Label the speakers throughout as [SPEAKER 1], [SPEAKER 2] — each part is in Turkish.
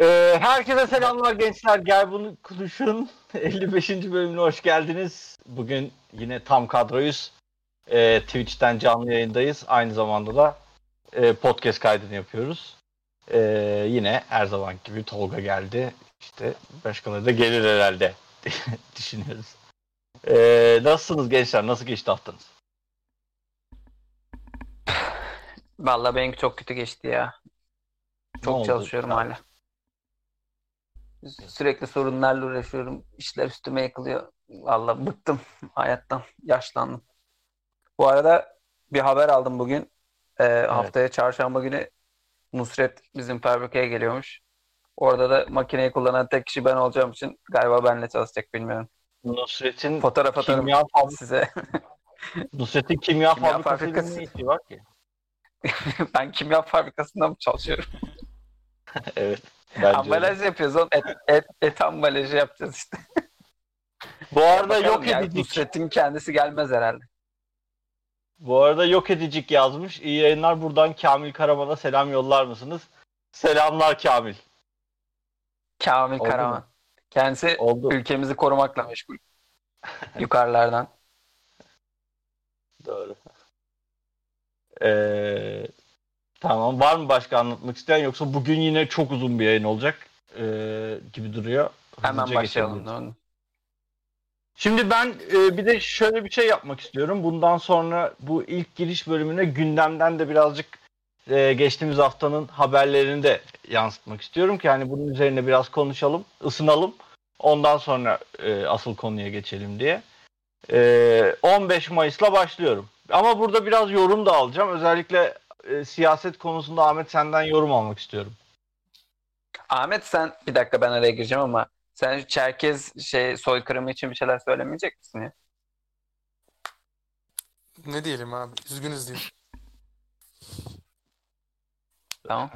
[SPEAKER 1] Ee, Herkese selamlar gençler. Gel bunu konuşun. 55. bölümüne hoş geldiniz. Bugün yine tam kadroyuz. Ee, Twitch'ten canlı yayındayız. Aynı zamanda da e, podcast kaydını yapıyoruz. Ee, yine her zaman gibi Tolga geldi. İşte başkaları da gelir herhalde düşünüyoruz. Ee, nasılsınız gençler? Nasıl geçti haftanız?
[SPEAKER 2] Vallahi benimki çok kötü geçti ya.
[SPEAKER 1] Ne oldu?
[SPEAKER 2] Çok çalışıyorum hala. Sürekli sorunlarla uğraşıyorum. İşler üstüme yıkılıyor. Vallahi bıktım hayattan. Yaşlandım. Bu arada bir haber aldım bugün. Ee, haftaya çarşamba günü Nusret bizim fabrikaya geliyormuş. Orada da makineyi kullanan tek kişi ben olacağım için galiba benle çalışacak bilmiyorum.
[SPEAKER 1] Nusret'in
[SPEAKER 2] Fotoğraf atarım
[SPEAKER 1] kimya, fabri-
[SPEAKER 2] size.
[SPEAKER 1] Nusret'in kimya,
[SPEAKER 2] Kimya
[SPEAKER 1] fabrikasıyla
[SPEAKER 2] fabrikası.
[SPEAKER 1] ne işi var ki?
[SPEAKER 2] ben kimya fabrikasında mı çalışıyorum?
[SPEAKER 1] Evet. bence de.
[SPEAKER 2] Ambalaj yapıyoruz oğlum. Et, et, et ambalajı yapacağız işte.
[SPEAKER 1] Bu arada yok
[SPEAKER 2] Bakalım yani
[SPEAKER 1] edecek.
[SPEAKER 2] Nusret'in kendisi gelmez herhalde.
[SPEAKER 1] Bu arada yok edicik yazmış. İyi yayınlar buradan Kamil Karaman'a selam yollar mısınız? Selamlar Kamil.
[SPEAKER 2] Kamil
[SPEAKER 1] Oldu
[SPEAKER 2] Karaman.
[SPEAKER 1] mu?
[SPEAKER 2] Kendisi
[SPEAKER 1] Oldu.
[SPEAKER 2] ülkemizi korumakla meşgul. Yukarılardan.
[SPEAKER 1] Doğru. Ee, tamam. Var mı başka anlatmak isteyen yoksa bugün yine çok uzun bir yayın olacak ee, gibi duruyor.
[SPEAKER 2] Hemen
[SPEAKER 1] Hızlıca
[SPEAKER 2] başlayalım.
[SPEAKER 1] geçebiliriz.
[SPEAKER 2] Doğru.
[SPEAKER 1] Şimdi ben e, bir de şöyle bir şey yapmak istiyorum. Bundan sonra bu ilk giriş bölümüne gündemden de birazcık e, geçtiğimiz haftanın haberlerini de yansıtmak istiyorum ki hani bunun üzerine biraz konuşalım, ısınalım. Ondan sonra e, asıl konuya geçelim diye. E, 15 Mayıs'la başlıyorum. Ama burada biraz yorum da alacağım. Özellikle e, siyaset konusunda Ahmet senden yorum almak istiyorum.
[SPEAKER 2] Ahmet sen bir dakika ben araya gireceğim ama sen şu Çerkez şey soykırımı için bir şeyler söylemeyecek misin ya?
[SPEAKER 3] Ne diyelim abi? Üzgünüz diyelim.
[SPEAKER 2] Tamam.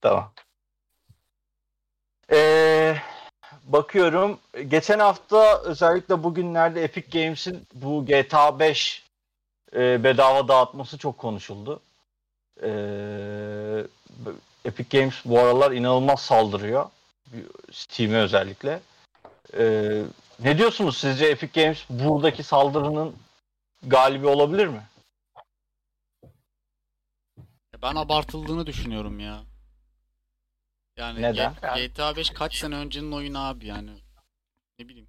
[SPEAKER 1] Tamam. Ee, bakıyorum. Geçen hafta özellikle bugünlerde Epic Games'in bu GTA 5 e, bedava dağıtması çok konuşuldu. Ee, Epic Games bu aralar inanılmaz saldırıyor. Steam'e özellikle. Ee, ne diyorsunuz sizce Epic Games buradaki saldırının galibi olabilir mi?
[SPEAKER 4] Ben abartıldığını düşünüyorum ya. Yani
[SPEAKER 1] Neden?
[SPEAKER 4] G- GTA 5 kaç sene öncenin oyunu abi yani. Ne bileyim.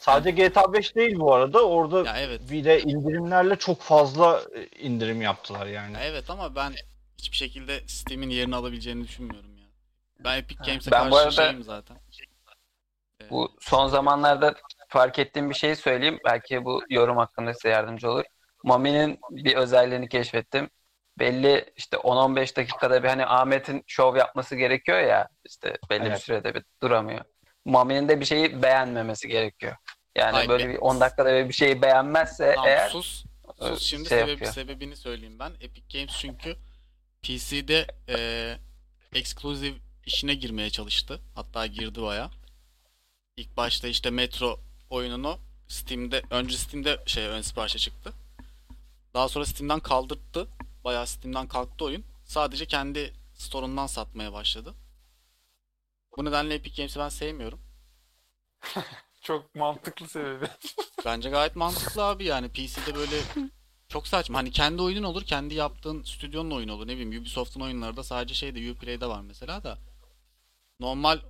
[SPEAKER 1] Sadece GTA 5 değil bu arada. Orada
[SPEAKER 4] Ya evet.
[SPEAKER 1] Bir de indirimlerle çok fazla e, indirim yaptılar yani.
[SPEAKER 4] Ya evet ama ben hiçbir şekilde Steam'in yerini alabileceğini düşünmüyorum ya. Ben Epic Games'e
[SPEAKER 2] Ben bu
[SPEAKER 4] karşı
[SPEAKER 2] arada-
[SPEAKER 4] şeyim zaten. Ee,
[SPEAKER 2] Bu son zamanlarda fark ettiğim bir şeyi söyleyeyim. Belki bu yorum hakkında size yardımcı olur. Mami'nin bir özelliğini keşfettim. Belli işte 10-15 dakikada bir hani Ahmet'in şov yapması gerekiyor ya işte belli bir
[SPEAKER 1] Evet.
[SPEAKER 2] sürede bir duramıyor. Mami'nin de bir şeyi beğenmemesi gerekiyor. Yani
[SPEAKER 4] Ay,
[SPEAKER 2] böyle
[SPEAKER 4] be-
[SPEAKER 2] bir 10 dakikada bir bir şeyi beğenmezse
[SPEAKER 4] tamam,
[SPEAKER 2] eğer
[SPEAKER 4] sus.
[SPEAKER 2] e,
[SPEAKER 4] Sus şimdi
[SPEAKER 2] şey
[SPEAKER 4] sebebi-
[SPEAKER 2] yapıyor.
[SPEAKER 4] sebebini söyleyeyim ben. Epic Games çünkü PC'de e, exclusive işine girmeye çalıştı. Hatta girdi baya. İlk başta işte Metro oyununu Steam'de önce Steam'de şey ön siparişe çıktı. Daha sonra Steam'den kaldırttı. Bayağı Steam'den kalktı oyun. Sadece kendi store'undan satmaya başladı. Bu nedenle Epic Games'i ben sevmiyorum.
[SPEAKER 3] Çok mantıklı sebebi.
[SPEAKER 4] Bence gayet mantıklı abi yani PC'de böyle çok saçma. Hani kendi oyunun olur, kendi yaptığın stüdyonun oyunu olur. Ne bileyim Ubisoft'un oyunları da sadece şeyde Uplay'de var mesela da. Normal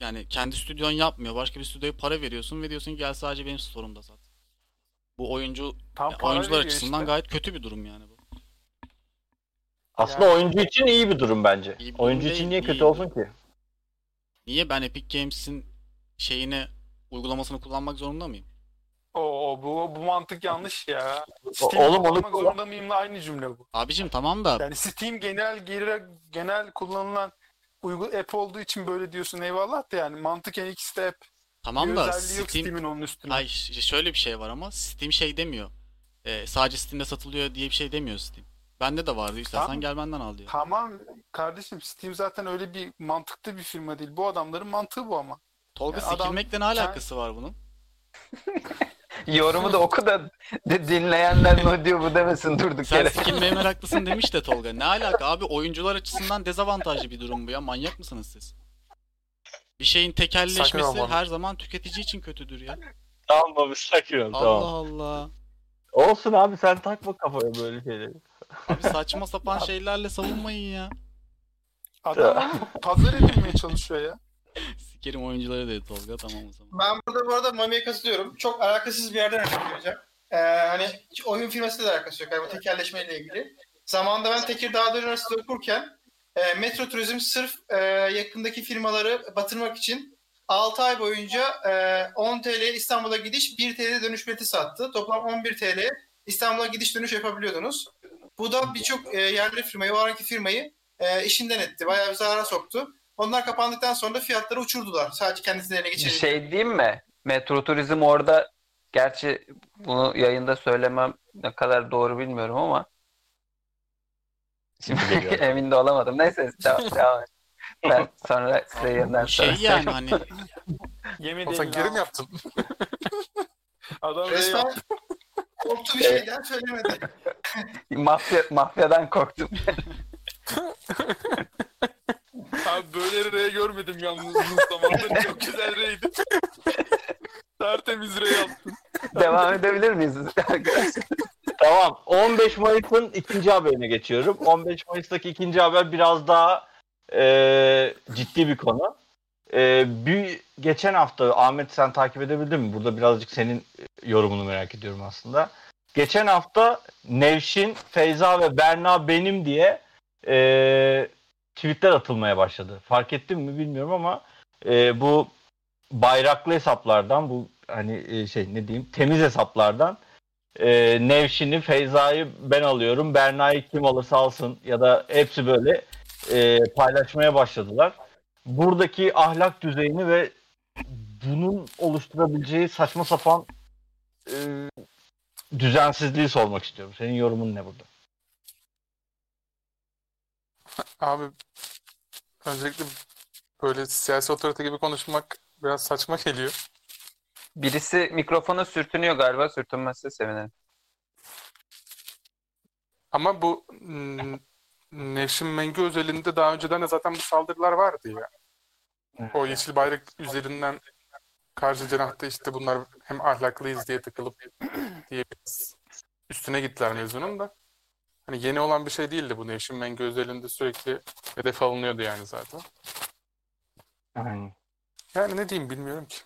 [SPEAKER 4] yani kendi stüdyon yapmıyor. Başka bir stüdyoya para veriyorsun ve diyorsun ki gel sadece benim store'umda sat. Bu oyuncu
[SPEAKER 3] Tam
[SPEAKER 4] ya
[SPEAKER 3] para
[SPEAKER 4] oyuncular
[SPEAKER 3] veriyor
[SPEAKER 4] açısından
[SPEAKER 3] işte.
[SPEAKER 4] gayet kötü bir durum yani bu.
[SPEAKER 1] Aslında
[SPEAKER 3] Yani-
[SPEAKER 1] oyuncu için iyi bir durum bence.
[SPEAKER 4] İyi bir durum
[SPEAKER 1] oyuncu
[SPEAKER 4] değil,
[SPEAKER 1] için niye
[SPEAKER 4] iyi
[SPEAKER 1] kötü
[SPEAKER 4] bir
[SPEAKER 1] olsun ki?
[SPEAKER 4] Niye ben Epic Games'in şeyini uygulamasını kullanmak zorunda mıyım?
[SPEAKER 3] Oo, bu, bu mantık yanlış ya.
[SPEAKER 1] oğlum onu
[SPEAKER 3] kullanmak
[SPEAKER 1] kullan-
[SPEAKER 3] zorunda mıyımla aynı cümle bu.
[SPEAKER 4] Abicim tamam da
[SPEAKER 3] Yani Steam genel genel, genel kullanılan uygun app olduğu için böyle diyorsun eyvallah da yani mantıken ikisi de app.
[SPEAKER 4] tamam
[SPEAKER 3] bir
[SPEAKER 4] da
[SPEAKER 3] özelliği yok
[SPEAKER 4] Steam-
[SPEAKER 3] Steam'in onun üstüne.
[SPEAKER 4] Ay ş- şöyle bir şey var ama Steam şey demiyor. Ee, sadece Steam'de satılıyor diye bir şey demiyor Steam. Bende de vardı istersen
[SPEAKER 3] Tamam.
[SPEAKER 4] gel benden al diyor.
[SPEAKER 3] Tamam kardeşim Steam zaten öyle bir mantıklı bir firma değil. Bu adamların mantığı bu ama.
[SPEAKER 4] Tolga
[SPEAKER 3] Yani adam-
[SPEAKER 4] sikilmekle ne alakası var bunun?
[SPEAKER 2] Yorumu da oku da de- dinleyenler ne diyor bu demesin durduk
[SPEAKER 4] Sen
[SPEAKER 2] yere.
[SPEAKER 4] sikilmeye meraklısın demiş de Tolga. Ne alaka abi oyuncular açısından dezavantajlı bir durum bu ya. Manyak mısınız siz? Bir şeyin
[SPEAKER 3] Saçma
[SPEAKER 4] tekelleşmesi
[SPEAKER 3] olmalı.
[SPEAKER 4] her zaman tüketici için kötüdür ya.
[SPEAKER 1] Tamam abi sakin ol
[SPEAKER 4] Allah
[SPEAKER 1] tamam.
[SPEAKER 4] Allah.
[SPEAKER 1] Olsun abi sen takma kafaya böyle şeyleri.
[SPEAKER 4] Abi saçma sapan şeylerle savunmayın ya.
[SPEAKER 3] Adam onu pazar edilmeye çalışıyor ya.
[SPEAKER 4] Sikerim oyuncuları dedi Tolga tamam o zaman.
[SPEAKER 5] Ben burada bu arada Mami'ye katılıyorum. Çok alakasız bir yerden örnek vereceğim. Ee, hani hiç oyun firmasıyla da alakası yok. Yani bu tekerleşmeyle ilgili. Zamanında ben Tekirdağ'da üniversitede okurken e, Metro Turizm sırf e, yakındaki firmaları batırmak için 6 ay boyunca e, 10 TL İstanbul'a gidiş 1 TL dönüş bileti sattı. Toplam 11 TL İstanbul'a gidiş dönüş yapabiliyordunuz. Bu da birçok e, yerli firmayı, o araki firmayı e, işinden etti. Bayağı bir zarara soktu. Onlar kapandıktan sonra da fiyatları uçurdular. Sadece kendisini ele
[SPEAKER 2] Bir
[SPEAKER 5] geçirince.
[SPEAKER 2] şey diyeyim mi? Metro Turizm orada gerçi bunu yayında söylemem ne kadar doğru bilmiyorum ama şimdi
[SPEAKER 1] Geliyor.
[SPEAKER 2] emin de olamadım. Neyse devam, devam et. Ben sonra size yeniden
[SPEAKER 4] Şey
[SPEAKER 2] sorarım.
[SPEAKER 4] yani hani
[SPEAKER 3] Yemedi
[SPEAKER 6] Olsa geri mi yaptın?
[SPEAKER 3] Adam
[SPEAKER 5] Resmen
[SPEAKER 3] Resmen...
[SPEAKER 5] korktu Ee, bir şeyden söylemedi.
[SPEAKER 2] Mafya, mafyadan korktum.
[SPEAKER 3] Abi böyle R görmedim yalnız uzun zamandır. Çok güzel R'ydi. Tertemiz R yaptın.
[SPEAKER 2] devam edebilir miyiz?
[SPEAKER 1] Tamam 15 Mayıs'ın ikinci haberine geçiyorum. 15 Mayıs'taki ikinci haber biraz daha e, ciddi bir konu. E, bir, geçen hafta Ahmet sen takip edebildin mi? Burada birazcık senin yorumunu merak ediyorum aslında. Geçen hafta Nevşin, Feyza ve Berna benim diye e, tweetler atılmaya başladı. Fark ettin mi bilmiyorum ama e, bu bayraklı hesaplardan bu hani e, şey ne diyeyim temiz hesaplardan e, Nevşin'i, Feyza'yı ben alıyorum. Berna'yı kim alırsa alsın ya da hepsi böyle e, paylaşmaya başladılar. Buradaki ahlak düzeyini ve bunun oluşturabileceği saçma sapan e, düzensizliği sormak istiyorum. Senin yorumun ne burada?
[SPEAKER 6] Abi öncelikle böyle siyasi otorite gibi konuşmak biraz saçma geliyor.
[SPEAKER 2] Birisi mikrofona sürtünüyor galiba. Sürtünmezse sevinirim.
[SPEAKER 6] Ama bu m, Nevşin Mengü özelinde daha önceden de zaten bu saldırılar vardı ya. O yeşil bayrak üzerinden karşı cenahta işte bunlar hem ahlaklıyız diye takılıp diye biraz üstüne gittiler mevzunun da. Hani yeni olan bir şey değildi bu Nevşin Mengü özelinde sürekli hedef alınıyordu yani zaten. Yani ne diyeyim bilmiyorum ki.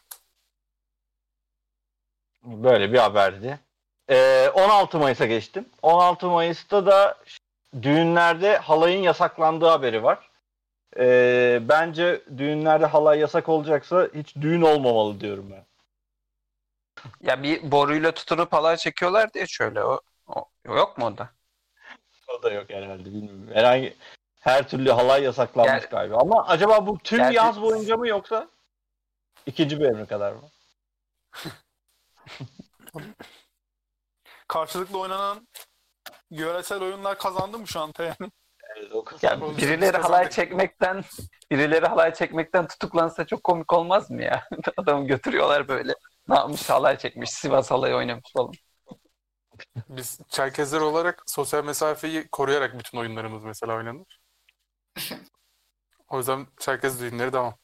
[SPEAKER 1] Böyle bir haberdi. Ee, 16 Mayıs'a geçtim. 16 Mayıs'ta da düğünlerde halayın yasaklandığı haberi var. Ee, bence düğünlerde halay yasak olacaksa hiç düğün olmamalı diyorum ben.
[SPEAKER 2] Ya bir boruyla tutunup halay çekiyorlar diye şöyle. O, o- yok mu onda?
[SPEAKER 1] O da yok herhalde bilmiyorum. Herhangi her türlü halay yasaklanmış
[SPEAKER 2] Yani-
[SPEAKER 1] galiba. Ama acaba bu tüm
[SPEAKER 2] Yani-
[SPEAKER 1] yaz boyunca mı yoksa ikinci bölüme kadar mı?
[SPEAKER 3] Karşılıklı oynanan yöresel oyunlar kazandı mı şu an yani?
[SPEAKER 1] Evet, o kadar.
[SPEAKER 2] Ya
[SPEAKER 6] Oğlum,
[SPEAKER 2] birileri
[SPEAKER 6] kazandık.
[SPEAKER 2] halay çekmekten birileri halay çekmekten tutuklansa çok komik olmaz mı ya? Adamı götürüyorlar böyle. Ne yapmış halay çekmiş. Sivas halayı oynamış falan.
[SPEAKER 6] Biz Çerkezler olarak sosyal mesafeyi koruyarak bütün oyunlarımız mesela oynanır. O yüzden Çerkez düğünleri devam.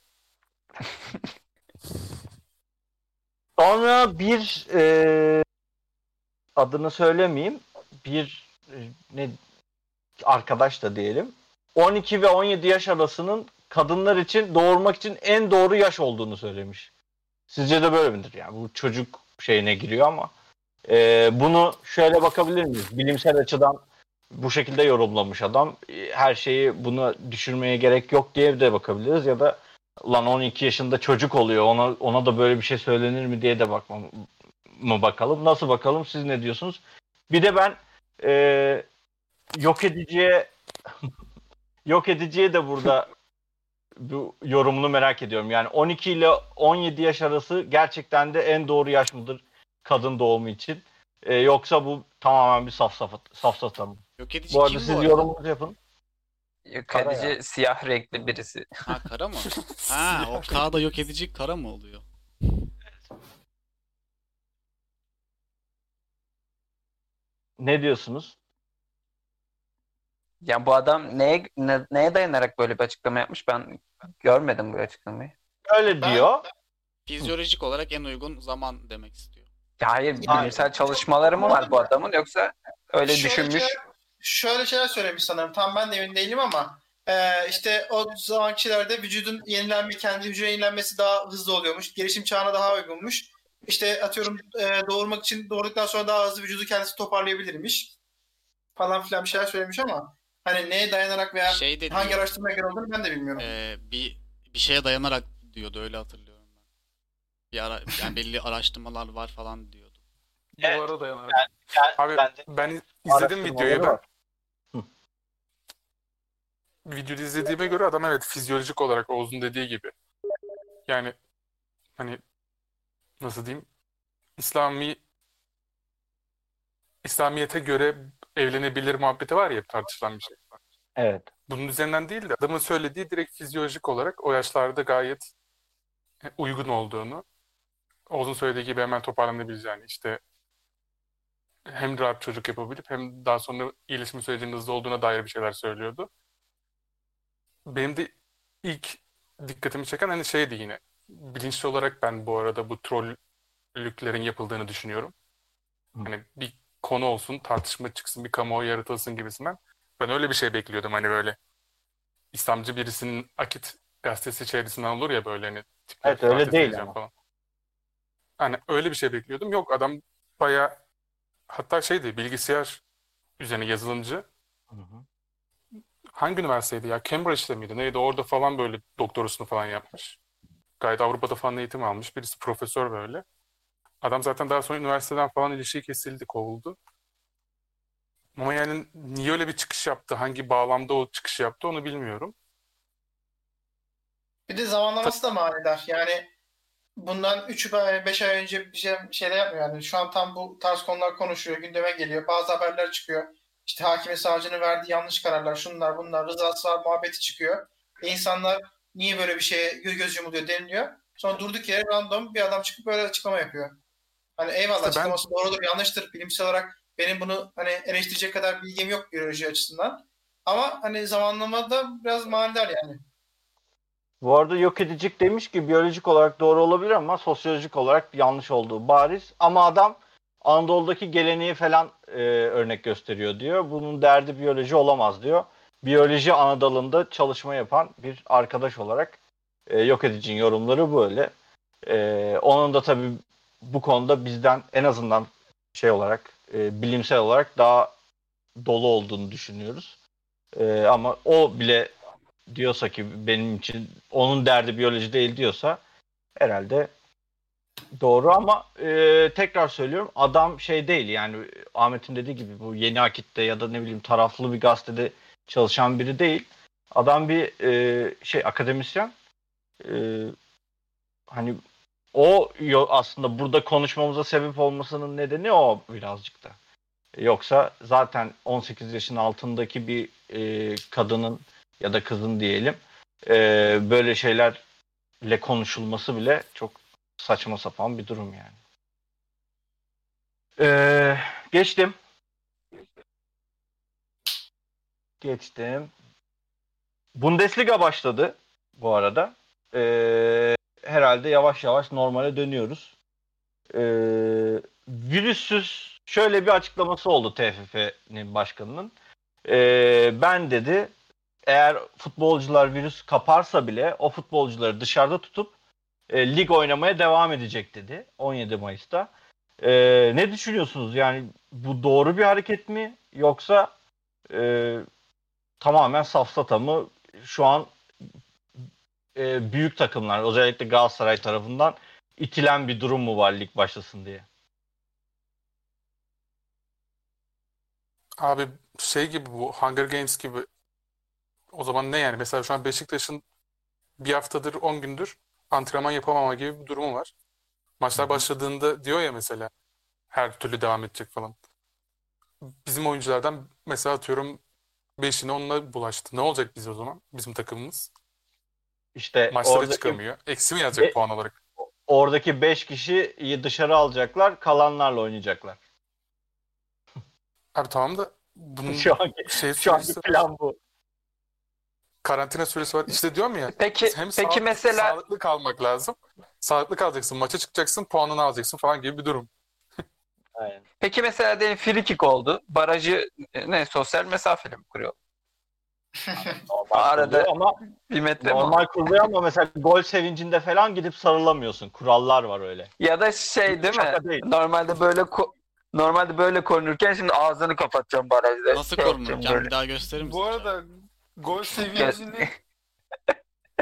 [SPEAKER 1] Sonra bir e, adını söylemeyeyim. Bir e, ne arkadaş da diyelim. 12 ve 17 yaş arasının kadınlar için doğurmak için en doğru yaş olduğunu söylemiş. Sizce de böyle midir? Yani bu çocuk şeyine giriyor ama e, bunu şöyle bakabilir miyiz? Bilimsel açıdan bu şekilde yorumlamış adam. E, Her şeyi buna düşürmeye gerek yok diye de bakabiliriz ya da lan 12 yaşında çocuk oluyor ona ona da böyle bir şey söylenir mi diye de bakmam mı bakalım nasıl bakalım siz ne diyorsunuz bir de ben e, yok ediciye yok ediciye de burada bu yorumunu merak ediyorum yani 12 ile 17 yaş arası gerçekten de en doğru yaş mıdır kadın doğumu için E, yoksa bu tamamen bir safsafat safsata mı
[SPEAKER 4] yok edici
[SPEAKER 1] bu arada
[SPEAKER 4] kim
[SPEAKER 1] siz
[SPEAKER 4] bu arada?
[SPEAKER 1] yorumunuzu yapın
[SPEAKER 2] Yok
[SPEAKER 1] Kara
[SPEAKER 2] edici siyah renkli birisi.
[SPEAKER 4] Ha kara mı? Ha o K da yok edici kara mı oluyor?
[SPEAKER 1] Ne diyorsunuz?
[SPEAKER 2] Yani bu adam neye ne- neye dayanarak böyle bir açıklama yapmış? Ben görmedim bu açıklamayı.
[SPEAKER 1] Öyle
[SPEAKER 5] Ben-
[SPEAKER 1] diyor.
[SPEAKER 4] Fizyolojik olarak en uygun zaman demek istiyor.
[SPEAKER 2] Ya hayır, bilimsel çalışmaları mı var bu adamın yoksa öyle
[SPEAKER 5] Şöyle
[SPEAKER 2] düşünmüş?
[SPEAKER 5] şeyler- Şöyle şeyler söylemiş sanırım. Tam ben de emin değilim ama e, işte o zaman kişilerde vücudun yenilenme, kendi vücudun yenilenmesi daha hızlı oluyormuş. Gelişim çağına daha uygunmuş. İşte atıyorum e, doğurmak için doğurduktan sonra daha hızlı vücudu kendisi toparlayabilirmiş. Falan filan bir şeyler söylemiş ama hani neye dayanarak veya
[SPEAKER 4] Şey de
[SPEAKER 5] hangi
[SPEAKER 4] diyor,
[SPEAKER 5] araştırmaya göre olduğunu ben de bilmiyorum.
[SPEAKER 4] e, bir bir şeye dayanarak diyordu öyle hatırlıyorum ben. Bir ara, yani belli araştırmalar var falan diyordu.
[SPEAKER 1] Evet.
[SPEAKER 6] Duvara dayanarak.
[SPEAKER 1] Yani
[SPEAKER 6] Abi
[SPEAKER 1] bence
[SPEAKER 6] ben izledim videoyu ben.
[SPEAKER 1] Araştırmaları
[SPEAKER 6] Videoyu izlediğime göre adam evet fizyolojik olarak Oğuz'un dediği gibi. Yani hani nasıl diyeyim? İslami İslamiyete göre evlenebilir muhabbeti var ya tartışılan bir şey.
[SPEAKER 1] Evet.
[SPEAKER 6] Bunun üzerinden değil de adamın söylediği direkt fizyolojik olarak o yaşlarda gayet uygun olduğunu, Oğuz'un söylediği gibi hemen toparlanabileceğini işte hem rahat çocuk yapabilip hem daha sonra iyileşme sürecinin hızlı olduğuna dair bir şeyler söylüyordu. Benim de ilk dikkatimi çeken hani şeydi yine. Bilinçli olarak ben bu arada bu trollüklerin yapıldığını düşünüyorum.
[SPEAKER 1] Hı.
[SPEAKER 6] Hani bir konu olsun, tartışma çıksın, bir kamuoyu yaratılsın gibisinden. Ben öyle bir şey bekliyordum hani böyle. İslamcı birisinin Akit gazetesi çevresinden olur ya böyle hani tipler
[SPEAKER 1] Evet, öyle
[SPEAKER 6] rahatsız
[SPEAKER 1] değil
[SPEAKER 6] edeceğim
[SPEAKER 1] ama.
[SPEAKER 6] falan. Hani öyle bir şey bekliyordum. Yok adam bayağı hatta şeydi bilgisayar üzerine yazılımcı. Hangi üniversiteydi ya? Cambridge'de miydi? Neydi? Orada falan böyle doktorasını falan yapmış. Gayet Avrupa'da falan eğitim almış. Birisi profesör böyle. Adam zaten daha sonra üniversiteden falan ilişiği kesildi, kovuldu. Ama yani niye öyle bir çıkış yaptı, hangi bağlamda o çıkış yaptı onu bilmiyorum.
[SPEAKER 5] Bir de zamanlaması da manidar. Yani bundan 3 ay 5 ay önce bir şey bir şeyler yapmıyor yani. Şu an tam bu tarz konular konuşuyor, gündeme geliyor. Bazı haberler çıkıyor. İşte hakimin savcının verdiği yanlış kararlar, şunlar bunlar, rızası var muhabbeti çıkıyor. E insanlar niye böyle bir şeye gö- göz yumuluyor deniliyor. Sonra durduk yere random bir adam çıkıp böyle açıklama yapıyor. Hani eyvallah
[SPEAKER 6] İşte ben-
[SPEAKER 5] açıklaması doğrudur, yanlıştır. Bilimsel olarak benim bunu hani eleştirecek kadar bilgim yok biyoloji açısından. Ama hani zamanlamada biraz manidar yani.
[SPEAKER 1] Bu arada yok edecek demiş ki biyolojik olarak doğru olabilir ama sosyolojik olarak yanlış olduğu bariz. Ama adam Anadolu'daki geleneği falan e, örnek gösteriyor diyor. Bunun derdi biyoloji olamaz diyor. Biyoloji Anadolu'nda çalışma yapan bir arkadaş olarak e, yok edicinin yorumları böyle. E, onun da tabii bu konuda bizden en azından şey olarak e, bilimsel olarak daha dolu olduğunu düşünüyoruz. E, ama o bile diyorsa ki benim için onun derdi biyoloji değil diyorsa herhalde doğru ama e, tekrar söylüyorum adam şey değil yani Ahmet'in dediği gibi bu Yeni Akit'te ya da ne bileyim taraflı bir gazetede çalışan biri değil. Adam bir e, şey akademisyen. E, hani o yo- aslında burada konuşmamıza sebep olmasının nedeni o birazcık da. Yoksa zaten 18 yaşın altındaki bir e, kadının ya da kızın diyelim e, böyle şeylerle konuşulması bile çok saçma sapan bir durum yani. E, geçtim. Geçtim. Bundesliga başladı bu arada. E, herhalde yavaş yavaş normale dönüyoruz. E, virüssüz şöyle bir açıklaması oldu TFF'nin başkanının. E, ben dedi eğer futbolcular virüs kaparsa bile o futbolcuları dışarıda tutup e, lig oynamaya devam edecek dedi 17 Mayıs'ta. E, ne düşünüyorsunuz? Yani bu doğru bir hareket mi yoksa e, tamamen safsata mı? Şu an e, büyük takımlar özellikle Galatasaray tarafından itilen bir durum mu var lig başlasın diye?
[SPEAKER 6] Abi şey gibi bu Hunger Games gibi o zaman ne yani? Mesela şu an Beşiktaş'ın bir haftadır 10 gündür antrenman yapamama gibi bir durumu var. Maçlar başladığında diyor ya mesela her türlü devam edecek falan. Bizim oyunculardan mesela atıyorum 5'ini onunla bulaştı. Ne olacak biz o zaman? Bizim takımımız.
[SPEAKER 1] İşte
[SPEAKER 6] Maçlara
[SPEAKER 1] oradaki-
[SPEAKER 6] çıkamıyor. Eksi mi yazacak
[SPEAKER 1] E-
[SPEAKER 6] puan olarak?
[SPEAKER 1] oradaki 5 kişiyi dışarı alacaklar, kalanlarla oynayacaklar.
[SPEAKER 6] Abi tamam da bunun
[SPEAKER 1] Şu an
[SPEAKER 6] şey
[SPEAKER 1] şu anki
[SPEAKER 6] süresi,
[SPEAKER 1] plan bu.
[SPEAKER 6] karantina süresi var. İşte diyorum ya
[SPEAKER 2] Peki
[SPEAKER 6] hem
[SPEAKER 2] peki
[SPEAKER 6] sağlık-
[SPEAKER 2] mesela
[SPEAKER 6] sağlıklı kalmak lazım. Sağlıklı kalacaksın, maça çıkacaksın, puanını alacaksın falan gibi bir durum.
[SPEAKER 1] Aynen.
[SPEAKER 2] peki mesela diyelim free kick oldu. Barajı e, ne sosyal mesafeli mi kuruyor?
[SPEAKER 1] Normal
[SPEAKER 2] Arada-
[SPEAKER 1] kuruluyor şey ama
[SPEAKER 2] Bir metre mi?
[SPEAKER 1] normal kuruluyor ama mesela gol sevincinde falan gidip sarılamıyorsun. Kurallar var öyle.
[SPEAKER 2] Ya da şey değil
[SPEAKER 1] Şaka
[SPEAKER 2] mi?
[SPEAKER 1] değil.
[SPEAKER 2] Normalde böyle ko- normalde böyle korunurken şimdi ağzını kapatacağım barajda.
[SPEAKER 4] Nasıl
[SPEAKER 2] Şey yapacağım
[SPEAKER 4] korunacağım? Bir
[SPEAKER 2] böyle.
[SPEAKER 4] daha gösterir misin?
[SPEAKER 3] Bu arada gol sevincinde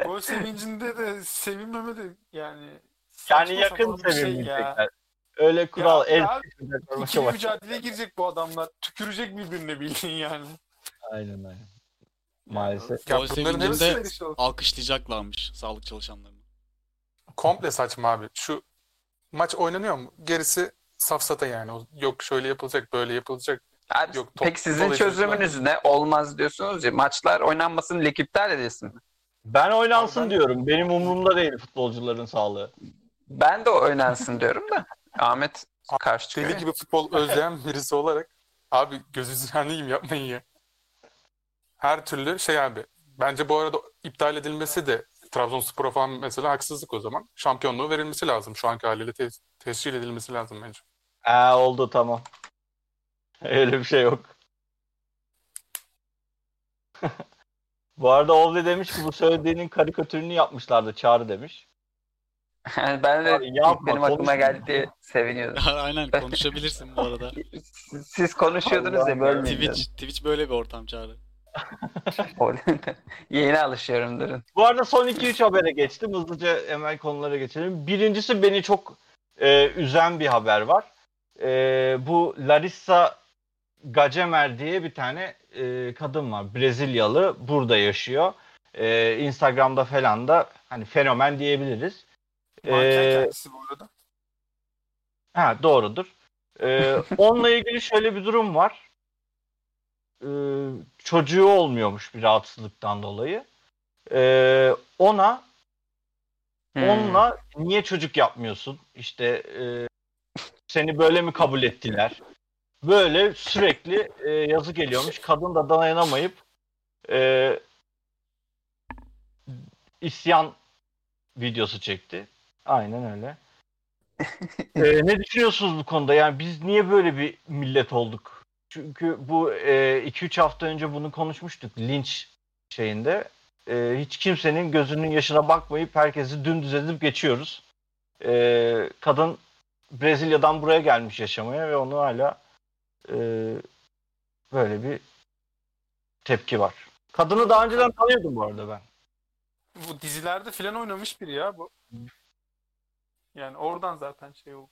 [SPEAKER 3] gol sevincinde de sevinmeme de yani
[SPEAKER 1] Yani
[SPEAKER 3] saçma
[SPEAKER 1] yakın
[SPEAKER 3] sapan bir şey
[SPEAKER 1] sevinmeyecekler.
[SPEAKER 3] ya.
[SPEAKER 1] Öyle kural.
[SPEAKER 3] Ya
[SPEAKER 1] el
[SPEAKER 3] abi,
[SPEAKER 1] seçimde
[SPEAKER 3] İkili
[SPEAKER 1] maça bak.
[SPEAKER 3] mücadeleye girecek bu adamlar. Tükürecek birbirine bildiğin yani.
[SPEAKER 1] Aynen aynen. Maalesef.
[SPEAKER 6] Ya
[SPEAKER 4] Gol
[SPEAKER 6] bunların
[SPEAKER 4] sevincinde-
[SPEAKER 6] hepsi
[SPEAKER 3] Böyle şey olur.
[SPEAKER 4] Alkışlayacaklarmış sağlık çalışanlarını.
[SPEAKER 6] komple saçma abi. Şu maç oynanıyor mu? Gerisi safsata yani. O- Yok şöyle yapılacak, böyle yapılacak.
[SPEAKER 2] Abi,
[SPEAKER 6] Yok, top-
[SPEAKER 2] peki sizin
[SPEAKER 6] dolayısıyla-
[SPEAKER 2] çözümünüz ne? Olmaz diyorsunuz ya. Maçlar oynanmasın, lig iptal edilsin.
[SPEAKER 1] Ben oynansın
[SPEAKER 6] Abi ben-
[SPEAKER 1] diyorum. Benim umurumda değil futbolcuların sağlığı.
[SPEAKER 2] Ben de oynansin diyorum da. Ahmet karşı çıkıyor.
[SPEAKER 6] Deli gibi futbol özleyen birisi olarak abi gözünüzü yanayım yapmayın ya. Her türlü şey abi. Bence bu arada iptal edilmesi de Trabzonspor'a falan mesela haksızlık o zaman. Şampiyonluğu verilmesi lazım. Şu anki haliyle te- tescil edilmesi lazım bence.
[SPEAKER 1] Ee, oldu tamam. Öyle bir şey yok. Bu arada Ovde demiş ki bu söylediğinin karikatürünü yapmışlardı Çağrı demiş.
[SPEAKER 2] Yani ben de
[SPEAKER 1] Abi yapma,
[SPEAKER 2] benim aklıma
[SPEAKER 1] konuşma.
[SPEAKER 2] geldi diye seviniyordum.
[SPEAKER 4] Aynen konuşabilirsin bu arada.
[SPEAKER 2] Siz- Siz konuşuyordunuz
[SPEAKER 1] Allah'ım
[SPEAKER 2] ya bölmeyin
[SPEAKER 4] Twitch, Twitch böyle bir ortam çağrı.
[SPEAKER 2] dedim. Yeni alışıyorum durun.
[SPEAKER 1] Bu arada son 2-3 habere geçtim. Hızlıca hemen konulara geçelim. Birincisi beni çok e, üzen bir haber var. E, bu Larissa Gacemer diye bir tane e, kadın var. Brezilyalı. Burada yaşıyor. E, Instagram'da falan da hani fenomen diyebiliriz.
[SPEAKER 3] Manken
[SPEAKER 1] E,
[SPEAKER 3] kendisi bu arada.
[SPEAKER 1] Ha doğrudur. Ee, onunla ilgili şöyle bir durum var. Ee, çocuğu olmuyormuş bir rahatsızlıktan dolayı. Ee, ona
[SPEAKER 2] Hmm.
[SPEAKER 1] onunla niye çocuk yapmıyorsun? İşte e, seni böyle mi kabul ettiler? Böyle sürekli e, yazı geliyormuş. Kadın da dayanamayıp e, isyan videosu çekti. Aynen öyle. E, ne düşünüyorsunuz bu konuda? Yani biz niye böyle bir millet olduk? Çünkü bu 2-3 hafta önce bunu konuşmuştuk linç şeyinde e, hiç kimsenin gözünün yaşına bakmayıp herkesi dümdüz edip geçiyoruz. E, kadın Brezilya'dan buraya gelmiş yaşamaya ve onu hala e, böyle bir tepki var. Kadını daha önceden tanıyordum bu arada ben.
[SPEAKER 3] Bu dizilerde filan oynamış biri ya bu. Yani oradan zaten şey oldu.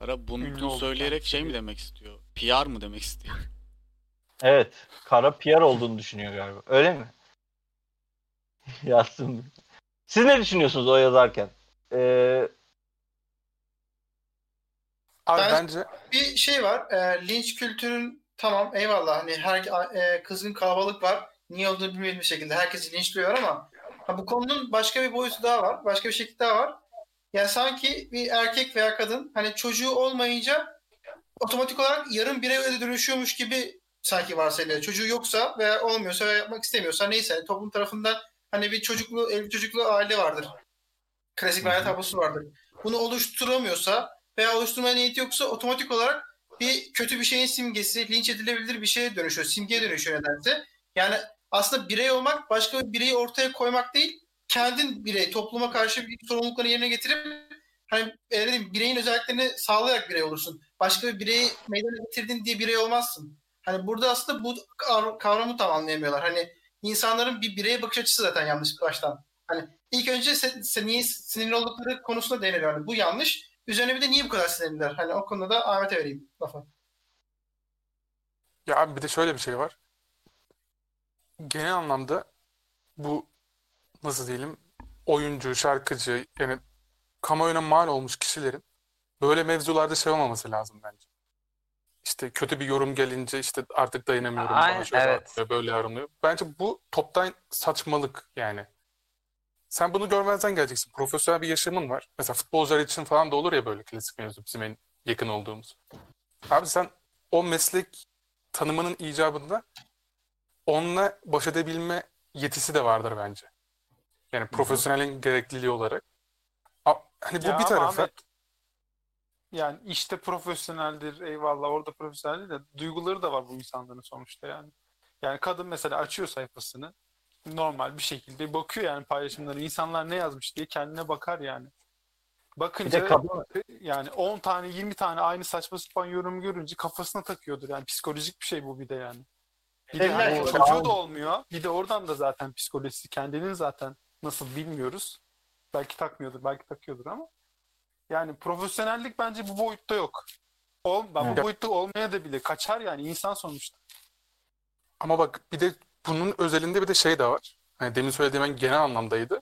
[SPEAKER 4] Ara bunu,
[SPEAKER 3] Ünlü
[SPEAKER 4] bunu
[SPEAKER 3] olduk
[SPEAKER 4] söyleyerek
[SPEAKER 3] artık.
[SPEAKER 4] şey mi demek istiyor? PR mı demek istiyor?
[SPEAKER 1] Evet. Kara PR olduğunu düşünüyor galiba. Öyle mi? Yazsın. Siz ne düşünüyorsunuz o yazarken? E,
[SPEAKER 6] Abi
[SPEAKER 5] Ben-
[SPEAKER 6] bence
[SPEAKER 5] bir şey var. E, linç kültürün tamam eyvallah hani her e, kızgın kalabalık var. Niye olduğunu bilmediğim bir şekilde herkesi linçliyor ama ha, bu konunun başka bir boyutu daha var. Başka bir şekli daha var. Yani sanki bir erkek veya kadın hani çocuğu olmayınca otomatik olarak yarım bireye de dönüşüyormuş gibi sanki varsayılıyor. Çocuğu yoksa veya olmuyorsa veya yapmak istemiyorsa neyse toplum tarafından hani bir çocuklu evli çocuklu aile vardır. Klasik bir aile tablosu vardır. Bunu oluşturamıyorsa veya oluşturmaya niyeti yoksa otomatik olarak bir kötü bir şeyin simgesi, linç edilebilir bir şeye dönüşüyor. Simgeye dönüşüyor nedense. Yani aslında birey olmak başka bir bireyi ortaya koymak değil, kendin birey, topluma karşı bir sorumluluklarını yerine getirip hani e, ne diyeyim, bireyin özelliklerini sağlayarak birey olursun. Başka bir bireyi meydana getirdin diye birey olmazsın. Hani burada aslında bu kavra- kavramı tam anlayamıyorlar. Hani insanların bir bireye bakış açısı zaten yanlış baştan. Hani ilk önce sen, sen niye sinirli oldukları konusunda değiniliyor. Hani bu yanlış. Üzerine bir de niye bu kadar sinirliler? Hani o konuda da Ahmet'e vereyim lafı.
[SPEAKER 6] Ya abi bir de şöyle bir şey var. Genel anlamda bu nasıl diyelim oyuncu, şarkıcı yani kamuoyuna mal olmuş kişilerin böyle mevzularda şey olmaması lazım bence. İşte kötü bir yorum gelince işte artık dayanamıyorum bana
[SPEAKER 2] Aynen,
[SPEAKER 6] şöyle
[SPEAKER 2] evet.
[SPEAKER 6] atlıyor, böyle yorumluyor. Bence bu toptan saçmalık yani. Sen bunu görmezden geleceksin. Profesyonel bir yaşamın var. Mesela futbolcular için falan da olur ya böyle klasik mevzu bizim en yakın olduğumuz. Abi sen o meslek tanımının icabında onunla baş edebilme yetisi de vardır bence. Yani profesyonelin gerekliliği olarak. A- Hani bu
[SPEAKER 3] Ya
[SPEAKER 6] bir
[SPEAKER 3] ama
[SPEAKER 6] tarafa
[SPEAKER 3] Ahmet, yani işte profesyoneldir eyvallah orada profesyoneldir de duyguları da var bu insanların sonuçta yani. Yani kadın mesela açıyor sayfasını normal bir şekilde bakıyor yani paylaşımları insanlar ne yazmış diye kendine bakar yani.
[SPEAKER 1] Bir
[SPEAKER 3] Bakınca
[SPEAKER 1] de kadın
[SPEAKER 3] yani 10 tane 20 tane aynı saçma sapan yorum görünce kafasına takıyordur yani psikolojik bir şey bu bir de yani. Bir de
[SPEAKER 1] Evet,
[SPEAKER 3] hani
[SPEAKER 1] evet.
[SPEAKER 3] çocuğu da olmuyor. Bir de oradan da zaten psikolojisi kendinin zaten nasıl bilmiyoruz. Belki takmıyordur, belki takıyordur ama yani profesyonellik bence bu boyutta yok. Ol, ben
[SPEAKER 1] Evet.
[SPEAKER 3] bu boyutta olmaya da bile kaçar yani insan sonuçta.
[SPEAKER 6] Ama bak bir de bunun özelinde bir de şey de var. Hani demin söylediğim en genel anlamdaydı.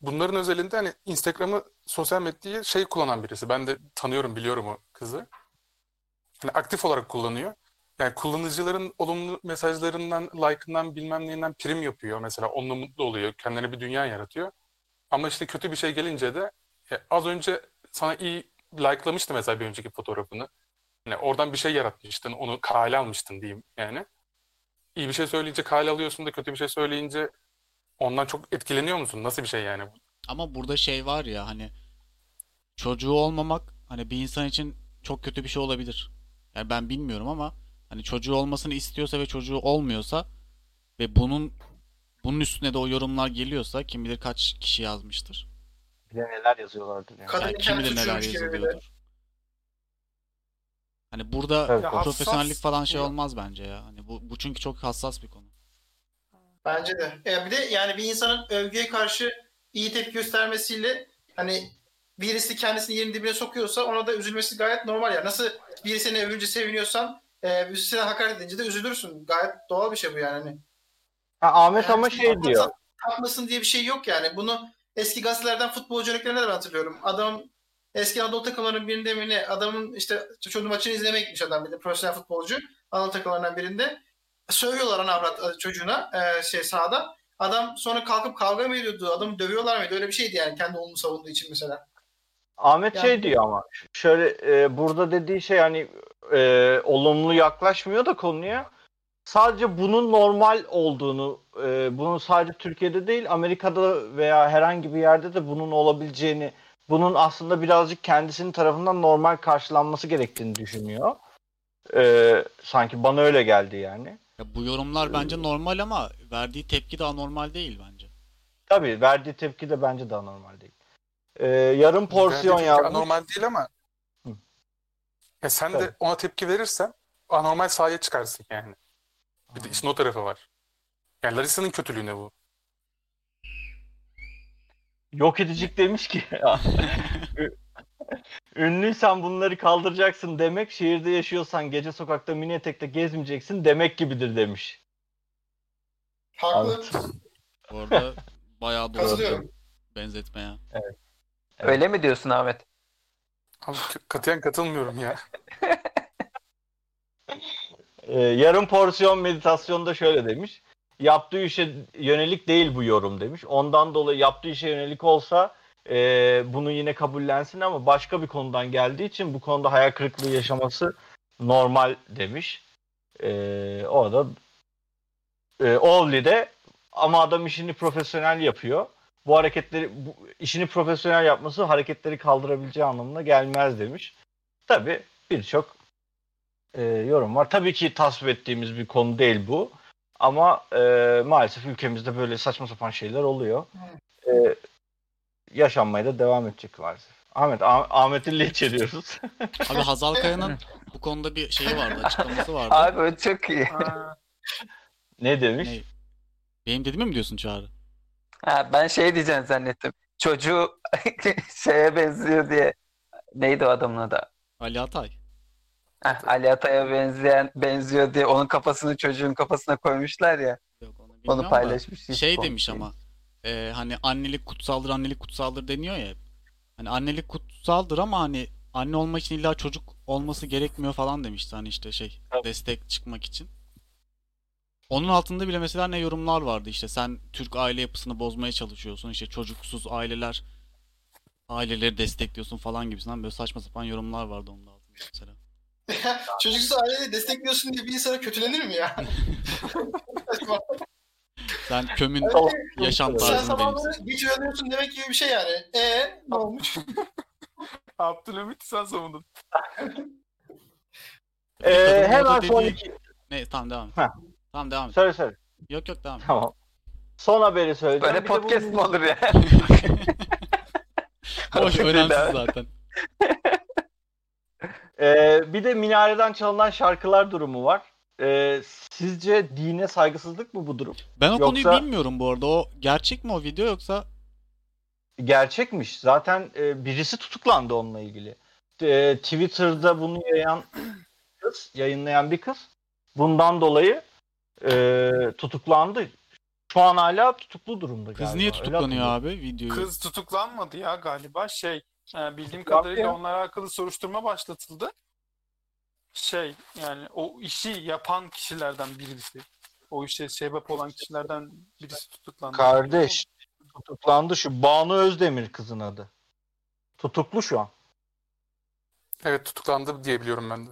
[SPEAKER 6] Bunların özelinde hani Instagram'ı sosyal medyayı şey kullanan birisi. Ben de tanıyorum biliyorum o kızı. Hani aktif olarak kullanıyor. Yani kullanıcıların olumlu mesajlarından, like'ından bilmem neyinden prim yapıyor. Mesela onunla mutlu oluyor. Kendine bir dünya yaratıyor. Ama işte kötü bir şey gelince de e, az önce sana iyi like'lamıştı mesela bir önceki fotoğrafını. Yani oradan bir şey yaratmıştın, onu kale almıştın diyeyim yani iyi bir şey söyleyince kale alıyorsun da kötü bir şey söyleyince ondan çok etkileniyor musun? Nasıl bir şey yani? bu?
[SPEAKER 4] Ama burada şey var ya hani çocuğu olmamak hani bir insan için çok kötü bir şey olabilir. Yani ben bilmiyorum ama hani çocuğu olmasını istiyorsa ve çocuğu olmuyorsa ve bunun bunun üstüne de o yorumlar geliyorsa kim bilir kaç kişi yazmıştır.
[SPEAKER 1] bile neler yazıyorlardır yani.
[SPEAKER 5] Kadın
[SPEAKER 4] Yani kim bilir neler
[SPEAKER 5] çocuğuymuş gibi bir de.
[SPEAKER 4] yazılıyordur. Hani burada
[SPEAKER 1] Tabii.
[SPEAKER 3] Ya hassas-
[SPEAKER 4] profesyonellik falan şey
[SPEAKER 3] Ya.
[SPEAKER 4] olmaz bence ya. Hani bu, bu çünkü çok hassas bir konu.
[SPEAKER 5] Bence de. E, bir de yani bir insanın övgüye karşı iyi tepki göstermesiyle hani birisi kendisini yerin dibine sokuyorsa ona da üzülmesi gayet normal ya. Nasıl biri seni övünce seviniyorsan e, birisi sana hakaret edince de üzülürsün. Gayet doğal bir şey bu yani. Hani,
[SPEAKER 1] Ha, Ahmet ama
[SPEAKER 5] Yani
[SPEAKER 1] şey
[SPEAKER 5] tatmasın-
[SPEAKER 1] diyor.
[SPEAKER 5] Tatmasın diye bir şey yok yani. Bunu eski gazetelerden futbolcu örneklerine de ben hatırlıyorum. Adam eski Anadolu takımlarının birinde mi ne? Adamın işte çocuğun maçını izlemeye gitmiş adam bir de profesyonel futbolcu. Anadolu takımlarından birinde. Sövüyorlar ana avrat çocuğuna e, şey sahada. Adam sonra kalkıp kavga mı ediyordu? Adamı dövüyorlar mıydı? Öyle bir şeydi yani kendi oğlunu savunduğu için mesela.
[SPEAKER 1] Ahmet
[SPEAKER 5] Yani-
[SPEAKER 1] şey diyor ama ş- şöyle e, burada dediği şey hani e, olumlu yaklaşmıyor da konuya. Sadece bunun normal olduğunu, e, bunun sadece Türkiye'de değil Amerika'da veya herhangi bir yerde de bunun olabileceğini, bunun aslında birazcık kendisinin tarafından normal karşılanması gerektiğini düşünüyor. E, sanki bana öyle geldi yani.
[SPEAKER 4] Ya bu yorumlar
[SPEAKER 5] Ee,
[SPEAKER 4] bence normal ama verdiği tepki de anormal değil bence.
[SPEAKER 1] Tabii verdiği tepki de bence daha normal değil. E, yarım porsiyon
[SPEAKER 6] Bence
[SPEAKER 1] yazmış.
[SPEAKER 6] Anormal değil ama
[SPEAKER 1] Hı.
[SPEAKER 6] ya sen
[SPEAKER 1] Tabii.
[SPEAKER 6] de ona tepki verirsen anormal sahaya çıkarsın yani. Bir de işin o tarafı var. Yani Larissa'nın kötülüğü ne bu?
[SPEAKER 1] Yok edecek demiş ki. Ü- Ünlüysen bunları kaldıracaksın demek şehirde yaşıyorsan gece sokakta mini etekte gezmeyeceksin demek gibidir demiş.
[SPEAKER 5] Haklı.
[SPEAKER 4] Bu arada bayağı doğru
[SPEAKER 5] Katılıyorum.
[SPEAKER 4] benzetme ya.
[SPEAKER 1] Evet.
[SPEAKER 2] Öyle mi diyorsun Ahmet?
[SPEAKER 6] Abi k- katiyen katılmıyorum ya.
[SPEAKER 1] Ee, yarım porsiyon meditasyonda şöyle demiş. Yaptığı işe yönelik değil bu yorum demiş. Ondan dolayı yaptığı işe yönelik olsa e, bunu yine kabullensin ama başka bir konudan geldiği için bu konuda hayal kırıklığı yaşaması normal demiş. Ee, orada e, Oğli de ama adam işini profesyonel yapıyor. Bu hareketleri bu, işini profesyonel yapması hareketleri kaldırabileceği anlamına gelmez demiş. Tabii birçok e, yorum var. Tabii ki tasvip ettiğimiz bir konu değil bu. Ama e, maalesef ülkemizde böyle saçma sapan şeyler oluyor. E, yaşanmaya da devam edecek maalesef. Ahmet, Ah- Ahmet'i linç ediyoruz.
[SPEAKER 4] Abi Hazal Kaya'nın bu konuda bir şeyi vardı, açıklaması vardı.
[SPEAKER 2] Abi o çok iyi.
[SPEAKER 3] Ha,
[SPEAKER 1] ne demiş?
[SPEAKER 4] Ne? Benim dediğimi mi diyorsun Çağrı?
[SPEAKER 2] Ha, ben şey diyeceğim zannettim. Çocuğu şeye benziyor diye. Neydi o adamın adı?
[SPEAKER 4] Ali Atay.
[SPEAKER 2] Heh, Ali Atay'a benzeyen benziyor diye onun kafasını çocuğun kafasına koymuşlar ya.
[SPEAKER 4] Yok onu bilmiyorum
[SPEAKER 2] Onu
[SPEAKER 4] da.
[SPEAKER 2] paylaşmış. hiç
[SPEAKER 4] Şey
[SPEAKER 2] komik
[SPEAKER 4] demiş
[SPEAKER 2] değil.
[SPEAKER 4] ama e, hani annelik kutsaldır, annelik kutsaldır deniyor ya. hep. Hani annelik kutsaldır ama hani anne olmak için illa çocuk olması gerekmiyor falan demişti hani işte şey
[SPEAKER 1] Tabii.
[SPEAKER 4] destek çıkmak için. Onun altında bile mesela ne yorumlar vardı işte sen Türk aile yapısını bozmaya çalışıyorsun işte çocuksuz aileler aileleri destekliyorsun falan gibisinden böyle saçma sapan yorumlar vardı onun altında mesela.
[SPEAKER 5] Çocuksuz aileyi destekliyorsun diye bir insana kötülenir mi ya?
[SPEAKER 4] Sen kömün
[SPEAKER 5] Öyle şey
[SPEAKER 4] yaşam
[SPEAKER 5] Sen
[SPEAKER 4] tarzını benimsin.
[SPEAKER 5] sabahları geç uyanıyorsun demek gibi bir şey yani. E ne olmuş?
[SPEAKER 3] Abdülhamit sen savundun.
[SPEAKER 4] Kadın
[SPEAKER 1] Ee,
[SPEAKER 4] burada
[SPEAKER 1] hemen
[SPEAKER 4] dediği-
[SPEAKER 1] son iki...
[SPEAKER 4] Ne tamam devam et.
[SPEAKER 1] Heh.
[SPEAKER 4] Tamam devam et.
[SPEAKER 1] Söyle söyle.
[SPEAKER 4] Yok yok devam et.
[SPEAKER 1] Tamam. Son haberi söyleyeceğim. Bir
[SPEAKER 2] Böyle
[SPEAKER 1] de bu-
[SPEAKER 2] podcast mi olur ya?
[SPEAKER 4] Boş
[SPEAKER 2] Hakikaten
[SPEAKER 4] önemsiz
[SPEAKER 2] abi.
[SPEAKER 4] zaten.
[SPEAKER 1] Ee, bir de minareden çalınan şarkılar durumu var. Ee, sizce dine saygısızlık mı bu durum?
[SPEAKER 4] Ben o konuyu
[SPEAKER 1] Yoksa-
[SPEAKER 4] bilmiyorum bu arada. O gerçek mi o video yoksa
[SPEAKER 1] Gerçekmiş. Zaten e, birisi tutuklandı onunla ilgili. E, Twitter'da bunu yayan kız, yayınlayan bir kız bundan dolayı e, tutuklandı. Şu an hala tutuklu durumda
[SPEAKER 4] kız
[SPEAKER 1] galiba.
[SPEAKER 4] niye
[SPEAKER 1] Öyle
[SPEAKER 4] tutuklanıyor
[SPEAKER 1] hatırlıyorum.
[SPEAKER 4] abi videoyu?
[SPEAKER 3] Kız tutuklanmadı ya galiba şey e, bildiğim
[SPEAKER 1] Tutuklandı
[SPEAKER 3] kadarıyla
[SPEAKER 1] ya.
[SPEAKER 3] onlara alakalı soruşturma başlatıldı. Şey yani o işi yapan kişilerden birisi. O işe sebep olan kişilerden birisi tutuklandı.
[SPEAKER 1] Kardeş tutuklandı şu Banu Özdemir kızın adı. Tutuklu şu an.
[SPEAKER 6] Evet tutuklandı diye biliyorum ben de.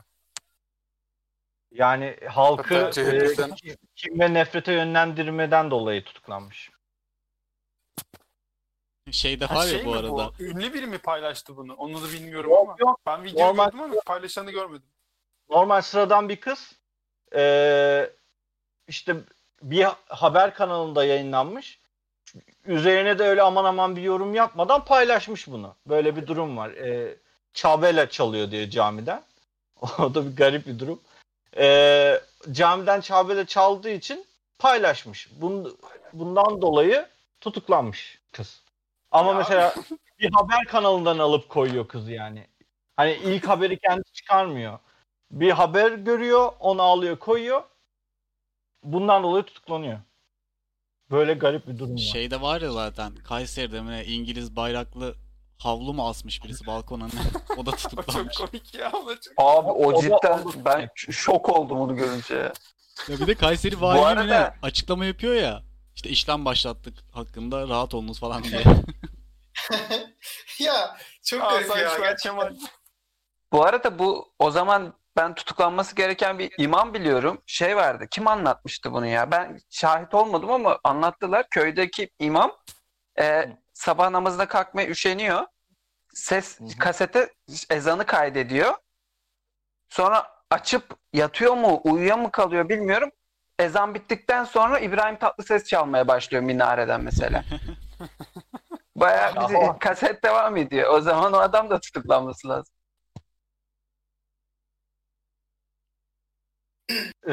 [SPEAKER 1] Yani halkı
[SPEAKER 6] Hatta
[SPEAKER 1] e,
[SPEAKER 6] CHP'den.
[SPEAKER 1] kim- kim ve nefrete yönlendirmeden dolayı tutuklanmış.
[SPEAKER 4] Şeyde
[SPEAKER 3] Ha,
[SPEAKER 4] var
[SPEAKER 3] şey
[SPEAKER 4] ya
[SPEAKER 3] mi
[SPEAKER 4] bu arada.
[SPEAKER 3] Ünlü biri mi paylaştı bunu? Onu da bilmiyorum ama.
[SPEAKER 1] Yok yok
[SPEAKER 3] Ben videoyu
[SPEAKER 1] Normal-
[SPEAKER 3] gördüm ama paylaşanı görmedim.
[SPEAKER 1] normal sıradan bir kız eee, işte bir haber kanalında yayınlanmış. Üzerine de öyle aman aman bir yorum yapmadan paylaşmış bunu. Böyle bir durum var. Eee çabela çalıyor diye camiden. O da bir garip bir durum. Eee, camiden çabela çaldığı için paylaşmış. Bun- bundan dolayı tutuklanmış kız. Ama
[SPEAKER 3] Ya.
[SPEAKER 1] mesela bir haber kanalından alıp koyuyor kız yani. Hani ilk haberi kendi çıkarmıyor bir haber görüyor, onu alıyor, koyuyor. Bundan dolayı tutuklanıyor. Böyle garip bir durum var.
[SPEAKER 4] Şeyde var ya zaten. Kayseri'de mi ne, İngiliz bayraklı havlu mu asmış birisi balkona? ne? o da
[SPEAKER 3] O çok
[SPEAKER 4] tutuklanmış.
[SPEAKER 3] komik ya. O da çok...
[SPEAKER 2] Abi o
[SPEAKER 1] O da-
[SPEAKER 2] cidden ben şok oldum onu görünce. ya.
[SPEAKER 4] ya bir de Kayseri
[SPEAKER 2] Bu
[SPEAKER 4] valiliği mi ne
[SPEAKER 2] arada-
[SPEAKER 4] açıklama yapıyor ya. İşte işlem başlattık hakkında rahat olunuz falan diye.
[SPEAKER 5] ya çok garip ya.
[SPEAKER 3] Asayiş ver
[SPEAKER 5] gerçekten.
[SPEAKER 3] Kemal.
[SPEAKER 2] Bu arada bu o zaman ben tutuklanması gereken bir imam biliyorum. Şey vardı. Kim anlatmıştı bunu ya? Ben şahit olmadım ama anlattılar. Köydeki imam e, sabah namazına kalkmaya üşeniyor. Ses
[SPEAKER 1] Hı hı.
[SPEAKER 2] kasete ezanı kaydediyor. Sonra açıp yatıyor mu, uyuyor mu kalıyor bilmiyorum. Ezan bittikten sonra İbrahim Tatlıses çalmaya başlıyor minareden mesela. Bayağı bizi
[SPEAKER 1] Ama-
[SPEAKER 2] kaset devam ediyor. O zaman o adam da tutuklanması lazım.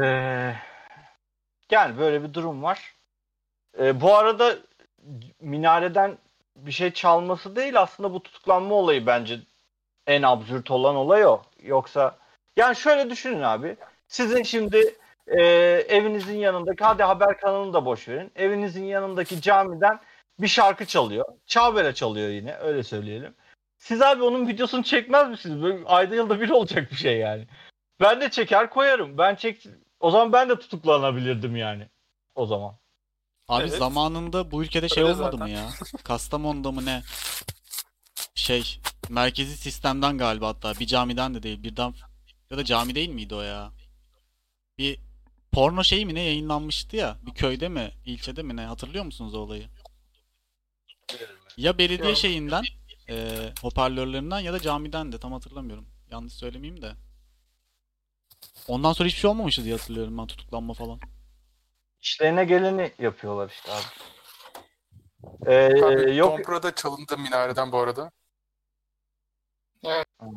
[SPEAKER 1] Ee, yani böyle bir durum var. Ee, bu arada minareden bir şey çalması değil aslında bu tutuklanma olayı bence en absürt olan olay o. Yoksa yani şöyle düşünün abi. Sizin şimdi e, evinizin yanındaki hadi haber kanalını da boş verin. Evinizin yanındaki camiden bir şarkı çalıyor. Çağbele çalıyor yine öyle söyleyelim. Siz abi onun videosunu çekmez misiniz? Böyle ayda yılda bir olacak bir şey yani. Ben de çeker koyarım. Ben çek o zaman ben de tutuklanabilirdim yani. O zaman.
[SPEAKER 4] Abi
[SPEAKER 3] Evet.
[SPEAKER 4] zamanında bu ülkede şey
[SPEAKER 3] Öyle
[SPEAKER 4] olmadı mı
[SPEAKER 3] zaten.
[SPEAKER 4] ya? Kastamonu'da mı ne? Şey, merkezi sistemden galiba hatta. Bir camiden de değil, birden ya da cami değil miydi o ya? Bir porno şeyi mi ne yayınlanmıştı ya? Bir köyde mi, ilçede mi ne? Hatırlıyor musunuz o olayı? Ya belediye
[SPEAKER 3] Yok.
[SPEAKER 4] şeyinden, e, hoparlörlerinden ya da camiden de tam hatırlamıyorum. Yanlış söylemeyeyim de. Ondan sonra hiçbir şey olmamıştı diye hatırlıyorum ben tutuklanma falan.
[SPEAKER 1] İşlerine geleni yapıyorlar işte abi. Ee,
[SPEAKER 6] Abi,
[SPEAKER 1] yok
[SPEAKER 6] Tompra'da çalındı minareden bu arada.
[SPEAKER 5] Evet.
[SPEAKER 1] Hmm.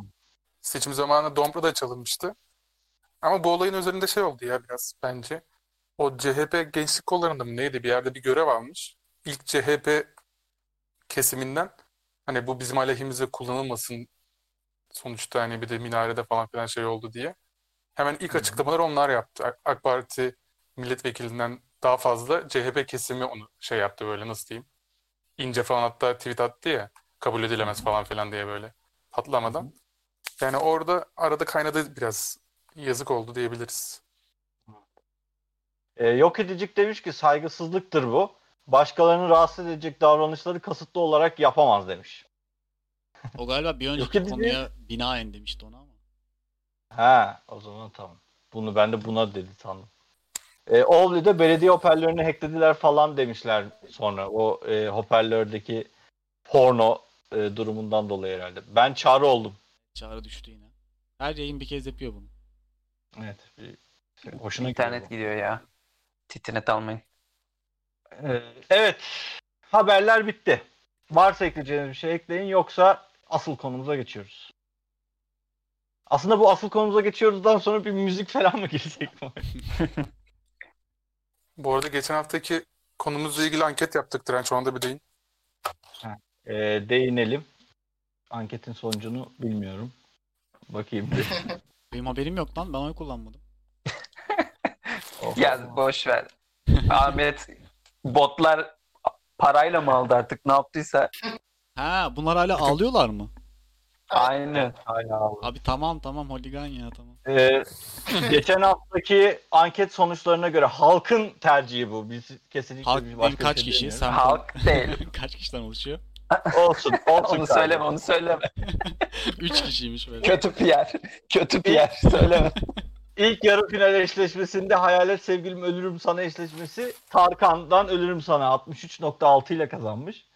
[SPEAKER 6] Seçim zamanı Dompra'da çalınmıştı. Ama bu olayın üzerinde şey oldu ya biraz bence. O CHP gençlik kollarında mı neydi bir yerde bir görev almış. İlk CHP kesiminden hani bu bizim aleyhimize kullanılmasın sonuçta hani bir de minarede falan filan şey oldu diye. Hemen ilk açıklamaları onlar yaptı. AK- AK Parti milletvekilinden daha fazla CHP kesimi onu şey yaptı böyle nasıl diyeyim ince falan hatta tweet attı ya kabul edilemez falan filan diye böyle patlamadan. Yani orada arada kaynadı biraz. Yazık oldu diyebiliriz.
[SPEAKER 1] e, yok edicik demiş ki saygısızlıktır bu. Başkalarını rahatsız edecek davranışları kasıtlı olarak yapamaz demiş.
[SPEAKER 4] O galiba bir önceki
[SPEAKER 1] edici-
[SPEAKER 4] konuya binaen demişti ona ama.
[SPEAKER 1] Ha, o zaman tamam. Bunu ben de buna dedi sandım. E, Oğlu'da belediye hoparlörünü hacklediler falan demişler sonra. O e, hoparlördeki porno e, durumundan dolayı herhalde. Ben çağrı oldum.
[SPEAKER 4] Çağrı düştü yine. Her yayın bir kez yapıyor bunu.
[SPEAKER 1] Evet. bir- şey, hoşuna gidiyor bu.
[SPEAKER 2] İnternet gidiyor ya. Titinet almayın.
[SPEAKER 1] Ee, Evet. Haberler bitti. Varsa ekleyeceğiniz bir şey ekleyin yoksa asıl konumuza geçiyoruz. Aslında bu asıl konumuza geçiyoruzdan sonra bir müzik falan mı girecek mi?
[SPEAKER 6] Bu arada geçen haftaki konumuzla ilgili anket yaptık Direnç. Ona da bir deyin.
[SPEAKER 1] Ee, değinelim. Anketin sonucunu bilmiyorum. Bakayım. bir.
[SPEAKER 4] Benim haberim yok lan. Ben oy kullanmadım.
[SPEAKER 1] Oh.
[SPEAKER 2] Ya boş ver. Ahmet botlar parayla mı aldı artık ne yaptıysa
[SPEAKER 4] Ha bunlar hala ağlıyorlar mı?
[SPEAKER 2] aynı.
[SPEAKER 1] Hala
[SPEAKER 4] Abi tamam tamam holigan ya tamam.
[SPEAKER 1] Ee, geçen haftaki anket sonuçlarına göre halkın tercihi bu. Biz kesinlikle
[SPEAKER 4] Halk
[SPEAKER 1] bir
[SPEAKER 4] benim
[SPEAKER 1] başka bir
[SPEAKER 4] kaç
[SPEAKER 1] şey
[SPEAKER 4] kişi?
[SPEAKER 1] demiyoruz.
[SPEAKER 4] Sen
[SPEAKER 2] Halk değil.
[SPEAKER 4] kaç kişiden oluşuyor?
[SPEAKER 1] Olsun, olsun.
[SPEAKER 2] Onu
[SPEAKER 1] kardeşim.
[SPEAKER 2] söyleme onu söyleme.
[SPEAKER 4] 3 kişiymiş böyle.
[SPEAKER 2] Kötü PR. Kötü PR. Söyleme.
[SPEAKER 1] İlk yarı final eşleşmesinde Hayalet Sevgilim Ölürüm Sana eşleşmesi Tarkan'dan Ölürüm Sana 63.6 ile kazanmış.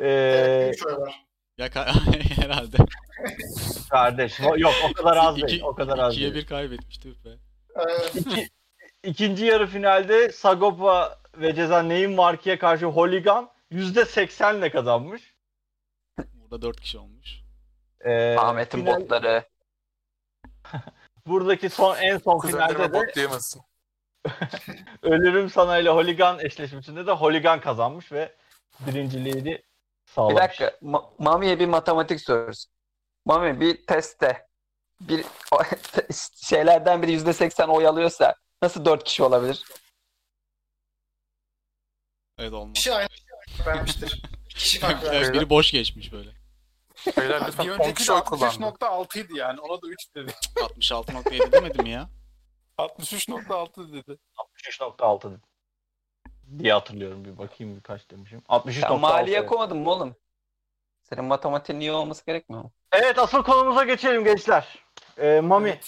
[SPEAKER 1] Ee,
[SPEAKER 5] Üç
[SPEAKER 4] şey
[SPEAKER 5] oy var.
[SPEAKER 4] Ya ka- herhalde.
[SPEAKER 1] kardeş o- yok o kadar az değil.
[SPEAKER 4] İki-
[SPEAKER 1] O kadar az
[SPEAKER 4] ikiye
[SPEAKER 1] değil.
[SPEAKER 4] bir kaybetmiş değil mi be.
[SPEAKER 5] Ee,
[SPEAKER 1] İki, ikinci yarı finalde Sagopa ve Ceza Neyim Marki'ye karşı Holigan %80 ile kazanmış.
[SPEAKER 4] Burada 4 kişi olmuş.
[SPEAKER 1] Ee,
[SPEAKER 2] Ahmet'in
[SPEAKER 1] final-
[SPEAKER 2] botları.
[SPEAKER 1] Buradaki son en son
[SPEAKER 6] Kuzenlerime
[SPEAKER 1] finalde de
[SPEAKER 6] bot diyemezsin.
[SPEAKER 1] Ölürüm Sana ile Holigan eşleşmesinde de Holigan kazanmış ve birinciliğini
[SPEAKER 2] Bir
[SPEAKER 1] sağlamış.
[SPEAKER 2] dakika. Ma- Mami'ye bir matematik sorusu. Mami bir testte bir şeylerden biri yüzde seksen oy alıyorsa nasıl dört kişi olabilir?
[SPEAKER 4] Evet olmaz.
[SPEAKER 5] kişi şey aynı vermiştir. Kişi farklı vermiş.
[SPEAKER 4] Evet, biri boş geçmiş böyle.
[SPEAKER 6] Beyler
[SPEAKER 3] Bir
[SPEAKER 6] lütfen 10
[SPEAKER 3] önceki
[SPEAKER 6] kişi
[SPEAKER 3] de
[SPEAKER 6] oy kullandı.
[SPEAKER 3] 63.6 idi yani. Ona da 3 dedi.
[SPEAKER 4] 66.7 demedim ya.
[SPEAKER 3] 63.6 dedi.
[SPEAKER 1] 63.6 diye hatırlıyorum. Bir bakayım birkaç demişim.
[SPEAKER 2] Sen
[SPEAKER 1] 63.6.
[SPEAKER 2] maliye
[SPEAKER 1] evet.
[SPEAKER 2] koymadın mı oğlum? Senin matematiğin iyi olması gerekmiyor mu?
[SPEAKER 1] Evet asıl konumuza geçelim gençler. Ee, Mami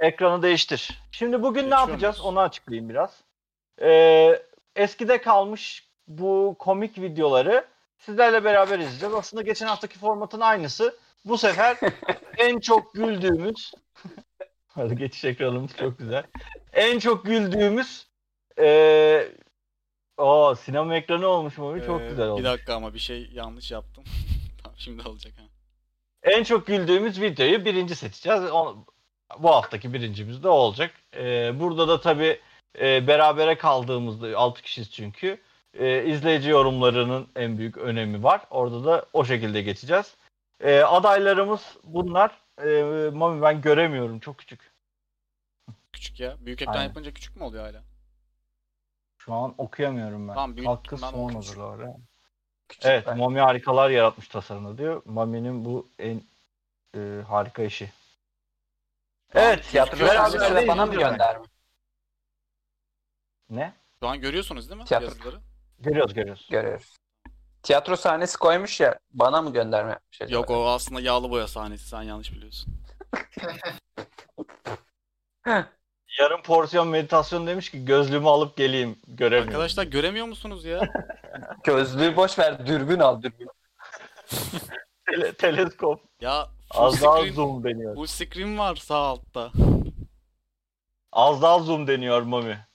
[SPEAKER 1] ekranı değiştir. Şimdi bugün ne
[SPEAKER 4] Geçiyor
[SPEAKER 1] yapacağız
[SPEAKER 4] muyuz?
[SPEAKER 1] onu açıklayayım biraz. Ee, eskide kalmış bu komik videoları sizlerle beraber izleyeceğiz. Aslında geçen haftaki formatın aynısı. Bu sefer en çok güldüğümüz Hadi geçiş ekranımız çok güzel. En çok güldüğümüz ee, o sinema ekranı olmuş Mami çok
[SPEAKER 4] Ee,
[SPEAKER 1] güzel olmuş.
[SPEAKER 4] Bir dakika ama bir şey yanlış yaptım. tamam şimdi olacak ha.
[SPEAKER 1] En çok güldüğümüz videoyu birinci seçeceğiz. O- bu haftaki birincimiz de o olacak. Ee, burada da tabii e, berabere kaldığımızda 6 kişiyiz çünkü. e, izleyici yorumlarının en büyük önemi var. Orada da o şekilde geçeceğiz. E, adaylarımız bunlar. E, Mami ben göremiyorum çok küçük.
[SPEAKER 4] Küçük ya. Büyük ekran
[SPEAKER 1] Aynen.
[SPEAKER 4] yapınca küçük mü oluyor hala?
[SPEAKER 1] Şu an okuyamıyorum ben.
[SPEAKER 4] Tamam, büyük-
[SPEAKER 1] Hakkı
[SPEAKER 4] ben
[SPEAKER 1] son
[SPEAKER 4] okuyayım.
[SPEAKER 1] olur oraya.
[SPEAKER 2] Küçük
[SPEAKER 1] Evet
[SPEAKER 2] ben.
[SPEAKER 1] Mami harikalar yaratmış tasarımda diyor. Mami'nin bu en e, harika işi. Evet.
[SPEAKER 2] Tiyatro
[SPEAKER 4] Beraber
[SPEAKER 2] çalışmaları da bana mı
[SPEAKER 1] izliyoruz.
[SPEAKER 2] gönderme?
[SPEAKER 1] Ne?
[SPEAKER 4] Şu an görüyorsunuz değil mi
[SPEAKER 2] Tiyatro.
[SPEAKER 4] yazıları?
[SPEAKER 1] Görüyoruz görüyoruz.
[SPEAKER 2] Görüyoruz. Tiyatro sahnesi koymuş ya bana mı gönderme yapmış acaba?
[SPEAKER 4] Yok o aslında yağlı boya sahnesi. Sen yanlış biliyorsun.
[SPEAKER 1] Yarım porsiyon meditasyon demiş ki gözlüğümü alıp geleyim göremiyorum.
[SPEAKER 4] Arkadaşlar göremiyor musunuz ya?
[SPEAKER 2] Gözlüğü boş ver dürbün al dürbün.
[SPEAKER 1] Tele- teleskop
[SPEAKER 4] Ya full
[SPEAKER 1] az daha
[SPEAKER 4] screen,
[SPEAKER 1] zoom deniyor.
[SPEAKER 4] full screen var sağ altta.
[SPEAKER 1] Az daha zoom deniyor Mami.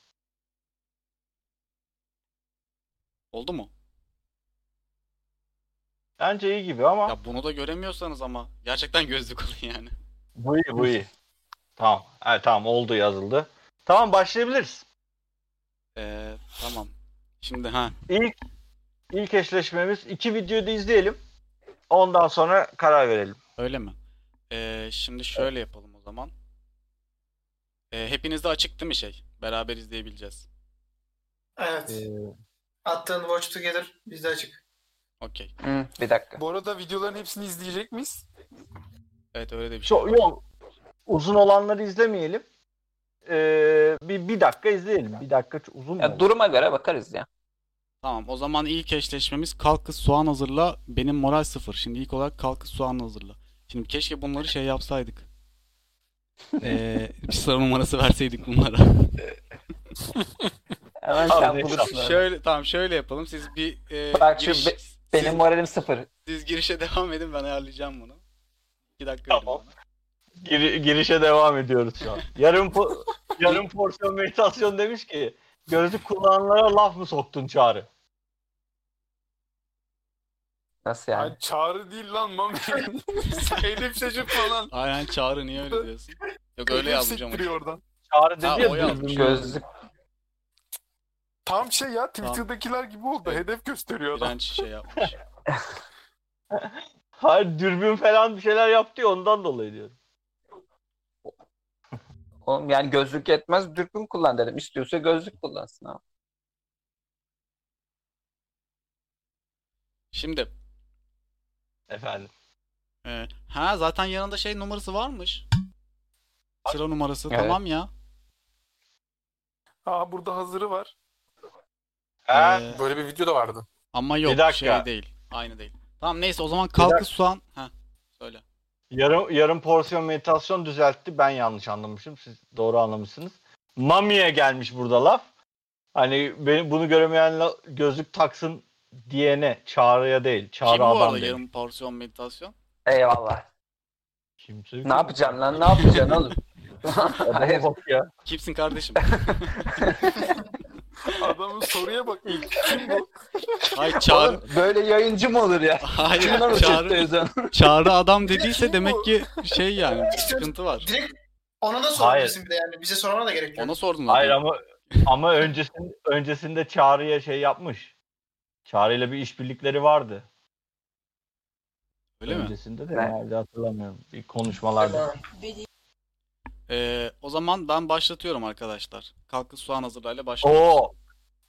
[SPEAKER 4] Oldu mu?
[SPEAKER 1] Bence iyi gibi ama
[SPEAKER 4] Ya bunu da göremiyorsanız ama gerçekten gözlük olun yani.
[SPEAKER 1] bu iyi bu iyi. Tamam. Evet, tamam oldu yazıldı. Tamam başlayabiliriz.
[SPEAKER 4] Ee, tamam. Şimdi ha
[SPEAKER 1] İlk ilk eşleşmemiz iki videoyu da izleyelim. Ondan sonra karar verelim.
[SPEAKER 4] öyle mi? Ee, şimdi şöyle yapalım o zaman. Ee, hepinizde açık değil mi şey? Beraber izleyebileceğiz.
[SPEAKER 5] Evet. Attığın Watch Together bizde açık.
[SPEAKER 4] Okey.
[SPEAKER 2] Hı, bir dakika.
[SPEAKER 3] Bu arada videoların hepsini izleyecek miyiz?
[SPEAKER 4] Evet öyle de bir şey.
[SPEAKER 1] Çok yok. Uzun olanları izlemeyelim. Ee, bir, bir dakika izleyelim. Bir dakika çok uzun mu?
[SPEAKER 2] Ya, duruma göre bakarız ya.
[SPEAKER 4] Tamam o zaman ilk eşleşmemiz kalk kız soğan hazırla benim moral sıfır. Şimdi ilk olarak kalk kız soğan hazırla. Şimdi keşke bunları şey yapsaydık. Ee, bir soru numarası verseydik bunlara.
[SPEAKER 1] Abi,
[SPEAKER 2] Hemen sen
[SPEAKER 1] neyse.
[SPEAKER 2] bulursun. onu.
[SPEAKER 4] şöyle tamam şöyle yapalım. Siz bir e,
[SPEAKER 2] Bak şu
[SPEAKER 4] giriş-
[SPEAKER 2] be- Benim moralim sıfır.
[SPEAKER 4] siz, siz girişe devam edin ben ayarlayacağım bunu. İki dakika
[SPEAKER 1] Tamam.
[SPEAKER 4] verin bana.
[SPEAKER 1] Gir- girişe devam ediyoruz şu an. Yarım po- yarım porsiyon meditasyon demiş ki gözü kulağanlara laf mı soktun çağrı?
[SPEAKER 2] Nasıl yani?
[SPEAKER 3] Ay, çağrı değil lan mami. Elif Seçip falan.
[SPEAKER 4] Aynen çağrı niye öyle diyorsun? Yok öyle
[SPEAKER 3] Elif
[SPEAKER 4] yazmış ama.
[SPEAKER 3] sektiriyor oradan.
[SPEAKER 1] Çağrı dedi
[SPEAKER 4] Ha,
[SPEAKER 1] ya
[SPEAKER 4] o
[SPEAKER 1] düzgün
[SPEAKER 4] yazmış.
[SPEAKER 2] Gözlük.
[SPEAKER 3] Tam şey ya Twitter'dakiler gibi oldu.
[SPEAKER 4] Evet.
[SPEAKER 3] Hedef gösteriyor adam.
[SPEAKER 4] Direnç şey yapmış.
[SPEAKER 1] Hayır dürbün falan bir şeyler yaptı ya ondan dolayı diyorum.
[SPEAKER 2] Oğlum yani gözlük yetmez dürbün kullan dedim. İstiyorsa gözlük kullansın abi.
[SPEAKER 4] Şimdi
[SPEAKER 1] Efendim.
[SPEAKER 4] e, ha zaten yanında şey numarası varmış. Sıra numarası
[SPEAKER 2] Evet.
[SPEAKER 4] tamam ya.
[SPEAKER 3] Aa burada hazırı var.
[SPEAKER 1] Ha,
[SPEAKER 4] Ee,
[SPEAKER 7] Böyle bir video da vardı.
[SPEAKER 4] ama yok
[SPEAKER 1] Bir dakika.
[SPEAKER 4] şey değil. Aynı değil. Tamam neyse o zaman kalkı soğan. Ha söyle.
[SPEAKER 1] yarım, yarım porsiyon meditasyon düzeltti. Ben yanlış anlamışım. Siz doğru anlamışsınız. Mami'ye gelmiş burada laf. Hani beni, bunu göremeyen la- gözlük taksın diyene çağrıya değil. Çağrı
[SPEAKER 4] Kim şey bu
[SPEAKER 1] adam
[SPEAKER 4] arada
[SPEAKER 1] değil.
[SPEAKER 4] yarım porsiyon meditasyon?
[SPEAKER 2] Eyvallah.
[SPEAKER 1] Kimse
[SPEAKER 2] Ne yapacağım lan? Ne yapacaksın oğlum? Hayır.
[SPEAKER 1] Adama bak ya.
[SPEAKER 4] Kimsin kardeşim?
[SPEAKER 3] Adamın soruya bak ilk. Kim bu?
[SPEAKER 4] Hayır çağrı.
[SPEAKER 2] Oğlum, böyle yayıncı mı olur ya?
[SPEAKER 4] Hayır
[SPEAKER 2] Kimden uçak
[SPEAKER 4] çağrı.
[SPEAKER 2] televizyon?
[SPEAKER 4] Çağrı adam dediyse
[SPEAKER 3] Bu-
[SPEAKER 4] demek ki şey yani bir sıkıntı var.
[SPEAKER 5] Direkt ona da sorabilirsin bir de yani. Bize sormana da gerek yok.
[SPEAKER 4] Ona sordum zaten.
[SPEAKER 1] Hayır ama ama öncesinde, öncesinde çağrıya şey yapmış. Çağrı'yla bir işbirlikleri vardı.
[SPEAKER 4] Öyle mi?
[SPEAKER 1] öncesinde de
[SPEAKER 2] Ne?
[SPEAKER 1] nerede hatırlamıyorum. Bir konuşmalarda.
[SPEAKER 4] Ee, o zaman ben başlatıyorum arkadaşlar. Kalkın soğan hazırlayla başlayalım.
[SPEAKER 1] Oo.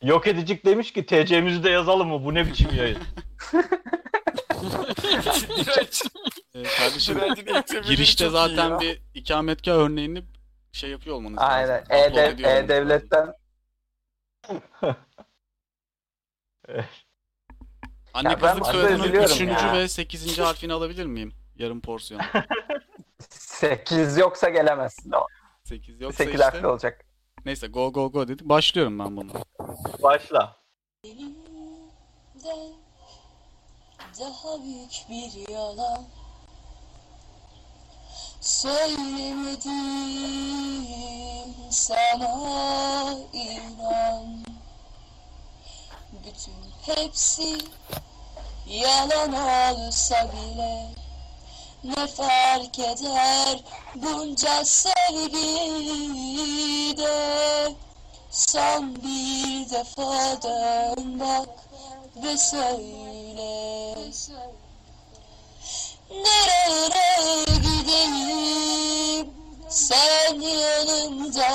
[SPEAKER 1] Yok edicik demiş ki TC'mizi de yazalım mı? Bu ne biçim yayın?
[SPEAKER 3] Direnç.
[SPEAKER 4] Ee, kardeşim
[SPEAKER 3] Direncin eklemini
[SPEAKER 4] girişte
[SPEAKER 3] çok iyi ya.
[SPEAKER 4] zaten bir ikametgah örneğini şey yapıyor olmanız lazım.
[SPEAKER 2] Aynen.
[SPEAKER 4] Upload
[SPEAKER 2] E-dev-
[SPEAKER 4] ediyor olmanız lazım.
[SPEAKER 2] E-Devlet'ten
[SPEAKER 4] Anne
[SPEAKER 2] Ya ben
[SPEAKER 4] kızlık
[SPEAKER 2] aslında
[SPEAKER 4] soyadının
[SPEAKER 2] üzülüyorum
[SPEAKER 4] 3.
[SPEAKER 2] ya.
[SPEAKER 4] ve 8. harfini alabilir miyim? Yarım porsiyon.
[SPEAKER 2] 8 yoksa gelemezsin.
[SPEAKER 4] 8 yoksa
[SPEAKER 2] 8
[SPEAKER 4] işte.
[SPEAKER 2] harfli olacak.
[SPEAKER 4] Neyse go go go dedik. Başlıyorum ben bunu.
[SPEAKER 1] Başla.
[SPEAKER 8] Elimde daha büyük bir yalan söylemedim sana inan bütün hepsi yalan olsa bile ne fark eder bunca sevgi de Son bir defa dön bak ve söyle Nereye gideyim sen yanımda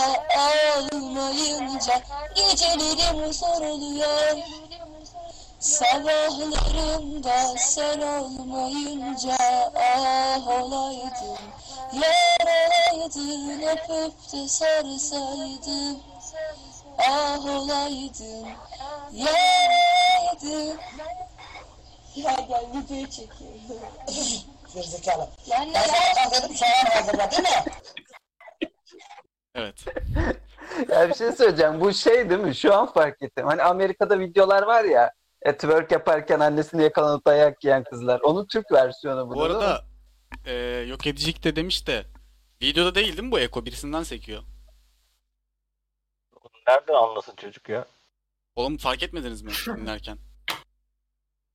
[SPEAKER 8] olmayınca Gecelerim zor oluyor Sabahlarımda sen olmayınca Ah olaydın Yar olaydın öpüp de sarsaydın Ah olaydın Yar olaydın Ya gel video çekiyorum
[SPEAKER 9] Gerizekalı.
[SPEAKER 8] Ya ne
[SPEAKER 9] Ben sana hazırladım, sana hazırla değil mi?
[SPEAKER 4] Evet.
[SPEAKER 2] Ya bir şey söyleyeceğim. Bu şey değil mi? Şu an fark ettim. Hani Amerika'da videolar var ya. E, twerk yaparken annesini yakalanıp dayak yiyen kızlar. Onun Türk versiyonu bu.
[SPEAKER 4] Bu
[SPEAKER 2] değil mi?
[SPEAKER 4] arada e, yok edecek de demiş de videoda değil değil mi bu Eko? Birisinden sekiyor.
[SPEAKER 1] Nereden anlasın çocuk ya?
[SPEAKER 4] Oğlum fark etmediniz mi dinlerken?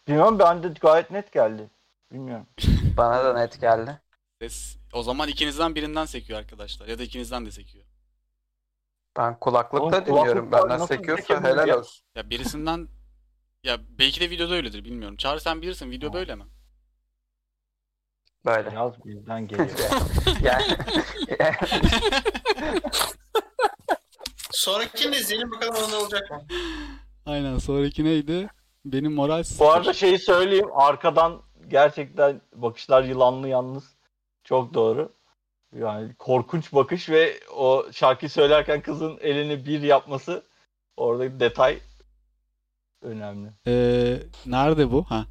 [SPEAKER 1] Bilmiyorum bende gayet net geldi. Bilmiyorum.
[SPEAKER 2] Bana da net geldi.
[SPEAKER 4] Ses, o zaman ikinizden birinden sekiyor arkadaşlar. Ya da ikinizden de sekiyor.
[SPEAKER 2] Ben
[SPEAKER 1] Oğlum,
[SPEAKER 2] kulaklıkta dinliyorum.
[SPEAKER 1] kulaklıklar
[SPEAKER 2] Benden
[SPEAKER 1] nasıl
[SPEAKER 2] sekiyorsa
[SPEAKER 1] çekebilir
[SPEAKER 2] helal
[SPEAKER 1] ya?
[SPEAKER 2] olsun.
[SPEAKER 4] Ya birisinden ya belki de videoda öyledir bilmiyorum. Çağrı sen bilirsin video böyle mi?
[SPEAKER 2] Böyle.
[SPEAKER 1] Yaz bizden geliyor.
[SPEAKER 2] Yani,
[SPEAKER 5] Sonrakini de izleyelim bakalım onda olacak mı?
[SPEAKER 4] Aynen sonraki neydi? Benim moral
[SPEAKER 1] Bu arada şeyi söyleyeyim. Arkadan gerçekten bakışlar yılanlı yalnız. Çok doğru. Yani korkunç bakış ve o şarkıyı söylerken kızın elini bir yapması oradaki detay önemli.
[SPEAKER 4] Ee, nerede bu? Ha.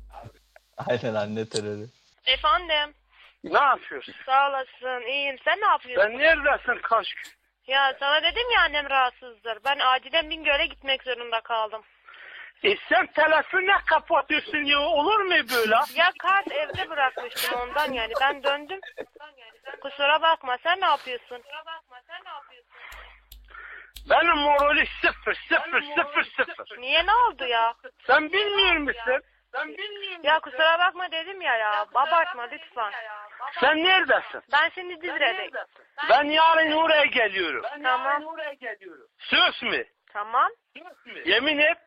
[SPEAKER 1] Aynen anne terörü.
[SPEAKER 10] Efendim.
[SPEAKER 11] Ne yapıyorsun?
[SPEAKER 10] Sağ olasın iyiyim. Sen ne yapıyorsun?
[SPEAKER 11] Sen neredesin kaç gün?
[SPEAKER 10] Ya sana dedim ya annem rahatsızdır. Ben acilen Bingöl'e gitmek zorunda kaldım.
[SPEAKER 11] E sen telefonla kapatıyorsun ya olur mu böyle?
[SPEAKER 10] Ya kart evde bırakmıştım ondan yani. Ben döndüm. Kusura bakma sen ne yapıyorsun? Kusura bakma sen ne yapıyorsun?
[SPEAKER 11] Benim morali sıfır sıfır sıfır sıfır.
[SPEAKER 10] Niye ne oldu ya?
[SPEAKER 11] Sen bilmiyor musun? Sen bilmiyor
[SPEAKER 10] Ya kusura bakma dedim ya ya. Abartma lütfen.
[SPEAKER 11] Sen neredesin?
[SPEAKER 10] Ben seni Dizre'de.
[SPEAKER 11] Ben yarın oraya geliyorum.
[SPEAKER 10] Tamam.
[SPEAKER 11] Söz mü?
[SPEAKER 10] Tamam.
[SPEAKER 11] Yemin et.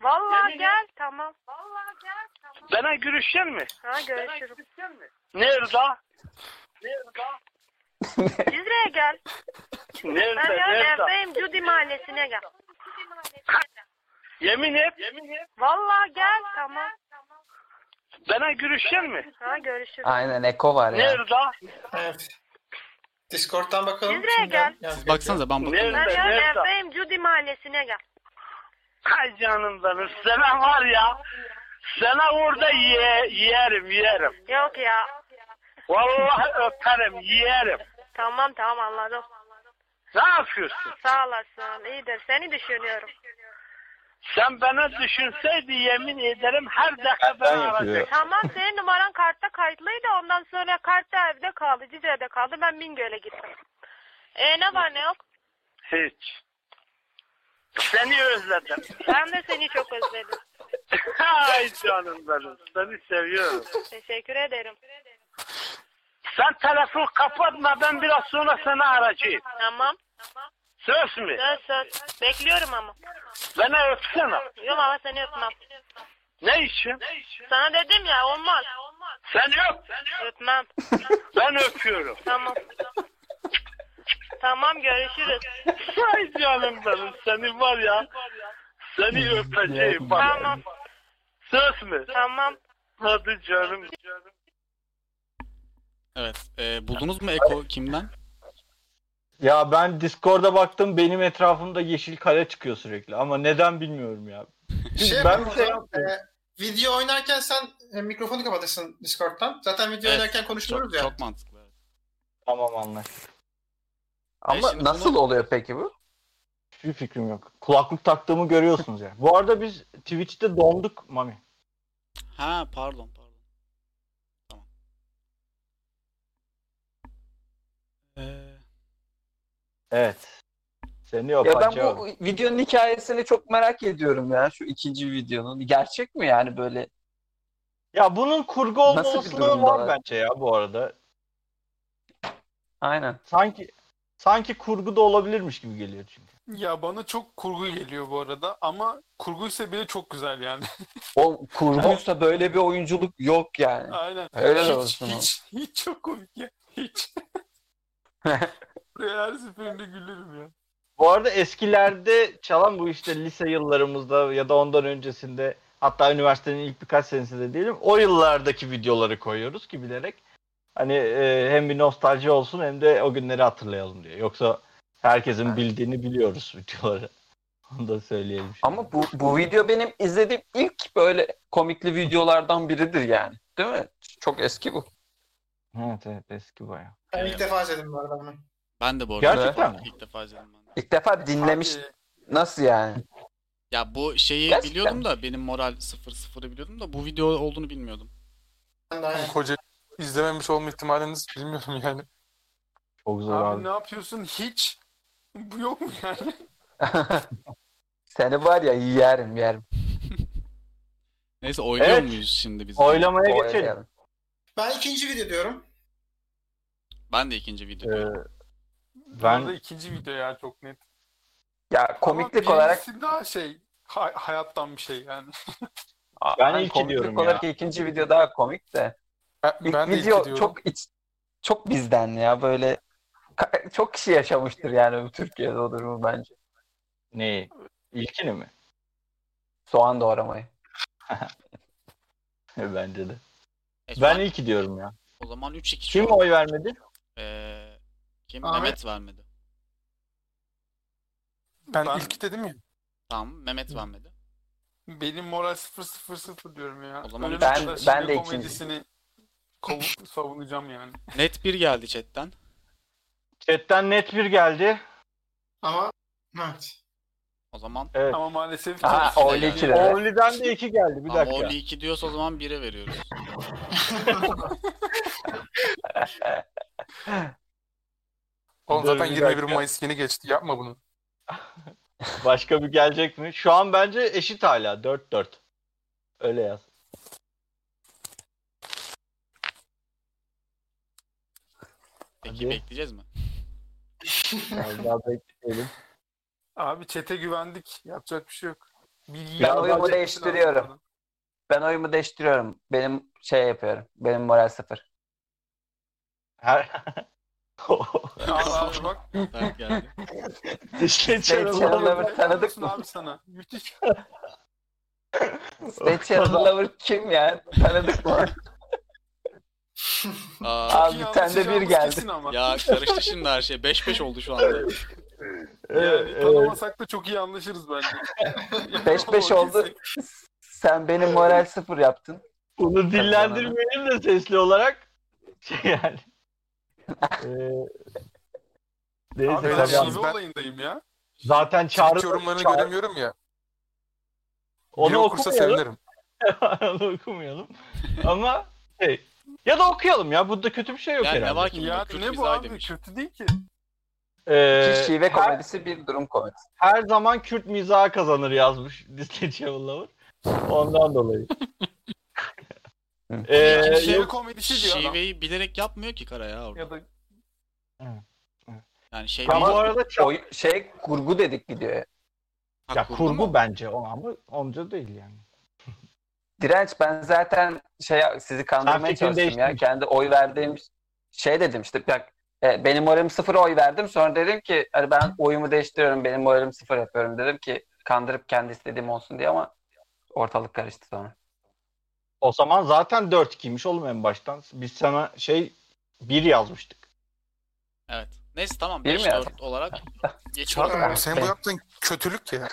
[SPEAKER 10] Vallahi gel. Tamam. Vallahi gel.
[SPEAKER 11] Bana görüşür mü?
[SPEAKER 10] Ha görüşürüz.
[SPEAKER 11] Nerede?
[SPEAKER 10] Dizre'ye gel.
[SPEAKER 11] Nerede?
[SPEAKER 10] Ben yarın
[SPEAKER 11] Nerede?
[SPEAKER 10] evdeyim. Cudi mahallesine gel.
[SPEAKER 11] Yemin et.
[SPEAKER 10] Vallahi gel. Tamam.
[SPEAKER 11] Bana görüşür mü?
[SPEAKER 10] Ha görüşürüz.
[SPEAKER 2] Aynen eko var ya.
[SPEAKER 11] Nerede?
[SPEAKER 5] Evet. Discord'dan bakalım.
[SPEAKER 10] Nereye
[SPEAKER 5] Şimdi
[SPEAKER 10] gel?
[SPEAKER 5] ben-
[SPEAKER 4] Siz baksanıza ben bakayım.
[SPEAKER 10] Ben yarın
[SPEAKER 11] Nerede?
[SPEAKER 10] evdeyim. Cudi mahallesine gel.
[SPEAKER 11] Hay canım benim. Sana var ya. Sana orada ye, yerim yerim.
[SPEAKER 10] Yok ya.
[SPEAKER 11] Vallahi öperim yerim.
[SPEAKER 10] Tamam tamam anladım.
[SPEAKER 11] Ne yapıyorsun?
[SPEAKER 10] Sağ olasın. İyidir. Seni düşünüyorum.
[SPEAKER 11] Sen bana düşünseydi yemin ederim her dakika
[SPEAKER 1] Ben
[SPEAKER 11] beni
[SPEAKER 1] yapıyorum.
[SPEAKER 11] arayacak.
[SPEAKER 10] Tamam senin numaran kartta kayıtlıydı. Ondan sonra kart da evde kaldı. Cizre'de kaldı. Ben Bingöl'e gittim. E ne var ne yok?
[SPEAKER 11] Hiç. Seni özledim.
[SPEAKER 10] Ben de seni çok özledim.
[SPEAKER 11] Hay canım benim. Seni seviyorum.
[SPEAKER 10] Teşekkür ederim.
[SPEAKER 11] Sen telefon kapatma ben biraz sonra seni arayacağım.
[SPEAKER 10] Tamam.
[SPEAKER 11] Söz mü?
[SPEAKER 10] Söz söz. Bekliyorum ama.
[SPEAKER 11] Bana öpsene.
[SPEAKER 10] Yok ama seni öpmem.
[SPEAKER 11] Ne için?
[SPEAKER 10] Sana dedim ya olmaz.
[SPEAKER 11] Sen öp.
[SPEAKER 10] Öpmem.
[SPEAKER 11] Ben öpüyorum.
[SPEAKER 10] Tamam. tamam görüşürüz.
[SPEAKER 11] Hay canım benim. Seni var ya. Seni öpeceğim. bak.
[SPEAKER 10] Tamam.
[SPEAKER 11] Söz mü?
[SPEAKER 10] Tamam.
[SPEAKER 11] Hadi canım.
[SPEAKER 4] Evet. e, buldunuz mu Eko kimden?
[SPEAKER 1] Ya ben Discord'a baktım benim etrafımda yeşil kare çıkıyor sürekli ama neden bilmiyorum ya.
[SPEAKER 5] Şey
[SPEAKER 1] ben
[SPEAKER 5] ben
[SPEAKER 1] bir şey yapmıyorum.
[SPEAKER 5] e, video oynarken sen e, mikrofonu kapatırsın Discord'dan. Zaten video
[SPEAKER 4] Evet,
[SPEAKER 5] oynarken konuşmuyoruz
[SPEAKER 4] Çok,
[SPEAKER 5] ya.
[SPEAKER 4] çok mantıklı. evet.
[SPEAKER 1] Tamam anlaştık.
[SPEAKER 4] E,
[SPEAKER 2] Ama
[SPEAKER 4] şimdi
[SPEAKER 2] nasıl
[SPEAKER 4] bunu-
[SPEAKER 2] oluyor peki bu?
[SPEAKER 1] Hiçbir fikrim yok. Kulaklık taktığımı görüyorsunuz yani. Bu arada biz Twitch'te donduk Mami.
[SPEAKER 4] Ha pardon pardon. Tamam. Ee,
[SPEAKER 1] Evet. Seni yok
[SPEAKER 2] Ya ben
[SPEAKER 1] Hacı abi.
[SPEAKER 2] bu videonun hikayesini çok merak ediyorum ya şu ikinci videonun. Gerçek mi yani böyle?
[SPEAKER 1] Ya bunun kurgu olma
[SPEAKER 2] Nasıl bir
[SPEAKER 1] olasılığı
[SPEAKER 2] durum
[SPEAKER 1] var
[SPEAKER 2] var?
[SPEAKER 1] bence ya bu arada.
[SPEAKER 2] Aynen.
[SPEAKER 1] Sanki sanki kurgu da olabilirmiş gibi geliyor çünkü.
[SPEAKER 3] Ya bana çok kurgu geliyor bu arada ama kurguysa bile çok güzel yani.
[SPEAKER 2] O kurguysa böyle bir oyunculuk yok yani.
[SPEAKER 3] Aynen.
[SPEAKER 2] Öyle de
[SPEAKER 3] hiç,
[SPEAKER 2] olsun oğlum.
[SPEAKER 3] hiç, hiç çok komik ya. Hiç. Buraya her seferinde gülerim ya.
[SPEAKER 1] Bu arada eskilerde çalan bu işte lise yıllarımızda ya da ondan öncesinde hatta üniversitenin ilk birkaç senesinde diyelim o yıllardaki videoları koyuyoruz ki bilerek hani e, hem bir nostalji olsun hem de o günleri hatırlayalım diye. Yoksa herkesin
[SPEAKER 2] Evet.
[SPEAKER 1] bildiğini biliyoruz videoları. Onu da söyleyelim. şimdi.
[SPEAKER 2] Ama bu, bu video benim izlediğim ilk böyle komikli videolardan biridir yani. Değil mi? Çok eski bu.
[SPEAKER 1] evet evet eski bayağı.
[SPEAKER 5] Ben
[SPEAKER 4] e,
[SPEAKER 5] ilk defa izledim bu arada bunu.
[SPEAKER 4] ben de bu arada
[SPEAKER 1] Gerçekten mi?
[SPEAKER 4] ilk defa izledim ben de.
[SPEAKER 2] İlk defa dinlemiş.
[SPEAKER 3] Abi,
[SPEAKER 2] Nasıl yani?
[SPEAKER 4] Ya bu şeyi
[SPEAKER 2] Gerçekten
[SPEAKER 4] biliyordum da benim moral sıfır sıfırı biliyordum da bu video olduğunu bilmiyordum.
[SPEAKER 5] Ben de aynen.
[SPEAKER 6] Koca izlememiş olma ihtimaliniz bilmiyorum yani.
[SPEAKER 1] Çok zor
[SPEAKER 3] abi
[SPEAKER 1] abi.
[SPEAKER 3] ne yapıyorsun? Hiç. Bu yok mu yani?
[SPEAKER 2] Seni var ya yerim yerim.
[SPEAKER 4] Neyse oynuyor
[SPEAKER 1] Evet.
[SPEAKER 4] muyuz şimdi biz?
[SPEAKER 1] Oylamaya
[SPEAKER 2] Oraya
[SPEAKER 1] geçelim.
[SPEAKER 2] yerim.
[SPEAKER 5] Ben ikinci video diyorum.
[SPEAKER 4] Ben de ikinci video.
[SPEAKER 1] Ee,
[SPEAKER 4] diyorum.
[SPEAKER 1] Ben-
[SPEAKER 3] Bu arada ikinci video ya çok net.
[SPEAKER 2] Ya komiklik
[SPEAKER 3] Ama
[SPEAKER 2] olarak
[SPEAKER 3] birincisi daha şey hay- hayattan bir şey yani.
[SPEAKER 1] Ben
[SPEAKER 2] Aynen,
[SPEAKER 1] ilki
[SPEAKER 2] komiklik
[SPEAKER 1] diyorum
[SPEAKER 2] olarak ikinci video daha komik de.
[SPEAKER 6] Ben,
[SPEAKER 2] İlk
[SPEAKER 6] ben de ilk
[SPEAKER 2] video
[SPEAKER 6] diyorum.
[SPEAKER 2] çok iç- çok bizden ya böyle Ka- çok kişi yaşamıştır yani bu Türkiye'de o durumu bence.
[SPEAKER 1] Neyi? İlkini mi?
[SPEAKER 2] Soğan doğramayı.
[SPEAKER 1] Bence de.
[SPEAKER 4] E, şu
[SPEAKER 1] Ben
[SPEAKER 4] an-
[SPEAKER 1] ilki diyorum ya.
[SPEAKER 4] O zaman 3-2
[SPEAKER 1] Kim
[SPEAKER 4] şu an.
[SPEAKER 1] oy vermedi?
[SPEAKER 4] Ee, kim?
[SPEAKER 5] Ahmet.
[SPEAKER 4] Mehmet vermedi.
[SPEAKER 6] Ben,
[SPEAKER 3] Ben-
[SPEAKER 6] ilk dedim ya.
[SPEAKER 4] Tamam Mehmet vermedi.
[SPEAKER 3] Benim moral 0 0 0 diyorum ya.
[SPEAKER 4] O zaman
[SPEAKER 3] Ölüm
[SPEAKER 4] ben-
[SPEAKER 3] Arkadaşı'nın
[SPEAKER 2] ben de ikinci.
[SPEAKER 3] komedisini Kavu- savunacağım yani.
[SPEAKER 4] Net bir geldi chatten.
[SPEAKER 1] Chatten net bir geldi.
[SPEAKER 5] Ama evet.
[SPEAKER 4] O zaman
[SPEAKER 1] Evet.
[SPEAKER 3] Ama maalesef
[SPEAKER 2] Ha,
[SPEAKER 4] Oley
[SPEAKER 2] Oli
[SPEAKER 4] iki
[SPEAKER 2] 2
[SPEAKER 4] de.
[SPEAKER 2] de.
[SPEAKER 1] Only'den de iki geldi. Bir
[SPEAKER 4] ama
[SPEAKER 1] dakika.
[SPEAKER 4] Oli 2 diyorsa o zaman 1'e veriyoruz.
[SPEAKER 6] Oğlum
[SPEAKER 1] Dur
[SPEAKER 6] zaten
[SPEAKER 1] bir
[SPEAKER 6] 21
[SPEAKER 1] dakika.
[SPEAKER 6] Mayıs yeni geçti. Yapma bunu.
[SPEAKER 1] Başka bir gelecek mi? Şu an bence eşit hala. 4-4. Öyle yaz.
[SPEAKER 4] Peki
[SPEAKER 1] Hadi.
[SPEAKER 4] bekleyeceğiz mi?
[SPEAKER 1] Yani daha bekleyelim.
[SPEAKER 3] Abi çete güvendik. Yapacak bir şey yok. Bilgiyi
[SPEAKER 2] Ben
[SPEAKER 3] alacak
[SPEAKER 2] oyumu
[SPEAKER 3] bir şey
[SPEAKER 2] değiştiriyorum.
[SPEAKER 3] almadan.
[SPEAKER 2] Ben oyumu değiştiriyorum. Benim şey yapıyorum. Benim moral sıfır.
[SPEAKER 1] Her...
[SPEAKER 3] Al abi bak.
[SPEAKER 4] Berk geldi.
[SPEAKER 1] State
[SPEAKER 2] State
[SPEAKER 1] Channel'ı alamadım.
[SPEAKER 2] Channel'ı tanıdık
[SPEAKER 3] Olsun
[SPEAKER 2] mı?
[SPEAKER 3] Abi sana. Müthiş.
[SPEAKER 2] State Channel Lover kim ya? Tanıdık mı?
[SPEAKER 4] Aa,
[SPEAKER 2] Abi bir tane de bir geldi.
[SPEAKER 3] Kesin ama.
[SPEAKER 4] ya karıştı şimdi her şey. 5-5 oldu şu anda.
[SPEAKER 3] Yani tanımasak da çok iyi anlaşırız bence.
[SPEAKER 2] 5-5 oldu. Sen benim moral sıfır yaptın.
[SPEAKER 1] Bunu dillendirmeyelim de sesli olarak. Şey yani. Ee, neyse,
[SPEAKER 3] Abi ben
[SPEAKER 6] Evet,
[SPEAKER 1] tamam.
[SPEAKER 3] şive
[SPEAKER 6] ben-
[SPEAKER 3] olayındayım ya.
[SPEAKER 1] Zaten
[SPEAKER 6] Çağrı,
[SPEAKER 1] çağrı
[SPEAKER 6] yorumlarını
[SPEAKER 1] çağrı-
[SPEAKER 6] göremiyorum ya.
[SPEAKER 1] Onu
[SPEAKER 6] Biri okursa
[SPEAKER 1] okumayalım.
[SPEAKER 6] sevinirim.
[SPEAKER 1] Onu okumayalım. Ama şey, ya da okuyalım ya. Bunda kötü bir şey yok
[SPEAKER 4] Yani ne
[SPEAKER 1] herhalde.
[SPEAKER 4] var ki bunda?
[SPEAKER 3] Ya
[SPEAKER 4] Kürt
[SPEAKER 2] şey
[SPEAKER 3] ne bu
[SPEAKER 4] mizahı
[SPEAKER 3] abi?
[SPEAKER 4] demiş.
[SPEAKER 3] Kötü değil ki.
[SPEAKER 1] Ee,
[SPEAKER 2] İki şive
[SPEAKER 1] her,
[SPEAKER 2] komedisi bir durum komedisi.
[SPEAKER 1] her zaman Kürt mizahı kazanır yazmış Disney Channel Lover. Ondan dolayı. ee,
[SPEAKER 3] Yani
[SPEAKER 4] şey
[SPEAKER 1] yok,
[SPEAKER 3] şive komedisi diyor adam.
[SPEAKER 4] Şiveyi bilerek yapmıyor ki Kara ya orada.
[SPEAKER 3] Ya da
[SPEAKER 4] Yani şey
[SPEAKER 1] ya
[SPEAKER 4] değil.
[SPEAKER 1] bu arada ça-
[SPEAKER 2] Oy, şey kurgu dedik gidiyor.
[SPEAKER 4] Ha,
[SPEAKER 1] ya, kurgu
[SPEAKER 4] mu?
[SPEAKER 1] bence o ama onca değil yani.
[SPEAKER 2] Direnç ben zaten şey sizi kandırmaya
[SPEAKER 1] fikrini
[SPEAKER 2] çalıştım ya.
[SPEAKER 1] değiştirmiş.
[SPEAKER 2] Kendi oy verdiğim şey dedim işte bak e, benim moralim sıfır oy verdim. Sonra dedim ki hani ben oyumu değiştiriyorum. Benim moralim sıfır yapıyorum dedim ki kandırıp kendi istediğim olsun diye ama ortalık karıştı sonra.
[SPEAKER 1] O zaman zaten 4-2'ymiş oğlum en baştan. Biz sana şey 1 yazmıştık.
[SPEAKER 4] Evet. Neyse tamam.
[SPEAKER 2] Değil mi ya?
[SPEAKER 4] 5-4 olarak geçiyoruz.
[SPEAKER 6] Oğlum senin bu yaptığın kötülük ya.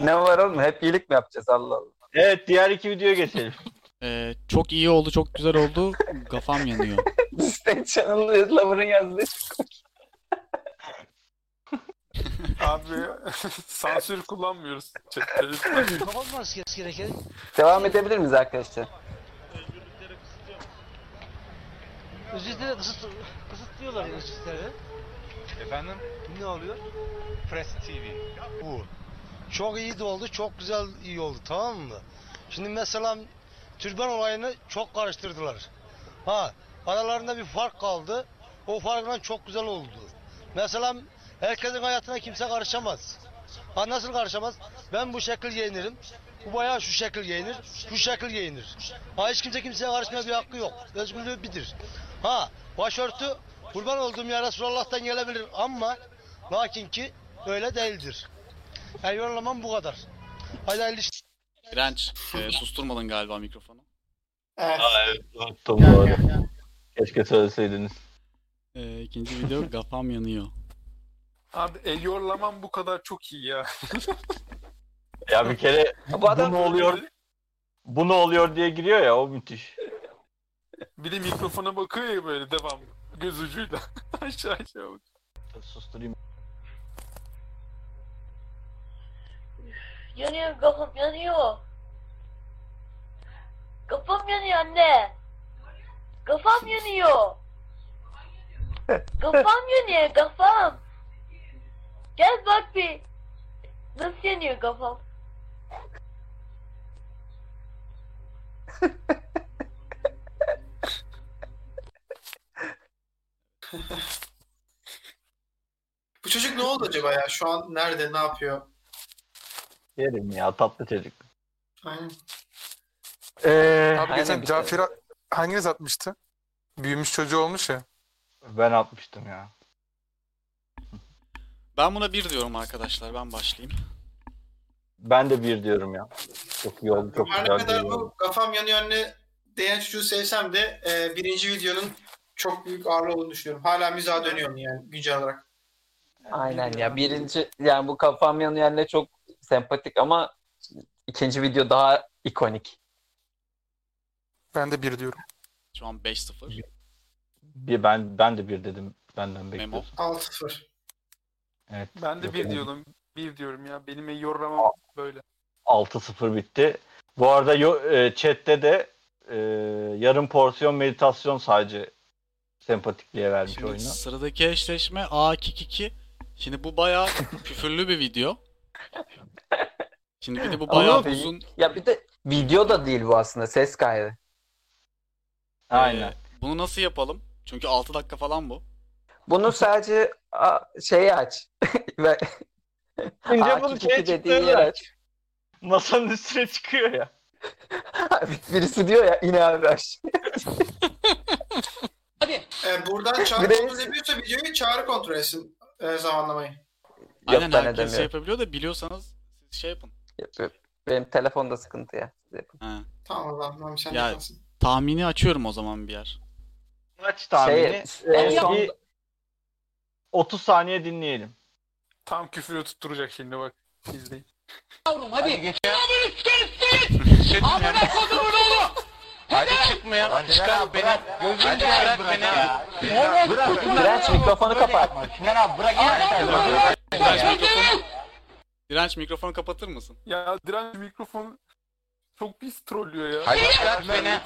[SPEAKER 2] Ne var oğlum hep iyilik mi yapacağız Allah Allah.
[SPEAKER 1] Evet diğer iki videoya geçelim.
[SPEAKER 4] Ee, çok iyi oldu, çok güzel oldu. Kafam yanıyor.
[SPEAKER 2] State Channel Lover'ın yazdığı
[SPEAKER 3] abi sansür kullanmıyoruz. chatte.
[SPEAKER 2] Devam edebilir miyiz arkadaşlar?
[SPEAKER 12] Özürleri kısıt, kısıtlıyorlar ya özürleri.
[SPEAKER 13] Efendim?
[SPEAKER 12] Ne oluyor?
[SPEAKER 13] Press TV.
[SPEAKER 12] Bu. Çok iyi de oldu, çok güzel iyi oldu tamam mı? Şimdi mesela türban olayını çok karıştırdılar. Ha, aralarında bir fark kaldı. O farkla çok güzel oldu. Mesela herkesin hayatına kimse karışamaz. Ha nasıl karışamaz? Ben bu şekil giyinirim. Bu bayağı şu şekil giyinir, şu şekil giyinir. Ha hiç kimse kimseye karışmaya bir hakkı yok. Özgürlüğü bitir. Ha başörtü kurban olduğum ya Resulullah'tan gelebilir ama lakin ki öyle değildir. Yani yorumlamam bu kadar. Haydi hayırlı işler.
[SPEAKER 4] Direnç, e, susturmadın galiba mikrofonu.
[SPEAKER 5] Evet.
[SPEAKER 1] Unuttum bu arada. Keşke söyleseydiniz.
[SPEAKER 4] Ee, ikinci video kafam yanıyor.
[SPEAKER 3] Abi e, yorlamam bu kadar çok iyi ya.
[SPEAKER 1] Ya bir kere
[SPEAKER 2] Bu adam
[SPEAKER 1] bu ne oluyor? Bu ne oluyor diye giriyor ya o müthiş.
[SPEAKER 3] Bir de mikrofona bakıyor ya böyle devam. Göz ucuyla. aşağı aşağı bak.
[SPEAKER 1] Susturayım.
[SPEAKER 14] Yanıyor kafam yanıyor. Kafam yanıyor anne. Kafam yanıyor. Kafam yanıyor kafam. Gel bak bir. Nasıl yanıyor kafam?
[SPEAKER 5] Bu çocuk ne oldu acaba ya? Şu an nerede? Ne yapıyor?
[SPEAKER 1] Yerim ya tatlı çocuk.
[SPEAKER 5] Aynen.
[SPEAKER 1] Ee,
[SPEAKER 6] Abi geçen
[SPEAKER 2] bir-
[SPEAKER 6] Cafer hanginiz atmıştı? Büyümüş çocuğu olmuş ya.
[SPEAKER 1] ben atmıştım ya.
[SPEAKER 4] Ben buna bir diyorum arkadaşlar. Ben başlayayım.
[SPEAKER 1] Ben de bir diyorum ya. Çok iyi oldu çok
[SPEAKER 5] Her ne
[SPEAKER 1] güzel. bir
[SPEAKER 5] kadar
[SPEAKER 1] yol oldu.
[SPEAKER 5] bu kafam yanıyor anne diyen çocuğu sevsem de e, birinci videonun çok büyük ağırlığı olduğunu düşünüyorum. Hala müzağa dönüyorum yani güncel olarak.
[SPEAKER 2] Aynen ya birinci yani bu kafam yanıyor yani çok sempatik ama ikinci video daha ikonik.
[SPEAKER 6] Ben de bir diyorum.
[SPEAKER 4] Şu an 5-0.
[SPEAKER 1] Bir ben ben de bir dedim benden bekliyorsun.
[SPEAKER 5] 6-0.
[SPEAKER 1] Evet.
[SPEAKER 3] Ben de
[SPEAKER 1] Yok,
[SPEAKER 3] bir
[SPEAKER 1] olmadı.
[SPEAKER 3] diyorum. Bir diyorum ya. Benim yorulamam böyle.
[SPEAKER 1] 6-0 bitti. Bu arada yo, e, chatte de e, yarım porsiyon meditasyon sadece sempatikliğe vermiş
[SPEAKER 4] Şimdi
[SPEAKER 1] oyuna.
[SPEAKER 4] sıradaki eşleşme A222. Şimdi bu bayağı küfürlü bir video. Şimdi bir de bu bayağı
[SPEAKER 2] Ama-
[SPEAKER 4] uzun.
[SPEAKER 2] Ya bir de video da değil bu aslında. Ses kaydı.
[SPEAKER 1] Aynen.
[SPEAKER 4] Ee, bunu nasıl yapalım? Çünkü 6 dakika falan bu.
[SPEAKER 2] Bunu sadece a, şeyi aç. Ve
[SPEAKER 1] Önce
[SPEAKER 2] A2
[SPEAKER 1] bunu şeye
[SPEAKER 2] dediğin
[SPEAKER 1] çıktığını
[SPEAKER 2] yer
[SPEAKER 1] aç.
[SPEAKER 2] aç.
[SPEAKER 1] Masanın üstüne çıkıyor ya.
[SPEAKER 2] Birisi diyor ya in abi aç.
[SPEAKER 5] Ee, buradan
[SPEAKER 2] Bir
[SPEAKER 5] çağrı
[SPEAKER 2] de-
[SPEAKER 5] kontrol ediyorsa videoyu çağrı kontrol etsin e, zamanlamayı.
[SPEAKER 4] Aynen
[SPEAKER 2] ben
[SPEAKER 4] herkes
[SPEAKER 2] edemiyorum.
[SPEAKER 4] şey yapabiliyor da biliyorsanız siz şey yapın.
[SPEAKER 2] Benim telefonda sıkıntı ya.
[SPEAKER 4] Ha.
[SPEAKER 5] Tamam o zaman Mami sen
[SPEAKER 4] Ya
[SPEAKER 5] yaparsın.
[SPEAKER 4] tahmini açıyorum o zaman bir yer.
[SPEAKER 1] Maç tahmini.
[SPEAKER 2] Şey, en
[SPEAKER 1] Ee,
[SPEAKER 2] son-
[SPEAKER 1] bir 30 saniye dinleyelim.
[SPEAKER 3] Tam küfürü tutturacak şimdi bak. İzleyin.
[SPEAKER 11] Yavrum hadi. geç ya.
[SPEAKER 3] Amına
[SPEAKER 11] kodumun oğlu.
[SPEAKER 13] Hadi çıkma ya. Çıkar beni. Hadi bırak beni.
[SPEAKER 2] Direnç mikrofonu kapat.
[SPEAKER 11] bırak
[SPEAKER 4] Direnç mikrofonu, Direnç mikrofonu kapatır mısın?
[SPEAKER 3] Ya direnç mikrofon çok pis trollüyor ya.
[SPEAKER 4] Hayır, bırak beni.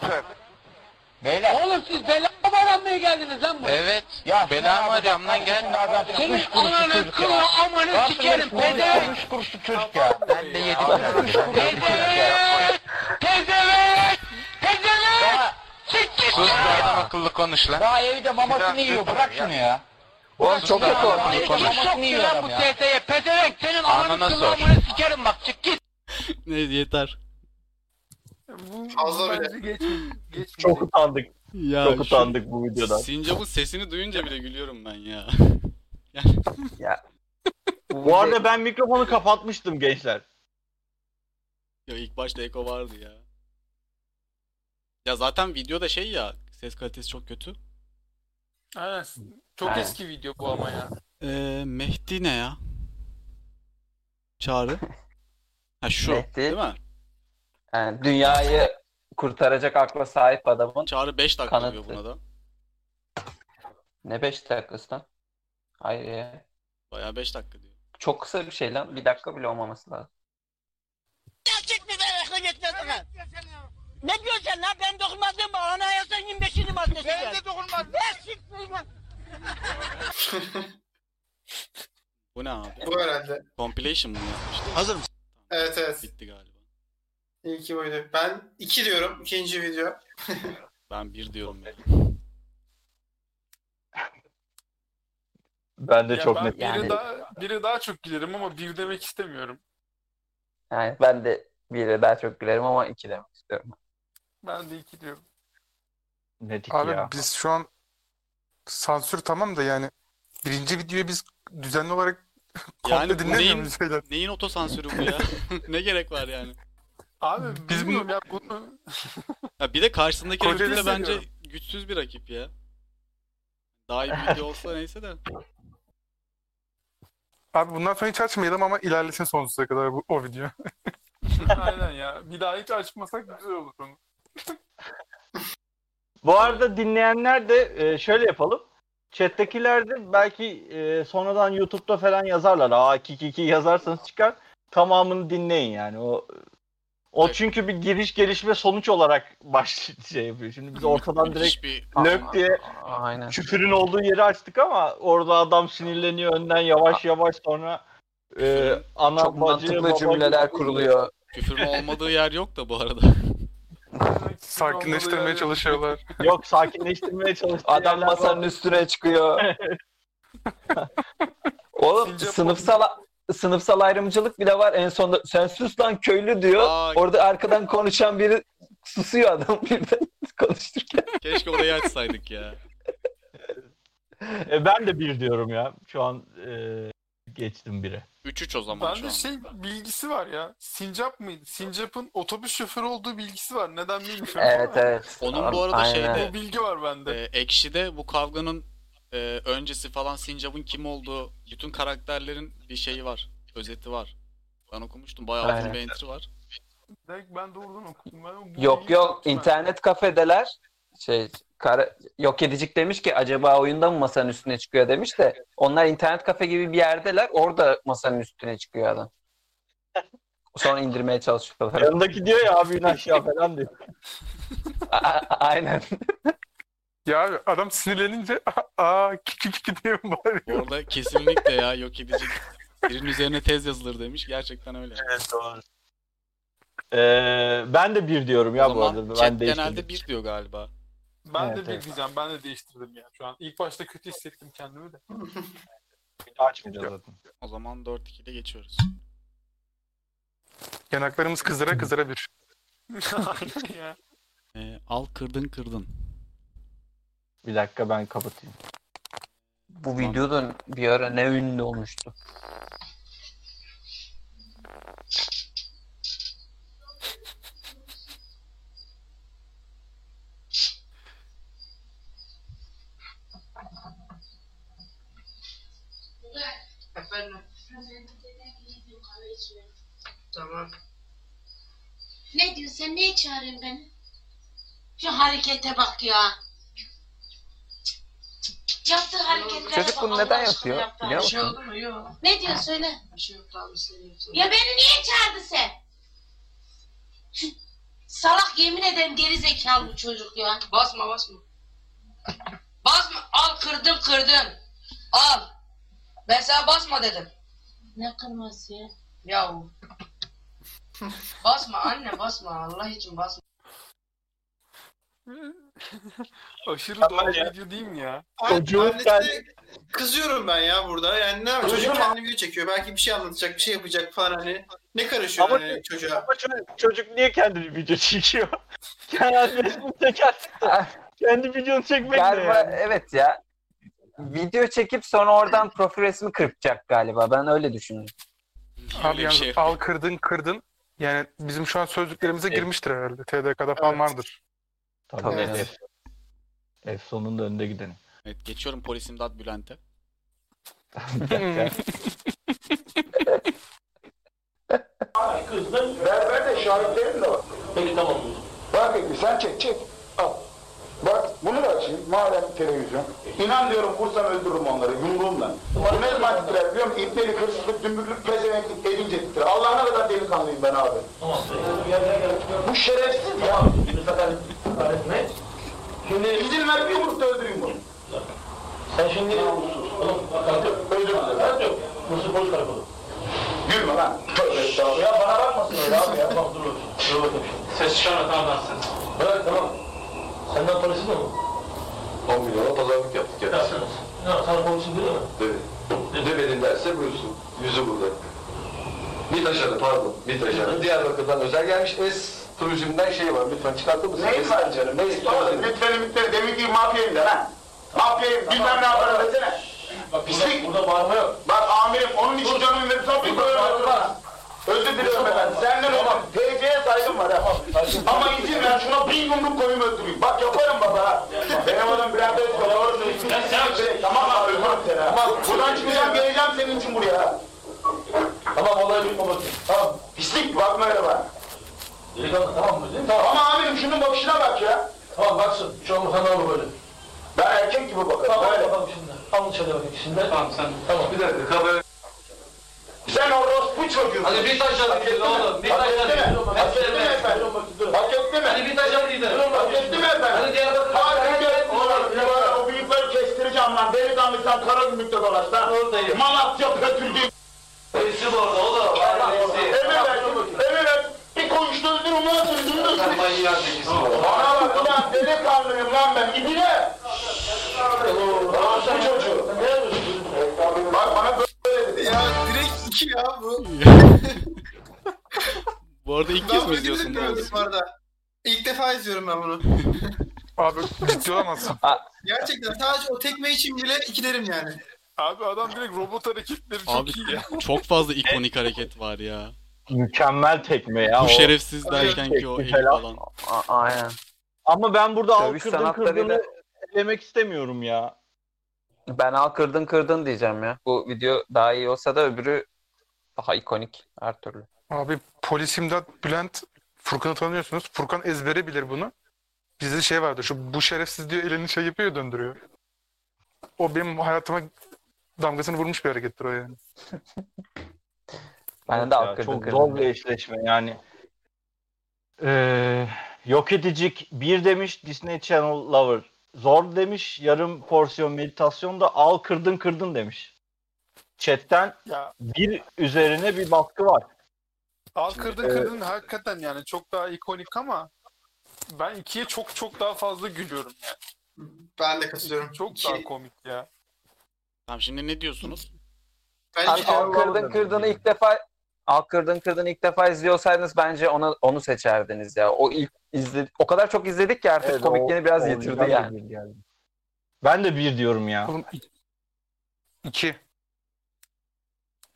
[SPEAKER 11] Beyler. Oğlum siz bela mı aramaya geldiniz lan buraya?
[SPEAKER 13] Evet. Ya bela mı arıyorum lan gel.
[SPEAKER 11] Senin ananı kılı amanı sikerim pede. Kuruş kuruşlu çocuk ya. Ben de yedim.
[SPEAKER 13] Sus be adam akıllı konuş lan.
[SPEAKER 11] Daha evde mamasını yiyor bırak şunu ya.
[SPEAKER 13] Oğlum
[SPEAKER 11] Çok kötü olmuş. Mamasını yiyor lan bu
[SPEAKER 13] şey.
[SPEAKER 11] TS'ye pezevenk senin ananı kılı amanı sikerim bak çık git.
[SPEAKER 4] Neyse yeter.
[SPEAKER 3] Bu
[SPEAKER 5] Fazla
[SPEAKER 3] bence
[SPEAKER 5] bile.
[SPEAKER 3] geçmiyor.
[SPEAKER 1] Çok utandık.
[SPEAKER 4] Ya
[SPEAKER 1] Çok
[SPEAKER 4] şu-
[SPEAKER 1] utandık bu videodan.
[SPEAKER 4] Sincap'ın sesini duyunca bile gülüyorum ben ya.
[SPEAKER 1] Bu arada ben mikrofonu kapatmıştım gençler.
[SPEAKER 4] Ya ilk başta eko vardı ya. Ya zaten videoda şey ya ses kalitesi çok kötü.
[SPEAKER 3] Aynen. Çok
[SPEAKER 4] Aynen.
[SPEAKER 3] eski video bu ama ya.
[SPEAKER 4] Ee, Mehdi ne ya? Çağrı. Ha şu
[SPEAKER 2] Mehdi.
[SPEAKER 4] değil mi?
[SPEAKER 2] Yani dünyayı kurtaracak akla sahip adamın
[SPEAKER 4] Çağrı 5 dakika
[SPEAKER 2] kanıtı.
[SPEAKER 4] diyor buna da.
[SPEAKER 2] Ne 5 dakikası lan? Hayır ya.
[SPEAKER 4] Bayağı 5 dakika diyor.
[SPEAKER 2] Çok kısa bir şey lan. Bir dakika bile olmaması lazım.
[SPEAKER 11] Aklı geçmez sana. Ne diyorsun sen lan? Ben dokunmazdım bana. Anayasanın 25'ini maddesi Ben de dokunmazdım. Ben siktir lan.
[SPEAKER 4] Bu ne abi?
[SPEAKER 5] Bu herhalde.
[SPEAKER 4] Compilation bunu yapmıştı.
[SPEAKER 12] Hazır mısın?
[SPEAKER 5] Evet evet.
[SPEAKER 4] Bitti galiba.
[SPEAKER 5] İyi ki buydu. Ben 2 diyorum. ikinci video.
[SPEAKER 4] Ben 1 diyorum ya.
[SPEAKER 1] Ben de
[SPEAKER 3] Ya
[SPEAKER 1] çok
[SPEAKER 3] ben
[SPEAKER 1] net.
[SPEAKER 3] biri daha biri daha çok gülerim ama bir demek istemiyorum.
[SPEAKER 2] Yani ben de biri daha çok gülerim ama iki demek istiyorum.
[SPEAKER 3] Ben de iki diyorum.
[SPEAKER 1] Netik
[SPEAKER 6] Abi
[SPEAKER 1] ya.
[SPEAKER 6] biz şu an sansür tamam da yani birinci videoyu biz düzenli olarak komple
[SPEAKER 4] Yani bu
[SPEAKER 6] dinlemiyor
[SPEAKER 4] neyin,
[SPEAKER 6] muyuz şeyler?
[SPEAKER 4] neyin otosansürü bu ya? ne gerek var yani?
[SPEAKER 3] Abi
[SPEAKER 6] Biz
[SPEAKER 3] bilmiyorum ya bunu
[SPEAKER 4] Ya bir de karşısındaki
[SPEAKER 3] Koca
[SPEAKER 4] rakip de bence
[SPEAKER 3] hissediyorum.
[SPEAKER 4] güçsüz bir rakip ya. Daha iyi bir video olsa neyse de.
[SPEAKER 6] Abi bundan sonra hiç açmayalım ama ilerlesin sonsuza kadar bu, o video.
[SPEAKER 3] aynen ya. Bir daha hiç açmasak güzel olur onu.
[SPEAKER 1] Bu arada dinleyenler de e, şöyle yapalım. Chat'tekiler de belki e, sonradan YouTube'da falan yazarlar. Aa 222 yazarsanız çıkar. Tamamını dinleyin yani. O o çünkü bir giriş gelişme sonuç olarak baş şey yapıyor. Şimdi biz ortadan direkt
[SPEAKER 4] Müthiş bir
[SPEAKER 1] löp diye
[SPEAKER 2] Aynen.
[SPEAKER 1] küfürün olduğu yeri açtık ama orada adam sinirleniyor önden yavaş yavaş sonra e, ana
[SPEAKER 2] Çok mantıklı cümleler kuruluyor.
[SPEAKER 4] küfürün olmadığı yer yok da bu arada.
[SPEAKER 6] Sakinleştirmeye çalışıyorlar.
[SPEAKER 1] Yok sakinleştirmeye çalıştığı
[SPEAKER 2] Adam
[SPEAKER 1] yerler
[SPEAKER 2] masanın
[SPEAKER 1] var.
[SPEAKER 2] üstüne çıkıyor. Oğlum
[SPEAKER 3] Sincap
[SPEAKER 2] sınıfsal sınıfsal ayrımcılık bile var. En sonunda sen sus lan köylü diyor.
[SPEAKER 4] Aa.
[SPEAKER 2] Orada arkadan konuşan biri susuyor adam birden konuşturken.
[SPEAKER 4] Keşke orayı açsaydık ya.
[SPEAKER 1] E, ben de bir diyorum ya. Şu an e, geçtim bire.
[SPEAKER 4] 3-3 o zaman
[SPEAKER 3] Ben
[SPEAKER 4] şu
[SPEAKER 3] de
[SPEAKER 4] an.
[SPEAKER 3] şey bilgisi var ya. Sincap mıydı? Sincap'ın otobüs şoförü olduğu bilgisi var. Neden bilmiyorum
[SPEAKER 2] Evet
[SPEAKER 3] ama
[SPEAKER 2] evet.
[SPEAKER 4] Onun bu arada
[SPEAKER 2] Aynen.
[SPEAKER 4] şeyde-
[SPEAKER 3] Bu bilgi var bende.
[SPEAKER 4] Ee, Ekşi'de bu kavganın e, öncesi falan Sincap'ın kim olduğu, bütün karakterlerin bir şeyi var, özeti var. Ben okumuştum, bayağı uzun
[SPEAKER 2] Aynen.
[SPEAKER 4] bir entry var.
[SPEAKER 3] Direkt ben doğrudan okudum. Ben bu
[SPEAKER 2] Yok
[SPEAKER 3] bilgiyi
[SPEAKER 2] yok
[SPEAKER 3] unuttum ben.
[SPEAKER 2] internet kafeler şey kara, yok edicik demiş ki acaba oyunda mı masanın üstüne çıkıyor demiş de onlar internet kafe gibi bir yerdeler orada masanın üstüne çıkıyor adam. Sonra indirmeye çalışıyorlar.
[SPEAKER 1] Yanındaki diyor ya abi in aşağı falan diyor.
[SPEAKER 2] Aynen.
[SPEAKER 6] Ya abi, adam sinirlenince "Aa, aa kiki kiki diye bağırıyor.
[SPEAKER 4] Orada kesinlikle ya yok edici. Birinin üzerine tez yazılır demiş. Gerçekten öyle.
[SPEAKER 13] Evet doğru.
[SPEAKER 1] Ee, ben de bir diyorum ya bu arada.
[SPEAKER 4] Chat
[SPEAKER 1] Ben değiştirdim.
[SPEAKER 4] genelde bir diyor galiba.
[SPEAKER 3] Ben de
[SPEAKER 1] Evet,
[SPEAKER 3] bir
[SPEAKER 1] evet.
[SPEAKER 3] diyeceğim. Ben de değiştirdim ya şu an. İlk başta kötü hissettim kendimi de.
[SPEAKER 1] Açmayacağız zaten.
[SPEAKER 4] O zaman 4-2'de geçiyoruz.
[SPEAKER 6] Yanaklarımız kızdıra kızdıra bir.
[SPEAKER 3] ya.
[SPEAKER 4] Ee, al kırdın kırdın.
[SPEAKER 1] Bir dakika ben kapatayım.
[SPEAKER 2] Bu videoda bir ara ne ünlü olmuştu.
[SPEAKER 15] Efendim. Tamam. Ne diyorsun sen? Niye çağırıyorsun beni? Şu harekete bak ya. Yaptığı hareketlere
[SPEAKER 2] Çocuk
[SPEAKER 15] bak,
[SPEAKER 2] bunu
[SPEAKER 15] Allah
[SPEAKER 2] neden
[SPEAKER 15] aşkına
[SPEAKER 2] yapıyor
[SPEAKER 15] yaptığı
[SPEAKER 2] biliyor
[SPEAKER 15] harekete-
[SPEAKER 2] musun?
[SPEAKER 15] Ne diyorsun söyle.
[SPEAKER 11] Bir şey yok tamam istemiyorum.
[SPEAKER 15] Ya beni niye çağırdı sen? Şu Salak yemin ederim geri zekalı bu çocuk ya. Basma basma.
[SPEAKER 11] Basma al kırdım kırdım. Al. Ben sana basma dedim.
[SPEAKER 15] Ne kırması ya?
[SPEAKER 11] Yahu. basma anne basma Allah için basma.
[SPEAKER 3] Aşırı doğal video değil mi ya?
[SPEAKER 1] Çocuğun
[SPEAKER 3] ben...
[SPEAKER 5] Kızıyorum ben ya burada. Yani ne yapayım? Çocuk kendi video çekiyor. Belki bir şey anlatacak, bir şey yapacak falan hani. Ne karışıyor
[SPEAKER 1] Ama-
[SPEAKER 5] hani çocuğa?
[SPEAKER 1] Ama çocuk, çocuk niye kendini video çekiyor? Kendini Kendi videonu çekmek ne
[SPEAKER 2] Galiba
[SPEAKER 1] yani?
[SPEAKER 2] evet ya. Video çekip sonra oradan profil resmi kırpacak galiba. Ben öyle düşündüm.
[SPEAKER 6] Abi yalnız
[SPEAKER 4] şey-
[SPEAKER 6] al kırdın kırdın. Yani bizim şu an sözlüklerimize girmiştir herhalde. TDK'da falan vardır.
[SPEAKER 1] E- Tabii.
[SPEAKER 6] Tabii.
[SPEAKER 1] F, F sonunda önde gidelim.
[SPEAKER 4] Evet geçiyorum polis imdat Bülent'e.
[SPEAKER 1] Bir dakika.
[SPEAKER 16] Ben, ben de şahitlerim de var. Peki tamam. Bak peki sen çek çek. Al. Bak bunu da açayım. Madem televizyon. İnan diyorum vursam öldürürüm onları yumruğumla. Bu ne zaman titrer biliyor musun? İpnelik, hırsızlık, dümbüklük, pezevenklik elince titrer. Allah ne kadar delikanlıyım ben abi. Bu şerefsiz ya. Şimdi izin ver bir yumrukta öldüreyim bunu. Sen şimdi namussuz. Öldürme. Ben yok. Mısır boş kaybolu. Gülme lan. Tövbe estağfurullah. Ya bana bakmasın öyle abi ya. Bak dur. Dur bakayım şimdi. Ses çıkarma tamam lan sen. Bırak tamam. Senden parası mı? 10 milyona pazarlık yaptık ya. Nasıl? Ne sana konuşun değil mi? Dedi. Demedin derse buyursun. Yüzü burada. Mitaşarı pardon. Mitaşarı. Diyarbakır'dan özel gelmiş. Es turizmden şey var. Lütfen çıkartır mısın? Neyi var canım? Neyi? Lütfen lütfen. Demin ki mafyayım de lan. Mafyayım. Bilmem ne yaparım desene. Bak Pislik. Burada, burada bağırma yok. Bak amirim onun için canını verip sapık Özür diliyorum efendim. Senden olmam. TC'ye saygım var ha. Ama izin ver şuna bin yumruk koyayım öldüreyim. Bak yaparım baba ha. Benim adam birader ötüyor. Sen sen. Tamam abi öldürürüm seni ha. Buradan çıkacağım geleceğim senin için buraya ha. Tamam olay bitme bakayım. Tamam. Pislik bakma öyle bana. Delikanlı tamam mı? Tamam. Ama amirim şunun bakışına bak ya. Tamam baksın. Şu an sana olur böyle. Ben erkek gibi bakarım. Tamam böyle. bakalım şimdi. Alın şöyle bakayım şimdi. Tamam sen. Tamam. Bir dakika kabul Sen orospu çocuğusun. Hadi bir taş alayım oğlum. Bir taş alayım. Hak etti mi efendim? Hak etti mi? Hadi bir taş alayım. Hak etti mi efendim? Hadi Diyarbakır'a. Hadi Diyarbakır'a. O bıyıkları kestireceğim lan. Delikanlı sen Karagümrük'te dolaş lan. Oradayım. Malatya pötürdüğüm. Resim orada oğlum. Emin ver. Emin ver. Bir konuştuğun durum lan. Sen manyak değilsin. Bana bak ulan delikanlıyım lan ben. İbine. Orospu çocuğu. Bak bana böyle dedi. Ya direkt iki ya bu.
[SPEAKER 4] Bu arada ilk kez mi izliyorsun bu arada?
[SPEAKER 5] Bu arada. İlk defa izliyorum ben bunu.
[SPEAKER 6] Abi ciddi olamazsın.
[SPEAKER 5] Gerçekten sadece o tekme için bile ikilerim yani.
[SPEAKER 3] Abi adam direkt robot hareketleri çok
[SPEAKER 4] Abi
[SPEAKER 3] iyi ya.
[SPEAKER 4] çok fazla ikonik hareket var ya.
[SPEAKER 1] Mükemmel tekme ya.
[SPEAKER 4] Bu
[SPEAKER 1] o.
[SPEAKER 4] şerefsiz derken ki o
[SPEAKER 1] Tekme
[SPEAKER 4] el
[SPEAKER 1] falan.
[SPEAKER 4] falan.
[SPEAKER 2] aynen.
[SPEAKER 1] Ama ben burada al
[SPEAKER 2] Dövüş
[SPEAKER 1] kırdın
[SPEAKER 2] sanatlarıyla-
[SPEAKER 1] kırdığını elemek istemiyorum ya.
[SPEAKER 2] Ben al kırdın kırdın diyeceğim ya. Bu video daha iyi olsa da öbürü daha ikonik her türlü.
[SPEAKER 6] Abi polis imdat Bülent Furkan'ı tanıyorsunuz. Furkan ezbere bilir bunu.
[SPEAKER 17] Bizde şey vardı şu bu şerefsiz diyor elini şey yapıyor döndürüyor. O benim hayatıma damgasını vurmuş bir harekettir o yani.
[SPEAKER 2] Ben de
[SPEAKER 1] Ya, Çok zor bir eşleşme yani. Ee, yok edicik bir demiş Disney Channel Lover. Zor demiş yarım porsiyon meditasyon da al kırdın kırdın demiş. Chatten bir üzerine bir baskı var.
[SPEAKER 3] Al kırdın kırdın hakikaten yani çok daha ikonik ama ben ikiye çok çok daha fazla gülüyorum yani.
[SPEAKER 5] Ben de katılıyorum. Şey-
[SPEAKER 3] Çok daha komik ya.
[SPEAKER 4] Tamam şimdi ne diyorsunuz?
[SPEAKER 2] Al, al kırdın kırdığını ilk defa al kırdın kırdığını ilk defa izliyorsaydınız bence onu onu seçerdiniz ya. O ilk izle o kadar çok izledik ki artık
[SPEAKER 1] Evet,
[SPEAKER 2] komikliğini
[SPEAKER 1] o-
[SPEAKER 2] biraz
[SPEAKER 1] o
[SPEAKER 2] yitirdi
[SPEAKER 1] yüzden de
[SPEAKER 2] yani.
[SPEAKER 1] bir geldi. Ben de bir diyorum ya.
[SPEAKER 17] İki.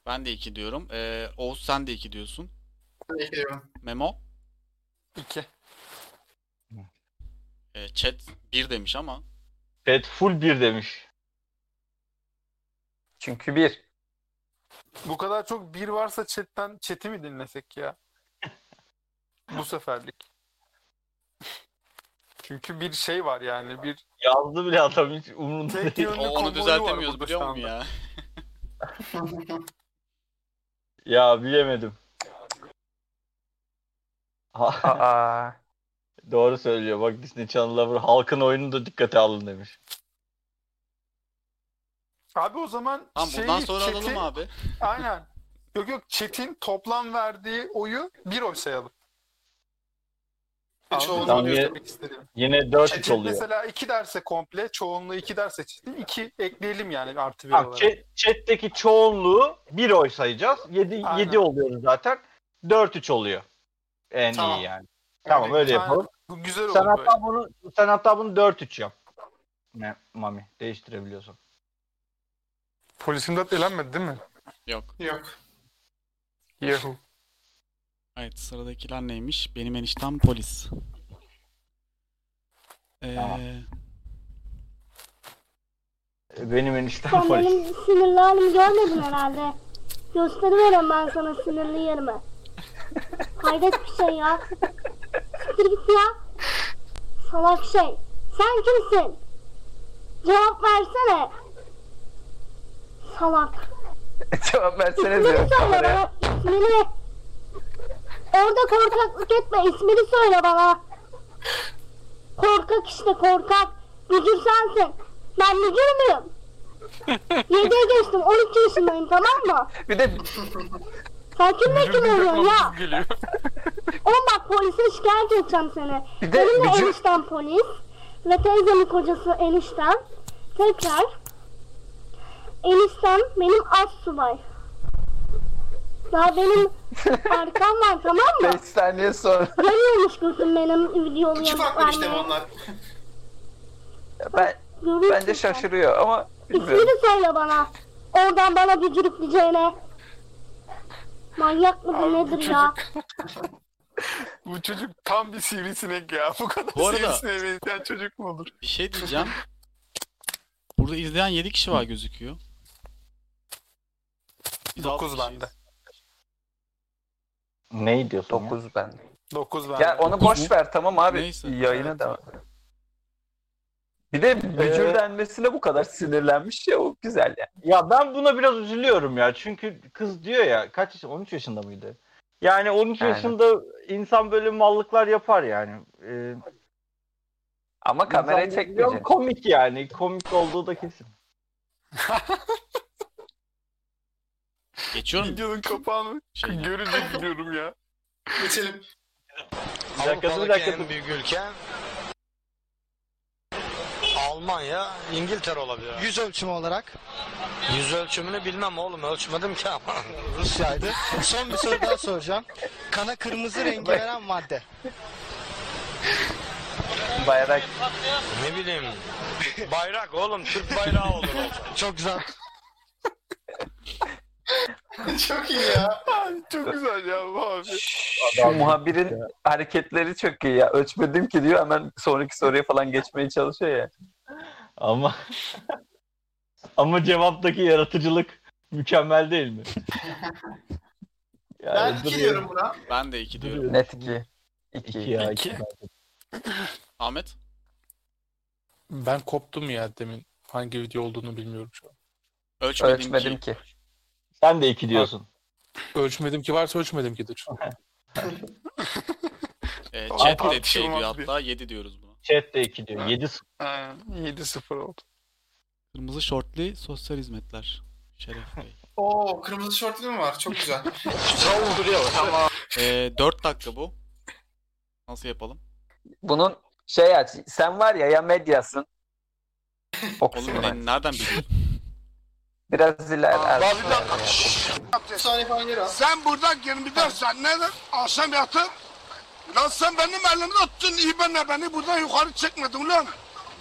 [SPEAKER 4] Ben de iki diyorum. Ee, Oğuz sen de iki diyorsun.
[SPEAKER 5] Ben de iki diyorum.
[SPEAKER 4] Memo?
[SPEAKER 3] İki.
[SPEAKER 4] Ee, chat bir demiş ama.
[SPEAKER 1] Chat full bir demiş.
[SPEAKER 2] Çünkü bir.
[SPEAKER 3] Bu kadar çok bir varsa chatten chat'i mi dinlesek ya? Bu seferlik. Çünkü bir şey var yani bir
[SPEAKER 1] Yazdı bile adam hiç umurunda
[SPEAKER 3] Tek
[SPEAKER 1] değil.
[SPEAKER 3] yönlü
[SPEAKER 4] O,
[SPEAKER 3] konvoyu
[SPEAKER 4] onu
[SPEAKER 3] var
[SPEAKER 4] düzeltemiyoruz
[SPEAKER 3] burada
[SPEAKER 4] biliyor
[SPEAKER 3] şu
[SPEAKER 4] musun ya?
[SPEAKER 1] Ya bilemedim.
[SPEAKER 2] Aa.
[SPEAKER 1] Doğru söylüyor. Bak Disney Channel Lover halkın oyunu da dikkate alın demiş.
[SPEAKER 3] Abi o zaman
[SPEAKER 4] Tamam,
[SPEAKER 3] şeyi,
[SPEAKER 4] bundan sonra alalım
[SPEAKER 3] chat'i-
[SPEAKER 4] abi.
[SPEAKER 3] Aynen. Yok yok chat'in toplam verdiği oyu bir oy sayalım.
[SPEAKER 5] Ve
[SPEAKER 3] Anladın mı?
[SPEAKER 1] Tamam,
[SPEAKER 3] Diyor
[SPEAKER 1] ye-
[SPEAKER 3] demek istediğim.
[SPEAKER 1] yine dört üç
[SPEAKER 3] Chat'in
[SPEAKER 1] oluyor.
[SPEAKER 3] Mesela iki derse komple çoğunluğu iki derse chat'in iki ekleyelim yani artı bir
[SPEAKER 1] Bak,
[SPEAKER 3] olarak.
[SPEAKER 1] chat- chat'teki çoğunluğu bir oy sayacağız. 7
[SPEAKER 3] Aynen.
[SPEAKER 1] 7 oluyoruz zaten. 4 3 oluyor. En
[SPEAKER 3] Tamam.
[SPEAKER 1] iyi yani. Tamam öyle
[SPEAKER 3] Aynen.
[SPEAKER 1] yapalım.
[SPEAKER 3] Bu güzel olur
[SPEAKER 1] Sen
[SPEAKER 3] böyle.
[SPEAKER 1] hatta bunu sen hatta bunu 4 3 yap. Ne mami değiştirebiliyorsun.
[SPEAKER 17] Polis imdat elenmedi değil mi?
[SPEAKER 4] Yok.
[SPEAKER 5] Yok.
[SPEAKER 17] Yahu.
[SPEAKER 4] Evet sıradakiler neymiş? Benim eniştem polis. Ee,
[SPEAKER 1] E, Benim eniştem
[SPEAKER 18] Sen
[SPEAKER 1] polis.
[SPEAKER 18] benim sinirli halimi görmedin herhalde. Gösteriyorum ben sana sinirli yerimi. Hayret bir şey ya. Siktir git ya. Salak şey. Sen kimsin? Cevap versene. Salak.
[SPEAKER 2] Cevap versene
[SPEAKER 18] İsmini
[SPEAKER 2] diyorum
[SPEAKER 18] söyle
[SPEAKER 2] kameraya.
[SPEAKER 18] bana. İsmini. Orada korkaklık etme. İsmini söyle bana. Korkak işte korkak. Müdür sensin. Ben müdür müyüm? 7'ye geçtim. 12 yaşındayım tamam mı?
[SPEAKER 2] Bir de
[SPEAKER 18] Sen kimle kim oluyorsun ya?
[SPEAKER 17] geliyor.
[SPEAKER 18] Oğlum bak polise şikayet edeceğim seni.
[SPEAKER 2] Bir de
[SPEAKER 18] Benim de
[SPEAKER 2] müdür-
[SPEAKER 18] eniştem polis. Ve teyzemin kocası eniştem. Tekrar. Eniştem benim az subay. Daha benim arkam var tamam mı?
[SPEAKER 2] 5 saniye sonra.
[SPEAKER 18] Görüyormuş gözüm benim videomu
[SPEAKER 5] İki farklı
[SPEAKER 2] şey
[SPEAKER 5] işte onlar.
[SPEAKER 2] Ben, bence şaşırıyor ama bilmiyorum.
[SPEAKER 18] İsmini söyle bana. Oradan bana bücürükleyeceğine. Manyak mıdır nedir ya?
[SPEAKER 3] Bu çocuk tam bir sivrisinek ya. Bu kadar
[SPEAKER 4] Bu arada-
[SPEAKER 3] sivrisineğe benzeyen çocuk mu olur?
[SPEAKER 4] bir şey diyeceğim. Burada izleyen 7 kişi var gözüküyor.
[SPEAKER 3] 9 bende.
[SPEAKER 1] Neyi diyorsun?
[SPEAKER 2] 9 ben.
[SPEAKER 3] 9 bende.
[SPEAKER 2] Ya onu boş ver tamam abi.
[SPEAKER 3] Neyse.
[SPEAKER 2] Yayına da.
[SPEAKER 1] Ee,
[SPEAKER 2] Bir de bücür denmesine bu kadar sinirlenmiş ya o güzel yani.
[SPEAKER 1] Ya ben buna biraz üzülüyorum ya. Çünkü kız diyor ya kaç yaş 13 yaşında mıydı? Yani 13
[SPEAKER 2] Aynen.
[SPEAKER 1] yaşında insan böyle mallıklar yapar yani. Ee,
[SPEAKER 2] Ama kamerayı
[SPEAKER 1] insan-
[SPEAKER 2] çekmeyecek.
[SPEAKER 1] Komik yani. Komik olduğu da kesin.
[SPEAKER 4] Geçiyorum.
[SPEAKER 3] Videonun kapağını görünce gülüyorum ya.
[SPEAKER 5] Geçelim.
[SPEAKER 1] Bir dakika, dur, bir
[SPEAKER 12] Avrupa'daki
[SPEAKER 1] dakika,
[SPEAKER 12] en büyük ülke Almanya, İngiltere olabilir. Yüz ölçümü olarak? Yüz ölçümünü bilmem oğlum ölçmedim ki ama Rusya'ydı.
[SPEAKER 11] Son bir soru daha soracağım. Kana kırmızı rengi veren madde.
[SPEAKER 2] Bayrak.
[SPEAKER 12] Ne bileyim. Bayrak oğlum Türk bayrağı olur. Çok güzel.
[SPEAKER 5] çok iyi ya.
[SPEAKER 3] çok güzel ya bu abi.
[SPEAKER 2] Şu
[SPEAKER 3] Şey,
[SPEAKER 2] muhabirin hareketleri çok iyi ya. Ölçmedim ki diyor hemen sonraki soruya falan geçmeye çalışıyor ya.
[SPEAKER 1] Ama ama cevaptaki yaratıcılık mükemmel değil mi? Yani
[SPEAKER 4] Ben iki
[SPEAKER 1] duruyor.
[SPEAKER 4] diyorum buna. Ben de iki diyorum.
[SPEAKER 2] Net 2. 2
[SPEAKER 1] İki ya, iki.
[SPEAKER 4] Ahmet?
[SPEAKER 6] Ben koptum ya demin. Hangi video olduğunu bilmiyorum şu an.
[SPEAKER 4] Ölçmedim Ölçmedim
[SPEAKER 2] ki.
[SPEAKER 1] Sen de iki diyorsun.
[SPEAKER 6] Ölçmedim ki varsa ölçmedim kidir.
[SPEAKER 4] E,
[SPEAKER 6] Tamam.
[SPEAKER 4] chat de
[SPEAKER 6] Altı
[SPEAKER 4] şey diyor
[SPEAKER 6] olmaz
[SPEAKER 4] hatta 7 diyoruz buna.
[SPEAKER 1] Chat de 2 diyor. 7
[SPEAKER 19] 7-0 oldu.
[SPEAKER 4] Kırmızı şortlu sosyal hizmetler. Şeref Bey.
[SPEAKER 3] Oo kırmızı şortlu mu var? Çok güzel.
[SPEAKER 4] Tamam. E, 4 dakika bu. Nasıl yapalım?
[SPEAKER 2] Bunun şey aç. Sen var ya ya medyasın.
[SPEAKER 4] Oğlum ne, nereden biliyorsun?
[SPEAKER 2] Biraz ileride.
[SPEAKER 4] Abi, bir dakika.
[SPEAKER 16] Sen buradan 24 sen neden akşam yatıp lan sen benim elimi tuttun iyi benle beni buradan yukarı çekmedin lan.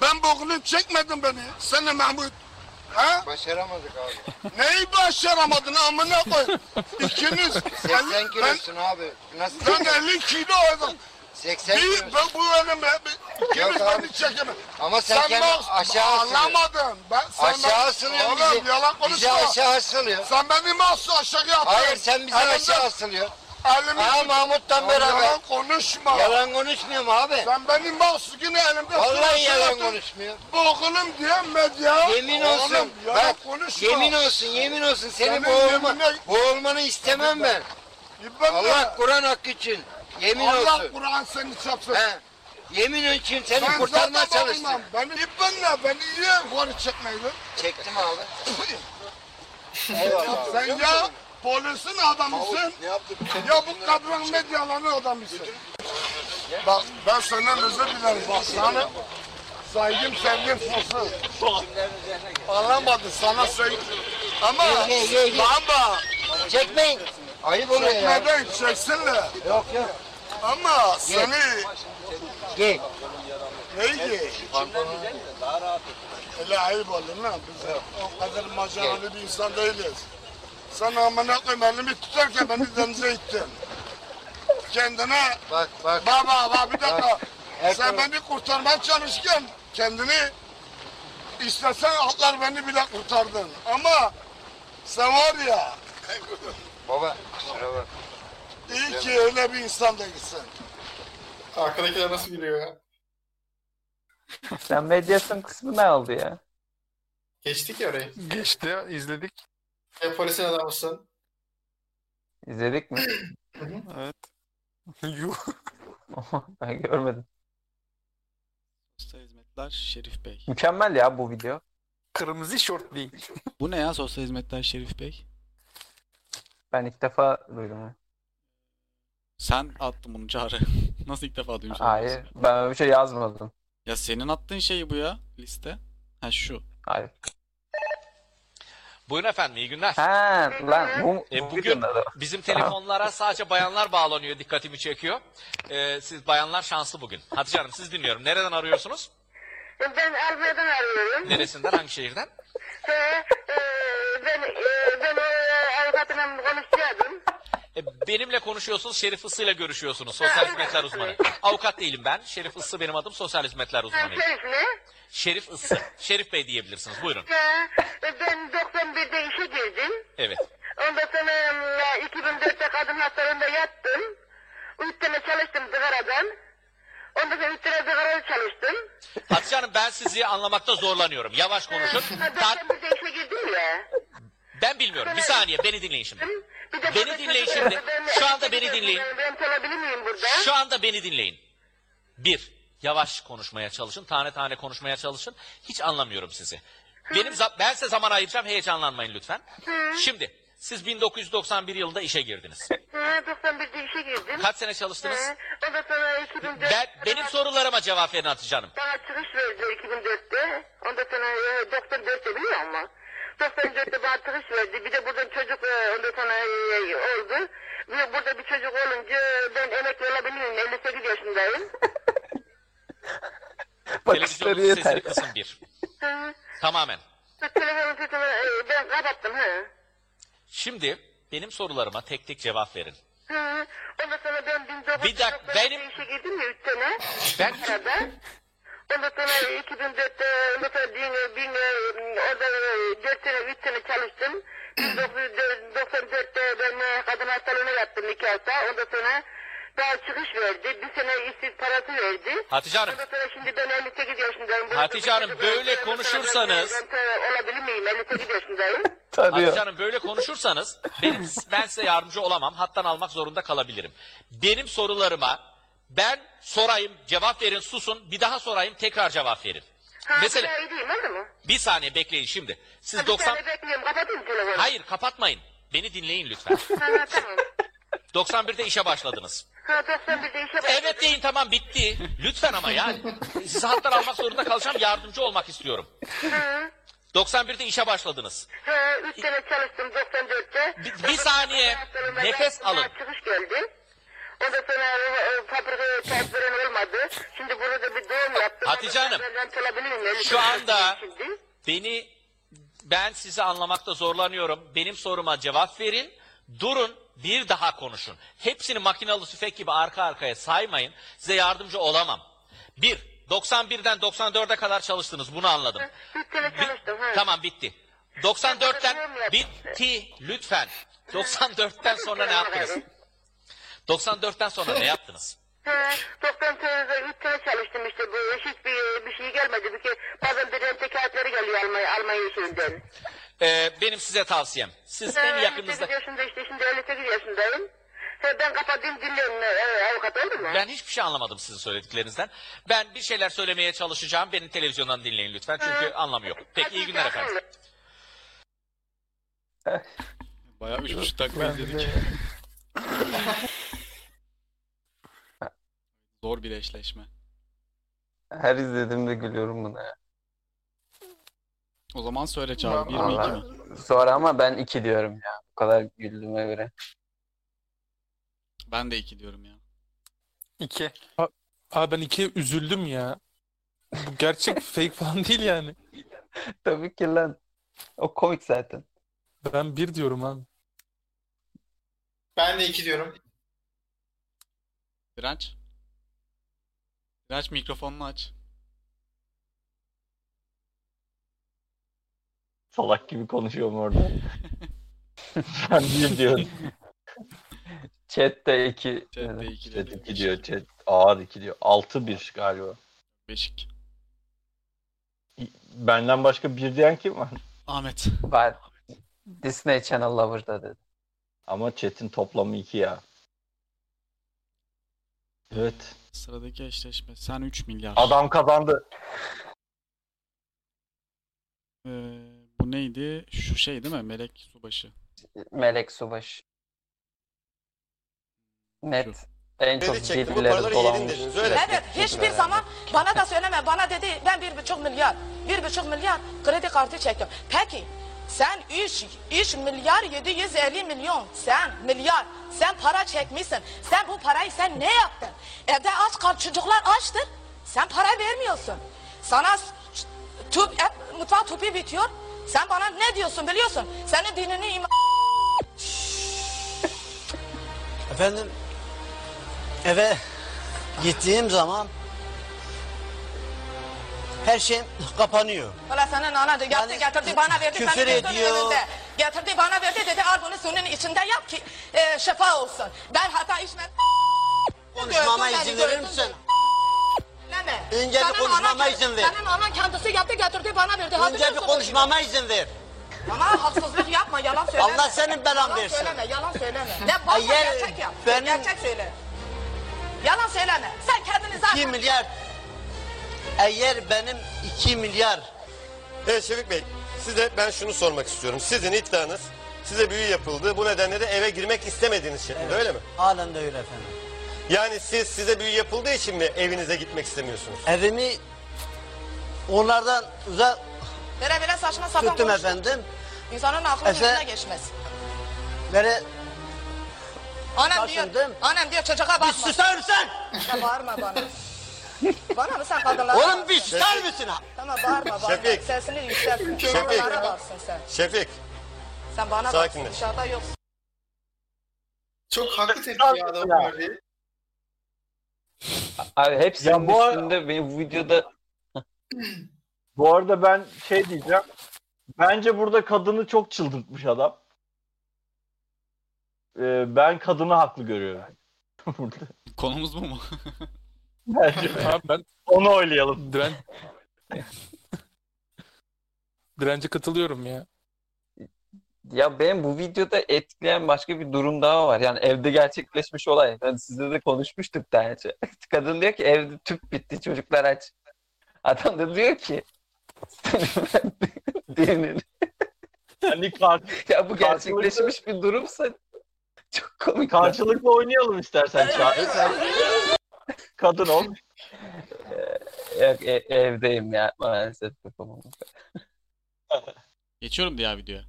[SPEAKER 16] Ben boğulayım çekmedin beni. Sen de Mahmut. Ha?
[SPEAKER 11] Başaramadık abi.
[SPEAKER 16] Neyi başaramadın amına koy. İkiniz.
[SPEAKER 11] 80
[SPEAKER 16] elli- ben-
[SPEAKER 11] kilosun abi. Nasıl?
[SPEAKER 16] Ben 50 kilo oldum.
[SPEAKER 11] 80
[SPEAKER 16] Bir-
[SPEAKER 11] kilosun.
[SPEAKER 16] Ben bu önüm. İkimiz
[SPEAKER 11] Yok abi.
[SPEAKER 16] beni çekemez.
[SPEAKER 11] Ama sen kendini
[SPEAKER 16] bak-
[SPEAKER 11] aşağısın.
[SPEAKER 16] Anlamadın. Ben, sen
[SPEAKER 11] Aşağı
[SPEAKER 16] ben,
[SPEAKER 11] sınıyor
[SPEAKER 16] Oğlum
[SPEAKER 11] bizi.
[SPEAKER 16] yalan
[SPEAKER 11] Bizi
[SPEAKER 16] konuşma.
[SPEAKER 11] aşağı sınıyor.
[SPEAKER 16] Sen beni nasıl aşağıya atıyorsun?
[SPEAKER 11] Hayır sen bizi
[SPEAKER 16] Elimden-
[SPEAKER 11] aşağı asılıyor.
[SPEAKER 16] Elimi
[SPEAKER 11] Aa,
[SPEAKER 16] tut-
[SPEAKER 11] Mahmut'tan
[SPEAKER 16] Ya
[SPEAKER 11] beraber.
[SPEAKER 16] Yalan konuşma.
[SPEAKER 11] Yalan konuşmuyorum abi.
[SPEAKER 16] Sen benim mahsus yine elimde
[SPEAKER 11] Vallahi
[SPEAKER 16] sırasıyla
[SPEAKER 11] yalan
[SPEAKER 16] tut-
[SPEAKER 11] konuşmuyor.
[SPEAKER 16] Bu okulum diyemedi ya.
[SPEAKER 11] Yemin
[SPEAKER 16] Oğlum,
[SPEAKER 11] olsun.
[SPEAKER 16] yalan
[SPEAKER 11] Bak,
[SPEAKER 16] konuşma.
[SPEAKER 11] yemin olsun, yemin olsun. Seni
[SPEAKER 16] Senin
[SPEAKER 11] boğulma,
[SPEAKER 16] yemine-
[SPEAKER 11] boğulmanı istemem ben.
[SPEAKER 16] ben de-
[SPEAKER 11] Allah Kur'an hakkı için. Yemin
[SPEAKER 16] Allah
[SPEAKER 11] olsun.
[SPEAKER 16] Kur'an seni çapsın.
[SPEAKER 11] He. Yemin için seni
[SPEAKER 16] Sen
[SPEAKER 11] kurtarmaya
[SPEAKER 16] zaten
[SPEAKER 11] çalıştım.
[SPEAKER 16] olmam. Beni ipenle beni niye yukarı çekmeydin?
[SPEAKER 11] Çektim abi. Eyvallah.
[SPEAKER 16] Sen ya polisin adamısın. Ya bu kadının medyalarının adamısın. Bak ben senden özür dilerim. Bak sana saygım sevgim sonsuz. Anlamadın sana söyleyeyim. Ama
[SPEAKER 11] Ye, ye, ye, ye.
[SPEAKER 16] ama
[SPEAKER 11] Çekmeyin. Ayıp oluyor ya.
[SPEAKER 16] Çekmeden çeksinler.
[SPEAKER 11] Yok yok.
[SPEAKER 16] Ama
[SPEAKER 11] Ye.
[SPEAKER 16] seni
[SPEAKER 11] Gel.
[SPEAKER 16] Neyi ye? Öyle ayıp olur lan bize. O kadar maceralı bir insan değiliz. Sen amına koyayım elimi tutarken beni denize ittin. Kendine
[SPEAKER 11] Bak bak.
[SPEAKER 16] Baba baba bir dakika.
[SPEAKER 11] Bak, Erkan-
[SPEAKER 16] Sen beni kurtarmaya çalışırken kendini istesen atlar beni bile kurtardın. Ama sen var ya
[SPEAKER 11] Baba kusura bak.
[SPEAKER 16] iyi ki öyle bir insan değilsin.
[SPEAKER 3] Arkadakiler nasıl gülüyor ya?
[SPEAKER 2] Sen medyasın kısmı ne oldu ya?
[SPEAKER 3] Geçtik ya orayı.
[SPEAKER 19] Geçti izledik.
[SPEAKER 3] Ya polisin adamısın.
[SPEAKER 2] İzledik mi?
[SPEAKER 19] Evet.
[SPEAKER 2] ben görmedim.
[SPEAKER 4] Sosyal hizmetler Şerif Bey.
[SPEAKER 2] Mükemmel ya bu video.
[SPEAKER 19] Kırmızı şort değil.
[SPEAKER 4] Bu ne ya sosyal hizmetler Şerif Bey?
[SPEAKER 2] Ben ilk defa duydum. ya.
[SPEAKER 4] Sen attın bunu Çağrı. Nasıl ilk defa duymuş
[SPEAKER 2] Hayır.
[SPEAKER 4] olabilirsin?
[SPEAKER 2] Ben öyle bir şey yazmadım.
[SPEAKER 4] Ya senin attığın şey bu ya liste. Ha şu.
[SPEAKER 2] Hayır.
[SPEAKER 20] Buyurun efendim iyi günler.
[SPEAKER 2] Ha lan bu,
[SPEAKER 20] E,
[SPEAKER 2] bu
[SPEAKER 20] bugün
[SPEAKER 2] videoda-
[SPEAKER 20] bizim telefonlara sadece bayanlar bağlanıyor dikkatimi çekiyor. E, siz bayanlar şanslı bugün. Hatice Hanım siz dinliyorum. Nereden arıyorsunuz?
[SPEAKER 21] Ben Almanya'dan arıyorum.
[SPEAKER 20] Neresinden hangi şehirden?
[SPEAKER 21] Ee, e, ben e, ben e, avukatımla konuşuyordum.
[SPEAKER 20] E, benimle konuşuyorsunuz Şerif Isı'yla görüşüyorsunuz. Sosyal hizmetler uzmanı. Avukat değilim ben. Şerif Isı benim adım sosyal hizmetler uzmanıyım.
[SPEAKER 21] Şerif mi?
[SPEAKER 20] Şerif Isı. Şerif Bey diyebilirsiniz buyurun.
[SPEAKER 21] Ya, e, ben 91'de işe girdim.
[SPEAKER 20] Evet.
[SPEAKER 21] Ondan sonra e, 2004'te kadın hastalığında yattım. Üç sene çalıştım zıgaradan. Ondan sonra üç sene zıgaralı çalıştım.
[SPEAKER 20] Hatice Hanım ben sizi anlamakta zorlanıyorum. Yavaş konuşun.
[SPEAKER 21] Ha, Ben Temmuz'da işe girdim ya.
[SPEAKER 20] Ben bilmiyorum. Bir saniye beni dinleyin şimdi.
[SPEAKER 21] Bir de
[SPEAKER 20] Beni dinleyin şimdi. Şu anda beni dinleyin.
[SPEAKER 21] Ben çalabilir miyim burada?
[SPEAKER 20] Şu anda beni dinleyin. Bir, yavaş konuşmaya çalışın. Tane tane konuşmaya çalışın. Hiç anlamıyorum sizi. Benim za- ben size zaman ayıracağım. Heyecanlanmayın lütfen. Şimdi siz 1991 yılında işe girdiniz.
[SPEAKER 21] Ha, 91'de işe girdim.
[SPEAKER 20] Kaç sene çalıştınız?
[SPEAKER 21] Ha, Ondan sonra 2004'te
[SPEAKER 20] Ben, benim sorularıma cevap verin Hatice Hanım.
[SPEAKER 21] bana çıkış verdi 2004'te. Ondan sonra e, 94'te biliyor musun? 94'te bana çıkış verdi. Bir de burada çocuk e, ondan sonra e, oldu. Bir de burada bir çocuk olunca ben emekli olabilirim. 58 yaşındayım.
[SPEAKER 20] Televizyonun
[SPEAKER 2] Bakışları yeter.
[SPEAKER 20] sesini kısın bir.
[SPEAKER 21] Hı.
[SPEAKER 20] Tamamen.
[SPEAKER 21] Telefonu sesimi e, ben kapattım. Hı.
[SPEAKER 20] Şimdi benim sorularıma tek tek cevap verin.
[SPEAKER 21] Hı. Ondan sonra ben 1994'te
[SPEAKER 20] Bir dakika, benim-
[SPEAKER 21] işe girdim ya 3 sene.
[SPEAKER 20] Ben
[SPEAKER 21] Beraber. Ondan sonra 2004'te e, ondan sonra bin, bin, e, orada 4 sene 3 sene çalıştım. e, 1994'te ben kadın hastalığına yattım iki hafta. Ondan sonra Daha çıkış verdi. Bir sene işsiz parası verdi.
[SPEAKER 20] Hatice Hanım.
[SPEAKER 21] Ondan sonra şimdi ben 58 yaşındayım. Burada
[SPEAKER 20] Hatice Hanım,
[SPEAKER 21] çocuk var.
[SPEAKER 20] böyle
[SPEAKER 21] Sonra
[SPEAKER 20] konuşursanız-
[SPEAKER 21] ben sonra Olabilir miyim? 58 yaşındayım.
[SPEAKER 20] Hatice Hanım böyle konuşursanız benim, ben size yardımcı olamam. Hattan almak zorunda kalabilirim. Benim sorularıma ben sorayım cevap verin susun bir daha sorayım tekrar cevap verin.
[SPEAKER 21] Ha,
[SPEAKER 20] Mesela
[SPEAKER 21] bir daha iyi değil, olur mu?
[SPEAKER 20] bir saniye bekleyin şimdi. Siz
[SPEAKER 21] Ha, bir
[SPEAKER 20] 90
[SPEAKER 21] tane bekliyorum. Kapatın mı telefonu.
[SPEAKER 20] Hayır kapatmayın. Beni dinleyin lütfen.
[SPEAKER 21] Ha, tamam.
[SPEAKER 20] 91'de işe başladınız.
[SPEAKER 21] Ha, 91'de işe başladım.
[SPEAKER 20] Evet deyin tamam bitti. Lütfen ama yani. Sizi hattan almak zorunda kalacağım yardımcı olmak istiyorum.
[SPEAKER 21] Hı.
[SPEAKER 20] 91'de işe başladınız.
[SPEAKER 21] Ha, 3 sene çalıştım 94'te.
[SPEAKER 20] Bir, bir saniye nefes alın.
[SPEAKER 21] Çıkış geldi. Ondan sonra e, e, fabrikaya sahip veren olmadı. Şimdi burada da bir doğum yaptım.
[SPEAKER 20] Hatice
[SPEAKER 21] Ondan
[SPEAKER 20] Hanım,
[SPEAKER 21] sonra ben kalabilir miyim? Yani
[SPEAKER 20] şu anda-
[SPEAKER 21] şimdi.
[SPEAKER 20] Beni ben sizi anlamakta zorlanıyorum. Benim soruma cevap verin. Durun bir daha konuşun. Hepsini makinalı tüfek gibi arka arkaya saymayın. Size yardımcı olamam. Bir, 91'den 94'e kadar çalıştınız bunu anladım.
[SPEAKER 21] Üç sene çalıştım. Ha.
[SPEAKER 20] Tamam bitti. 94'ten bitti lütfen. 94'ten sonra ne yaptınız? 94'ten sonra ne yaptınız?
[SPEAKER 21] Ha, 98'de 3 sene çalıştım işte. Bu, hiçbir bir şey gelmedi. Bir şey, bazen bir rente kağıtları geliyor Almanya, Almanya şeyinden.
[SPEAKER 20] Ee, benim size tavsiyem. Siz
[SPEAKER 21] Ha,
[SPEAKER 20] en
[SPEAKER 21] 58
[SPEAKER 20] yakınızda
[SPEAKER 21] yaşında işte şimdi 58 yaşındayım. Ha, ben kapatayım dinliyorum e, avukat olur mu?
[SPEAKER 20] Ben hiçbir şey anlamadım sizin söylediklerinizden. Ben bir şeyler söylemeye çalışacağım. Beni televizyondan dinleyin lütfen çünkü anlamı yok. Peki iyi günler efendim.
[SPEAKER 4] Bayağı 3,5 dakika
[SPEAKER 20] Ben
[SPEAKER 4] izledik. Zor bir eşleşme.
[SPEAKER 2] Her izlediğimde gülüyorum buna ya.
[SPEAKER 4] O zaman söyle Çağrı 22 mi?
[SPEAKER 2] Vallahi Sonra ama ben 2 diyorum ya. Bu kadar güldüğüme göre.
[SPEAKER 4] Ben de 2 diyorum ya.
[SPEAKER 3] 2.
[SPEAKER 6] Aa ben ikiye üzüldüm ya. Bu gerçek fake falan değil yani.
[SPEAKER 2] Tabii ki lan. O komik zaten.
[SPEAKER 6] Ben bir diyorum abi.
[SPEAKER 5] Ben de 2 diyorum.
[SPEAKER 4] Direnç. Direnç mikrofonunu aç.
[SPEAKER 1] Salak gibi konuşuyorum orada. ben bir diyorum.
[SPEAKER 2] Chat de iki.
[SPEAKER 1] Chat de iki, diyor. Chat ağır iki diyor. Altı bir galiba.
[SPEAKER 4] Beşik.
[SPEAKER 1] Benden başka bir diyen kim var?
[SPEAKER 4] Ahmet.
[SPEAKER 2] Var. Disney Channel Lover'da dedi.
[SPEAKER 1] Ama chat'in toplamı iki ya. Evet.
[SPEAKER 4] Sıradaki eşleşme. Sen 3 milyar.
[SPEAKER 1] Adam kazandı.
[SPEAKER 4] Ee, bu neydi? Şu şey değil mi? Melek Subaşı.
[SPEAKER 2] Melek Subaş. Net. En çok
[SPEAKER 4] Kredi çektim, bu
[SPEAKER 2] ciltleri
[SPEAKER 4] paraları
[SPEAKER 2] dolanmış.
[SPEAKER 4] yedin dediniz, öyle.
[SPEAKER 9] Evet hiçbir zaman bana da söyleme. Bana dedi ben bir buçuk milyar, bir buçuk milyar kredi kartı çektim. Peki sen 3, 3 milyar 750 milyon sen milyar sen para çekmişsin. Sen bu parayı sen ne yaptın? Evde aç kal çocuklar açtır. Sen para vermiyorsun. Sana s- tüp, hep mutfak tüpü bitiyor. Sen bana ne diyorsun biliyorsun? Senin dinini iman...
[SPEAKER 8] Efendim eve gittiğim zaman her şey kapanıyor.
[SPEAKER 9] Valla senin anan da yaptı getirdi bana verdi
[SPEAKER 8] küfür
[SPEAKER 9] senin gözünün
[SPEAKER 8] ediyor.
[SPEAKER 9] önünde. Getirdi bana verdi dedi al bunu suyunun içinde yap ki e, şifa olsun. Ben hata içmem.
[SPEAKER 8] Konuşmama
[SPEAKER 9] Gördün beni,
[SPEAKER 8] izin verir
[SPEAKER 9] gördün
[SPEAKER 8] misin?
[SPEAKER 9] Dinleme.
[SPEAKER 8] Önce bir
[SPEAKER 9] Senin
[SPEAKER 8] konuşmama
[SPEAKER 9] anan-
[SPEAKER 8] izin ver.
[SPEAKER 9] Senin anan kendisi yaptı getirdi bana verdi.
[SPEAKER 8] Önce bir konuşmama izin ver.
[SPEAKER 9] Ama haksızlık yapma yalan söyleme.
[SPEAKER 8] Allah senin belanı
[SPEAKER 9] Yalan
[SPEAKER 8] versin.
[SPEAKER 9] söyleme yalan söyleme. Ne bak
[SPEAKER 8] Eğer
[SPEAKER 9] gerçek yap.
[SPEAKER 8] benim-
[SPEAKER 9] Gerçek söyle. Yalan söyleme. Sen kendini zaten...
[SPEAKER 8] 2 milyar. Eğer benim 2 milyar.
[SPEAKER 22] Evet Şevik Bey, size ben şunu sormak istiyorum. Sizin iddianız size büyü yapıldı. Bu nedenle de eve girmek istemediğiniz şeklinde öyle mi?
[SPEAKER 8] Halen de öyle efendim.
[SPEAKER 22] Yani siz size büyü yapıldığı için mi evinize gitmek istemiyorsunuz?
[SPEAKER 8] Evimi onlardan uzak
[SPEAKER 9] Böyle böyle saçma sapan
[SPEAKER 8] tuttum
[SPEAKER 9] konuşma.
[SPEAKER 8] efendim.
[SPEAKER 9] İnsanın aklının
[SPEAKER 8] Efe-
[SPEAKER 9] önüne geçmez.
[SPEAKER 8] Böyle
[SPEAKER 9] Anam diyor, anam diyor çocuğa bakma. Bir susar mısın? Ya bağırma bana. bana mı sen kadınlara?
[SPEAKER 8] Oğlum bir
[SPEAKER 9] bağırsın?
[SPEAKER 8] susar mısın? ha?
[SPEAKER 9] Tamam bağırma bana.
[SPEAKER 22] Şefik.
[SPEAKER 9] Sesini yükseltme.
[SPEAKER 22] Şefik.
[SPEAKER 9] Kadınlara bağırsın sen.
[SPEAKER 22] Şefik,
[SPEAKER 9] Sen bana
[SPEAKER 22] Sakinleş.
[SPEAKER 9] bağırsın dışarıda yoksun.
[SPEAKER 5] Çok haklı tepki ya adam verdi.
[SPEAKER 2] Abi hepsinin
[SPEAKER 1] Ya bu ara-
[SPEAKER 2] üstünde benim videoda
[SPEAKER 1] Bu arada ben şey diyeceğim. Bence burada kadını çok çıldırtmış adam. Ee, ben kadını haklı görüyorum. burada.
[SPEAKER 4] Konumuz bu mu?
[SPEAKER 1] Abi ben onu oylayalım.
[SPEAKER 6] Diren... Dirence katılıyorum ya.
[SPEAKER 2] Ya benim bu videoda etkileyen başka bir durum daha var. Yani evde gerçekleşmiş olay. Yani sizle de konuşmuştuk daha önce. Kadın diyor ki evde tüp bitti çocuklar aç. Adam da diyor ki dinin.
[SPEAKER 1] Hani kart,
[SPEAKER 2] ya bu gerçekleşmiş bir durumsa çok komik.
[SPEAKER 1] Karşılıklı oynayalım istersen Çağrı. Sen kadın ol.
[SPEAKER 2] Yok, e- evdeyim ya maalesef yapamam.
[SPEAKER 4] Geçiyorum diğer videoya.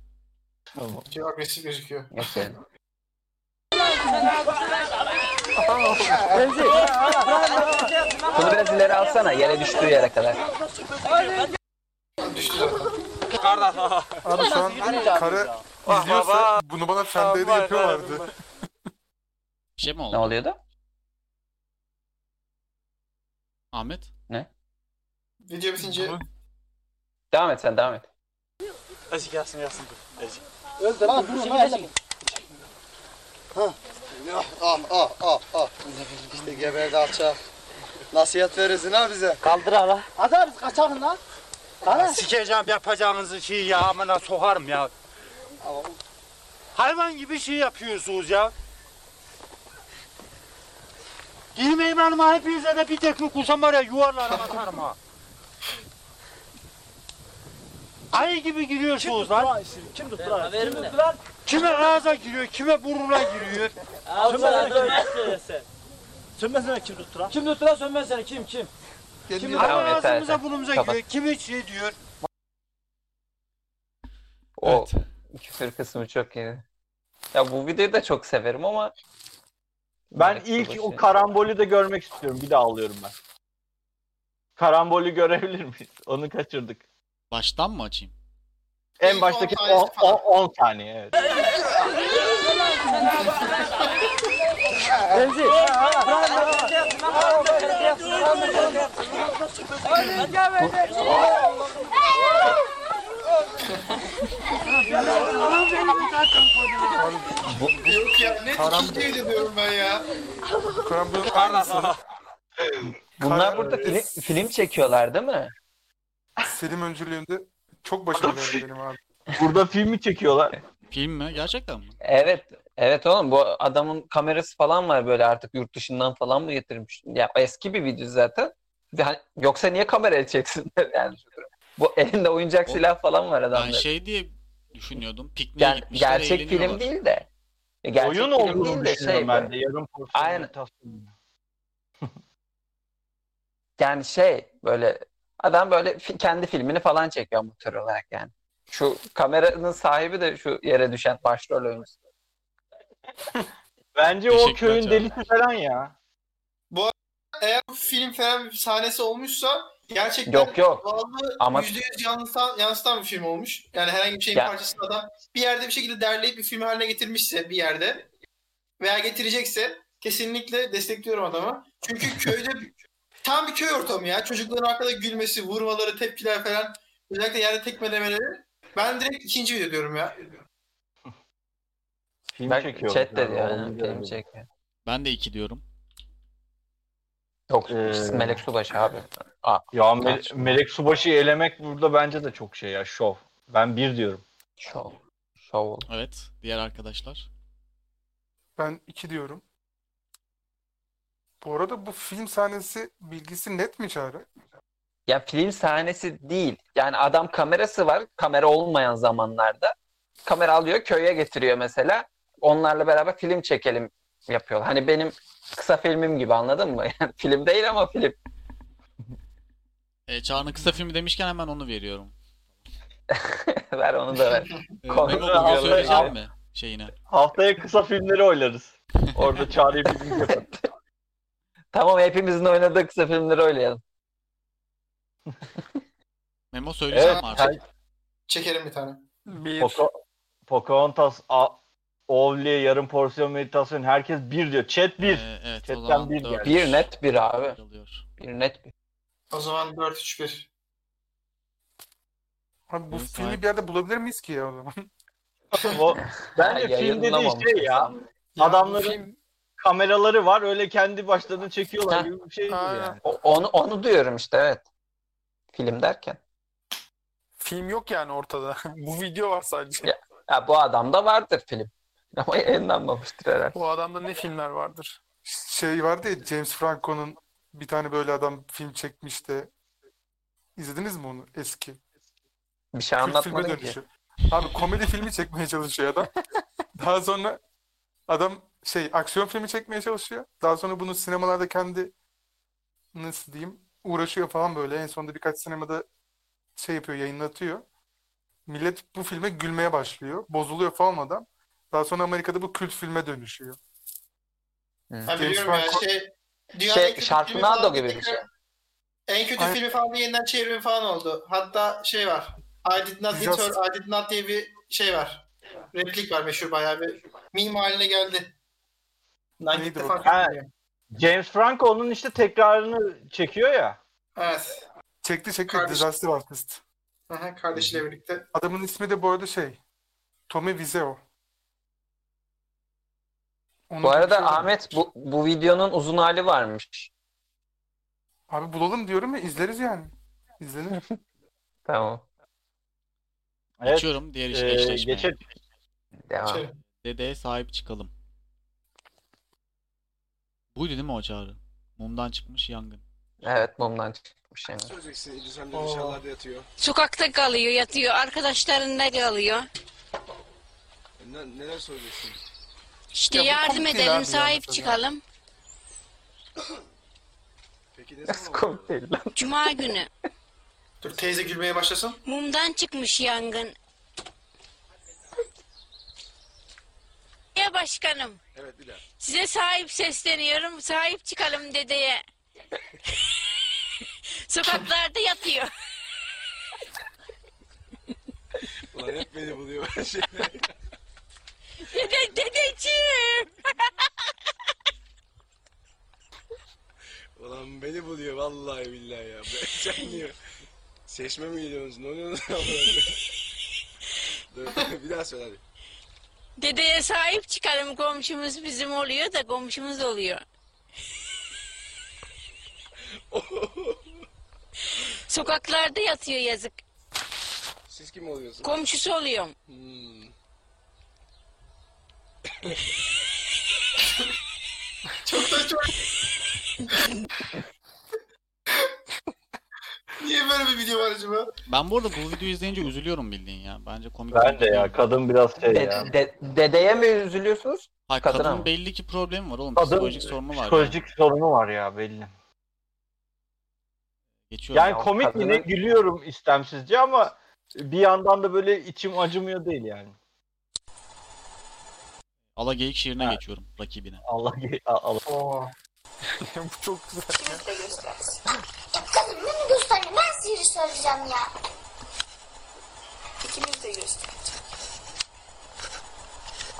[SPEAKER 2] Tamam.
[SPEAKER 5] Çok agresif Şey gözüküyor.
[SPEAKER 2] Remzi. Bunu biraz ileri alsana yere düştüğü yere kadar.
[SPEAKER 6] Abi şu an karı izliyorsa bunu bana fenderi yapıyorlardı.
[SPEAKER 4] Bir şey mi oldu?
[SPEAKER 2] Ne oluyordu?
[SPEAKER 4] Ahmet?
[SPEAKER 2] Ne?
[SPEAKER 5] Video bitince...
[SPEAKER 2] Devam et sen devam et.
[SPEAKER 16] Ezik yazsın yazsın dur. Ezik.
[SPEAKER 11] Öldü lan.
[SPEAKER 16] dur,
[SPEAKER 11] Şimdi
[SPEAKER 16] lan,
[SPEAKER 11] ezik.
[SPEAKER 17] Ah ah ah ah ah. İşte geberdi alçak. Nasihat verirsin ha bize.
[SPEAKER 16] Kaldır hala.
[SPEAKER 11] Atarız kaçarın lan.
[SPEAKER 16] Ana. Sikeceğim yapacağınızı şey ya amına sokarım ya. Hayvan gibi şey yapıyorsunuz ya. Girmeyin hanıma hepinize de bir tekme kursam var ya yuvarlara atarım ha. Ayı gibi giriyorsunuz lan.
[SPEAKER 11] Kim tuttu lan?
[SPEAKER 16] Kim tuttu lan? Kime ağza giriyor, kime burnuna giriyor.
[SPEAKER 11] Sönmesene kim
[SPEAKER 16] Sönmezler
[SPEAKER 11] tuttu lan sen? Sönmesene kim tuttu lan? Kim tuttu lan sönmesene kim kim?
[SPEAKER 16] Kim
[SPEAKER 11] Kim
[SPEAKER 16] Ama
[SPEAKER 11] tuttu?
[SPEAKER 16] ağzımıza burnumuza giriyor, kimi şey diyor.
[SPEAKER 2] O küfür kısmı çok iyi. Ya bu videoyu da çok severim ama şey-
[SPEAKER 1] Ben ilk o karambolü de görmek istiyorum. Bir daha alıyorum ben. Karambolü görebilir miyiz? Onu kaçırdık.
[SPEAKER 4] Baştan mı açayım?
[SPEAKER 1] En baştaki 10 saniye evet.
[SPEAKER 11] Remzi.
[SPEAKER 5] Yok ya ne tutucuydu diyorum ben ya.
[SPEAKER 6] Karambol aynısı.
[SPEAKER 2] bunlar burada film, film çekiyorlar değil mi?
[SPEAKER 6] Selim öncülüğünde çok başarılı geldi benim abi.
[SPEAKER 1] Burada filmi çekiyorlar.
[SPEAKER 4] Film mi? Gerçekten mi?
[SPEAKER 2] Evet. Evet oğlum bu adamın kamerası falan var böyle artık yurt dışından falan mı getirmiş? Ya eski bir video zaten. Yani yoksa niye kameraya çeksinler yani? Bu elinde oyuncak silah falan var adamda.
[SPEAKER 4] Ben şey diye düşünüyordum. Pikniğe
[SPEAKER 2] Ger-
[SPEAKER 4] gitmişler
[SPEAKER 2] gerçek film
[SPEAKER 4] eğleniyorlar.
[SPEAKER 2] değil de. E, Gerçek
[SPEAKER 1] Oyun
[SPEAKER 2] film
[SPEAKER 1] olduğunu
[SPEAKER 2] değil şey
[SPEAKER 1] düşünüyorum ben de.
[SPEAKER 2] böyle-
[SPEAKER 1] Yarım porsiyon
[SPEAKER 2] Aynen.
[SPEAKER 1] imitasyon.
[SPEAKER 2] Yani şey böyle adam böyle fi- kendi filmini falan çekiyor amatör olarak yani. Şu kameranın sahibi de şu yere düşen başrol oyuncusu.
[SPEAKER 1] Bence o
[SPEAKER 2] Teşekkürler
[SPEAKER 1] köyün
[SPEAKER 2] canım.
[SPEAKER 1] delisi falan ya.
[SPEAKER 5] Bu arada eğer bu film falan bir sahnesi olmuşsa gerçekten
[SPEAKER 2] Yok, yok.
[SPEAKER 5] bazı
[SPEAKER 2] Ama-
[SPEAKER 5] %100 yansıtan, yansıtan bir film olmuş. Yani herhangi bir şeyin
[SPEAKER 2] Ya-
[SPEAKER 5] parçasını adam bir yerde bir şekilde derleyip bir film haline getirmişse bir yerde veya getirecekse kesinlikle destekliyorum adamı. Çünkü köyde tam bir köy ortamı ya. Çocukların arkada gülmesi, vurmaları, tepkiler falan. Özellikle yerde tekme demeleri. Ben direkt ikinci video diyorum ya.
[SPEAKER 1] Film
[SPEAKER 2] Ben
[SPEAKER 1] çekiyor.
[SPEAKER 2] chat de
[SPEAKER 1] Yani onu
[SPEAKER 2] diyor yani, film
[SPEAKER 1] görebilirim.
[SPEAKER 2] çekiyor.
[SPEAKER 4] Ben de iki diyorum.
[SPEAKER 2] Yok Melek Subaşı abi. Aa,
[SPEAKER 1] Ee, Ya Me- Melek Subaşı'yı elemek burada bence de çok şey ya şov. Ben bir diyorum.
[SPEAKER 2] Şov. Şov.
[SPEAKER 4] Evet. Diğer arkadaşlar.
[SPEAKER 6] Ben iki diyorum. Bu arada bu film sahnesi bilgisi net mi Çağrı?
[SPEAKER 2] Ya film sahnesi değil. Yani adam kamerası var. Kamera olmayan zamanlarda. Kamera alıyor köye getiriyor mesela. Onlarla beraber film çekelim yapıyorlar. Hani benim kısa filmim gibi anladın mı? Yani film değil ama film.
[SPEAKER 4] E, Çağrı'nın kısa filmi demişken hemen onu veriyorum.
[SPEAKER 2] ver onu da ver.
[SPEAKER 4] E,
[SPEAKER 2] Konu-
[SPEAKER 4] Mega Bugün
[SPEAKER 1] Al- al.
[SPEAKER 4] söyleyeceğim mi? Şeyine.
[SPEAKER 1] Haftaya kısa filmleri oylarız. Orada çağrıyı bir gün yapalım.
[SPEAKER 2] Tamam hepimizin oynadığı kısa filmleri oynayalım.
[SPEAKER 4] Memo söyleyeceğim mi artık.
[SPEAKER 5] Çekelim bir tane.
[SPEAKER 1] Poco- Pocahontas, A- Ovli, yarım porsiyon meditasyon herkes bir diyor. Chat bir.
[SPEAKER 4] evet,
[SPEAKER 1] Chatten
[SPEAKER 2] zaman
[SPEAKER 1] bir
[SPEAKER 2] dört.
[SPEAKER 1] geldi.
[SPEAKER 2] Bir net bir abi. Bir net bir.
[SPEAKER 5] O zaman 4-3-1.
[SPEAKER 6] Abi bu
[SPEAKER 5] Evet,
[SPEAKER 6] filmi
[SPEAKER 5] hayır.
[SPEAKER 6] bir yerde bulabilir miyiz ki ya o zaman?
[SPEAKER 1] O, bence
[SPEAKER 6] Ya,
[SPEAKER 1] film dediği
[SPEAKER 6] yayınlamamış
[SPEAKER 1] şey ya.
[SPEAKER 6] Ya bu
[SPEAKER 1] Adamların
[SPEAKER 6] film-
[SPEAKER 1] kameraları var öyle kendi başlarına çekiyorlar gibi bir şey gibi yani.
[SPEAKER 2] O- Onu, onu diyorum işte evet. Film derken.
[SPEAKER 3] Film yok yani ortada. bu video var sadece.
[SPEAKER 2] Ya, ya bu adamda vardır film. Ama yayınlanmamıştır herhalde.
[SPEAKER 3] Bu adamda ne filmler vardır?
[SPEAKER 17] Şey vardı ya James Franco'nun bir tane böyle adam film çekmişti. İzlediniz mi onu? Eski.
[SPEAKER 2] Bir şey
[SPEAKER 17] Kült filme
[SPEAKER 2] anlatmadın ki.
[SPEAKER 17] dönüşü. Abi komedi filmi çekmeye çalışıyor adam. Daha sonra adam şey aksiyon filmi çekmeye çalışıyor. Daha sonra bunu sinemalarda kendi nasıl diyeyim uğraşıyor falan böyle. En sonunda birkaç sinemada şey yapıyor yayınlatıyor. Millet bu filme gülmeye başlıyor. Bozuluyor falan adam. Daha sonra Amerika'da bu kült filme dönüşüyor.
[SPEAKER 5] Ha, biliyorum
[SPEAKER 17] James
[SPEAKER 5] ya
[SPEAKER 17] Franco-
[SPEAKER 5] şey.
[SPEAKER 17] Şey,
[SPEAKER 5] en kötü
[SPEAKER 17] Sharknado
[SPEAKER 5] filmi falan
[SPEAKER 17] gibi bir
[SPEAKER 5] tekrar-
[SPEAKER 17] şey.
[SPEAKER 5] En kötü
[SPEAKER 17] Aynen.
[SPEAKER 5] filmi falan diye yeniden çevrimi falan oldu. Hatta şey var. I did not hit
[SPEAKER 17] Just-
[SPEAKER 5] her, I did not diye bir şey var. Replik var meşhur bayağı bir. Meme haline geldi. Lan gitti fark
[SPEAKER 1] Ha,
[SPEAKER 5] etmiyor.
[SPEAKER 1] James Franco onun işte tekrarını çekiyor ya.
[SPEAKER 5] Evet.
[SPEAKER 17] Çekti çekti Disaster Artist.
[SPEAKER 5] Aha, kardeşiyle birlikte.
[SPEAKER 17] Adamın ismi de bu arada şey. Tommy Wiseau. Onun
[SPEAKER 2] Bu
[SPEAKER 17] gibi
[SPEAKER 2] arada
[SPEAKER 17] bir şey var.
[SPEAKER 2] Ahmet bu, bu videonun uzun hali varmış.
[SPEAKER 17] Abi bulalım diyorum ya izleriz yani. İzlenir.
[SPEAKER 2] Tamam.
[SPEAKER 1] Evet.
[SPEAKER 4] Geçiyorum diğer işe
[SPEAKER 1] Ee,
[SPEAKER 4] eşleşmeye.
[SPEAKER 1] geçelim.
[SPEAKER 2] Devam.
[SPEAKER 4] Dedeye sahip çıkalım. Buydu değil mi o çağrı? Mumdan çıkmış yangın.
[SPEAKER 2] Evet mumdan çıkmış yani.
[SPEAKER 11] Söyleyeceksin Eylül sen de dışarılarda yatıyor.
[SPEAKER 21] Sokakta kalıyor, yatıyor. Arkadaşlarında kalıyor.
[SPEAKER 11] Ne, neler söyleyeceksin?
[SPEAKER 21] İşte
[SPEAKER 11] Ya bu
[SPEAKER 21] yardım
[SPEAKER 11] komik değil
[SPEAKER 21] edelim,
[SPEAKER 11] abi
[SPEAKER 21] sahip
[SPEAKER 11] yalnız.
[SPEAKER 21] çıkalım.
[SPEAKER 11] Peki ne zaman
[SPEAKER 2] Komik değil lan.
[SPEAKER 21] Cuma günü.
[SPEAKER 5] Dur teyze gülmeye başlasın.
[SPEAKER 21] Mumdan çıkmış yangın. Ya başkanım,
[SPEAKER 11] Evet Dilan.
[SPEAKER 21] size sahip sesleniyorum. Sahip çıkalım dedeye. Sokaklarda yatıyor.
[SPEAKER 11] Ulan hep beni buluyor. Şey,
[SPEAKER 21] Dede, dedeciğim.
[SPEAKER 11] Ulan beni buluyor vallahi billahi ya. Ben- Sen niye? Seçme mi geliyorsunuz? Ne oluyorsunuz? Amına koyayım. Dur bir daha söyle hadi.
[SPEAKER 21] Dedeye sahip çıkalım. Komşumuz bizim oluyor da komşumuz oluyor. Sokaklarda yatıyor yazık.
[SPEAKER 11] Siz kim oluyorsunuz?
[SPEAKER 21] Komşusu oluyorum.
[SPEAKER 11] Hmm.
[SPEAKER 5] Çok saçma. Niye böyle bir video var acaba?
[SPEAKER 4] Ben bu arada bu videoyu izleyince üzülüyorum bildiğin ya. Bence komik.
[SPEAKER 1] Ben de ya kadın biraz şey
[SPEAKER 4] De-
[SPEAKER 1] ya.
[SPEAKER 2] dedeye mi üzülüyorsunuz?
[SPEAKER 4] Hayır,
[SPEAKER 1] kadına
[SPEAKER 4] kadının
[SPEAKER 1] mı?
[SPEAKER 4] belli ki problemi var oğlum.
[SPEAKER 1] Kadın
[SPEAKER 4] psikolojik sorunu var.
[SPEAKER 1] Psikolojik sorunu var ya belli.
[SPEAKER 4] Geçiyorum
[SPEAKER 1] Yani
[SPEAKER 4] ya.
[SPEAKER 1] komik yine gülüyorum istemsizce ama bir yandan da böyle içim acımıyor değil yani.
[SPEAKER 4] Ala geyik şiirine geçiyorum rakibine.
[SPEAKER 1] Allah Allah.
[SPEAKER 4] Bu çok güzel.
[SPEAKER 8] Kadın bunu göster. Ben sihiri söyleyeceğim ya. İkimiz de göstereceğiz.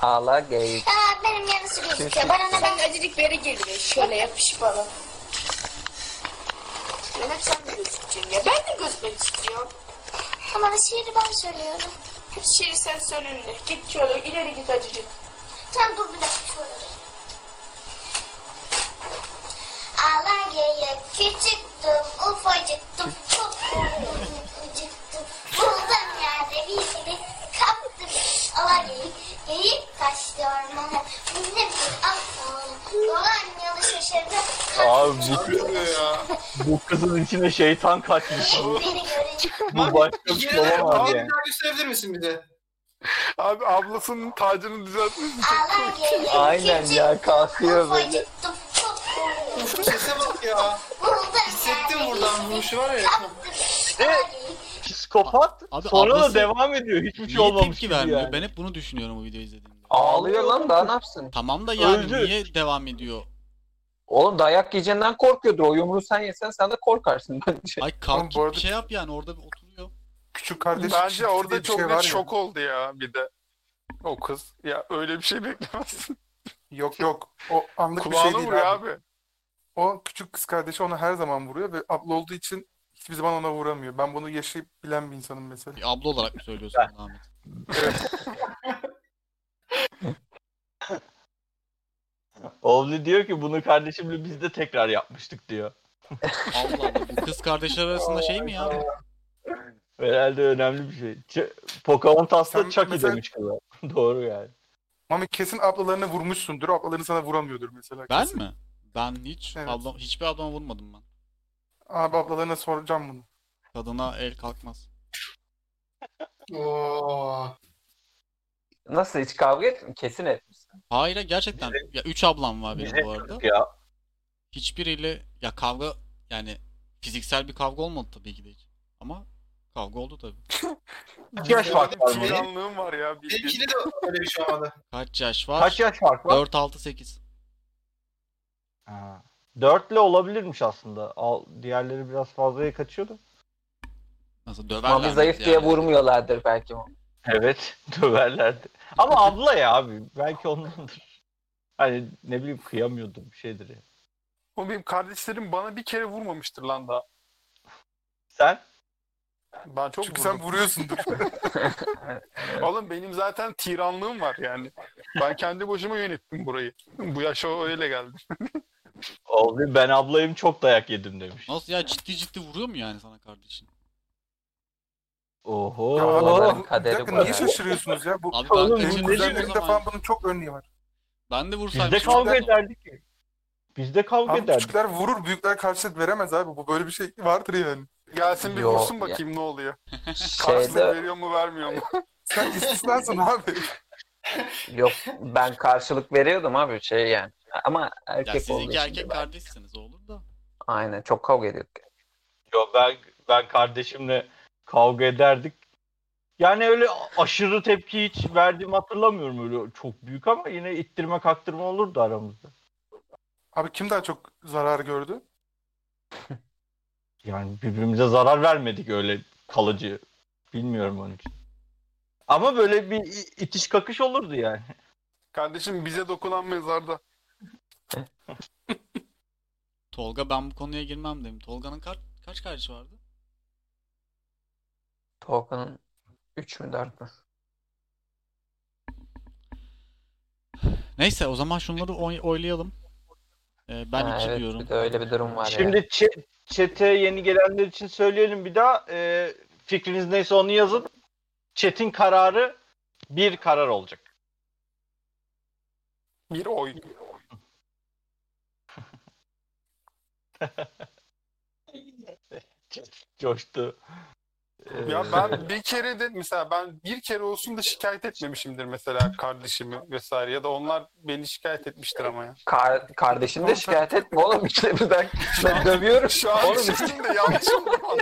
[SPEAKER 2] Ağla geyik.
[SPEAKER 8] Aa, benim yanısı gözüküyor. Bana ne ben acılık beri geliyor. Şöyle yapışık bana. Ben hep sen de gözükeceksin ya. Ben de gözükmek istiyorum. Ama şiiri ben söylüyorum. Şiiri sen söyle önüne. Git şöyle ileri git acıcık. Sen dur bir dakika şöyle. Alanya'ya küçüktüm, ufacıktım, çok ufacıktım. Buldum yerde birini kaptım. Alanya'yı geyik kaçtı ormana. Annem bir affoğlu, Dolanyalı şaşırdı.
[SPEAKER 1] Abi
[SPEAKER 5] bu,
[SPEAKER 1] bu kızın içine şeytan kaçmış. Bu-
[SPEAKER 8] Beni görünce
[SPEAKER 1] bu başka bir
[SPEAKER 5] Yine
[SPEAKER 1] şey olamaz
[SPEAKER 5] abi
[SPEAKER 1] yani.
[SPEAKER 5] daha gösterebilir misin bize?
[SPEAKER 17] Abi ablasının tacını düzeltmiş.
[SPEAKER 8] Alanya'ya
[SPEAKER 2] Aynen ya kalkıyor böyle.
[SPEAKER 8] ufacıktım, çok
[SPEAKER 5] Uf,
[SPEAKER 8] ufacıktım.
[SPEAKER 5] sese bak ya. Hissettim buradan bu işi var ya.
[SPEAKER 1] Psikopat
[SPEAKER 4] Abi
[SPEAKER 1] sonra
[SPEAKER 4] ablası
[SPEAKER 1] da devam ediyor. Hiçbir şey
[SPEAKER 4] niye
[SPEAKER 1] olmamış
[SPEAKER 4] tepki
[SPEAKER 1] gibi
[SPEAKER 4] vermiyor?
[SPEAKER 1] yani.
[SPEAKER 4] Ben hep bunu düşünüyorum o videoyu izlediğimde.
[SPEAKER 2] Ağlıyor lan daha ne yapsın?
[SPEAKER 4] Tamam da yani
[SPEAKER 2] Öldü.
[SPEAKER 4] niye devam ediyor?
[SPEAKER 2] Oğlum dayak yiyeceğinden korkuyordur. O yumruğu sen yesen sen de korkarsın bence.
[SPEAKER 4] Ay
[SPEAKER 2] kalk
[SPEAKER 4] Git bir şey yap yani orada bir otur.
[SPEAKER 17] Küçük kardeş
[SPEAKER 3] Bence orada çok net
[SPEAKER 17] şok.
[SPEAKER 3] şok oldu ya bir de. O kız. Ya öyle bir şey beklemezsin.
[SPEAKER 17] Yok yok. O anlık bir şey
[SPEAKER 3] Kulağına
[SPEAKER 17] değil
[SPEAKER 3] vuruyor
[SPEAKER 17] abi. O küçük kız kardeşi ona her zaman vuruyor ve abla olduğu için hiçbir zaman ona vuramıyor. Ben bunu yaşayıp bilen bir insanım mesela.
[SPEAKER 4] Bir abla olarak mı söylüyorsun bunu Ahmet?
[SPEAKER 17] Evet.
[SPEAKER 1] Ovli diyor ki bunu kardeşimle biz de tekrar yapmıştık diyor.
[SPEAKER 4] Allah Allah bu kız kardeşler arasında şey mi ya?
[SPEAKER 1] Herhalde önemli bir şey. Ç- Pocahontas'ta
[SPEAKER 6] Sen
[SPEAKER 1] Chucky
[SPEAKER 6] mesela-
[SPEAKER 1] demiş kıza. Doğru yani.
[SPEAKER 6] Mami kesin ablalarına vurmuşsundur. Ablaların sana vuramıyordur mesela.
[SPEAKER 4] Ben
[SPEAKER 6] kesin.
[SPEAKER 4] mi? Ben hiç
[SPEAKER 6] Evet.
[SPEAKER 4] ablam, hiçbir ablama vurmadım ben.
[SPEAKER 6] Abi ablalarına soracağım bunu.
[SPEAKER 4] Kadına el kalkmaz.
[SPEAKER 2] Nasıl hiç kavga etmiyor? Kesin etmiş.
[SPEAKER 4] Hayır gerçekten. Ya üç ablam var benim
[SPEAKER 2] Bize
[SPEAKER 4] bu arada.
[SPEAKER 2] yok ya.
[SPEAKER 4] Hiçbiriyle ya kavga yani fiziksel bir kavga olmadı tabii ki de hiç. Ama kavga oldu tabii.
[SPEAKER 1] Yaş farkı var mı?
[SPEAKER 6] Hayranlığım var ya.
[SPEAKER 5] Benimkinde de öyle bir şey olmadı.
[SPEAKER 4] Kaç yaş var?
[SPEAKER 1] Kaç yaş fark var?
[SPEAKER 4] 4, 6, 8.
[SPEAKER 1] Ha. Dörtle olabilirmiş aslında. Al, diğerleri biraz fazlaya kaçıyordu.
[SPEAKER 4] Nasıl
[SPEAKER 2] Mami zayıf diye vurmuyorlardır belki.
[SPEAKER 1] Evet döverlerdi. Ama abla ya abi. Belki ondandır. Hani ne bileyim kıyamıyordum bir şeydir ya.
[SPEAKER 3] Oğlum benim kardeşlerim bana bir kere vurmamıştır lan daha.
[SPEAKER 1] Sen?
[SPEAKER 3] Ben çok
[SPEAKER 6] Çünkü sen vuruyorsundur.
[SPEAKER 3] Oğlum benim zaten tiranlığım var yani. Ben kendi başıma yönettim burayı. Bu yaşa öyle geldim.
[SPEAKER 1] Oğlum ben ablayım çok dayak yedim demiş.
[SPEAKER 4] Nasıl ya ciddi ciddi vuruyor mu yani sana kardeşin?
[SPEAKER 1] Oho.
[SPEAKER 6] Ya ablaların
[SPEAKER 4] Bir kaderi
[SPEAKER 6] dakika,
[SPEAKER 4] bu
[SPEAKER 6] niye
[SPEAKER 4] ya.
[SPEAKER 6] şaşırıyorsunuz ya? Bu
[SPEAKER 4] Abi ben
[SPEAKER 6] Oğlum,
[SPEAKER 4] kaçırdım
[SPEAKER 6] benim
[SPEAKER 4] o
[SPEAKER 6] kuzenlerimde
[SPEAKER 4] zaman.
[SPEAKER 6] falan bunun çok örneği var.
[SPEAKER 4] Ben de vursaydım.
[SPEAKER 1] Bizde kavga
[SPEAKER 4] Cidden-
[SPEAKER 1] ederdik ki. Bizde kavga
[SPEAKER 6] Abi
[SPEAKER 1] ederdik.
[SPEAKER 6] küçükler vurur, büyükler karşılık veremez abi. Bu böyle bir şey vardır yani.
[SPEAKER 3] Gelsin bir
[SPEAKER 6] Yo,
[SPEAKER 3] vursun
[SPEAKER 6] ya.
[SPEAKER 3] bakayım ne oluyor.
[SPEAKER 2] Şeyde-
[SPEAKER 3] Karşılık veriyor mu vermiyor mu?
[SPEAKER 6] Sen istisnansın abi.
[SPEAKER 2] Yok ben karşılık veriyordum abi şey yani. Ama erkek
[SPEAKER 4] Ya siz
[SPEAKER 2] olduğu
[SPEAKER 4] iki
[SPEAKER 2] için
[SPEAKER 4] erkek
[SPEAKER 2] de-
[SPEAKER 4] kardeşsiniz olur da.
[SPEAKER 2] Aynen çok kavga ediyorduk.
[SPEAKER 1] Yo, ben ben kardeşimle kavga ederdik. Yani öyle aşırı tepki hiç verdiğimi hatırlamıyorum öyle çok büyük ama yine ittirme kaktırma olurdu aramızda.
[SPEAKER 6] Abi kim daha çok zarar gördü?
[SPEAKER 1] Yani birbirimize zarar vermedik öyle kalıcı. Bilmiyorum onun için. Ama böyle bir i- itiş kakış olurdu yani.
[SPEAKER 3] Kardeşim bize dokunan mezarda.
[SPEAKER 4] Tolga ben bu konuya girmem dedim. Tolga'nın kaç kaç kardeşi vardı?
[SPEAKER 2] Tolga'nın 3 mü 4 mü?
[SPEAKER 4] Neyse o zaman şunları oy- oylayalım. Ee, ben
[SPEAKER 2] Ha,
[SPEAKER 4] iki
[SPEAKER 2] evet,
[SPEAKER 4] diyorum.
[SPEAKER 2] bir de öyle bir durum var
[SPEAKER 1] Şimdi çe- çete yeni gelenler için söyleyelim bir daha. Ee, fikriniz neyse onu yazın. Çetin kararı bir karar olacak.
[SPEAKER 3] Bir oy.
[SPEAKER 1] Coştu.
[SPEAKER 3] Ya
[SPEAKER 1] Ee,
[SPEAKER 3] ben bir kere de mesela ben bir kere olsun da şikayet etmemişimdir mesela kardeşimi vesaire ya da onlar beni şikayet etmiştir ama ya.
[SPEAKER 2] Kar kardeşini de şikayet etme oğlum işte birden ben dövüyorum.
[SPEAKER 3] Şu an
[SPEAKER 2] oğlum,
[SPEAKER 3] düşündüm de yanlış oldu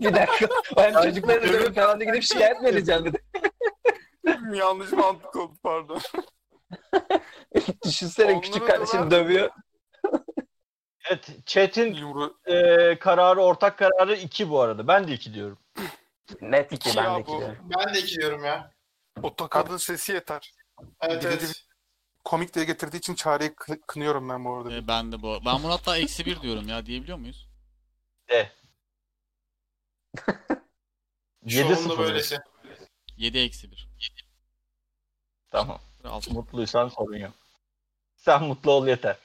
[SPEAKER 2] bir dakika ben çocukları dövüyorum falan diye gidip şikayet mi edeceğim bir de.
[SPEAKER 3] mantık. yanlış mantık oldu pardon.
[SPEAKER 2] Düşünsene küçük kardeşini dövüyor.
[SPEAKER 1] Evet, chat'in e, kararı, ortak kararı 2 bu arada. Ben de 2 diyorum.
[SPEAKER 2] Net
[SPEAKER 3] İki ya bu.
[SPEAKER 5] Ben de iki diyorum ya.
[SPEAKER 6] O takadın sesi yeter.
[SPEAKER 5] Evet,
[SPEAKER 6] Birinci
[SPEAKER 5] evet.
[SPEAKER 6] komik diye getirdiği için çareyi kı- kınıyorum ben bu arada.
[SPEAKER 4] Ee, ben de bu. Ben bunu hatta eksi bir diyorum ya diyebiliyor muyuz?
[SPEAKER 1] De.
[SPEAKER 4] Yedi
[SPEAKER 5] Çoğunluğu
[SPEAKER 4] sıfır.
[SPEAKER 5] böylesi.
[SPEAKER 4] 7 eksi 1.
[SPEAKER 1] Tamam. Mutluysan sorun yok. Sen mutlu ol yeter.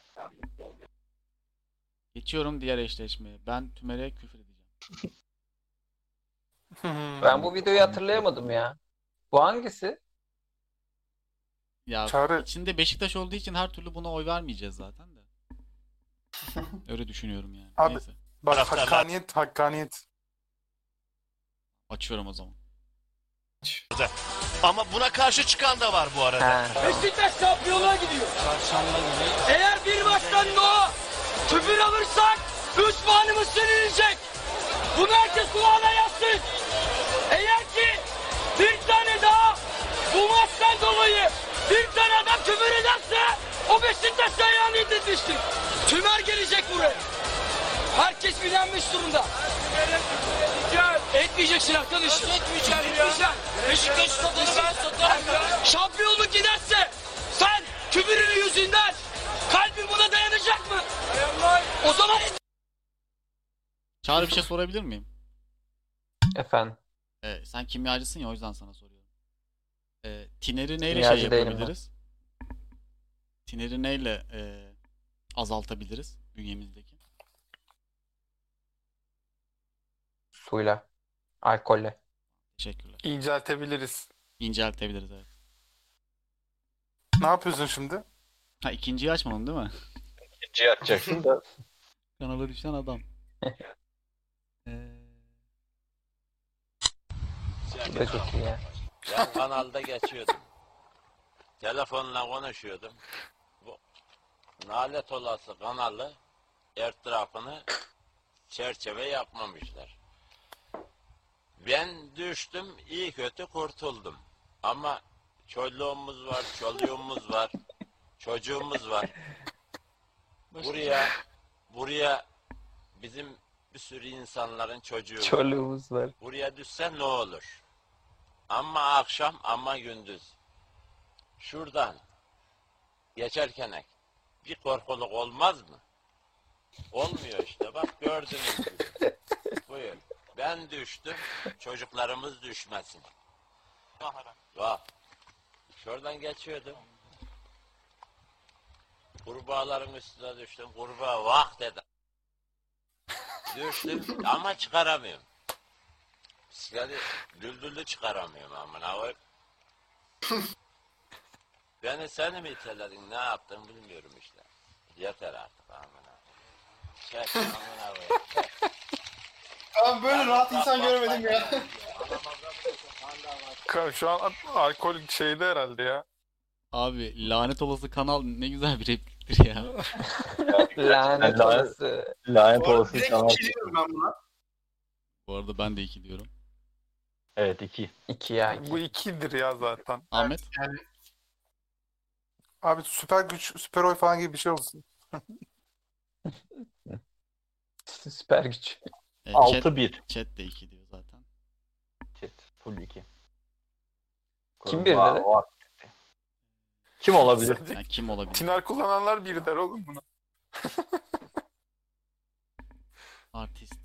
[SPEAKER 4] Geçiyorum diğer eşleşmeye. Ben Tümer'e küfür edeceğim.
[SPEAKER 2] Ben bu videoyu hatırlayamadım ya. Bu hangisi?
[SPEAKER 4] Ya
[SPEAKER 2] Çağrı-
[SPEAKER 4] içinde Beşiktaş olduğu için her türlü buna oy vermeyeceğiz zaten de. Öyle düşünüyorum yani.
[SPEAKER 6] Abi
[SPEAKER 4] Neyse.
[SPEAKER 6] bak hakkaniyet hakkaniyet.
[SPEAKER 4] Açıyorum o zaman.
[SPEAKER 16] Ama buna karşı çıkan da var bu arada.
[SPEAKER 11] Beşiktaş şampiyonluğa gidiyor. Eğer bir maçtan da o küfür alırsak üç puanımız silinecek. Bunu herkes kulağına yazsın. Eğer ki bir tane daha bu maçtan dolayı bir tane adam küfür ederse o Beşiktaş'ta ayağını indirmiştir. Tümer gelecek buraya. Herkes bilenmiş durumda. Etmeyeceksin arkadaşım. Etmeyeceğim ya. Beşiktaş satarı ben satarım ya. Şampiyonluk giderse sen kübürünü yüzünden kalbin buna dayanacak mı? Dayanmaz. O zaman
[SPEAKER 4] Çağrı bir şey sorabilir miyim?
[SPEAKER 2] Efendim.
[SPEAKER 4] Ee, sen kimyacısın ya o yüzden sana soruyorum. Ee, Tiner'i neyle
[SPEAKER 2] Kimyacı
[SPEAKER 4] şey
[SPEAKER 2] değilim ben.
[SPEAKER 4] yapabiliriz? Tiner'i neyle e, azaltabiliriz bünyemizdeki?
[SPEAKER 2] Suyla, alkolle.
[SPEAKER 4] Teşekkürler.
[SPEAKER 3] İnceltebiliriz.
[SPEAKER 4] İnceltebiliriz evet.
[SPEAKER 3] Ne yapıyorsun şimdi?
[SPEAKER 4] Ha ikinciyi açmadın değil mi?
[SPEAKER 1] İkinciyi açacaksın da.
[SPEAKER 4] Kanala düşen adam. Ee,
[SPEAKER 2] Bu da çok iyi ya.
[SPEAKER 14] Ya kanalda geçiyordum. Telefonla konuşuyordum. Bu nalet olası kanalı etrafını çerçeve yapmamışlar. Ben düştüm, iyi kötü kurtuldum. Ama çoluğumuz var, çoluğumuz var, çocuğumuz var. Buraya, buraya bizim bir sürü insanların çocuğu var.
[SPEAKER 2] Çoluğumuz var.
[SPEAKER 14] Buraya düşse ne olur? Ama akşam ama gündüz. Şuradan geçerken bir korkuluk olmaz mı? Olmuyor işte. Bak gördünüz gibi. Buyur. Ben düştüm. Çocuklarımız düşmesin. Bak. Şuradan geçiyordum. Kurbağaların üstüne düştüm. Kurbağa vah dedi. Düştüm ama çıkaramıyorum. Bisikleti düldüllü çıkaramıyorum amına koyayım. Beni seni mi iteledin ne yaptın bilmiyorum işte. Yeter artık amına. koyayım. Çek amına koyayım.
[SPEAKER 5] Abi böyle rahat insan görmedim ya.
[SPEAKER 3] Ka- Şu an al- alkol şeyde herhalde ya.
[SPEAKER 4] Abi lanet olası kanal ne güzel bir repliktir ya.
[SPEAKER 1] Lanet olası. Lanet olası kanal.
[SPEAKER 5] ben buna.
[SPEAKER 4] Bu arada ben de iki diyorum.
[SPEAKER 1] Evet iki.
[SPEAKER 2] İki ya.
[SPEAKER 3] Bu ikidir ya zaten.
[SPEAKER 4] Ahmet?
[SPEAKER 3] Yani... Abi süper güç, süper oy falan gibi bir şey olsun.
[SPEAKER 2] Süper güç.
[SPEAKER 4] E, chat-
[SPEAKER 1] 6-1.
[SPEAKER 4] Chat de 2 diyor zaten.
[SPEAKER 1] Chat full 2.
[SPEAKER 2] Kim bir dedi?
[SPEAKER 1] Kim olabilir?
[SPEAKER 4] Yani kim olabilir?
[SPEAKER 3] Tiner kullananlar bir der oğlum buna.
[SPEAKER 4] Artist.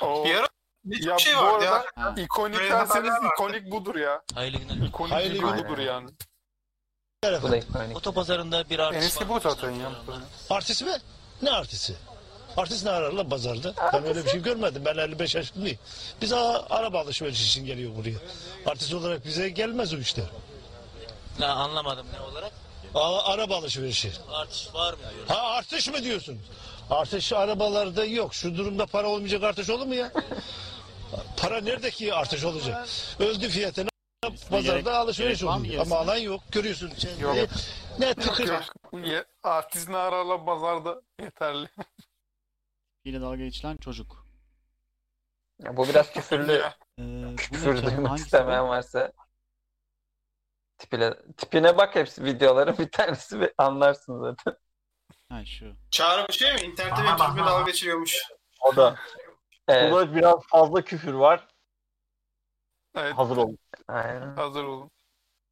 [SPEAKER 3] Oo.
[SPEAKER 4] Bir ara
[SPEAKER 3] ya bu
[SPEAKER 4] şey vardı ya.
[SPEAKER 3] arada
[SPEAKER 4] Ha.
[SPEAKER 3] ikonik
[SPEAKER 4] Böyle
[SPEAKER 3] derseniz
[SPEAKER 4] haberler vardı.
[SPEAKER 3] ikonik budur ya.
[SPEAKER 14] Hayırlı
[SPEAKER 3] günler. İkonik
[SPEAKER 14] Hayırlı
[SPEAKER 3] video
[SPEAKER 14] günler.
[SPEAKER 3] budur yani.
[SPEAKER 14] Bu da
[SPEAKER 3] ikonik.
[SPEAKER 14] Otopazarında bir
[SPEAKER 3] En eski bu zaten ya.
[SPEAKER 15] Artist mi? Ne artisti? Artist ne arar lan pazarda? Ben öyle bir şey görmedim. Ben 55 yaşındayım. Biz a- araba alışverişi için geliyor buraya. Artist olarak bize gelmez o işler.
[SPEAKER 14] Ne anlamadım ne olarak?
[SPEAKER 15] A- araba alışverişi.
[SPEAKER 14] Artış var mı diyor.
[SPEAKER 15] Ha artış mı diyorsun? Artış arabalarda yok. Şu durumda para olmayacak artış olur mu ya? Para nerede ki artış olacak? Öldü fiyatına
[SPEAKER 3] gerek-
[SPEAKER 15] pazarda alışveriş
[SPEAKER 3] gerek var mı
[SPEAKER 15] oluyor.
[SPEAKER 3] gerisine?
[SPEAKER 15] Ama alan yok. Görüyorsun. Sen
[SPEAKER 3] Yok.
[SPEAKER 15] Ne, ne
[SPEAKER 3] Yok
[SPEAKER 15] tıkır.
[SPEAKER 3] yok. Ye- Artist ne ararlar pazarda yeterli.
[SPEAKER 4] Yine dalga geçilen çocuk.
[SPEAKER 2] Ya bu biraz küfürlü.
[SPEAKER 4] Ee,
[SPEAKER 2] Küfür
[SPEAKER 4] canım?
[SPEAKER 2] duymak
[SPEAKER 4] Hangisi
[SPEAKER 2] istemeyen varsa tipine, tipine bak hepsi videoların bir tanesi ve anlarsın zaten.
[SPEAKER 4] Ha şu.
[SPEAKER 5] Çağrı bir şey mi? İnternette benim tipime dalga geçiriyormuş.
[SPEAKER 1] O da.
[SPEAKER 2] Evet.
[SPEAKER 1] Burada biraz fazla küfür var. Hazır olun.
[SPEAKER 3] Hazır olun.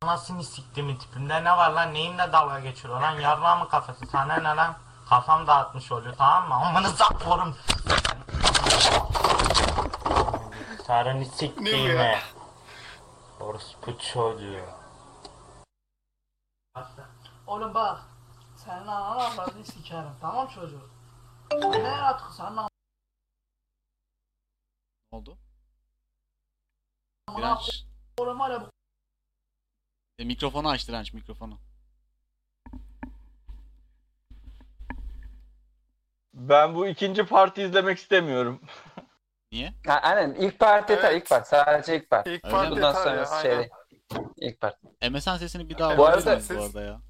[SPEAKER 23] Anasını siktimin tipimde ne var lan neyinle dalga geçiyor lan yarra mı kafası sana ne lan kafam dağıtmış oluyor tamam mı amını zaporum Tarını siktiğime Orospu çocuğu
[SPEAKER 18] Oğlum bak. Senin ananı avradını sikerim. Tamam çocuğum. Ne artık senin ananı
[SPEAKER 4] Ne oldu?
[SPEAKER 18] amına
[SPEAKER 4] Direnç.
[SPEAKER 18] oğlum var ya bu
[SPEAKER 4] E, mikrofonu aç direnç mikrofonu.
[SPEAKER 1] Ben bu ikinci parti izlemek istemiyorum.
[SPEAKER 4] Niye?
[SPEAKER 2] Ha, aynen ilk parti yeter ilk part sadece ilk part.
[SPEAKER 1] İlk
[SPEAKER 4] part
[SPEAKER 2] Bundan
[SPEAKER 4] yeter ya,
[SPEAKER 2] sonrası şey
[SPEAKER 4] aynen.
[SPEAKER 2] değil. İlk part.
[SPEAKER 4] MSN sesini bir daha
[SPEAKER 2] Bu
[SPEAKER 4] alabilir
[SPEAKER 2] arada-
[SPEAKER 4] miyiz bu arada ya?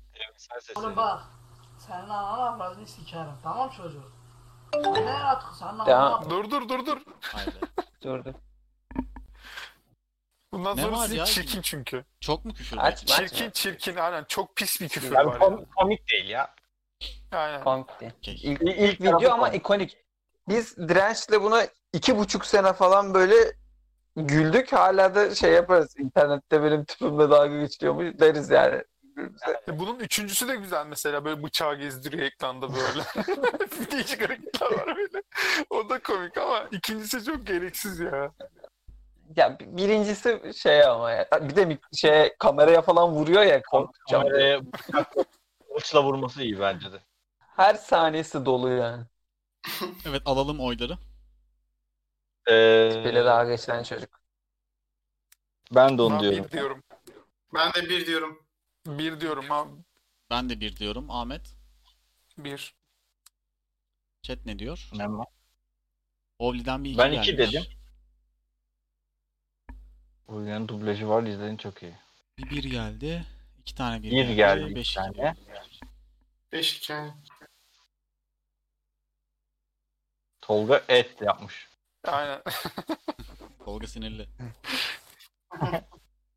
[SPEAKER 18] oğlum bak. Senin ananı avradını sikerim. Tamam çocuğum. Ne artık senin ananı
[SPEAKER 2] Devam.
[SPEAKER 18] avradını-
[SPEAKER 3] Dur dur dur dur.
[SPEAKER 2] Dur dur.
[SPEAKER 3] Bundan
[SPEAKER 4] Ne var
[SPEAKER 3] sonra
[SPEAKER 4] ya?
[SPEAKER 3] sizi çirkin çünkü.
[SPEAKER 4] Çok mu küfür?
[SPEAKER 3] Aç,
[SPEAKER 4] var?
[SPEAKER 3] çirkin çirkin aynen çok pis bir küfür
[SPEAKER 1] Yani
[SPEAKER 3] var.
[SPEAKER 1] kom- komik değil ya.
[SPEAKER 3] Aynen.
[SPEAKER 2] Komik değil.
[SPEAKER 4] İlk,
[SPEAKER 2] ilk video ama ikonik. Biz dirençle buna iki buçuk sene falan böyle güldük. Hala da şey yaparız. İnternette benim tipimle dalga geçiyormuş deriz yani.
[SPEAKER 3] E, Bunun üçüncüsü de güzel mesela böyle bıçağı gezdiriyor ekranda böyle. Değişik hareketler var böyle. O da komik ama ikincisi çok gereksiz ya.
[SPEAKER 2] Ya bi- birincisi şey ama ya. Bir de mik- şey kameraya falan vuruyor ya korkacağım.
[SPEAKER 1] Kameraya Kılıçla vurması iyi bence de.
[SPEAKER 2] Her saniyesi dolu yani.
[SPEAKER 4] Evet alalım oyları.
[SPEAKER 1] Ee,
[SPEAKER 4] Ee,
[SPEAKER 2] Tipiyle daha geçen çocuk.
[SPEAKER 1] Ben de
[SPEAKER 4] onu diyorum.
[SPEAKER 3] Bir diyorum.
[SPEAKER 24] Ben de bir diyorum.
[SPEAKER 3] Bir diyorum abi.
[SPEAKER 4] Ben de bir diyorum. Ahmet.
[SPEAKER 3] Bir.
[SPEAKER 4] Chat ne diyor? Ovli'den bir iki
[SPEAKER 1] Ben iki
[SPEAKER 4] gelmiş.
[SPEAKER 1] dedim. Oyunun dublajı var izleyin çok iyi.
[SPEAKER 4] Bir, bir geldi. İki tane bir,
[SPEAKER 1] Bir geldi iki
[SPEAKER 4] Beş iki
[SPEAKER 1] tane.
[SPEAKER 4] geldi.
[SPEAKER 24] Beş hikaye.
[SPEAKER 1] Tolga et yapmış.
[SPEAKER 3] Aynen.
[SPEAKER 4] Tolga sinirli.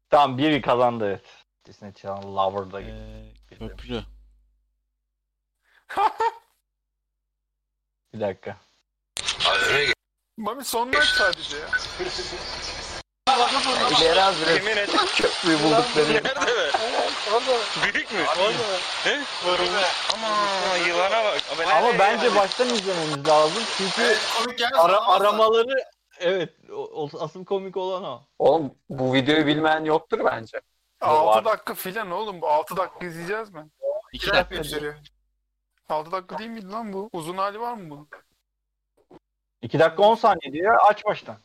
[SPEAKER 1] Tamam biri kazandı evet. Disney Channel Lover'da gitti.
[SPEAKER 4] Ee, Köprü.
[SPEAKER 1] Bir dakika.
[SPEAKER 3] Mami son maç sadece ya.
[SPEAKER 2] İleri az biraz köprüyü bulduk dedi.
[SPEAKER 16] Büyük mü? He? Ama yılana bak.
[SPEAKER 1] Ama bence baştan izlememiz lazım çünkü ara, aramaları evet o, o- asıl komik olan o.
[SPEAKER 2] Oğlum bu videoyu bilmeyen yoktur bence.
[SPEAKER 3] 6 dakika filan oğlum. 6 dakika izleyeceğiz mi?
[SPEAKER 4] 2 dakika
[SPEAKER 3] sürüyor. 6 dakika değil miydi lan bu? Uzun hali var mı bunun?
[SPEAKER 1] 2 dakika 10 saniye diyor aç baştan.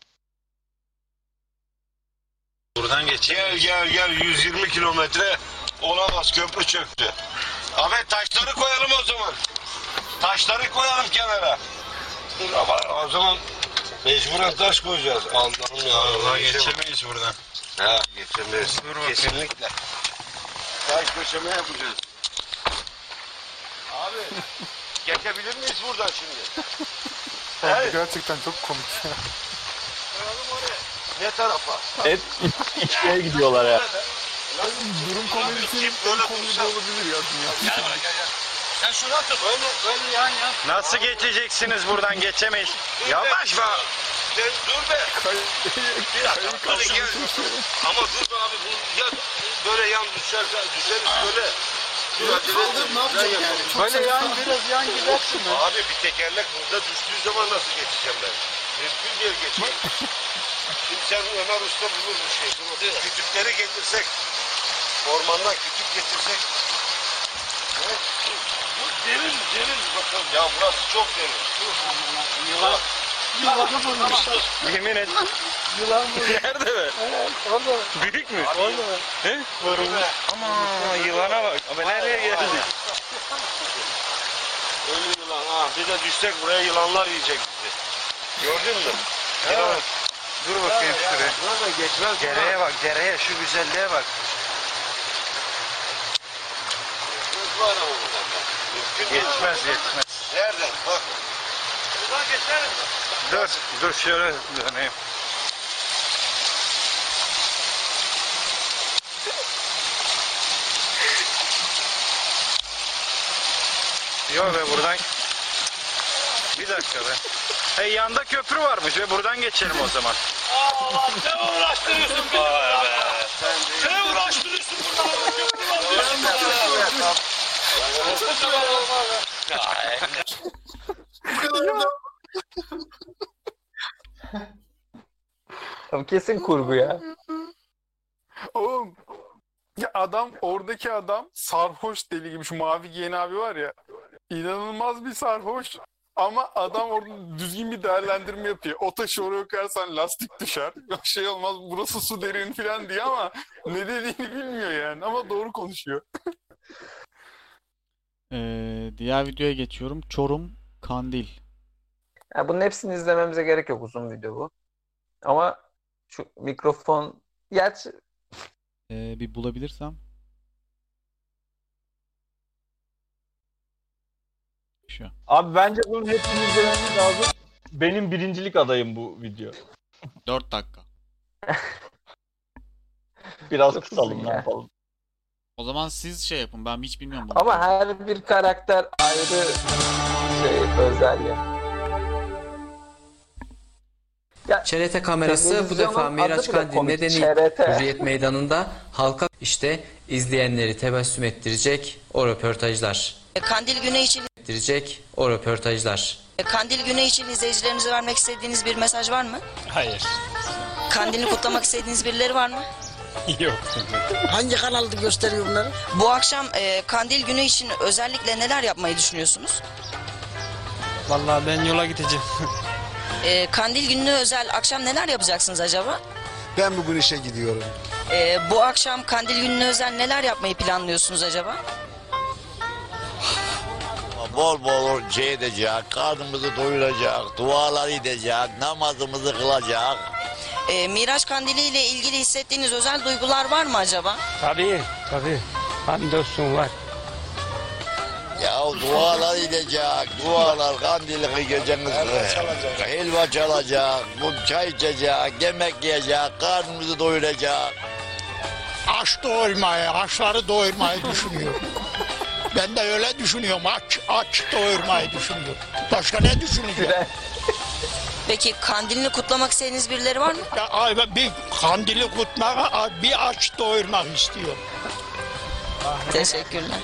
[SPEAKER 16] Buradan geç. Gel gel gel 120 kilometre olamaz köprü çöktü. Ahmet taşları koyalım o zaman. Taşları koyalım kenara. Dur ama o zaman mecburen taş koyacağız. Allah'ım ya. Allah geçemeyiz buradan. Ha geçemeyiz. Kesinlikle. Taş köşeme yapacağız. Abi geçebilir miyiz buradan şimdi?
[SPEAKER 3] Abi gerçekten çok komik ya.
[SPEAKER 16] Ne tarafa?
[SPEAKER 1] Hep içmeye gidiyorlar ya.
[SPEAKER 3] Durum komedisi böyle komedi olabilir ya dünya.
[SPEAKER 16] Sen şunu atın. Öyle, öyle yan yan.
[SPEAKER 11] Nasıl geçeceksiniz buradan geçemeyiz. Yavaş be.
[SPEAKER 16] De, dur be. Bir dakika, hadi gel. Ama dur be abi. Bu, ya, böyle yan düşer, düşeriz böyle. Dur, acele etme.
[SPEAKER 24] ne yapacak
[SPEAKER 16] Yan
[SPEAKER 24] yani?
[SPEAKER 16] yapalım.
[SPEAKER 24] Çok Böyle saçma. yan, biraz yan gidersin ben.
[SPEAKER 16] Abi bir tekerlek burada düştüğü zaman nasıl geçeceğim ben? Mümkün değil geçeyim. Şimdi sen Ömer Usta bulur bir şey. Dur, Kütükleri getirsek. Ormandan kütük getirsek. Evet, dur. Bu derin derin bakalım. Ya burası çok derin. Dur. Yılan. Yılan bulmuş.
[SPEAKER 11] Yemin et.
[SPEAKER 16] Yılan
[SPEAKER 11] Nerede be? Büyük mü? He? Ama yılana bak. Ama nereye geldik?
[SPEAKER 16] Ölü yılan ha. Bir de düşsek buraya yılanlar yiyecek bizi. Gördün mü? Yılan.
[SPEAKER 11] Dur bakayım şuraya.
[SPEAKER 16] Burada geçmez.
[SPEAKER 11] Dereye bak dereye şu güzelliğe bak.
[SPEAKER 16] Hızlı araba buradan bak. Mümkün değil.
[SPEAKER 11] Geçmez geçmez.
[SPEAKER 16] Nereden? Bak. Buradan geçeriz mi?
[SPEAKER 11] Dur dur şöyle döneyim. Yok be buradan. Bir dakika be. E yanda köprü varmış ve buradan geçelim o zaman.
[SPEAKER 16] Allah sen uğraştırıyorsun beni. Vay be. Sen uğraştırıyorsun bunu.
[SPEAKER 2] Tabii kesin kurgu ya.
[SPEAKER 3] Oğlum ya adam oradaki adam sarhoş deli gibi şu mavi giyen abi var ya inanılmaz bir sarhoş ama adam orada düzgün bir değerlendirme yapıyor. O taşı oraya koyarsan lastik düşer. Ya şey olmaz burası su derin falan diye ama ne dediğini bilmiyor yani ama doğru konuşuyor.
[SPEAKER 4] Ee, diğer videoya geçiyorum. Çorum Kandil.
[SPEAKER 2] Ya bunun hepsini izlememize gerek yok uzun video bu. Ama şu mikrofon gerçi
[SPEAKER 4] Ee, bir bulabilirsem. Şu.
[SPEAKER 1] Abi bence bunun hepsini izlememiz lazım. Benim birincilik adayım bu video.
[SPEAKER 4] 4 dakika.
[SPEAKER 1] Biraz kısalım ne yapalım.
[SPEAKER 4] O zaman siz şey yapın. Ben hiç bilmiyorum bunu.
[SPEAKER 2] ama her bir karakter ayrı şey özel ya.
[SPEAKER 25] ÇRT kamerası bu
[SPEAKER 2] televizyonun
[SPEAKER 25] defa
[SPEAKER 2] adı
[SPEAKER 25] Miraç
[SPEAKER 2] bile
[SPEAKER 25] Kandil
[SPEAKER 2] komik.
[SPEAKER 25] nedeni
[SPEAKER 2] ÇRT.
[SPEAKER 25] Hürriyet Meydanı'nda halka işte izleyenleri tebessüm ettirecek o röportajlar.
[SPEAKER 26] Kandil günü için
[SPEAKER 25] Ettirecek o röportajlar.
[SPEAKER 26] Kandil günü için izleyicilerimize vermek istediğiniz bir mesaj var mı?
[SPEAKER 25] Hayır.
[SPEAKER 26] Kandilini kutlamak istediğiniz birileri var mı?
[SPEAKER 27] Yok.
[SPEAKER 26] Hangi kanalda gösteriyor bunları? Bu akşam e, kandil günü için özellikle neler yapmayı düşünüyorsunuz?
[SPEAKER 27] Vallahi ben yola gideceğim.
[SPEAKER 26] E, kandil gününe özel akşam neler yapacaksınız acaba?
[SPEAKER 27] Ben bugün işe gidiyorum.
[SPEAKER 26] E, bu akşam kandil gününe özel neler yapmayı planlıyorsunuz acaba?
[SPEAKER 14] Bol bol şey edecek, karnımızı doyuracak, dualar edecek, namazımızı kılacak.
[SPEAKER 26] E, Miraç kandili ile ilgili hissettiğiniz özel duygular var mı acaba?
[SPEAKER 27] Tabii, tabii. Hamdolsun var.
[SPEAKER 14] Ya dualar edecek, dualar, kandili kıyacağınız. Helva çalacak, bu çay içecek, yemek yiyecek, karnımızı doyuracak.
[SPEAKER 16] Aç doyurmayı, açları doyurmayı düşünüyorum. Ben de öyle düşünüyorum. Aç, aç doyurmayı düşünüyorum. Başka ne düşüneceğim?
[SPEAKER 26] Peki kandilini kutlamak istediğiniz birileri var mı?
[SPEAKER 16] Ya, ay, ben bir kandili kutmak, bir aç doyurmak istiyorum.
[SPEAKER 26] Teşekkürler.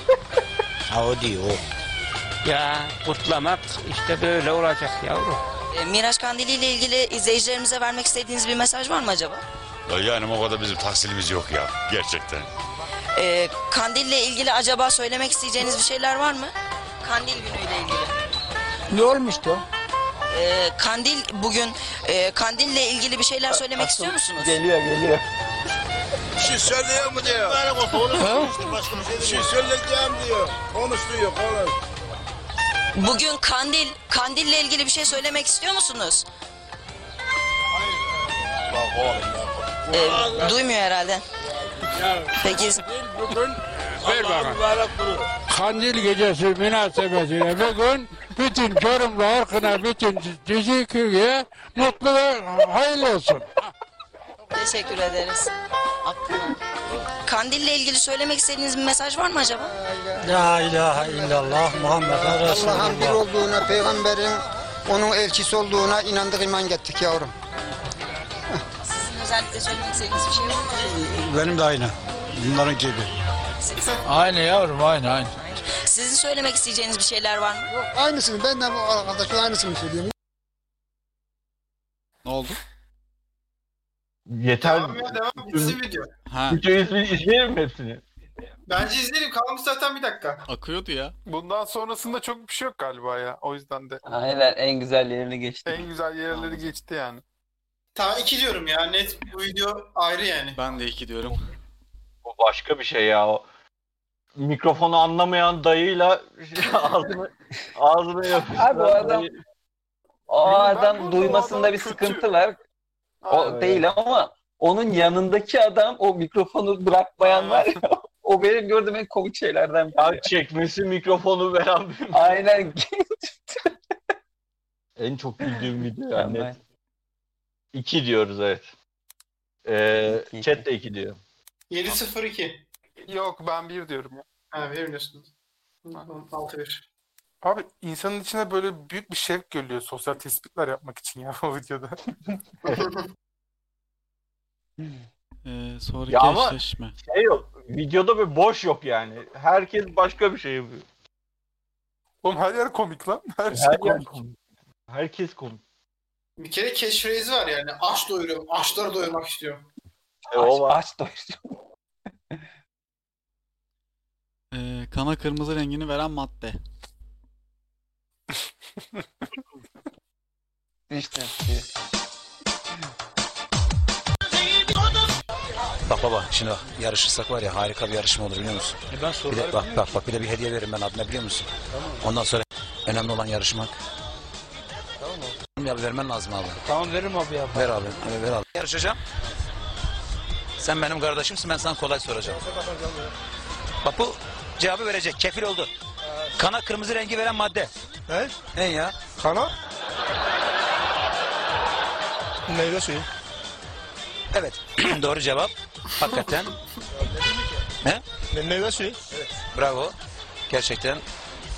[SPEAKER 14] Ha o diyor.
[SPEAKER 27] Ya kutlamak işte böyle olacak yavrum.
[SPEAKER 26] E, Miraç kandili ile ilgili izleyicilerimize vermek istediğiniz bir mesaj var mı acaba?
[SPEAKER 3] Ya yani o kadar bizim tahsilimiz yok ya gerçekten.
[SPEAKER 26] E, kandil ile ilgili acaba söylemek isteyeceğiniz bir şeyler var mı? Kandil günü ile ilgili.
[SPEAKER 27] Ne olmuştu?
[SPEAKER 26] E, kandil bugün e, kandille ilgili bir şeyler söylemek istiyor musunuz?
[SPEAKER 2] Geliyor geliyor.
[SPEAKER 14] Bir şey söylüyor mu diyor. Bir şey söyleyeceğim diyor. Konuş diyor, konuş.
[SPEAKER 26] Bugün kandil kandille ilgili bir şey söylemek istiyor musunuz? E, duymuyor herhalde. Peki
[SPEAKER 11] bugün ver bakalım. Kandil gecesi münasebetiyle bugün bütün Çorumlu halkına, bütün Cici Kürgü'ye mutlu ve hayırlı olsun.
[SPEAKER 26] teşekkür ederiz. Kandille ilgili söylemek istediğiniz bir mesaj var mı acaba?
[SPEAKER 28] La ilahe illallah Muhammed
[SPEAKER 24] Allah'ın bir olduğuna, peygamberin onun elçisi olduğuna inandık, iman gettik yavrum.
[SPEAKER 26] Sizin özellikle söylemek istediğiniz bir şey var mı?
[SPEAKER 28] Benim de aynı. Bunların gibi.
[SPEAKER 26] Siz-
[SPEAKER 28] Aynı yavrum aynı aynı.
[SPEAKER 26] Sizin söylemek isteyeceğiniz bir şeyler var mı?
[SPEAKER 24] Aynısını, ben de bu arkadaşın aynısını söylüyorum.
[SPEAKER 4] Ne oldu?
[SPEAKER 1] Yeter.
[SPEAKER 5] Tamam ya devam bitsin video.
[SPEAKER 4] Ha.
[SPEAKER 1] Videoyu izle- izleyelim mi hepsini.
[SPEAKER 5] Bence izleyelim kalmış zaten bir dakika.
[SPEAKER 4] Akıyordu ya.
[SPEAKER 17] Bundan sonrasında çok bir şey yok galiba ya. O yüzden de.
[SPEAKER 2] Aynen en güzel yerini geçti.
[SPEAKER 17] En güzel yerleri geçti yani.
[SPEAKER 5] Tamam iki diyorum ya net bu video ayrı yani.
[SPEAKER 4] Ben de iki diyorum.
[SPEAKER 1] Bu başka bir şey ya. O mikrofonu anlamayan dayıyla ağzını ağzını yapıştıran
[SPEAKER 2] Abi o adam
[SPEAKER 1] dayı.
[SPEAKER 2] o
[SPEAKER 1] hani Benim
[SPEAKER 2] adam duymasında bir sıkıntı var. O
[SPEAKER 1] Aynen.
[SPEAKER 2] değil ama onun yanındaki adam o mikrofonu bırakmayan var ya. O benim gördüğüm en komik şeylerden biri.
[SPEAKER 1] Ya çekmesi mikrofonu veren bir-
[SPEAKER 2] Aynen.
[SPEAKER 1] En çok güldüğüm video yani. net. İki diyoruz evet. Ee, chat de iki diyor.
[SPEAKER 5] 7-0-2.
[SPEAKER 17] Yok ben bir diyorum ya.
[SPEAKER 5] Ha vermiyorsunuz. 6-1.
[SPEAKER 17] Abi insanın içine böyle büyük bir şevk geliyor sosyal tespitler yapmak için ya o videoda.
[SPEAKER 4] Ee, sonraki
[SPEAKER 1] Ya ama
[SPEAKER 4] eşleşme.
[SPEAKER 1] şey yok. Videoda bir boş yok yani. Herkes başka bir şey yapıyor.
[SPEAKER 17] Oğlum her yer komik lan. Her şey
[SPEAKER 1] yer komik. Herkes komik.
[SPEAKER 5] Bir kere catchphrase var yani. Aç doyuruyorum. Açları doyurmak istiyorum.
[SPEAKER 1] E, o var.
[SPEAKER 4] Ee, kana kırmızı rengini veren madde.
[SPEAKER 2] işte.
[SPEAKER 29] Bak baba şimdi bak yarışırsak var ya harika bir yarışma olur biliyor musun?
[SPEAKER 6] E ben
[SPEAKER 29] Bir
[SPEAKER 6] soruları
[SPEAKER 29] de, bak bak bak bir de bir hediye veririm ben adına biliyor musun? Ondan sonra önemli olan yarışmak.
[SPEAKER 6] Tamam abi.
[SPEAKER 29] Ya vermen lazım abi.
[SPEAKER 6] Tamam veririm abi ya.
[SPEAKER 29] Ver abi, abi ver abi. Yarışacağım. Sen benim kardeşimsin ben sana kolay soracağım. Bak bu cevabı verecek kefil oldu. Kana kırmızı rengi veren madde. He? Ne ya? Kana? Meyve suyu. Evet. Doğru cevap. Hakikaten. ne? Meyve suyu. Evet. Bravo. Gerçekten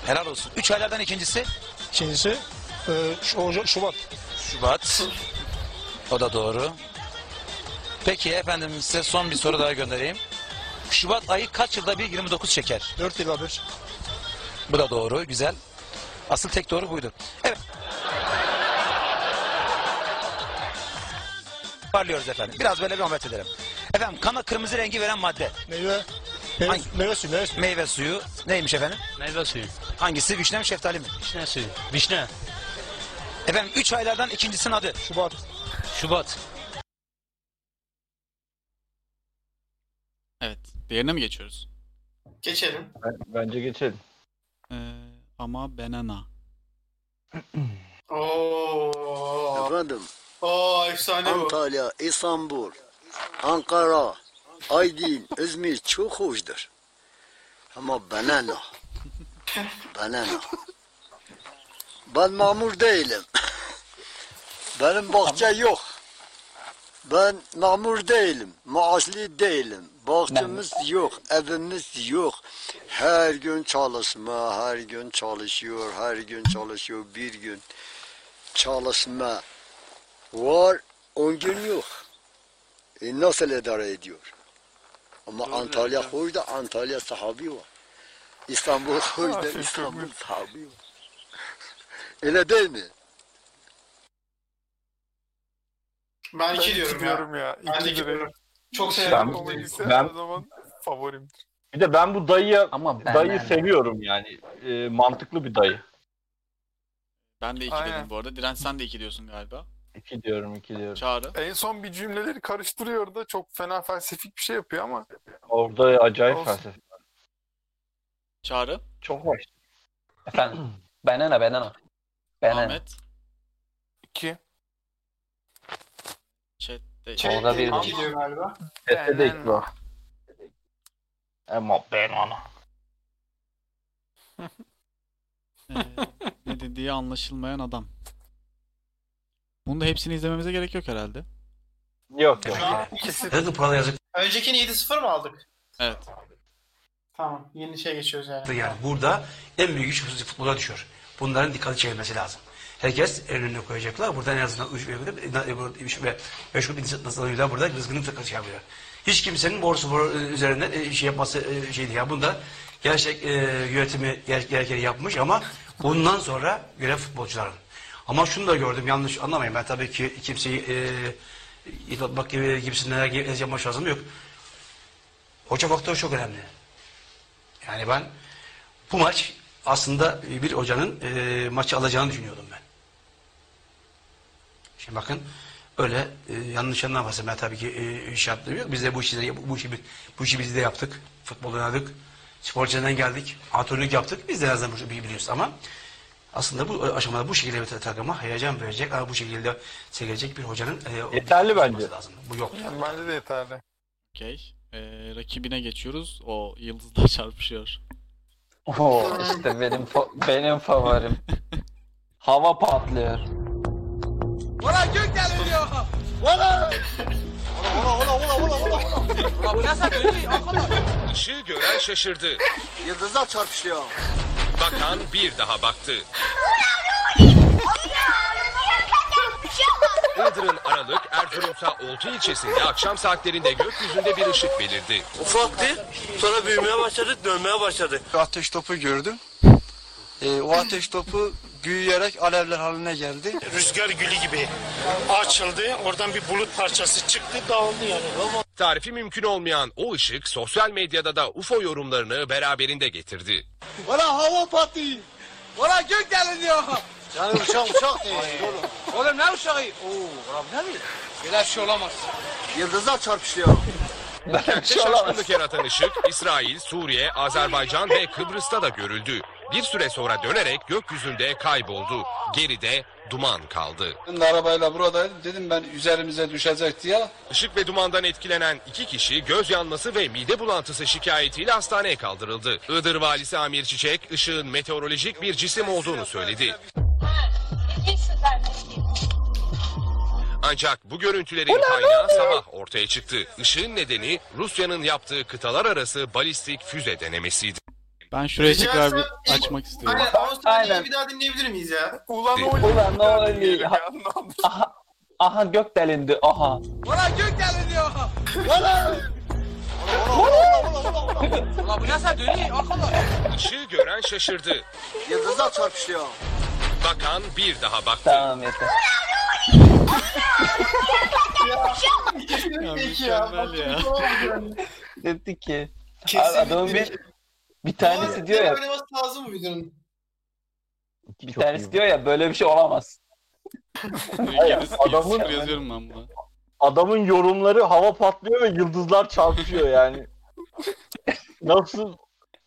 [SPEAKER 29] helal olsun. Üç aylardan ikincisi? İkincisi e, Şubat. Şubat. O da doğru. Peki efendim size son bir soru daha göndereyim. Şubat ayı kaç yılda bir 29 şeker? 4 yılda bir. Bu da doğru, güzel. Asıl tek doğru buydu. Evet. Parlıyoruz efendim. Biraz böyle bir muhabbet edelim. Efendim kana kırmızı rengi veren madde. Meyve. Meyve, suyu, meyve suyu. Meyve suyu neymiş efendim? Meyve suyu. Hangisi? Vişne mi şeftali mi? Vişne suyu. Vişne. Efendim üç aylardan ikincisinin adı? Şubat. Şubat.
[SPEAKER 4] Evet. Diğerine mi geçiyoruz?
[SPEAKER 5] Geçelim.
[SPEAKER 1] Bence geçelim.
[SPEAKER 4] Ee, ama banana.
[SPEAKER 5] Oo.
[SPEAKER 24] Efendim.
[SPEAKER 5] Oo efsane bu.
[SPEAKER 24] Antalya, İstanbul, Ankara, Aydın, İzmir çok hoşdur. Ama banana. banana. Ben mamur değilim. Benim bahçe yok. Ben mamur değilim, maaşlı değilim. Bahçemiz yok, evimiz yok. Her gün çalışma, her gün çalışıyor, her gün çalışıyor, bir gün çalışma var, on gün yok. E nasıl idare ediyor? Ama Antalya hoş da Antalya sahabi var. İstanbul hoş da
[SPEAKER 5] Aferin.
[SPEAKER 24] İstanbul sahabi var. Öyle değil mi?
[SPEAKER 5] Ben iki
[SPEAKER 3] iki
[SPEAKER 5] diyorum
[SPEAKER 3] diyorum
[SPEAKER 5] ya.
[SPEAKER 3] ya.
[SPEAKER 5] Ben de
[SPEAKER 3] İki
[SPEAKER 5] iki
[SPEAKER 3] diyorum.
[SPEAKER 5] diyorum. Çok
[SPEAKER 1] Ben,
[SPEAKER 5] severim.
[SPEAKER 1] ben,
[SPEAKER 3] O zaman favorimdir.
[SPEAKER 1] bir de ben bu dayıya
[SPEAKER 3] ben-
[SPEAKER 1] dayı
[SPEAKER 3] ben-
[SPEAKER 1] seviyorum yani. E, mantıklı bir dayı.
[SPEAKER 4] Ben de iki
[SPEAKER 3] Aynen.
[SPEAKER 4] dedim bu arada. Direnç sen de iki diyorsun galiba.
[SPEAKER 1] İki diyorum, iki diyorum.
[SPEAKER 4] Çağrı.
[SPEAKER 3] En son bir cümleleri karıştırıyor da çok fena felsefik bir şey yapıyor ama
[SPEAKER 1] Orada acayip
[SPEAKER 3] Olsun.
[SPEAKER 1] felsefe.
[SPEAKER 4] Çağrı.
[SPEAKER 1] Çok hoş.
[SPEAKER 2] Efendim. Banana banana. Banana.
[SPEAKER 4] Ahmet.
[SPEAKER 3] İki.
[SPEAKER 4] Chat'te.
[SPEAKER 2] Tolga bir diyor.
[SPEAKER 5] galiba.
[SPEAKER 1] Sese de iki var. Ama ben ona.
[SPEAKER 4] ne dediği anlaşılmayan adam. Bunu da hepsini izlememize gerek yok herhalde.
[SPEAKER 1] Yok yok.
[SPEAKER 4] Hızlı puanı yazık.
[SPEAKER 5] Öncekini 7-0 mı aldık?
[SPEAKER 4] Evet.
[SPEAKER 5] Tamam. Yeni şeye geçiyoruz yani.
[SPEAKER 27] Yani burada en büyük iş hususi futbola düşüyor. Bunların dikkati çekilmesi lazım. Herkes en önüne koyacaklar. Buradan en azından 3 ve 3 e, ve 5 grup nasıl alıyorlar burada rızkını tıkla çıkabiliyor. Hiç kimsenin borç spor üzerinden e, şey yapması e, şey değil. Yani bunda gerçek e, yönetimi ger- gerekeni yapmış ama bundan sonra görev futbolcuların. Ama şunu da gördüm yanlış anlamayın. Ben tabii ki kimseyi e, yıpratmak gibi, gibisinden herkese yapma şansım yok. Hoca faktörü çok önemli. Yani ben bu maç aslında bir hocanın e, maçı alacağını düşünüyordum ben. Şimdi bakın öyle e, yanlış anlamasın ben tabii ki e, iş yaptığım yok. Biz de bu işi de, bu işi bi- bu işi biz de yaptık. Futbol oynadık. Spor içinden geldik. Antrenörlük yaptık. Biz de her zaman bu- biliyoruz ama aslında bu aşamada bu şekilde bir takıma heyecan verecek ama bu şekilde sevecek bir hocanın e,
[SPEAKER 1] yeterli bence.
[SPEAKER 27] Lazım. Bu yok.
[SPEAKER 3] Yani bence de yeterli.
[SPEAKER 4] Okey. Ee, rakibine geçiyoruz. O yıldızlar çarpışıyor.
[SPEAKER 2] Oo, işte benim fa- benim favorim. Hava patlıyor.
[SPEAKER 11] Ola gök geliyor. Ola. Ola ola ola ola ola ola. Bu nasıl dönüyor?
[SPEAKER 30] Işığı gören şaşırdı.
[SPEAKER 11] Yıldızlar çarpışıyor.
[SPEAKER 30] Bakan bir daha baktı. Iğdır'ın Aralık, Erzurum'sa Oltu ilçesinde akşam saatlerinde gökyüzünde bir ışık belirdi.
[SPEAKER 27] Ufaktı. Sonra büyümeye başladı, dönmeye başladı.
[SPEAKER 31] Ateş topu gördüm. Ee, o ateş topu büyüyerek alevler haline geldi.
[SPEAKER 32] Rüzgar gülü gibi açıldı. Oradan bir bulut parçası çıktı dağıldı yani.
[SPEAKER 30] Tarifi mümkün olmayan o ışık sosyal medyada da UFO yorumlarını beraberinde getirdi.
[SPEAKER 11] Ola hava patlıyor. Ola gök geliyor. Yani uçak uçak değil. oğlum. Oğlum ne uçağı? Oo, oğlum ne diyor? Böyle şey olamaz. şey Yıldızlar çarpışıyor.
[SPEAKER 30] Kentte şaşkınlık yaratan ışık İsrail, Suriye, Azerbaycan ve Kıbrıs'ta da görüldü. Bir süre sonra dönerek gökyüzünde kayboldu. Geride duman kaldı.
[SPEAKER 31] Ben de arabayla buradaydım. Dedim ben üzerimize düşecek diye.
[SPEAKER 30] Işık ve dumandan etkilenen iki kişi göz yanması ve mide bulantısı şikayetiyle hastaneye kaldırıldı. Iğdır valisi Amir Çiçek, ışığın meteorolojik bir cisim olduğunu söyledi. Ancak bu görüntülerin kaynağı sabah ortaya çıktı. Işığın nedeni Rusya'nın yaptığı kıtalar arası balistik füze denemesiydi.
[SPEAKER 4] Ben şuraya
[SPEAKER 30] Rica
[SPEAKER 4] tekrar
[SPEAKER 30] etsem
[SPEAKER 4] bir açmak istiyorum.
[SPEAKER 5] Aynen. 10 saniyeyi bir daha dinleyebilir miyiz ya?
[SPEAKER 3] Ulan
[SPEAKER 30] o
[SPEAKER 2] Ulan ne oluyor? Aha, aha gök delindi. Aha.
[SPEAKER 11] Ola gök geliyor. Ola. Ola ola ola ola ola. Ola bu nasıl dönüyor? Akala.
[SPEAKER 30] Işığı gören şaşırdı.
[SPEAKER 11] Yıldızlar çarpışıyor.
[SPEAKER 30] Bakan bir daha baktı.
[SPEAKER 2] Tamam yeter.
[SPEAKER 11] Ya
[SPEAKER 5] Peki ya. bak
[SPEAKER 2] ya.
[SPEAKER 5] çok oldu yani.
[SPEAKER 2] Dedi ki.
[SPEAKER 5] Kesin
[SPEAKER 2] adamın bir, bir tanesi diyor ya.
[SPEAKER 5] Oynaması lazım bu videonun.
[SPEAKER 2] Bir tanesi diyor ya böyle bir şey olamaz.
[SPEAKER 1] adamın
[SPEAKER 4] yazıyorum ben buna.
[SPEAKER 1] Adamın yorumları hava patlıyor ve yıldızlar çarpıyor yani. Nasıl?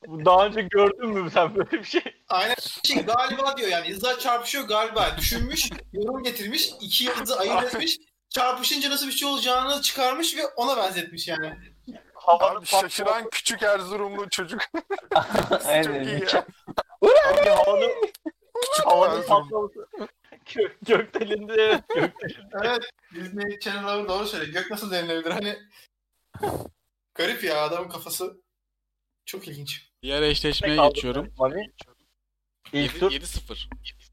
[SPEAKER 1] Bu Daha önce gördün mü sen böyle bir şey?
[SPEAKER 5] Aynen. Şey, galiba diyor yani yıldızlar çarpışıyor galiba. Düşünmüş, yorum getirmiş, iki yıldızı ayırt etmiş. Çarpışınca nasıl bir şey olacağını çıkarmış ve ona benzetmiş yani.
[SPEAKER 3] Abi şaşıran küçük Erzurumlu çocuk.
[SPEAKER 2] Aynen.
[SPEAKER 3] ya.
[SPEAKER 1] Abi havanın, havanın patlaması. Gök, gökdelinde evet, gökdelinde.
[SPEAKER 5] Evet. Disney Channel'ları doğru söylüyor. Gök nasıl denilebilir? Hani garip ya adamın kafası. Çok ilginç.
[SPEAKER 4] Diğer eşleşmeye
[SPEAKER 1] Ne kaldı?
[SPEAKER 4] geçiyorum.
[SPEAKER 1] Mami? İlk tur.
[SPEAKER 4] 7-0.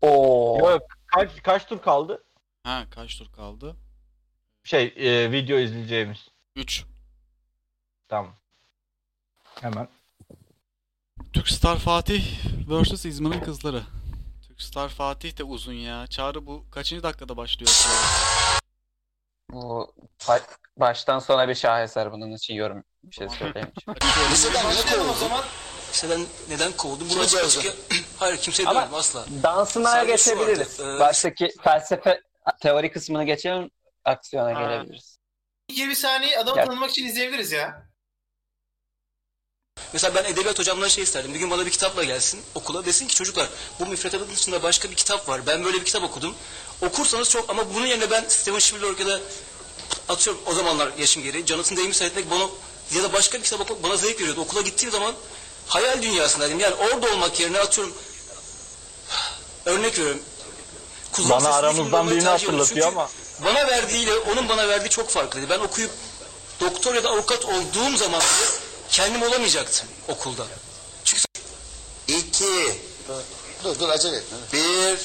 [SPEAKER 2] Oo.
[SPEAKER 1] Yok, kaç, kaç tur kaldı?
[SPEAKER 4] Ha kaç tur kaldı?
[SPEAKER 1] Şey e, video izleyeceğimiz.
[SPEAKER 4] 3.
[SPEAKER 1] Tamam. Hemen.
[SPEAKER 4] Türkstar Fatih vs İzmir'in kızları. Türkstar Fatih de uzun ya. Çağrı bu kaçıncı dakikada başlıyor?
[SPEAKER 2] Bu ba- baştan sona bir şaheser bunun için yorum bir şey söyleyeyim.
[SPEAKER 33] Liseden neden kovuldu? Liseden neden kovuldu? Burada
[SPEAKER 2] Şey
[SPEAKER 33] açık açık- Hayır kimse
[SPEAKER 2] Ama
[SPEAKER 33] dönmem asla.
[SPEAKER 2] Dansına
[SPEAKER 33] Sadece şu
[SPEAKER 2] geçebiliriz.
[SPEAKER 33] vardı, e,
[SPEAKER 2] Baştaki felsefe teori kısmını geçelim. Aksiyona gelebiliriz.
[SPEAKER 5] İlk 20 saniye adamı
[SPEAKER 2] Ya.
[SPEAKER 5] tanımak için izleyebiliriz ya.
[SPEAKER 33] Mesela ben edebiyat hocamdan şey isterdim. Bir gün bana bir kitapla gelsin okula desin ki çocuklar bu müfredatın dışında başka bir kitap var. Ben böyle bir kitap okudum. Okursanız çok ama bunun yerine ben Stephen Spielberg ya da atıyorum o zamanlar yaşım gereği Jonathan Demi'yi seyretmek bana ya da başka bir kitap okumak bana zevk veriyordu. Okula gittiğim zaman hayal dünyasındaydım. Yani orada olmak yerine atıyorum örnek veriyorum. Kuzgun
[SPEAKER 1] Bana
[SPEAKER 33] Sesi'ndeki
[SPEAKER 1] aramızdan
[SPEAKER 33] Numan'ı
[SPEAKER 1] birini
[SPEAKER 33] tercih ediyorum.
[SPEAKER 1] hatırlatıyor
[SPEAKER 33] Çünkü
[SPEAKER 1] ama.
[SPEAKER 33] Bana verdiğiyle onun bana verdiği çok farklıydı. Ben okuyup doktor ya da avukat olduğum zaman bile kendim olamayacaktım okulda. Çünkü iki dur dur acele etme. Bir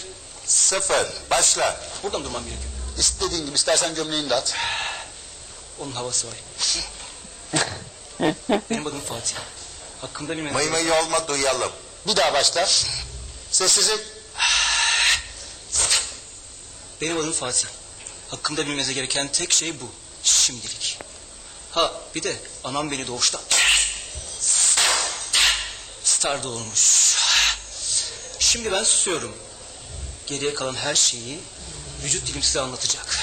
[SPEAKER 33] sıfır başla. Burada mı durmam gerekiyor? İstediğin gibi istersen gömleğini de at. Onun havası var. Benim adım Fatih. Hakkımda ne
[SPEAKER 12] Mıy mıy olma duyalım.
[SPEAKER 33] Bir daha başla. Sessizlik. Benim adım Fatih. Hakkımda bilmenize gereken tek şey bu. Şimdilik. Ha bir de anam beni doğuşta star doğurmuş. Şimdi ben susuyorum. Geriye kalan her şeyi vücut dilim size anlatacak.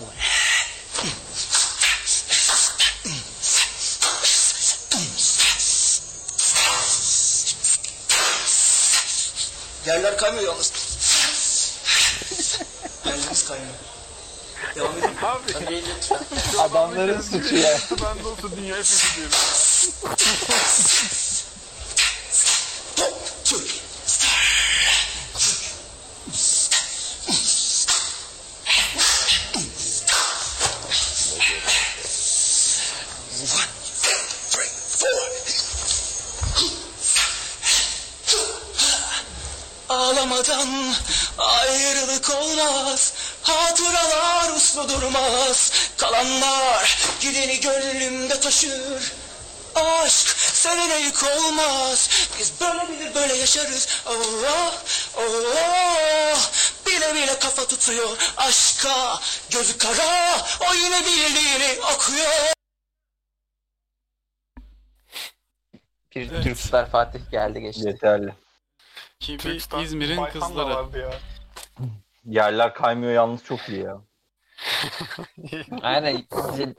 [SPEAKER 33] Bu ne? Yerler kaymıyor yalnız. Yerlerimiz kaymıyor. Devam edin. Abi.
[SPEAKER 2] Adamların suçu ya.
[SPEAKER 3] ben de olsa dünyayı fethediyorum.
[SPEAKER 33] Ağlamadan ayrılık olmaz Hatıralar uslu durmaz Kalanlar gideni gönlümde taşır Aşk seninle yük olmaz Biz böyle bilir böyle yaşarız Allah Allah Bile bile kafa tutuyor aşka Gözü kara o yine bildiğini okuyor
[SPEAKER 2] Bir Türkstar Fatih geldi geçti.
[SPEAKER 1] Yeterli.
[SPEAKER 4] Kibi İzmir'in
[SPEAKER 3] Bayhan da
[SPEAKER 4] kızları.
[SPEAKER 3] vardı ya.
[SPEAKER 1] Yerler kaymıyor yalnız çok iyi ya.
[SPEAKER 2] Aynen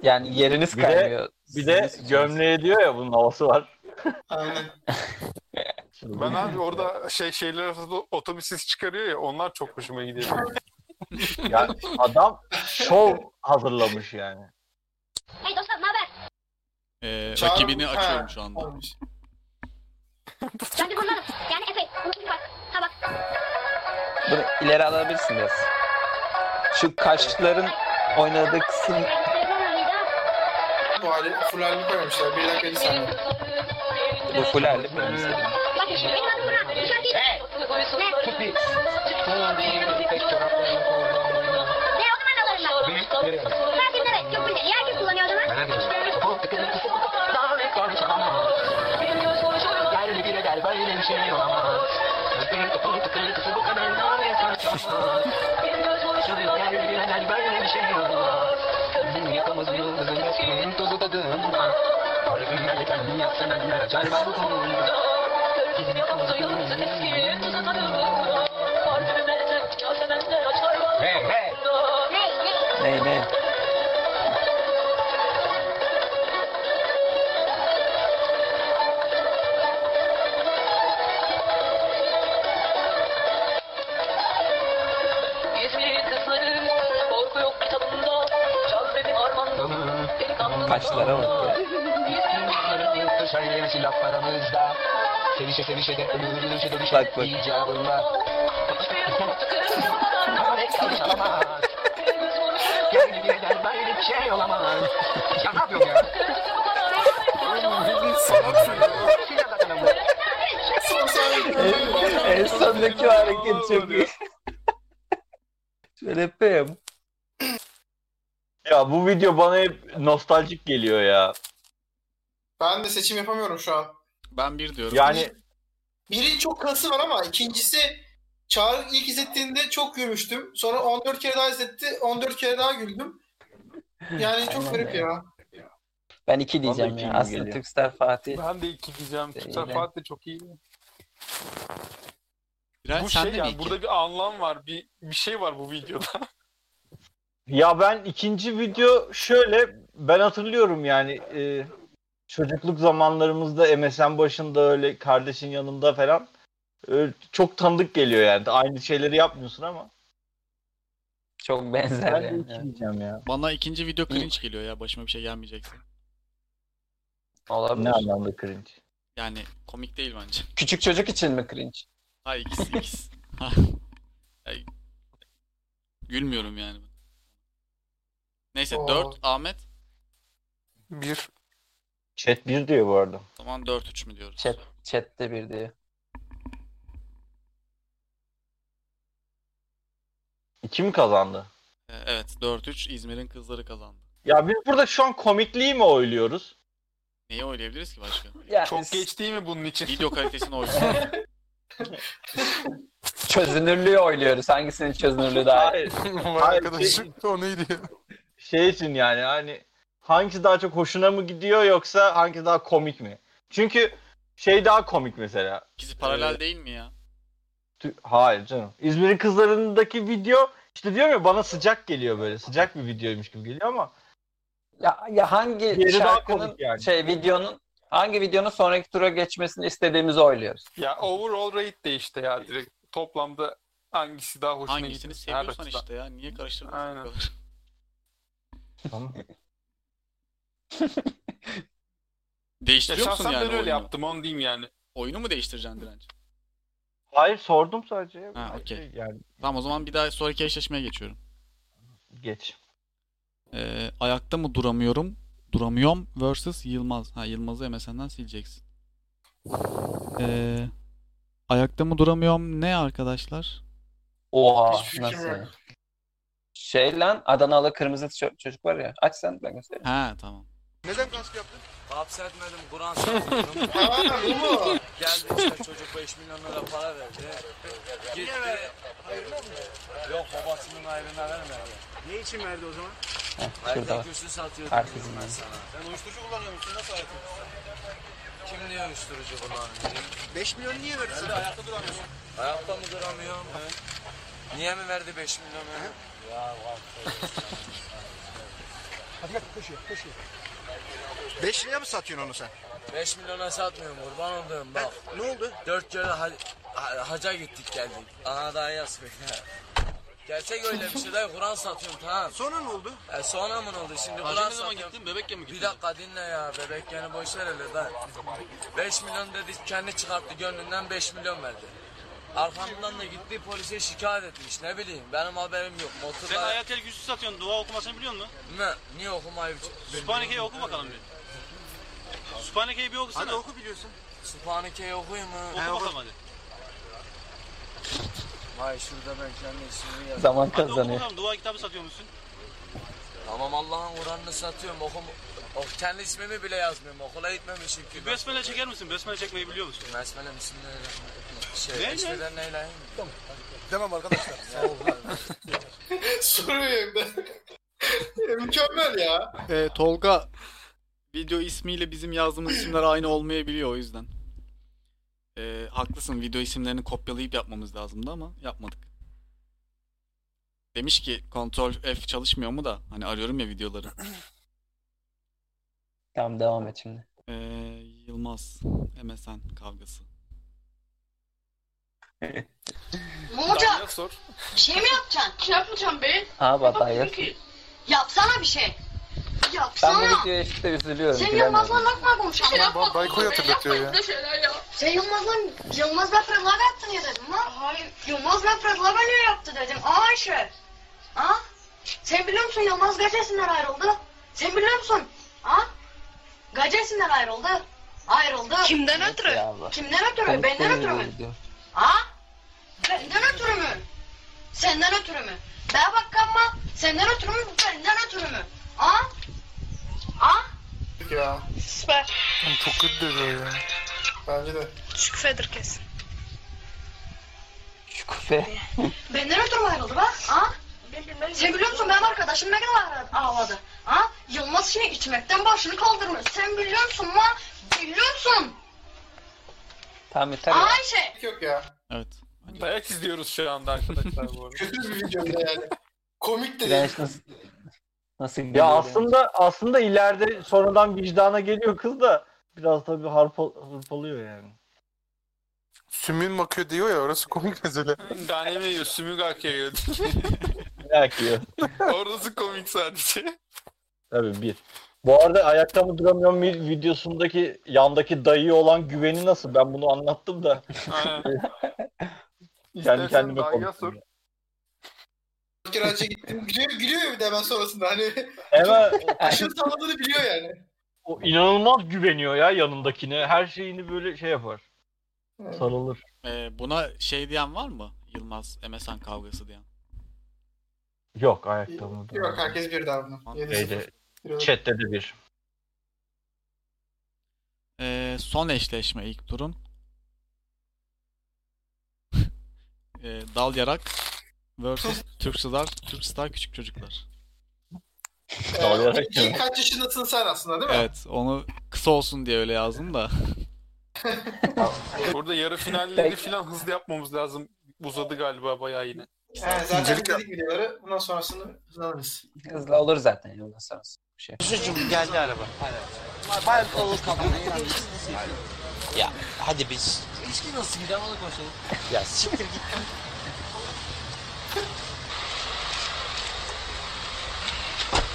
[SPEAKER 2] yani yeriniz
[SPEAKER 1] Bir de-
[SPEAKER 2] kaymıyor.
[SPEAKER 1] Bir de gömleği diyor ya bunun havası var.
[SPEAKER 3] Ben abi orada şey şeyler arasında otobüs sesi çıkarıyor ya onlar çok hoşuma gidiyor.
[SPEAKER 1] Yani adam şov hazırlamış yani.
[SPEAKER 21] Hey dostlar ne haber?
[SPEAKER 4] Ee,
[SPEAKER 1] Çağrı-
[SPEAKER 4] rakibini
[SPEAKER 1] Ha,
[SPEAKER 4] açıyorum şu anda.
[SPEAKER 21] Ben de bunlarım. Yani Efe. Unutmuş bak. Ha bak.
[SPEAKER 2] Bunu ileri alabilirsin biraz. Şu kaşların oynadığı kısım
[SPEAKER 5] Bu hali full halini koymamışlar. Bir dakika bir saniye.
[SPEAKER 2] bu full halde benim istediğim.
[SPEAKER 21] Bak işte benim adım Burak. Burak değil. Ne? Ne o zaman alırım ben. Ben şimdi evet. Çok güzel. Herkes kullanıyor o zaman.
[SPEAKER 33] Yıldız yıldızın isminin tozu tadı. Parfüm melikenin yatsınanlar çarba bu konuda. Hey hey.
[SPEAKER 2] Ney ney?
[SPEAKER 21] İzmir'in kızları korku yok kitabında Cansedi Arman'da delikanlı
[SPEAKER 2] Kaşlara bak ya.
[SPEAKER 33] Söylemişi laflarımızda. Sevişe sevişe de ölürüz. Sevişe sevişe
[SPEAKER 2] Bak, bak.
[SPEAKER 33] icabında. Kahve çalışamaz. Gel gel böyle bir şey olamaz. Ya ne yapıyorsun ya?
[SPEAKER 2] en sondaki hareket çok iyi. Şöyle yapayım.
[SPEAKER 1] Ya bu video bana hep nostaljik geliyor ya.
[SPEAKER 5] Ben de seçim yapamıyorum şu an.
[SPEAKER 4] Ben bir diyorum.
[SPEAKER 1] Yani
[SPEAKER 5] Biri çok kası var ama ikincisi Çağrı ilk izlettiğinde çok gülmüştüm. Sonra 14 kere daha izletti. 14 kere daha güldüm. Yani çok
[SPEAKER 2] Aynen
[SPEAKER 5] garip
[SPEAKER 2] ya.
[SPEAKER 5] ya.
[SPEAKER 2] Ben iki diyeceğim
[SPEAKER 3] iki
[SPEAKER 2] ya.
[SPEAKER 3] gibi
[SPEAKER 2] Aslında
[SPEAKER 3] geliyor.
[SPEAKER 2] Türkstar Fatih.
[SPEAKER 3] Ben de iki diyeceğim. Türkçe
[SPEAKER 2] Değil.
[SPEAKER 3] Fatih de çok iyi.
[SPEAKER 4] Biraz
[SPEAKER 3] bu
[SPEAKER 4] sen
[SPEAKER 3] şey
[SPEAKER 4] de bir
[SPEAKER 3] yani
[SPEAKER 4] iki.
[SPEAKER 3] burada bir anlam var. Bir bir şey var bu videoda.
[SPEAKER 1] ya ben ikinci video şöyle ben hatırlıyorum yani e, çocukluk zamanlarımızda MSN başında öyle kardeşin yanında falan e, çok tanıdık geliyor yani. Aynı şeyleri yapmıyorsun ama.
[SPEAKER 2] Çok benzer
[SPEAKER 1] Ben de
[SPEAKER 2] yani.
[SPEAKER 1] iki diyeceğim ya.
[SPEAKER 4] Bana ikinci video cringe geliyor ya. Başıma bir şey gelmeyecekse.
[SPEAKER 2] Olabilir.
[SPEAKER 1] Ne anlamda cringe?
[SPEAKER 4] Yani komik değil bence.
[SPEAKER 2] Küçük çocuk için mi cringe?
[SPEAKER 4] Hayır ikisi ikisi. Ha. Ay, Gülmüyorum yani. ben. Neyse
[SPEAKER 3] Oo.
[SPEAKER 4] 4 Ahmet.
[SPEAKER 3] Bir.
[SPEAKER 1] Chat 1 diyor bu arada.
[SPEAKER 4] O zaman 4-3 mü diyoruz?
[SPEAKER 2] Chat, chatte bir diyor.
[SPEAKER 1] 2 mi E, kazandı?
[SPEAKER 4] Ee, Evet 4-3 İzmir'in kızları kazandı.
[SPEAKER 1] Ya biz burada şu an komikliği mi oyluyoruz?
[SPEAKER 4] Neyi oynayabiliriz ki başka?
[SPEAKER 3] Çok geç değil mi bunun için?
[SPEAKER 4] Video kalitesini oynuyor.
[SPEAKER 2] Çözünürlüğü oynuyoruz. Hangisinin çözünürlüğü daha iyi?
[SPEAKER 1] şey- Arkadaşım
[SPEAKER 3] o neydi ya?
[SPEAKER 1] Şey için yani hani hangisi daha çok hoşuna mı gidiyor yoksa hangisi daha komik mi? Çünkü şey daha komik mesela.
[SPEAKER 4] İkisi paralel
[SPEAKER 1] Ee,
[SPEAKER 4] değil mi ya?
[SPEAKER 1] tü- Hayır canım. İzmir'in kızlarındaki video işte diyorum ya bana sıcak geliyor böyle. Sıcak bir videoymuş gibi geliyor ama
[SPEAKER 2] Ya, ya hangi
[SPEAKER 1] Diğeri daha
[SPEAKER 2] şarkının
[SPEAKER 1] komik yani.
[SPEAKER 2] şey videonun hangi videonun sonraki tura geçmesini istediğimizi oyluyoruz.
[SPEAKER 3] Ya overall rate de işte ya direkt toplamda hangisi daha hoşuna
[SPEAKER 4] Hangisini
[SPEAKER 3] gitti, her
[SPEAKER 4] seviyorsan
[SPEAKER 3] açıdan.
[SPEAKER 4] işte ya. Niye karıştırdın?
[SPEAKER 3] Aynen.
[SPEAKER 1] Tamam.
[SPEAKER 4] Değiştiriyor
[SPEAKER 3] Ya
[SPEAKER 4] musun
[SPEAKER 3] şahsen
[SPEAKER 4] yani
[SPEAKER 3] ben öyle
[SPEAKER 4] oyunu?
[SPEAKER 3] yaptım onu diyeyim yani.
[SPEAKER 4] Oyunu mu değiştireceksin Direnç?
[SPEAKER 1] hayır sordum sadece. şey
[SPEAKER 4] Ha okey.
[SPEAKER 1] Yani
[SPEAKER 4] Tamam o zaman bir daha sonraki eşleşmeye geçiyorum.
[SPEAKER 1] geç.
[SPEAKER 4] Ee, ayakta mı duramıyorum? Duramıyorum vs Yılmaz. Ha Yılmaz'ı MSN'den sileceksin. Ee, ayakta mı duramıyorum ne arkadaşlar?
[SPEAKER 2] Oha
[SPEAKER 4] Hiçbir fikrim
[SPEAKER 2] nasıl?
[SPEAKER 4] yok.
[SPEAKER 2] yani? Şey lan Adanalı kırmızı ço- çocuk var ya. Aç sen ben göstereyim.
[SPEAKER 4] Ha tamam.
[SPEAKER 24] Neden kask yaptın?
[SPEAKER 13] Hapsetmedim Kur'an
[SPEAKER 24] Aa, bu mu?
[SPEAKER 13] Geldi işte çocuk 5 milyon lira para verdi. Gitti. Yok babasının ayrına vermedi. Ne için verdi o zaman?
[SPEAKER 2] Heh, şurada bak.
[SPEAKER 13] kürsü satıyordum
[SPEAKER 2] Herkesin
[SPEAKER 13] dedim ben sana. Sen uyuşturucu kullanıyor musun? Nasıl hayatın? Kim niye uyuşturucu kullanıyor? 5 milyon niye verdi sana? Ayakta duramıyorsun. Ayakta mı duramıyorum? Niye mi verdi 5 milyonu? Ya var.
[SPEAKER 24] Hadi gel koşuyor koşuyor. 5 liraya mı satıyorsun onu sen?
[SPEAKER 13] 5 milyona satmıyorum kurban olduğum bak.
[SPEAKER 24] Ne oldu?
[SPEAKER 13] 4 kere ha- ha- haca gittik geldik. Ana daha yaz Gerçek öyle bir şey değil. Kur'an satıyorum tamam. Sonra ne oldu? E sonra mı ne oldu? Şimdi
[SPEAKER 11] Hacı
[SPEAKER 13] Kur'an
[SPEAKER 11] ne zaman
[SPEAKER 13] satıyorum. Bebekken mi gittin? Bir dakika dinle ya. Bebekken boş ver hele da. 5 milyon dedi kendi çıkarttı gönlünden 5 milyon verdi. Arkamdan da gitti polise şikayet etmiş ne bileyim benim haberim yok. Motorla...
[SPEAKER 11] Sen ayetel gücü satıyorsun. Dua okumasını biliyor musun?
[SPEAKER 13] Ne? Niye okumayı
[SPEAKER 11] Sübhaneke'yi oku bakalım bir. Sübhaneke'yi bir okusana.
[SPEAKER 13] Hadi oku biliyorsun. Sübhaneke'yi okuyayım mı?
[SPEAKER 11] Oku bakalım hadi.
[SPEAKER 13] Vay şurada ben kendi ismimi yazdım.
[SPEAKER 2] Zaman
[SPEAKER 11] Hadi oku
[SPEAKER 2] kazanıyor.
[SPEAKER 11] bakalım. Dua kitabı satıyor musun?
[SPEAKER 13] Tamam Allah'ın Kur'an'ını satıyorum. Okum, ok, kendi ismimi bile yazmıyorum. Okula gitmemişim ki. ben.
[SPEAKER 11] Besmele çeker misin? Besmele çekmeyi biliyor musun?
[SPEAKER 13] Besmele Bismillahirrahmanirrahim.
[SPEAKER 11] Ne
[SPEAKER 13] Şey,
[SPEAKER 11] ne?
[SPEAKER 13] Bismillah neyle? Tamam.
[SPEAKER 24] Tamam arkadaşlar. Sağ olun.
[SPEAKER 5] Soruyor evde. Mükemmel ya.
[SPEAKER 4] Ee, Tolga video ismiyle bizim yazdığımız isimler aynı olmayabiliyor o yüzden. Ee, haklısın video isimlerini kopyalayıp yapmamız lazımdı ama yapmadık. Demiş ki Ctrl F çalışmıyor mu da hani arıyorum ya videoları.
[SPEAKER 2] Tamam devam et şimdi.
[SPEAKER 4] Ee, Yılmaz MSN kavgası.
[SPEAKER 21] Ne olacak? Bir şey mi yapacaksın? Şey yapmayacağım be.
[SPEAKER 2] Ha bak hayır.
[SPEAKER 21] Çünkü yapsana bir şey.
[SPEAKER 2] Ben bu
[SPEAKER 21] Yapsana.
[SPEAKER 2] videoya işte üzülüyorum.
[SPEAKER 21] Sen
[SPEAKER 2] gülemiyorum.
[SPEAKER 21] Yılmaz'la laf mı konuşuyorsun?
[SPEAKER 2] Ba- Bayko'yu hatırlatıyor ya.
[SPEAKER 21] Sen Yılmaz'la Yılmaz lafla laf yaptın ya dedim lan. Hayır. Yılmaz lafla laf alıyor yaptı dedim. Aa Ayşe. Ha? Sen biliyor musun Yılmaz Gacesi'nden ayrıldı. Sen biliyor musun? Ha? Gacesi'nden ayrıldı. Ayrıldı. Kimden ötürü? Kimden ötürü?
[SPEAKER 2] Komik
[SPEAKER 21] Benden
[SPEAKER 2] konuyu
[SPEAKER 21] ötürü mü?
[SPEAKER 2] video.
[SPEAKER 21] Ha? Benden ötürü mü? Senden ötürü mü? Bana bak kanma. Senden ötürü mü? Benden ötürü mü? Ha? Ha?
[SPEAKER 5] Ya.
[SPEAKER 21] Süper.
[SPEAKER 5] Çok kötü dedi ya. Bence de.
[SPEAKER 21] Şu küfedir kesin.
[SPEAKER 2] Küfe.
[SPEAKER 21] Benden ötürü mü ayrıldı bak? Ha? Sen biliyor musun benim arkadaşım ne kadar ağla- ağladı? Ha? Yılmaz şimdi içmekten başını kaldırmıyor. Sen biliyor musun lan? Biliyor musun?
[SPEAKER 2] Tamam yeter ya.
[SPEAKER 21] Ayşe.
[SPEAKER 5] Yok ya.
[SPEAKER 4] Evet.
[SPEAKER 3] Dayak izliyoruz şu anda arkadaşlar bu arada.
[SPEAKER 5] Kötü bir videoydu yani. Komik de
[SPEAKER 2] Direnç nasıl, nasıl
[SPEAKER 1] Ya
[SPEAKER 2] gülüyor
[SPEAKER 1] aslında aslında ileride sonradan vicdana geliyor kız da biraz tabii harpa, hırpalıyor yani.
[SPEAKER 16] Sümün bakıyor diyor ya orası komik mesele.
[SPEAKER 3] Tane mi yiyor? Sümügak yiyor.
[SPEAKER 1] Dayak yiyor.
[SPEAKER 3] Orası komik sadece.
[SPEAKER 1] Tabii bir. Bu arada ayakta mı duramıyorum bir videosundaki yandaki dayı olan güveni nasıl? Ben bunu anlattım da. Kendi kendime konuştum.
[SPEAKER 5] Bir kere önce gittim. Gülüyor, gülüyor bir de hemen sonrasında. Hani
[SPEAKER 1] Hemen
[SPEAKER 5] aşırı salladığını biliyor yani.
[SPEAKER 1] o inanılmaz güveniyor ya yanındakine. Her şeyini böyle şey yapar. Sarılır.
[SPEAKER 4] Ee, buna şey diyen var mı? Yılmaz MSN kavgası diyen.
[SPEAKER 1] Yok ayakta mı
[SPEAKER 5] Yok
[SPEAKER 1] duramıyorum.
[SPEAKER 5] herkes bir daha bunu.
[SPEAKER 1] Şeyde, chatte de bir.
[SPEAKER 4] Ee, son eşleşme ilk turun. Ee, dal yarak vs Türkstar, Türkstar küçük çocuklar.
[SPEAKER 1] Dal yarak
[SPEAKER 5] Ki Ee, kaç yaşındasın sen aslında değil mi?
[SPEAKER 4] Evet, onu kısa olsun diye öyle yazdım da.
[SPEAKER 3] Burada yarı finalleri falan hızlı yapmamız lazım. Uzadı galiba bayağı yine.
[SPEAKER 5] Yani zaten izledik videoları. Bundan sonrasını hızlanırız.
[SPEAKER 2] Hızlı olur zaten yoldan sonrası. Bir şey.
[SPEAKER 33] Suçum geldi araba.
[SPEAKER 11] Hayır olur kafana
[SPEAKER 33] Ya hadi biz.
[SPEAKER 11] İlişki nasıl gider onu konuşalım.
[SPEAKER 33] Ya siktir git.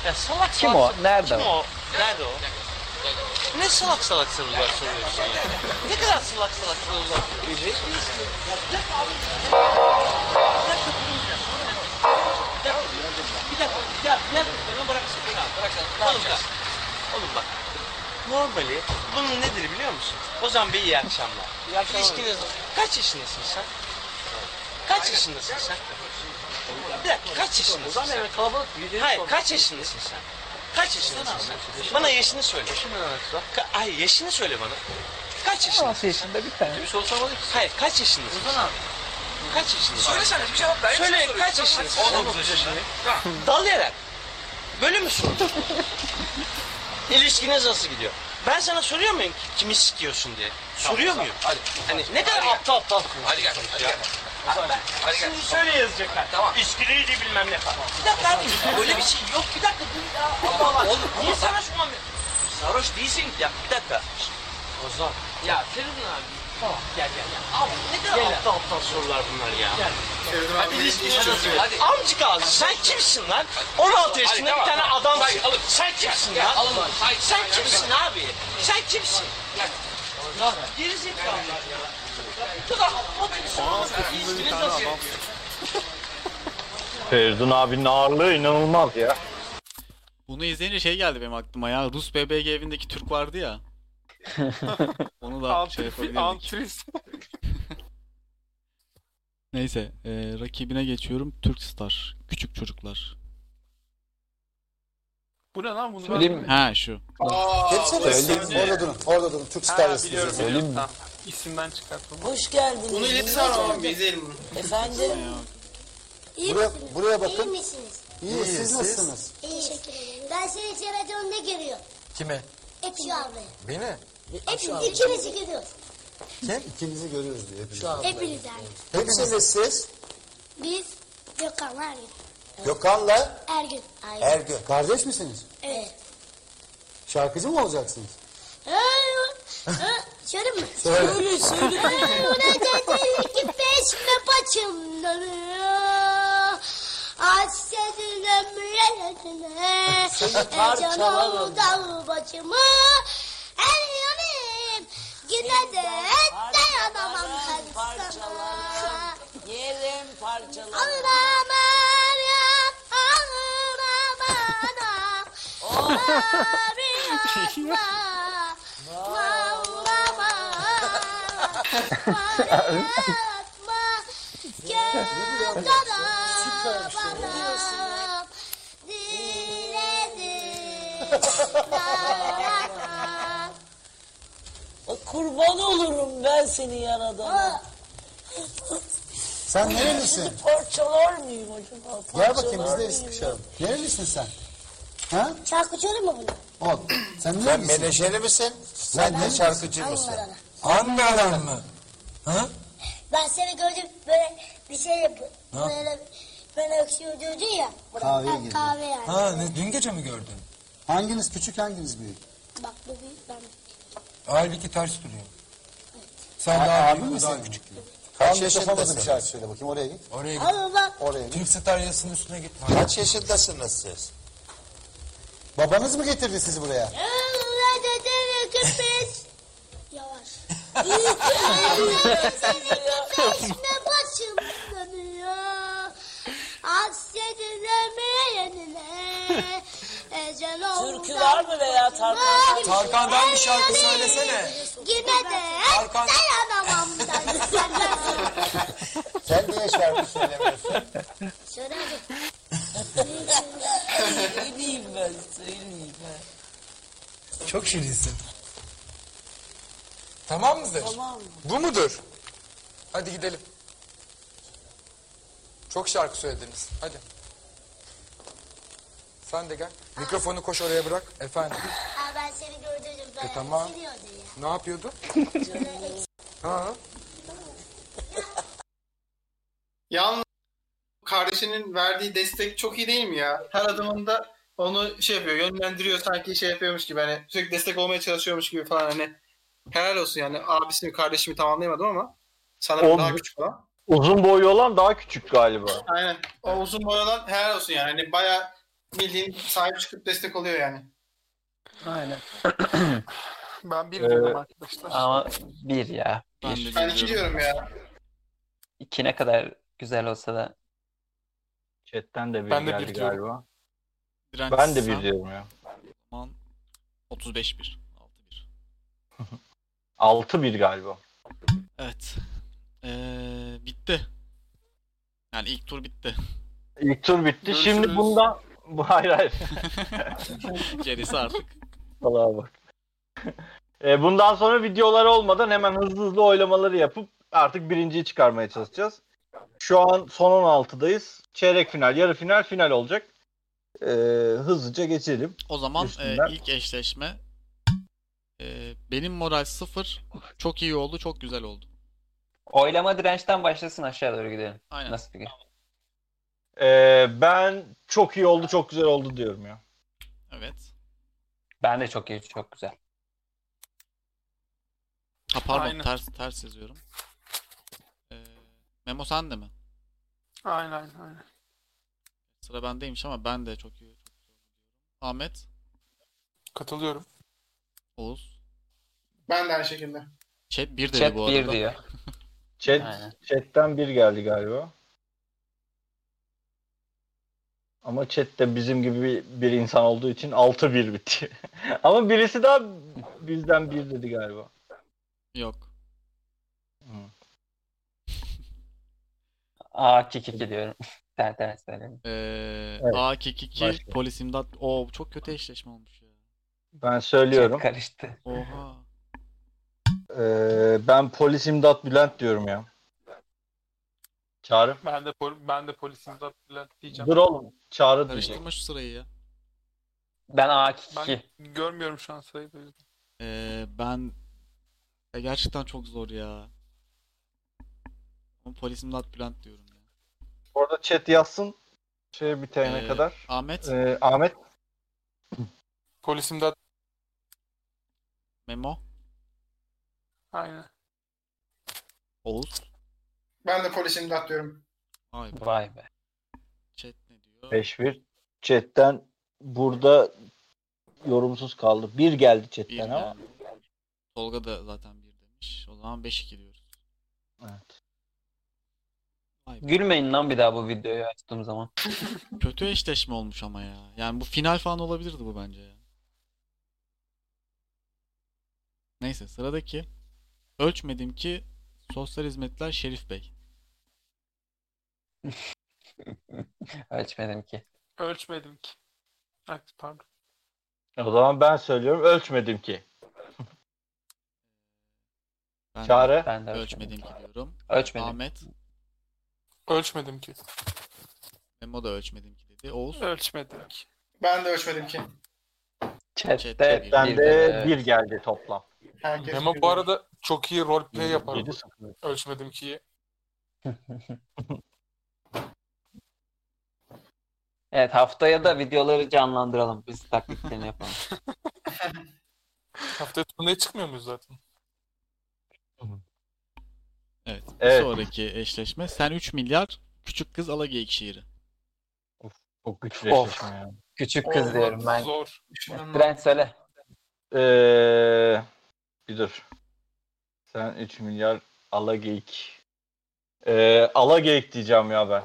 [SPEAKER 11] Ya salak
[SPEAKER 33] Kim
[SPEAKER 11] salak-
[SPEAKER 33] o? Nerede
[SPEAKER 11] kim
[SPEAKER 33] o?
[SPEAKER 11] o? Nerede o? Ne salak salak sorular soruyorsun ya? Ne kadar salak salak sorular soruyorsun? Bir dakika, bir dakika, bir dakika, bir dakika, bana bırak şimdi, bırak, bırak, oğlum bak, oğlum bak, normali, bunun nedir biliyor musun? Ozan Bey iyi akşamlar. İyi akşamlar. İlişkiniz, kaç yaşındasın sen? Kaç yaşındasın sen? Bir dakika, kaç yaşındasın sen? Ozan Bey kalabalık Hayır, kaç yaşındasın sen? Kaç yaşındasın sen? Bana yaşını söyle. Yaşını Ka- Hayır, yaşını söyle bana. Kaç yaşındasın?
[SPEAKER 2] Nasıl yaşında bir tane.
[SPEAKER 11] Bir soru sormadım ki. Hayır, kaç yaşındasın sen? Kaç yaşındasın?
[SPEAKER 33] Söylesene, bir cevap ver.
[SPEAKER 11] Söyle,
[SPEAKER 33] Hepsini
[SPEAKER 11] kaç
[SPEAKER 33] soruyorsun.
[SPEAKER 11] yaşındasın?
[SPEAKER 33] 19 yaşındayım.
[SPEAKER 11] Dalayarak. Böyle mi sordun? İlişkiniz nasıl gidiyor? Ben sana soruyor muyum ki kimi sikiyorsun diye? soruyor
[SPEAKER 33] tamam.
[SPEAKER 11] muyum? Hadi. Hani ne kadar aptal aptal
[SPEAKER 33] Hadi gel, hadi gel.
[SPEAKER 11] Hadi Şimdi şöyle yazacaklar. Tamam. İskiliydi bilmem ne falan. Bir dakika abi. Öyle bir şey yok. Bir dakika dur ya. Allah Allah. Oğlum niye sarhoş muhabbet? Sarhoş değilsin. Ya bir dakika. Ozan. Ya Feridun abi. Tamam gel gel gel. Abi ne kadar aptal aptal sorular bunlar ya. Gel.
[SPEAKER 5] Feridun
[SPEAKER 11] Hadi
[SPEAKER 5] abi,
[SPEAKER 11] ilişkin
[SPEAKER 5] ilişkin çözüyor.
[SPEAKER 11] Hadi. Amcık ağzı sen kimsin lan? 16 yaşında
[SPEAKER 33] Hadi,
[SPEAKER 11] bir tane
[SPEAKER 33] tamam.
[SPEAKER 11] adamsın.
[SPEAKER 33] Hayır, alın.
[SPEAKER 11] Sen kimsin
[SPEAKER 33] Gel,
[SPEAKER 11] lan?
[SPEAKER 33] alın. Hayır,
[SPEAKER 11] Sen
[SPEAKER 33] hayır,
[SPEAKER 11] kimsin
[SPEAKER 33] hayır.
[SPEAKER 11] abi? Sen kimsin? Lan gerizekalı. Tut al. İlişkiniz nasıl?
[SPEAKER 1] Ferdun abinin ağırlığı inanılmaz ya.
[SPEAKER 4] Bunu izleyince şey geldi benim aklıma ya. Rus BBG evindeki Türk vardı ya. Onu da şey yapabilirdik.
[SPEAKER 3] Antrist.
[SPEAKER 4] Neyse, e, rakibine geçiyorum. Türkstar, küçük çocuklar.
[SPEAKER 3] Bu ne lan bunu?
[SPEAKER 4] Söyleyeyim mi? Ha, şu. Aa,
[SPEAKER 3] Hepsi
[SPEAKER 4] bu efsane.
[SPEAKER 3] Orada
[SPEAKER 33] durun, orada durun. Türk Star yazısı.
[SPEAKER 3] Söyleyeyim mi? İsimden çıkarttım.
[SPEAKER 29] Hoş geldiniz.
[SPEAKER 5] Bunu iletişim
[SPEAKER 29] Yılmaz
[SPEAKER 5] aramam.
[SPEAKER 29] amca.
[SPEAKER 5] Bir izleyelim bunu.
[SPEAKER 29] Efendim?
[SPEAKER 5] Buraya- buraya bakın.
[SPEAKER 29] İyi misiniz?
[SPEAKER 11] İyi, siz nasılsınız?
[SPEAKER 8] Teşekkür ederim. Ben seni televizyonda görüyorum.
[SPEAKER 11] Kime?
[SPEAKER 8] Hepsi abi.
[SPEAKER 11] Beni.
[SPEAKER 8] Hepsi ikimizi görüyoruz.
[SPEAKER 11] Kim? İkimizi görüyoruz diyor hepimiz.
[SPEAKER 8] Hepiniz abi.
[SPEAKER 11] Hepsiniz siz.
[SPEAKER 8] Biz Gökhan Ergün.
[SPEAKER 11] Gökhan'la
[SPEAKER 8] Ergün. Ergün.
[SPEAKER 11] Ergün. Kardeş misiniz?
[SPEAKER 8] Evet.
[SPEAKER 11] Şarkıcı mı olacaksınız?
[SPEAKER 8] Ha, ha, Şöyle mi?
[SPEAKER 11] Söyle.
[SPEAKER 8] Buradaki peşme paçımları Hasretin ömrüne Canım
[SPEAKER 21] parçalarım.
[SPEAKER 8] dal başımı El yanayım Yine de dayanamam her sana Yerim parçalarım Ağlam ağlam Ağlam ağlam Ağlam
[SPEAKER 21] Kurban olurum ben seni yaradana.
[SPEAKER 11] Sen nerelisin?
[SPEAKER 21] Parçalar mıyım acaba?
[SPEAKER 11] Gel bakayım biz
[SPEAKER 21] Parçalar
[SPEAKER 11] de şey.
[SPEAKER 21] mıyım?
[SPEAKER 11] sıkışalım. Nerelisin sen? Ha?
[SPEAKER 8] Şarkıcı olur mu
[SPEAKER 11] bunu? Ol. Sen nerelisin? Sen
[SPEAKER 17] menajeri misin?
[SPEAKER 11] Sen de şarkıcı
[SPEAKER 8] mısın?
[SPEAKER 17] Ankara'dan mı?
[SPEAKER 8] Ben seni gördüm böyle bir şey yapıyor.
[SPEAKER 17] Ne?
[SPEAKER 8] Böyle böyle öksürdürdün ya.
[SPEAKER 11] Kahveye
[SPEAKER 8] Ha,
[SPEAKER 11] girdi.
[SPEAKER 8] Kahve yani.
[SPEAKER 17] dün gece mi gördün?
[SPEAKER 11] Hanginiz küçük hanginiz büyük?
[SPEAKER 8] Bak bu büyük ben.
[SPEAKER 17] Halbuki ters duruyor.
[SPEAKER 11] Sen
[SPEAKER 17] daha
[SPEAKER 11] abi
[SPEAKER 17] büyük, o
[SPEAKER 11] mi
[SPEAKER 17] daha
[SPEAKER 11] sen?
[SPEAKER 17] küçük.
[SPEAKER 11] Kaç
[SPEAKER 17] Yanlış
[SPEAKER 11] yaşındasın?
[SPEAKER 17] yapamadım
[SPEAKER 11] Bir
[SPEAKER 17] şarkı.
[SPEAKER 11] şarkı söyle bakayım oraya git.
[SPEAKER 17] Oraya git.
[SPEAKER 8] Ama bak
[SPEAKER 11] Oraya git.
[SPEAKER 17] Türk sitaryasının üstüne gitme.
[SPEAKER 11] Kaç yaşındasınız siz? Babanız mı getirdi sizi buraya?
[SPEAKER 8] Yıllar ödeme köpüş. Yavaş. Kaçma başım dönüyor. Hasretin ömrüne. Ecel oldu.
[SPEAKER 21] Türkü var mı veya Tarkan'dan?
[SPEAKER 17] Tarkan'dan bir şarkı söylesene.
[SPEAKER 8] Yine de
[SPEAKER 17] Tarkan.
[SPEAKER 8] dayanamam ben sana.
[SPEAKER 11] Sen niye şarkı söylemiyorsun?
[SPEAKER 8] Söyle hadi.
[SPEAKER 21] Ne diyeyim ben? Söylemeyeyim ben.
[SPEAKER 17] Çok şirinsin. Tamam mıdır?
[SPEAKER 21] Tamam.
[SPEAKER 17] Bu mudur? Hadi gidelim. Çok şarkı söylediniz. Hadi. Sen de gel. Mikrofonu koş oraya bırak. Efendim.
[SPEAKER 8] Aa, ben seni gördüm. Ben
[SPEAKER 17] E, tamam.
[SPEAKER 8] siliyordum ya.
[SPEAKER 17] Ne yapıyordu? ha?
[SPEAKER 5] Yalnız kardeşinin verdiği destek çok iyi değil mi ya? Her adımında onu şey yapıyor, yönlendiriyor sanki şey yapıyormuş gibi hani sürekli destek olmaya çalışıyormuş gibi falan hani helal olsun yani abisini kardeşimi tamamlayamadım ama sana
[SPEAKER 1] Oğlum.
[SPEAKER 5] daha küçük olan.
[SPEAKER 1] Uzun boylu olan daha küçük galiba.
[SPEAKER 5] Aynen. O uzun boy olan helal olsun yani. Hani bayağı bildiğin sahip çıkıp destek oluyor yani.
[SPEAKER 2] Aynen.
[SPEAKER 3] Ben bir
[SPEAKER 2] Ee,
[SPEAKER 3] diyorum arkadaşlar.
[SPEAKER 2] Ama bir ya.
[SPEAKER 4] Ben
[SPEAKER 2] Bir.
[SPEAKER 5] Ben iki diyorum ya.
[SPEAKER 2] İki ne kadar güzel olsa da.
[SPEAKER 1] Chatten de bir
[SPEAKER 4] Ben de
[SPEAKER 1] geldi
[SPEAKER 4] bir diyorum.
[SPEAKER 1] galiba.
[SPEAKER 4] Direnç
[SPEAKER 1] Ben de
[SPEAKER 4] sen-
[SPEAKER 1] bir diyorum ya.
[SPEAKER 4] Aman 35-1.
[SPEAKER 1] 6-1 galiba.
[SPEAKER 4] Evet. Ee, bitti. Yani ilk tur bitti.
[SPEAKER 1] İlk tur bitti. Şimdi bundan... Bu- Hayır hayır.
[SPEAKER 4] Gerisi artık.
[SPEAKER 1] Allah'a bak. E, bundan sonra videolar olmadan hemen hızlı hızlı oylamaları yapıp artık birinciyi çıkarmaya çalışacağız. Şu an son 16'dayız. Çeyrek final, yarı final, final olacak. E, hızlıca geçelim.
[SPEAKER 4] O zaman e,
[SPEAKER 1] Üstünden.
[SPEAKER 4] ilk eşleşme e, benim moral sıfır. Çok iyi oldu, çok güzel oldu.
[SPEAKER 2] Oylama dirençten başlasın aşağı doğru gidelim.
[SPEAKER 4] Aynen.
[SPEAKER 2] Nasıl fikir?
[SPEAKER 1] E, ben çok iyi oldu, çok güzel oldu diyorum ya.
[SPEAKER 4] Evet.
[SPEAKER 2] Ben de çok iyi, çok güzel.
[SPEAKER 4] Ha pardon
[SPEAKER 2] Aynen.
[SPEAKER 4] ters ters yazıyorum. E, Memo sen de mi?
[SPEAKER 3] Aynen aynen.
[SPEAKER 4] Sıra bendeymiş ama ben de çok iyi. Çok iyi oldu diyorum. Ahmet,
[SPEAKER 3] Katılıyorum.
[SPEAKER 4] Oğuz.
[SPEAKER 5] Ben de aynı şekilde.
[SPEAKER 4] Chat 1 dedi
[SPEAKER 1] Chat
[SPEAKER 4] bu
[SPEAKER 1] bir
[SPEAKER 4] arada.
[SPEAKER 1] diyor. Chat, chatten bir geldi galiba. Ama chatte bizim gibi bir, bir insan olduğu için 6-1 bitti. Ama birisi daha bizden bir dedi galiba.
[SPEAKER 4] Yok.
[SPEAKER 2] Aa kik iki diyorum. Ter ter söyledim.
[SPEAKER 4] E,
[SPEAKER 1] Evet.
[SPEAKER 4] A222
[SPEAKER 1] Başka.
[SPEAKER 4] polis imdat. Oo çok kötü eşleşme olmuş ya.
[SPEAKER 1] Ben söylüyorum.
[SPEAKER 2] karıştı.
[SPEAKER 4] Oha.
[SPEAKER 1] Ee, ben polis imdat Bülent diyorum ya. Çağrı.
[SPEAKER 3] Ben de, pol- ben de polisim zaten diyeceğim.
[SPEAKER 1] Dur oğlum. Çağrı diyecek.
[SPEAKER 4] Karıştırma şu sırayı ya.
[SPEAKER 2] Ben
[SPEAKER 3] Ben görmüyorum şu an sırayı da.
[SPEAKER 4] Ee, ben ya gerçekten çok zor ya. Ama polisim Not Bülent diyorum.
[SPEAKER 1] Orada chat yazsın. Şey bitene
[SPEAKER 4] Ee,
[SPEAKER 1] kadar.
[SPEAKER 4] Ahmet.
[SPEAKER 1] Ee, Ahmet.
[SPEAKER 3] Polisim de
[SPEAKER 4] Memo.
[SPEAKER 3] Aynen.
[SPEAKER 4] Oğuz.
[SPEAKER 5] Ben de polis imdat diyorum.
[SPEAKER 4] Vay be.
[SPEAKER 2] Vay be.
[SPEAKER 4] Chat ne diyor?
[SPEAKER 1] 5-1. Chatten burada yorumsuz kaldı. Bir geldi chatten
[SPEAKER 4] Bir
[SPEAKER 1] ama.
[SPEAKER 4] yani. Tolga da zaten bir demiş. O zaman 5-2 diyoruz.
[SPEAKER 1] Evet.
[SPEAKER 2] Gülmeyin lan bir daha bu videoyu açtığım zaman.
[SPEAKER 4] Kötü eşleşme olmuş ama ya. Yani bu final falan olabilirdi bu bence ya. Neyse sıradaki. Ölçmedim ki sosyal hizmetler Şerif Bey.
[SPEAKER 2] Ölçmedim ki.
[SPEAKER 3] Ölçmedim ki. Ay, pardon.
[SPEAKER 1] O zaman ben söylüyorum. Ölçmedim ki.
[SPEAKER 4] Ben de-
[SPEAKER 1] Çağrı.
[SPEAKER 2] Ben de
[SPEAKER 4] ölçmedim ki diyorum.
[SPEAKER 2] Ölçmedim.
[SPEAKER 4] Ahmet.
[SPEAKER 3] Ölçmedim ki.
[SPEAKER 4] Memo da ölçmedim ki dedi. Oğuz.
[SPEAKER 3] Ölçmedim ki.
[SPEAKER 5] Ben de ölçmedim ki.
[SPEAKER 2] Chatte
[SPEAKER 1] Chatten de bir geldi toplam.
[SPEAKER 5] Herkes
[SPEAKER 3] Memo bu arada çok iyi roleplay yapar.
[SPEAKER 1] Yedi
[SPEAKER 3] Ölçmedim ki.
[SPEAKER 2] Evet haftaya da videoları canlandıralım. Biz taklitlerini yapalım.
[SPEAKER 3] Hafta sonunda çıkmıyor muyuz zaten?
[SPEAKER 4] Evet. bir
[SPEAKER 1] Evet.
[SPEAKER 4] sonraki eşleşme. Sen 3 milyar, küçük kız Alageyik şiiri.
[SPEAKER 1] Çok güçlü
[SPEAKER 2] of.
[SPEAKER 1] eşleşme yani.
[SPEAKER 2] Küçük kız diyorum ben.
[SPEAKER 3] Zor.
[SPEAKER 2] Trend söyle.
[SPEAKER 1] Ee, bir dur. Sen 3 milyar alageyik. Ee, alageyik diyeceğim ya ben.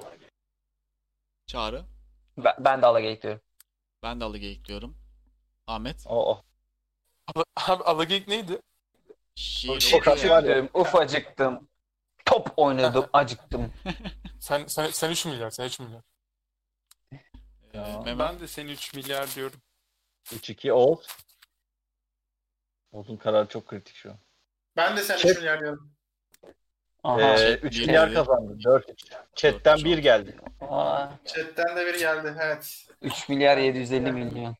[SPEAKER 4] Çağrı.
[SPEAKER 2] Ben, ben de Alageyik diyorum.
[SPEAKER 4] Ben de Alageyik diyorum. Ahmet.
[SPEAKER 1] Oo.
[SPEAKER 3] Al- Abi Alagik neydi?
[SPEAKER 4] Şiir
[SPEAKER 2] Çok
[SPEAKER 4] okuyor.
[SPEAKER 2] küçük diyorum. Ufacıktım. Top oynadım. Acıktım.
[SPEAKER 3] Sen, sen, sen 3 milyar, sen 3 milyar.
[SPEAKER 4] Memo.
[SPEAKER 3] Ben de seni 3 milyar diyorum.
[SPEAKER 1] 3-2 Oğuz. Oğuz'un kararı çok kritik şu an.
[SPEAKER 5] Ben de sen 3 milyar diyorum.
[SPEAKER 2] Aha.
[SPEAKER 1] Ee, 3 milyar kazandı. 4 Chatten 1 geldi.
[SPEAKER 2] Aa,
[SPEAKER 5] Chatten de biri geldi. Evet.
[SPEAKER 2] 3 milyar 750 milyon.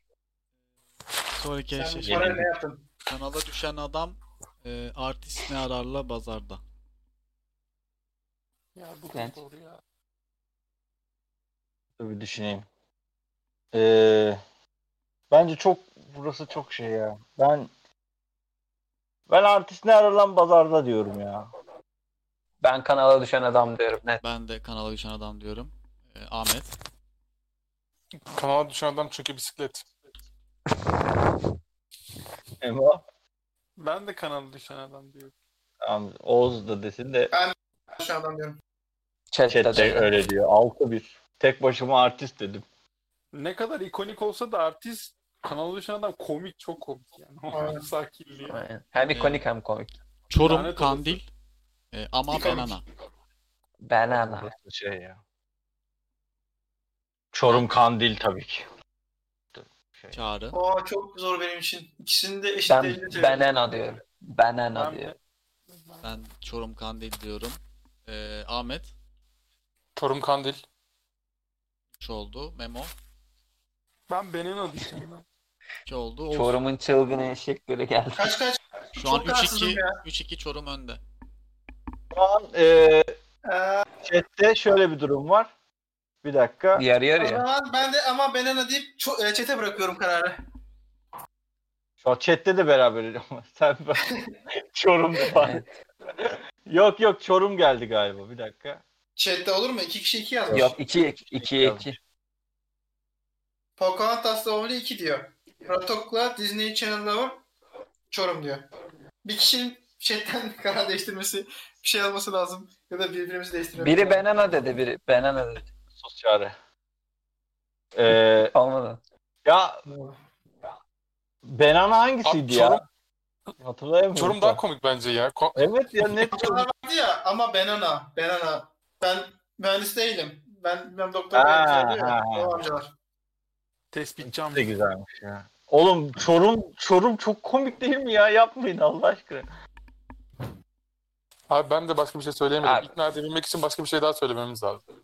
[SPEAKER 4] Sonraki
[SPEAKER 5] Sen
[SPEAKER 4] eşleşme.
[SPEAKER 5] bu parayla ne yaptın?
[SPEAKER 4] şey, Kanala düşen adam e, artist ne ararla bazarda.
[SPEAKER 3] Ya bu
[SPEAKER 2] Evet.
[SPEAKER 3] doğru ya.
[SPEAKER 1] Dur bir düşüneyim. Ee, bence çok burası çok şey ya. Ben ben artist ne aralan pazarda diyorum ya.
[SPEAKER 2] Ben kanala düşen adam diyorum. Net.
[SPEAKER 4] Ben de kanala düşen adam diyorum. E, Ahmet.
[SPEAKER 3] Kanala düşen adam çünkü bisiklet.
[SPEAKER 1] Ama
[SPEAKER 3] Ben de kanala düşen adam diyorum.
[SPEAKER 1] tamam, Oğuz da desin de
[SPEAKER 5] Ben de şu adam diyorum.
[SPEAKER 2] Chatte
[SPEAKER 1] chat
[SPEAKER 2] de.
[SPEAKER 1] de öyle diyor. 6-1. Tek başıma artist dedim.
[SPEAKER 3] Ne kadar ikonik olsa da artist kanala düşen adam komik çok komik yani. Sakinliği. Ee,
[SPEAKER 2] Aynen. Hem ikonik hem komik.
[SPEAKER 4] Çorum,
[SPEAKER 3] Lanet
[SPEAKER 4] Kandil. E, ama
[SPEAKER 3] İkonik.
[SPEAKER 4] banana.
[SPEAKER 2] Banana.
[SPEAKER 1] Şey ya. Çorum Kandil tabii ki.
[SPEAKER 4] Çağrı.
[SPEAKER 5] Aa çok zor benim için. İkisini de eşit
[SPEAKER 2] Ben
[SPEAKER 5] derecede seviyorum.
[SPEAKER 2] banana diyorum. Banana
[SPEAKER 3] Ben-
[SPEAKER 2] diyorum.
[SPEAKER 4] Ben Çorum, Kandil diyorum. E, Ahmet.
[SPEAKER 3] Çorum Kandil.
[SPEAKER 4] 3 oldu. Memo.
[SPEAKER 3] Ben Beneno diyeceğim.
[SPEAKER 4] 2 oldu. Oğuz.
[SPEAKER 2] Çorum'un çılgın eşekleri geldi.
[SPEAKER 5] Kaç kaç?
[SPEAKER 4] Şu an
[SPEAKER 5] Çok rahatsızım
[SPEAKER 4] 3-2
[SPEAKER 5] ya.
[SPEAKER 4] 3-2 Çorum önde.
[SPEAKER 1] Şu an e,
[SPEAKER 5] Ee,
[SPEAKER 1] chatte şöyle bir durum var. Bir dakika.
[SPEAKER 2] Yarı
[SPEAKER 5] o
[SPEAKER 2] yarıya.
[SPEAKER 5] zaman ben de ama Benena deyip ço- e, çete bırakıyorum kararı.
[SPEAKER 1] Şu an chatte de beraber ama sen ben Çorum falan. yok yok Çorum geldi galiba. Bir dakika.
[SPEAKER 5] Chatte olur mu? İki kişi iki yazmış.
[SPEAKER 2] Yok 2 2 2.
[SPEAKER 5] Pocahontas'la Only 2 diyor. Ratok'la Disney Channel'la var. Çorum diyor. Bir kişinin chatten karar değiştirmesi bir şey olması lazım. Ya da birbirimizi değiştirmemiz
[SPEAKER 2] Biri
[SPEAKER 5] lazım.
[SPEAKER 2] banana dedi, biri banana dedi.
[SPEAKER 1] Sus çağrı. Ee,
[SPEAKER 2] Olmadı.
[SPEAKER 1] ya Benana hangisiydi
[SPEAKER 3] Abi,
[SPEAKER 1] ya? Hatırlayamıyorum.
[SPEAKER 3] Çorum
[SPEAKER 1] şu an.
[SPEAKER 3] daha komik bence ya. Ko-
[SPEAKER 1] Evet ya net
[SPEAKER 5] Çorum vardı ya ama Benana. Benana. Ben mühendis değilim. Ben, ben doktor
[SPEAKER 1] Ha,
[SPEAKER 5] mühendis oluyor
[SPEAKER 1] ha,
[SPEAKER 5] ya.
[SPEAKER 1] ha.
[SPEAKER 5] O amcalar.
[SPEAKER 3] Tespit cam.
[SPEAKER 1] de güzelmiş ya. Oğlum Çorum Çorum çok komik değil mi ya? Yapmayın Allah aşkına.
[SPEAKER 16] Abi ben de başka bir şey söyleyemedim. İkna edebilmek için başka bir şey daha söylememiz lazım.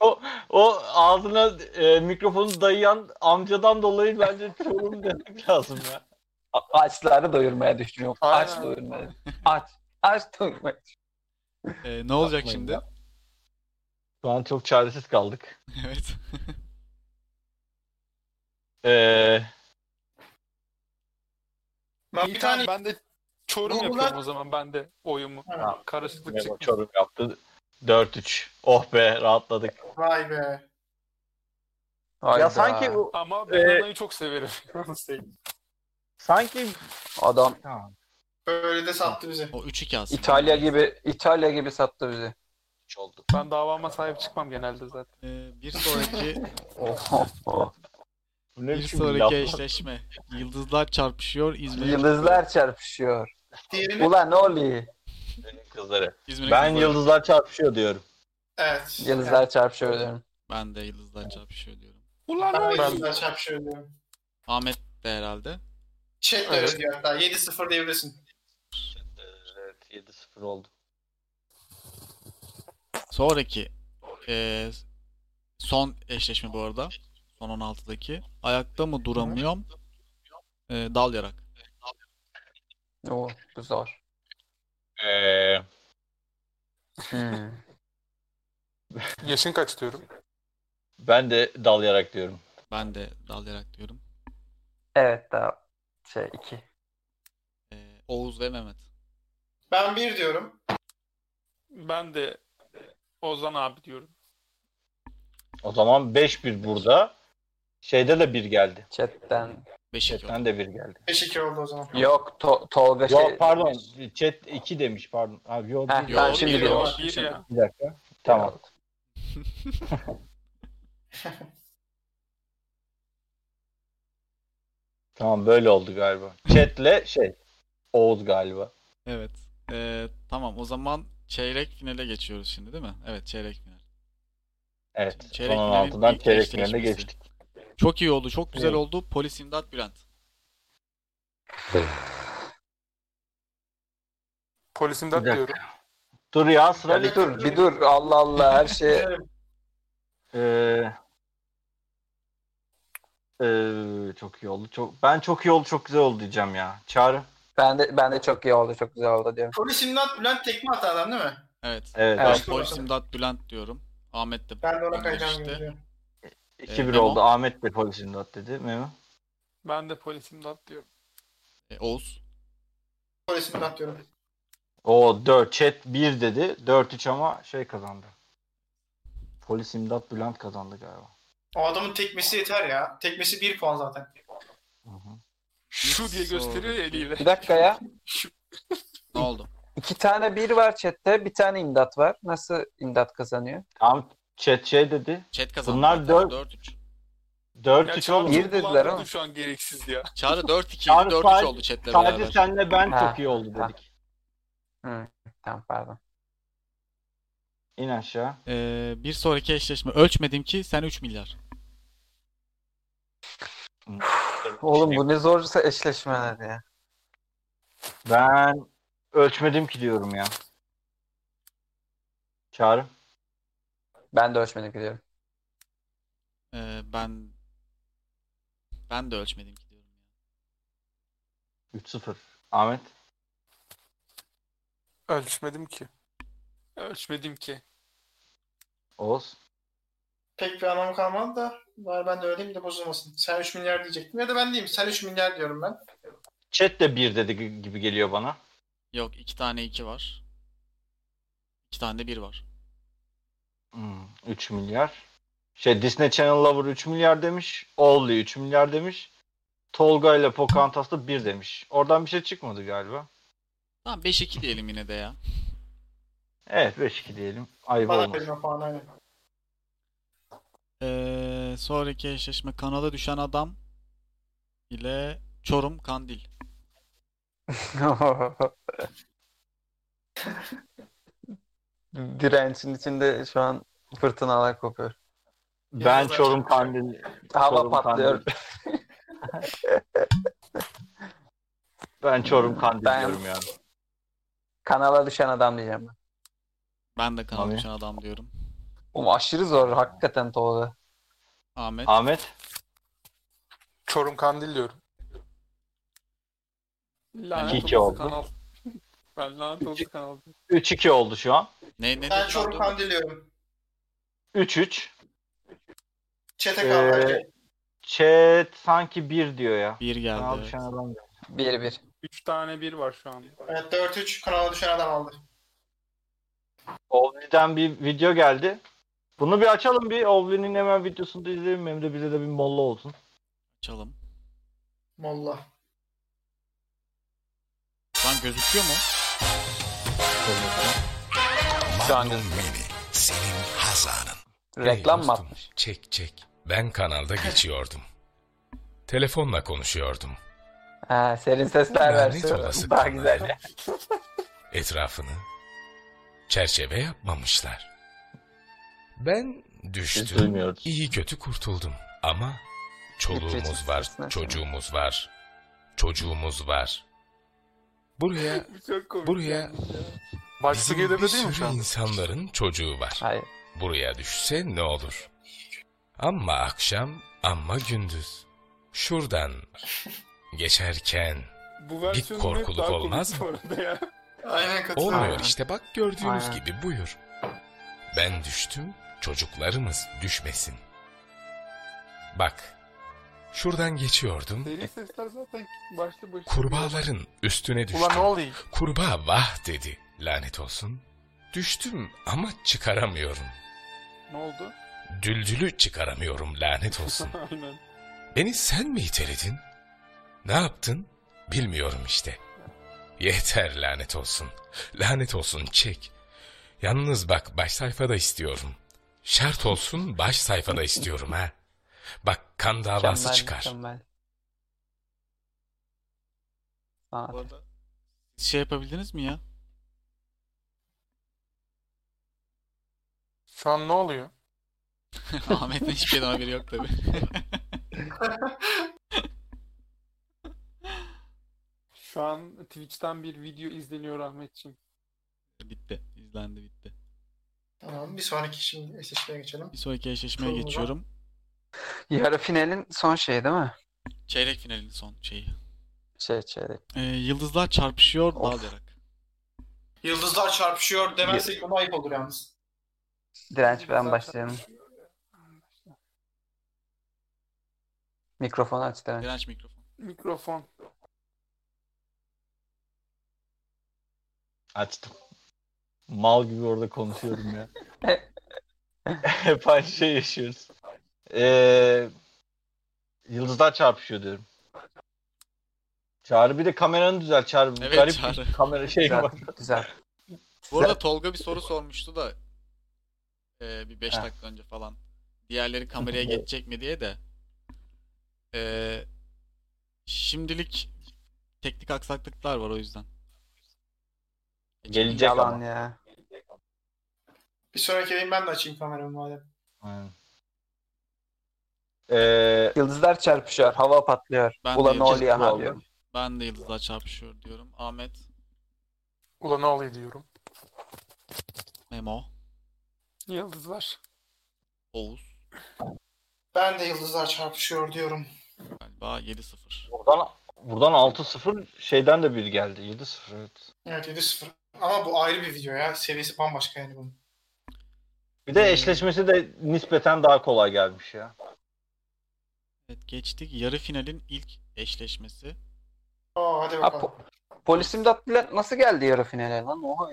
[SPEAKER 1] O, o ağzına e, mikrofonu dayayan amcadan dolayı bence çorum demek lazım ya.
[SPEAKER 2] A- Açları doyurmaya düşünüyorum. Aç
[SPEAKER 1] Aynen.
[SPEAKER 2] doyurmaya. Aç. Aç doyurmaya.
[SPEAKER 4] Ee, ne olacak şimdi?
[SPEAKER 1] Şu an çok çaresiz kaldık.
[SPEAKER 4] Evet.
[SPEAKER 1] Ee,
[SPEAKER 3] Ben, bir tane... ben de çorum
[SPEAKER 5] Google'a-
[SPEAKER 3] yapıyorum o zaman ben de oyumu. Karışıklık
[SPEAKER 1] Memo
[SPEAKER 3] çıkıyor.
[SPEAKER 1] çorum yaptı. 4-3. Oh be rahatladık.
[SPEAKER 5] Vay be.
[SPEAKER 1] Ya sanki bu-
[SPEAKER 3] Ama
[SPEAKER 5] Ee,
[SPEAKER 4] Ee,
[SPEAKER 1] e,
[SPEAKER 3] ben Nana'yı çok severim.
[SPEAKER 1] sanki
[SPEAKER 2] Adam
[SPEAKER 5] Böyle de sattı bizi.
[SPEAKER 4] O 3-2 aslında.
[SPEAKER 2] İtalya gibi İtalya gibi sattı bizi.
[SPEAKER 1] oldu.
[SPEAKER 3] Ben davama sahip çıkmam genelde zaten.
[SPEAKER 4] Ee, bir sonraki
[SPEAKER 1] Bu ne
[SPEAKER 4] bir
[SPEAKER 1] biçim bir laf?
[SPEAKER 4] sonraki eşleşme. Yıldızlar çarpışıyor İzmir.
[SPEAKER 2] Yıldızlar çarpışıyor.
[SPEAKER 5] Diğerini-
[SPEAKER 2] Ulan ne oluyor?
[SPEAKER 1] Kızları.
[SPEAKER 4] İzmir'in
[SPEAKER 1] ben
[SPEAKER 4] kızları.
[SPEAKER 1] yıldızlar çarpışıyor diyorum.
[SPEAKER 5] Evet.
[SPEAKER 2] Yıldızlar çarpışıyor diyorum.
[SPEAKER 4] Ben de yıldızlar çarpışıyor şey diyorum.
[SPEAKER 3] Ulan
[SPEAKER 5] Ben de
[SPEAKER 3] oğlum.
[SPEAKER 5] yüzünden çarpışıyor diyorum.
[SPEAKER 4] Ahmet de herhalde.
[SPEAKER 5] Chat de öyle diyor hatta. 7-0 diyebilirsin.
[SPEAKER 1] Evet 7-0 oldu.
[SPEAKER 4] Sonraki e, son eşleşme bu arada. Son 16'daki. Ayakta mı duramıyorum? E, dal yarak.
[SPEAKER 2] Oo, bu zor.
[SPEAKER 1] Ee,
[SPEAKER 16] Yaşın kaç diyorum.
[SPEAKER 1] ben de dalayarak diyorum.
[SPEAKER 4] Ben de dal yarak diyorum.
[SPEAKER 2] Evet daha şey iki.
[SPEAKER 4] E, Oğuz ve Mehmet.
[SPEAKER 5] Ben 1 diyorum.
[SPEAKER 3] Ben de Ozan abi diyorum.
[SPEAKER 1] O zaman 5-1 burada. Şeyde de 1 geldi.
[SPEAKER 2] Chatten.
[SPEAKER 1] Chatten de 1 geldi.
[SPEAKER 5] 5-2 oldu o zaman.
[SPEAKER 2] Yok to- Tolga
[SPEAKER 1] Yo,
[SPEAKER 2] şey.
[SPEAKER 1] pardon. Chat 2 demiş pardon. Abi yo,
[SPEAKER 2] Heh,
[SPEAKER 1] bir-
[SPEAKER 2] ben Yo, şimdi bir diyorum. ya,
[SPEAKER 1] Şimdi-
[SPEAKER 2] bir ya.
[SPEAKER 1] Bir dakika. Tamam. tamam böyle oldu galiba. Chat'le şey Oğuz galiba.
[SPEAKER 4] Evet. E, tamam o zaman çeyrek finale geçiyoruz şimdi değil mi? Evet çeyrek final.
[SPEAKER 1] Evet.
[SPEAKER 4] Çeyrek
[SPEAKER 1] son
[SPEAKER 4] finalin
[SPEAKER 1] 16'dan
[SPEAKER 4] ilk
[SPEAKER 1] çeyrek finaline
[SPEAKER 4] eşleşmesi.
[SPEAKER 1] geçtik.
[SPEAKER 4] Çok iyi oldu. Çok güzel
[SPEAKER 1] Evet.
[SPEAKER 4] oldu. Polis İmdat Bülent.
[SPEAKER 16] Polisim dert
[SPEAKER 1] dakika.
[SPEAKER 16] diyorum.
[SPEAKER 1] Dur ya sıra
[SPEAKER 2] Ya bir dur bir dur Allah Allah her şeye.
[SPEAKER 1] şey- Ee, ee, çok iyi oldu. Çok ben çok iyi oldu, çok güzel oldu diyeceğim ya. Çağrı.
[SPEAKER 2] Ben de ben de çok iyi oldu çok güzel oldu diyorum.
[SPEAKER 5] Polis imdat Bülent tekme attı adam değil mi?
[SPEAKER 4] Evet.
[SPEAKER 1] Evet.
[SPEAKER 4] Ben
[SPEAKER 1] Evet.
[SPEAKER 4] Polis İmdat Bülent diyorum. Ahmet de E,
[SPEAKER 5] Ben de ona
[SPEAKER 4] önde
[SPEAKER 5] kayacağım
[SPEAKER 4] işte.
[SPEAKER 5] gibi diyorum.
[SPEAKER 1] 2-1
[SPEAKER 4] Ee, Memo.
[SPEAKER 1] oldu. Ahmet de polis imdat dedi. Memo.
[SPEAKER 3] Ben de polis imdat diyorum.
[SPEAKER 4] E, Oğuz.
[SPEAKER 5] Polis imdat diyorum.
[SPEAKER 1] O 4 chat 1 dedi. 4-3 ama şey kazandı. Polis imdat Bülent kazandı galiba.
[SPEAKER 5] O adamın tekmesi yeter ya. Tekmesi 1 puan zaten.
[SPEAKER 3] Şu diye gösteriyor ya eliyle.
[SPEAKER 2] Bir dakika ya.
[SPEAKER 4] Ne oldu?
[SPEAKER 2] İki tane bir var chatte bir tane imdat var. Nasıl imdat kazanıyor?
[SPEAKER 1] Tamam chat şey dedi.
[SPEAKER 4] Chat
[SPEAKER 1] kazandı Bunlar zaten, dört-
[SPEAKER 4] 4-3.
[SPEAKER 3] Ya
[SPEAKER 1] 4-3
[SPEAKER 3] Çağrı
[SPEAKER 1] oldu.
[SPEAKER 3] çok kullandırdım şu an gereksiz ya.
[SPEAKER 4] Çağrı 4-2,
[SPEAKER 1] Çağrı
[SPEAKER 4] 4-3
[SPEAKER 1] sadece-
[SPEAKER 4] oldu chatle
[SPEAKER 1] Sadece
[SPEAKER 4] beraber.
[SPEAKER 1] senle ben
[SPEAKER 2] Ha,
[SPEAKER 1] çok iyi oldu dedik.
[SPEAKER 2] Hı, tamam pardon.
[SPEAKER 1] İn aşağı.
[SPEAKER 4] E, bir sonraki eşleşme. Ölçmedim ki sen 3 milyar.
[SPEAKER 2] Oğlum bu ne zorsa eşleşmeler ya.
[SPEAKER 1] Ben ölçmedim ki diyorum ya. Çağrı.
[SPEAKER 2] Ben de ölçmedim ki diyorum.
[SPEAKER 4] E, ben ben de ölçmedim ki diyorum.
[SPEAKER 1] 3-0. Ahmet.
[SPEAKER 16] Ölçmedim ki.
[SPEAKER 3] Ölçmedim ki.
[SPEAKER 1] Oğuz.
[SPEAKER 5] Pek bir anlamı kalmadı da. Bari ben de öyleyim de bozulmasın. Sen 3 milyar diyecektim. Ya da ben diyeyim. Sen 3 milyar diyorum ben.
[SPEAKER 1] Chat de 1 dedi gibi geliyor bana.
[SPEAKER 4] Yok 2 tane 2 var. 2 tane de 1 var.
[SPEAKER 1] Hmm, 3 milyar. Şey Disney Channel Lover 3 milyar demiş. Olli 3 milyar demiş. Tolga ile Pocahontas da 1 demiş. Oradan bir şey çıkmadı galiba.
[SPEAKER 4] Tamam 5-2 diyelim yine de ya.
[SPEAKER 1] Evet 5-2 diyelim. Ayıp
[SPEAKER 5] Bana
[SPEAKER 1] olmaz.
[SPEAKER 5] verin o puanı. aynen.
[SPEAKER 4] Ee, sonraki eşleşme kanala düşen adam ile Çorum Kandil.
[SPEAKER 2] Direncin içinde şu an fırtınalar kopuyor.
[SPEAKER 1] Ben Çorum Kandil.
[SPEAKER 2] Hava
[SPEAKER 1] Çorum
[SPEAKER 2] patlıyor.
[SPEAKER 1] Kandil. ben Çorum Kandil
[SPEAKER 2] Ben-
[SPEAKER 1] diyorum yani.
[SPEAKER 2] Kanala düşen adam diyeceğim ben.
[SPEAKER 4] Ben de kanal
[SPEAKER 2] Abi.
[SPEAKER 4] düşen adam diyorum.
[SPEAKER 2] Oğlum aşırı zor hakikaten Tolga.
[SPEAKER 4] Ahmet.
[SPEAKER 1] Ahmet.
[SPEAKER 6] Çorum Kandil diyorum.
[SPEAKER 3] Lanet
[SPEAKER 1] İki
[SPEAKER 3] olası
[SPEAKER 1] oldu.
[SPEAKER 3] kanal. Ben lanet olası kanal.
[SPEAKER 1] 3-2 oldu şu an.
[SPEAKER 4] Ne ne
[SPEAKER 5] Ben Çorum Kandiliyorum.
[SPEAKER 1] 3-3.
[SPEAKER 5] Çete kaldı.
[SPEAKER 1] Ee, chat sanki 1 diyor ya.
[SPEAKER 4] 1 geldi.
[SPEAKER 1] Kanal
[SPEAKER 5] evet.
[SPEAKER 1] düşen adam geldi.
[SPEAKER 2] 1-1.
[SPEAKER 3] 3 tane 1 var şu an.
[SPEAKER 5] Evet 4-3 kanala düşen adam aldı.
[SPEAKER 1] Ovli'den bir video geldi. Bunu bir açalım bir. Ovli'nin hemen videosunu da izleyelim. Hem de bize de bir molla olsun.
[SPEAKER 4] Açalım.
[SPEAKER 5] Molla.
[SPEAKER 4] Şu an gözüküyor mu?
[SPEAKER 2] Şu an gözüküyor. Reklam mı atmış?
[SPEAKER 34] Çek çek. Ben kanalda geçiyordum. Telefonla konuşuyordum.
[SPEAKER 2] Ha, serin sesler
[SPEAKER 34] Lanet
[SPEAKER 2] versin.
[SPEAKER 34] olası
[SPEAKER 2] Daha
[SPEAKER 34] kanal.
[SPEAKER 2] güzel ya.
[SPEAKER 34] Etrafını çerçeve yapmamışlar. Ben düştüm. iyi kötü kurtuldum. Ama çoluğumuz var, çocuğumuz var. Çocuğumuz var. Buraya buraya
[SPEAKER 6] Başlık
[SPEAKER 34] bizim bir
[SPEAKER 6] ödeme değil mi
[SPEAKER 34] sürü
[SPEAKER 6] şu an?
[SPEAKER 34] insanların çocuğu var. Buraya düşse ne olur? Ama akşam, ama gündüz. Şuradan geçerken
[SPEAKER 3] Bu
[SPEAKER 34] bir
[SPEAKER 3] versiyonu
[SPEAKER 34] korkuluk olmaz mı?
[SPEAKER 3] ya.
[SPEAKER 5] Aynen
[SPEAKER 34] Olmuyor işte bak gördüğünüz
[SPEAKER 3] Aynen.
[SPEAKER 34] gibi buyur. Ben düştüm, çocuklarımız düşmesin. Bak, şuradan geçiyordum,
[SPEAKER 3] Seri sesler zaten başlı başlı.
[SPEAKER 34] kurbağaların üstüne düştüm.
[SPEAKER 3] Ulan ne oluyor?
[SPEAKER 34] Kurbağa vah dedi, lanet olsun. Düştüm ama çıkaramıyorum.
[SPEAKER 3] Ne oldu?
[SPEAKER 34] Düldülü çıkaramıyorum lanet olsun.
[SPEAKER 3] Aynen.
[SPEAKER 34] Beni sen mi iteledin? Ne yaptın? Bilmiyorum işte. Yeter lanet olsun. Lanet olsun çek. Yalnız bak baş sayfada istiyorum. Şart olsun baş sayfada istiyorum ha. Bak kan davası
[SPEAKER 2] Mükemmel,
[SPEAKER 34] çıkar.
[SPEAKER 2] mükemmel.
[SPEAKER 4] Bu arada şey yapabildiniz mi ya?
[SPEAKER 6] Şu an ne oluyor?
[SPEAKER 4] Ahmet'in hiçbir şeyden haberi yok tabi.
[SPEAKER 3] Şu an Twitch'ten bir video izleniyor Ahmetciğim.
[SPEAKER 4] bitti. İzlendi bitti.
[SPEAKER 5] Tamam bir sonraki şimdi eşleşmeye geçelim.
[SPEAKER 4] Bir sonraki eşleşmeye
[SPEAKER 5] Çorum var.
[SPEAKER 4] geçiyorum.
[SPEAKER 2] Yarı finalin son şeyi değil mi?
[SPEAKER 4] Çeyrek finalin son şeyi.
[SPEAKER 2] Şey çeyrek.
[SPEAKER 4] Ee, yıldızlar çarpışıyor dağılarak.
[SPEAKER 5] Yıldızlar çarpışıyor demezsek buna ayıp olur yalnız.
[SPEAKER 2] Direnç ben başlayalım. Mikrofonu aç Direnç.
[SPEAKER 4] Direnç mikrofonu.
[SPEAKER 3] Mikrofon.
[SPEAKER 1] Açtım. Mal gibi orada konuşuyorum ya. Hep aynı şey yaşıyoruz. Ee, yıldızlar çarpışıyor diyorum. Çağrı bir de kameranı düzel Çağrı.
[SPEAKER 4] Evet,
[SPEAKER 1] Garip
[SPEAKER 4] Çağrı.
[SPEAKER 1] bir kamera şey
[SPEAKER 4] Düzel,
[SPEAKER 1] var.
[SPEAKER 2] Güzel.
[SPEAKER 4] Bu arada Tolga bir soru sormuştu da e, bir 5
[SPEAKER 1] Heh.
[SPEAKER 4] dakika önce falan. Diğerleri kameraya geçecek mi diye de. E, şimdilik teknik aksaklıklar var o yüzden. E,
[SPEAKER 1] Gelecek
[SPEAKER 2] Yalan
[SPEAKER 1] ama.
[SPEAKER 2] ya.
[SPEAKER 5] Bir sonraki yayın ben de açayım kameramı madem.
[SPEAKER 1] Aynen. Ee,
[SPEAKER 2] Yıldızlar çarpışıyor, hava patlıyor.
[SPEAKER 4] Ben
[SPEAKER 2] Ulan
[SPEAKER 4] de
[SPEAKER 2] ne oluyor
[SPEAKER 4] yıldızlar
[SPEAKER 2] ha diyor.
[SPEAKER 4] Ben de yıldızlar çarpışıyor diyorum. Ahmet,
[SPEAKER 6] Ulan ne oluyor diyorum.
[SPEAKER 4] Memo,
[SPEAKER 3] Yıldızlar.
[SPEAKER 4] Oğuz
[SPEAKER 5] Ben de yıldızlar çarpışıyor diyorum.
[SPEAKER 4] galiba 7-0.
[SPEAKER 1] Buradan, buradan 6-0 şeyden de bir geldi. 7-0 evet.
[SPEAKER 5] Evet 7-0. Ama bu ayrı bir video ya. Seviyesi bambaşka yani bunun.
[SPEAKER 1] Bir
[SPEAKER 6] Hmm.
[SPEAKER 1] de eşleşmesi de nispeten daha kolay gelmiş ya.
[SPEAKER 4] Evet geçtik. Yarı finalin ilk eşleşmesi.
[SPEAKER 5] Oo, hadi
[SPEAKER 2] Ha, po- polis imdat Bülent nasıl geldi yarı finale lan? Oha.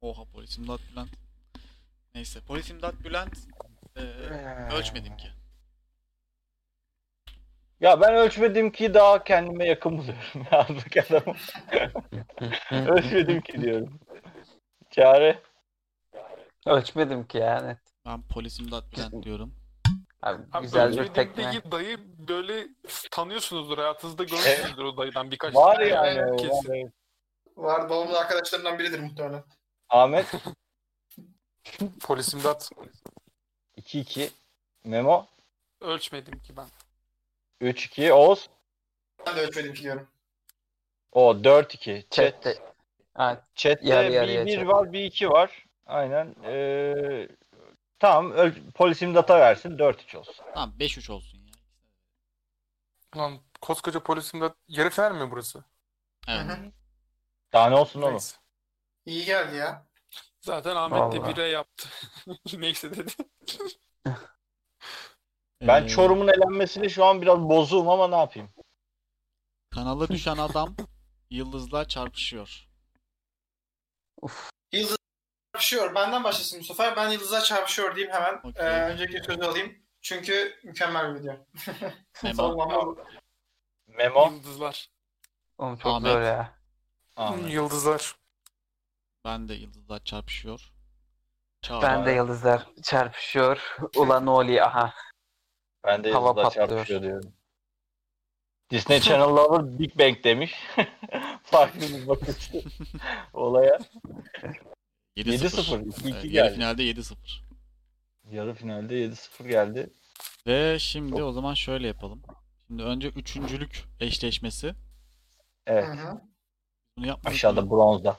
[SPEAKER 4] Oha polis imdat Bülent. Neyse polis imdat Bülent e, ölçmedim ki.
[SPEAKER 1] Ya ben ölçmedim ki daha kendime yakın buluyorum. Yazdık adamı. ölçmedim ki diyorum. Çare.
[SPEAKER 2] Ölçmedim ki yani.
[SPEAKER 4] Ben polis imdat Bülent diyorum.
[SPEAKER 2] Abi,
[SPEAKER 3] Abi
[SPEAKER 2] güzel bir
[SPEAKER 3] özellikle
[SPEAKER 2] tekme.
[SPEAKER 3] bir dayı böyle tanıyorsunuzdur hayatınızda görmüşsünüzdür o dayıdan birkaç
[SPEAKER 1] Var
[SPEAKER 3] tane.
[SPEAKER 1] yani, var
[SPEAKER 3] Kesin.
[SPEAKER 1] evet.
[SPEAKER 5] Var babamın arkadaşlarından biridir muhtemelen.
[SPEAKER 1] Ahmet
[SPEAKER 6] Polis imdat.
[SPEAKER 1] 2-2. Memo
[SPEAKER 3] Ölçmedim ki ben.
[SPEAKER 1] 3-2. Oğuz.
[SPEAKER 5] Ben de ölçmedim ki diyorum.
[SPEAKER 1] O 4-2. Chat.
[SPEAKER 2] Chat'te, Evet.
[SPEAKER 1] Chat'te
[SPEAKER 2] Yarı yarıya
[SPEAKER 1] bir, bir
[SPEAKER 2] chat.
[SPEAKER 1] var, bir iki var. Aynen. Ee, tamam, öl- polisim data versin, 4-3 olsun.
[SPEAKER 4] Tamam 5-3 olsun. ya.
[SPEAKER 16] Lan koskoca polisimde yarı fener mi burası?
[SPEAKER 4] Evet.
[SPEAKER 1] Daha ne olsun oğlum?
[SPEAKER 16] Neyse.
[SPEAKER 5] İyi geldi ya.
[SPEAKER 3] Zaten Ahmet de
[SPEAKER 1] Vallahi.
[SPEAKER 3] bire yaptı. Neyse dedi.
[SPEAKER 1] Ben
[SPEAKER 4] Ee,
[SPEAKER 1] Çorum'un elenmesiyle şu an biraz bozuğum ama ne yapayım?
[SPEAKER 4] Kanala düşen adam yıldızla çarpışıyor.
[SPEAKER 5] Yıldız çarpışıyor. Benden başlasın bu sefer. Ben Yıldız'a çarpışıyor diyeyim hemen. Ee, önceki sözü alayım. Çünkü mükemmel bir video. Savunmam.
[SPEAKER 1] Memo.
[SPEAKER 3] Yıldızlar.
[SPEAKER 2] Oğlum
[SPEAKER 4] çok Ahmet. zor ya.
[SPEAKER 16] Yıldızlar.
[SPEAKER 4] Ben de yıldızla çarpışıyor. Çağla.
[SPEAKER 2] Ben de yıldızlar çarpışıyor. Ulan Oli aha.
[SPEAKER 1] Ben de
[SPEAKER 2] Hava
[SPEAKER 1] Yıldız'la
[SPEAKER 2] patlıyor.
[SPEAKER 1] çarpışıyor diyorum. Disney Channel Lover Big Bang demiş. Farklı bir bakış açısı olaya. 7-0. 2-2
[SPEAKER 4] Evet, yarı
[SPEAKER 1] geldi.
[SPEAKER 4] finalde 7-0.
[SPEAKER 1] Yarı finalde 7-0 geldi.
[SPEAKER 4] Ve şimdi o zaman şöyle yapalım. Şimdi önce üçüncülük eşleşmesi.
[SPEAKER 1] Evet.
[SPEAKER 4] Bunu yapmadık
[SPEAKER 1] Aşağıda
[SPEAKER 4] mı?
[SPEAKER 1] bronzda.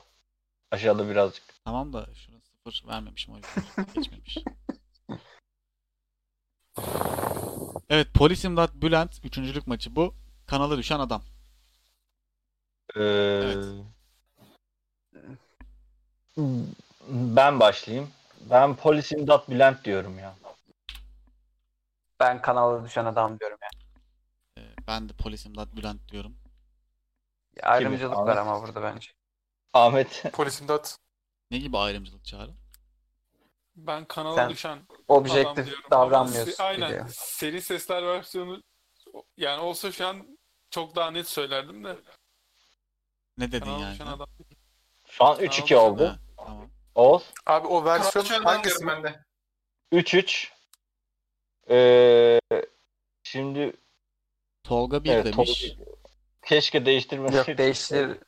[SPEAKER 1] Aşağıda birazcık.
[SPEAKER 4] Tamam da şuna sıfır vermemişim o yüzden geçmemiş. Evet Polis İmdat Bülent üçüncülük maçı bu. Kanala düşen adam.
[SPEAKER 1] Ee, Ben başlayayım. Ben polis imdat Bülent diyorum ya.
[SPEAKER 2] Ben kanala düşen adam diyorum ya.
[SPEAKER 4] Ee, Ben de Polis İmdat Bülent diyorum.
[SPEAKER 2] Ayrımcılık
[SPEAKER 4] Kimi?
[SPEAKER 2] var
[SPEAKER 4] Ahmet.
[SPEAKER 2] ama burada bence.
[SPEAKER 1] Ahmet.
[SPEAKER 16] Polis imdat.
[SPEAKER 4] Ne gibi ayrımcılık çağrı?
[SPEAKER 3] Ben kanala
[SPEAKER 2] Sen
[SPEAKER 3] düşen
[SPEAKER 2] objektif
[SPEAKER 3] adam diyorum.
[SPEAKER 2] davranmıyorsun
[SPEAKER 3] Ama se- Aynen.
[SPEAKER 2] diyor.
[SPEAKER 3] Seri sesler versiyonu yani olsa şu an çok daha net söylerdim de.
[SPEAKER 4] Ne dedin
[SPEAKER 3] Kanala
[SPEAKER 4] yani?
[SPEAKER 3] düşen adam.
[SPEAKER 1] Şu an 3-2 oldu. Oğuz.
[SPEAKER 16] Abi o versiyon hangisi?
[SPEAKER 5] Ben de.
[SPEAKER 1] 3-3. Ee, şimdi
[SPEAKER 4] Tolga bir
[SPEAKER 1] Evet,
[SPEAKER 4] demiş.
[SPEAKER 1] Tolga- keşke değiştirmeseydik.
[SPEAKER 2] Yok değiştir.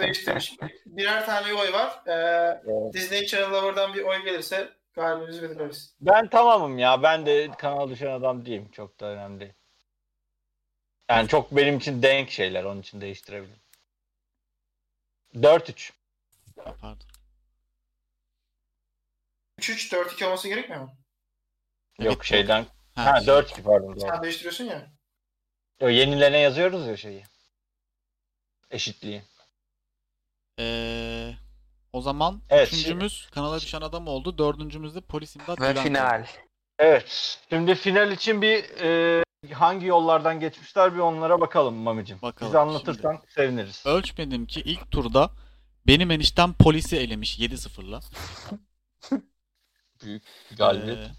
[SPEAKER 5] Değiştirmiş. Birer tane oy var. Ee, Disney Channel Lover'dan bir oy gelirse galibimizi belirleriz.
[SPEAKER 1] Ben tamamım ya. Ben de kanal düşen adam diyeyim. Çok da önemli değil. Yani çok benim için denk şeyler. Onun için değiştirebilirim. 4-3.
[SPEAKER 4] Pardon.
[SPEAKER 5] 3-3-4-2 olması gerekmiyor mu?
[SPEAKER 1] Yok şeyden.
[SPEAKER 4] Ha,
[SPEAKER 1] Ha,
[SPEAKER 4] şey.
[SPEAKER 1] 4-2 pardon. doğru.
[SPEAKER 5] Sen değiştiriyorsun ya.
[SPEAKER 1] Yo, Yenilene yazıyoruz ya şeyi. Eşitliği.
[SPEAKER 4] Ee, o zaman
[SPEAKER 1] Evet,
[SPEAKER 4] üçüncümüz kanala düşen adam oldu. Dördüncümüz de Polis İmdat Bülent. oldu.
[SPEAKER 1] Evet. Şimdi final için bir e, hangi yollardan geçmişler bir onlara bakalım Mami'cim.
[SPEAKER 4] Bakalım
[SPEAKER 1] Bize anlatırsan seviniriz.
[SPEAKER 4] Ölçmedim ki ilk turda benim eniştem polisi elemiş 7-0'la.
[SPEAKER 1] Büyük
[SPEAKER 4] galibiyet. Ee,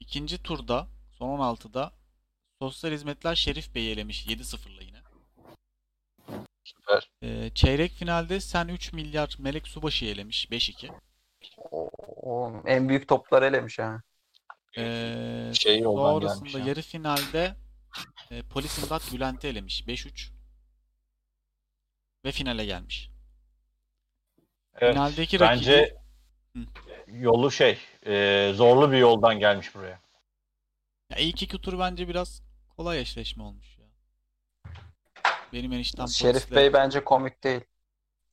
[SPEAKER 4] ikinci turda son 16'da Sosyal Hizmetler Şerif Bey'i elemiş 7-0'la yine. Ee,
[SPEAKER 1] Süper.
[SPEAKER 4] çeyrek finalde Sen 3 milyar Melek Subaşı'yı elemiş 5-2.
[SPEAKER 2] Oğlum, en büyük toplar elemiş ha.
[SPEAKER 4] Ee,
[SPEAKER 2] Şey yoldan gelmiş
[SPEAKER 4] sonrasında
[SPEAKER 2] ya.
[SPEAKER 4] yarı finalde e, Polis İmdat Bülent'i elemiş 5-3. Ve finale gelmiş.
[SPEAKER 1] Evet,
[SPEAKER 4] Finaldeki
[SPEAKER 1] Bence yolu şey e, zorlu bir yoldan gelmiş buraya.
[SPEAKER 4] Ya ilk iki tur bence biraz kolay eşleşme olmuş ya. Benim eniştem
[SPEAKER 2] Şerif
[SPEAKER 4] polisle-
[SPEAKER 2] Bey bence komik değil.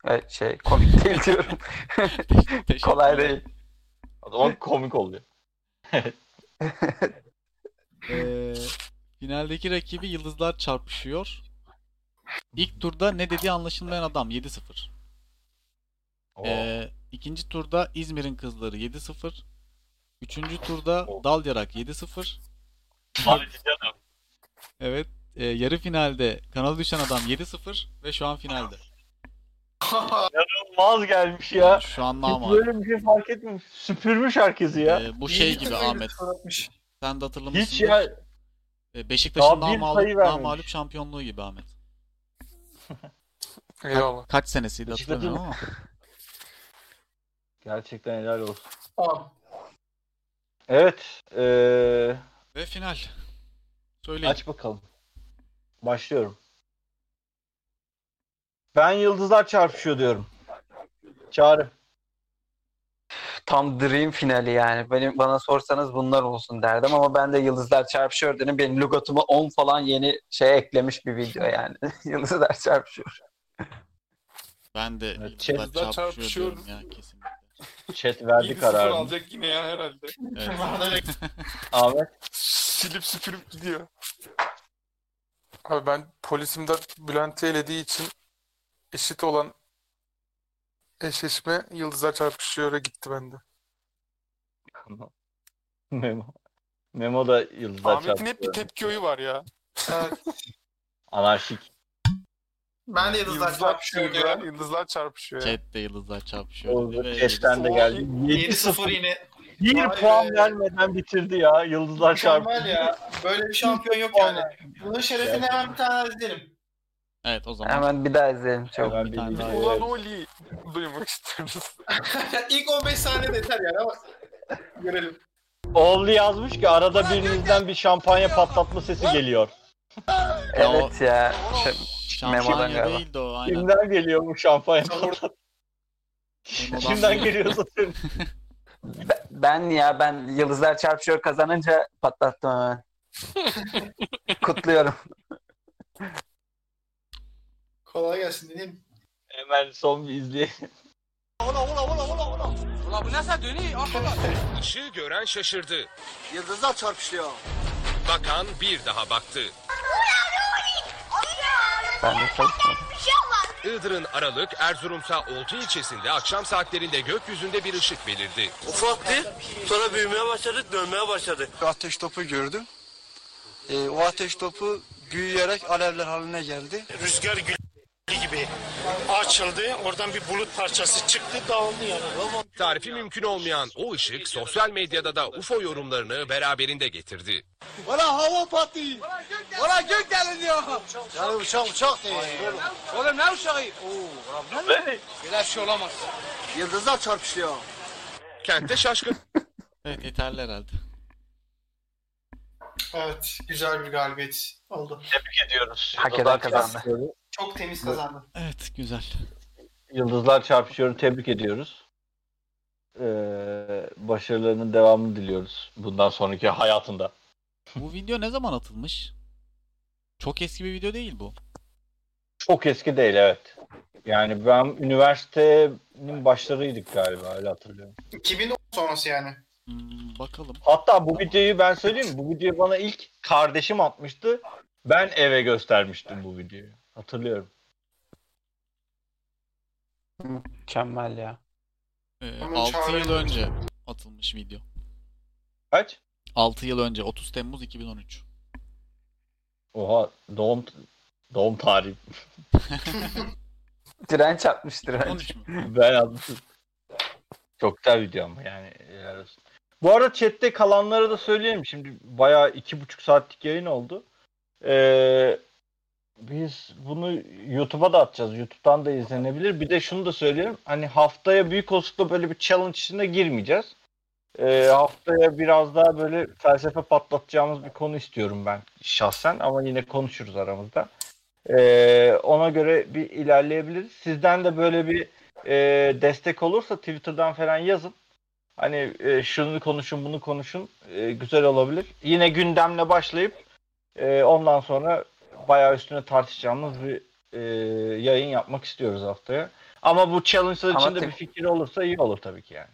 [SPEAKER 2] Evet, şey komik değil diyorum. Kolay değil.
[SPEAKER 1] O zaman komik oluyor.
[SPEAKER 4] Ee, finaldeki rakibi Yıldızlar çarpışıyor. İlk turda ne dediği anlaşılmayan adam 7-0. Ee, ikinci turda İzmir'in kızları 7-0. Üçüncü turda Dal Yarak 7-0. Evet. e, yarı finalde kanala düşen adam 7-0 ve şu an finalde.
[SPEAKER 1] İnanılmaz gelmiş ya.
[SPEAKER 4] Şu an
[SPEAKER 1] Hiç
[SPEAKER 4] namağlup.
[SPEAKER 1] böyle bir şey fark etmemiş. Süpürmüş herkesi ya.
[SPEAKER 4] Ee, bu şey gibi Ahmet. Sen de hatırlamışsın. Ee,
[SPEAKER 1] Hiç ya.
[SPEAKER 4] Beşiktaş'ın
[SPEAKER 1] Daha bir
[SPEAKER 4] daha
[SPEAKER 1] sayı
[SPEAKER 4] mağlup, daha
[SPEAKER 1] vermemiş.
[SPEAKER 4] mağlup şampiyonluğu gibi Ahmet.
[SPEAKER 16] Eyvallah.
[SPEAKER 4] Kaç senesiydi hatırlamıyorum ama.
[SPEAKER 1] Beşiktaş'ın- Gerçekten helal olsun.
[SPEAKER 5] Tamam.
[SPEAKER 1] Evet. e, eee,
[SPEAKER 4] Ve final. Söyleyin.
[SPEAKER 1] aç bakalım. Başlıyorum. Ben yıldızlar çarpışıyor diyorum. Çağrı.
[SPEAKER 2] Tam dream finali yani. Benim bana sorsanız bunlar olsun derdim ama ben de Yıldızlar Çarpışıyor dedim. Benim lügatuma 10 falan yeni şey eklemiş bir video yani. Yıldızlar Çarpışıyor.
[SPEAKER 4] Ben de
[SPEAKER 1] Evet,
[SPEAKER 4] yıllar
[SPEAKER 1] chat'le
[SPEAKER 4] çarpışıyor diyorum
[SPEAKER 1] çarpışıyorum.
[SPEAKER 4] ya kesinlikle.
[SPEAKER 1] Chat verdi
[SPEAKER 3] Sıfır
[SPEAKER 1] kararını.
[SPEAKER 3] alacak yine ya herhalde.
[SPEAKER 4] Evet.
[SPEAKER 1] Ahmet.
[SPEAKER 16] Silip süpürüp gidiyor. Abi ben polisimde Bülent'i elediği için eşit olan eşleşme Yıldızlar Çarpışıyor'a gitti bende.
[SPEAKER 1] Memo. Memo da yıldızlar
[SPEAKER 16] Ahmet'in hep bir
[SPEAKER 1] çarpışıyor.
[SPEAKER 16] tepki oyu var ya.
[SPEAKER 1] Anarşik.
[SPEAKER 5] Ben de yıldızlar, çarpışıyor diyorum.
[SPEAKER 16] Yıldızlar çarpışıyor.
[SPEAKER 2] Şey,
[SPEAKER 16] ya.
[SPEAKER 4] Chat'te yıldızlar çarpışıyor.
[SPEAKER 1] Orada
[SPEAKER 4] Ve
[SPEAKER 1] Keşten de geldi.
[SPEAKER 5] 7-0 yine.
[SPEAKER 1] Bir puan vermeden bitirdi ya. Yıldızlar
[SPEAKER 5] Mükemmel
[SPEAKER 1] çarpışıyor.
[SPEAKER 5] ya. Böyle bir şampiyon yok yani. Bunun şerefine
[SPEAKER 1] Gerçekten.
[SPEAKER 5] hemen bir tane izleyelim.
[SPEAKER 4] Evet o zaman.
[SPEAKER 2] Hemen bir daha izleyelim çabuk.
[SPEAKER 1] Hemen bir
[SPEAKER 4] daha
[SPEAKER 16] Ulan Oli duymak isteriz.
[SPEAKER 5] İlk 15 saniye de yeter yani ama görelim.
[SPEAKER 1] Oğlu yazmış ki arada birinizden bir şampanya patlatma sesi geliyor.
[SPEAKER 2] Evet ya. Şey, Memo'dan
[SPEAKER 4] Şampanya
[SPEAKER 2] galiba.
[SPEAKER 4] değildi o aynen.
[SPEAKER 1] Kimden geliyor bu şampanya patlatma? Kimden geliyorsa senin.
[SPEAKER 2] Ben ya ben Yıldızlar Çarpışıyor kazanınca patlattım hemen. Kutluyorum.
[SPEAKER 5] Kolay gelsin dediğim.
[SPEAKER 1] Hemen son bir izleyelim.
[SPEAKER 20] Ola ola ola ola ola. Ulan bu nasıl dönüyor? Ah ulan.
[SPEAKER 30] Işığı gören şaşırdı.
[SPEAKER 20] Yıldızlar çarpışıyor.
[SPEAKER 30] Bakan bir daha baktı.
[SPEAKER 2] Ben de çalışmadım.
[SPEAKER 30] Iğdır'ın Aralık, Erzurumsa Oltu ilçesinde akşam saatlerinde gökyüzünde bir ışık belirdi.
[SPEAKER 20] Ufaktı. Sonra büyümeye başladı, dönmeye başladı.
[SPEAKER 6] Ateş topu gördüm. Ee, o ateş topu büyüyerek alevler haline geldi.
[SPEAKER 15] Rüzgar gülü gibi açıldı. Oradan bir bulut parçası çıktı dağıldı yani.
[SPEAKER 30] Tarifi mümkün olmayan o ışık sosyal medyada da UFO yorumlarını beraberinde getirdi.
[SPEAKER 20] Ulan hava patlıyor. Ulan gök deliniyor. Ya uçak uçak değil. Oğlum ne uçağı? Oo, ulan bu ne? Böyle bir şey olamaz. Yıldızlar çarpışıyor.
[SPEAKER 30] Kentte şaşkın
[SPEAKER 4] Evet yeterli herhalde.
[SPEAKER 5] Evet, güzel bir galibiyet oldu.
[SPEAKER 1] Tebrik ediyoruz.
[SPEAKER 2] Hak eden
[SPEAKER 1] Yıldızlar
[SPEAKER 2] kazandı.
[SPEAKER 1] çarpışıyor.
[SPEAKER 5] Çok temiz kazandı.
[SPEAKER 4] Evet güzel.
[SPEAKER 1] Yıldızlar çarpışıyor. Tebrik ediyoruz. Ee, başarılarının devamını diliyoruz bundan sonraki hayatında.
[SPEAKER 4] Bu video ne zaman atılmış? Çok eski bir video değil bu.
[SPEAKER 1] Çok eski değil evet. Yani ben üniversitenin başlarıydık galiba öyle hatırlıyorum.
[SPEAKER 5] 2010 sonrası yani.
[SPEAKER 4] Hmm, bakalım.
[SPEAKER 1] Hatta bu videoyu ben söyleyeyim mi? Bu videoyu bana ilk kardeşim atmıştı. Ben eve göstermiştim bu videoyu. Hatırlıyorum.
[SPEAKER 2] Mükemmel ya.
[SPEAKER 4] Ee,
[SPEAKER 5] Ama
[SPEAKER 4] 6 yıl
[SPEAKER 5] çağrı-
[SPEAKER 4] önce atılmış video.
[SPEAKER 1] Kaç?
[SPEAKER 4] 6 yıl önce 30 Temmuz 2013.
[SPEAKER 1] Oha doğum doğum tarihi.
[SPEAKER 2] Direnç atmış direnç.
[SPEAKER 4] 13 mü?
[SPEAKER 1] ben atmışım. Çok güzel video ama yani. helal olsun. Bu arada chatte kalanlara da söyleyelim. Şimdi bayağı iki buçuk saatlik yayın oldu. Ee, biz bunu YouTube'a da atacağız. YouTube'dan da izlenebilir. Bir de şunu da söyleyelim. Hani haftaya büyük olasılıkla böyle bir challenge içine girmeyeceğiz. Ee, haftaya biraz daha böyle felsefe patlatacağımız bir konu istiyorum ben şahsen ama yine konuşuruz aramızda. Ee, ona göre bir ilerleyebiliriz. Sizden de böyle bir e, destek olursa Twitter'dan falan yazın. Hani e, şunu konuşun, bunu konuşun. E, güzel olabilir. Yine gündemle başlayıp e, ondan sonra bayağı üstüne tartışacağımız bir e, yayın yapmak istiyoruz haftaya. Ama bu challenge'lar
[SPEAKER 2] Ama
[SPEAKER 1] için de
[SPEAKER 2] tek-
[SPEAKER 1] bir fikir olursa iyi olur tabii ki yani.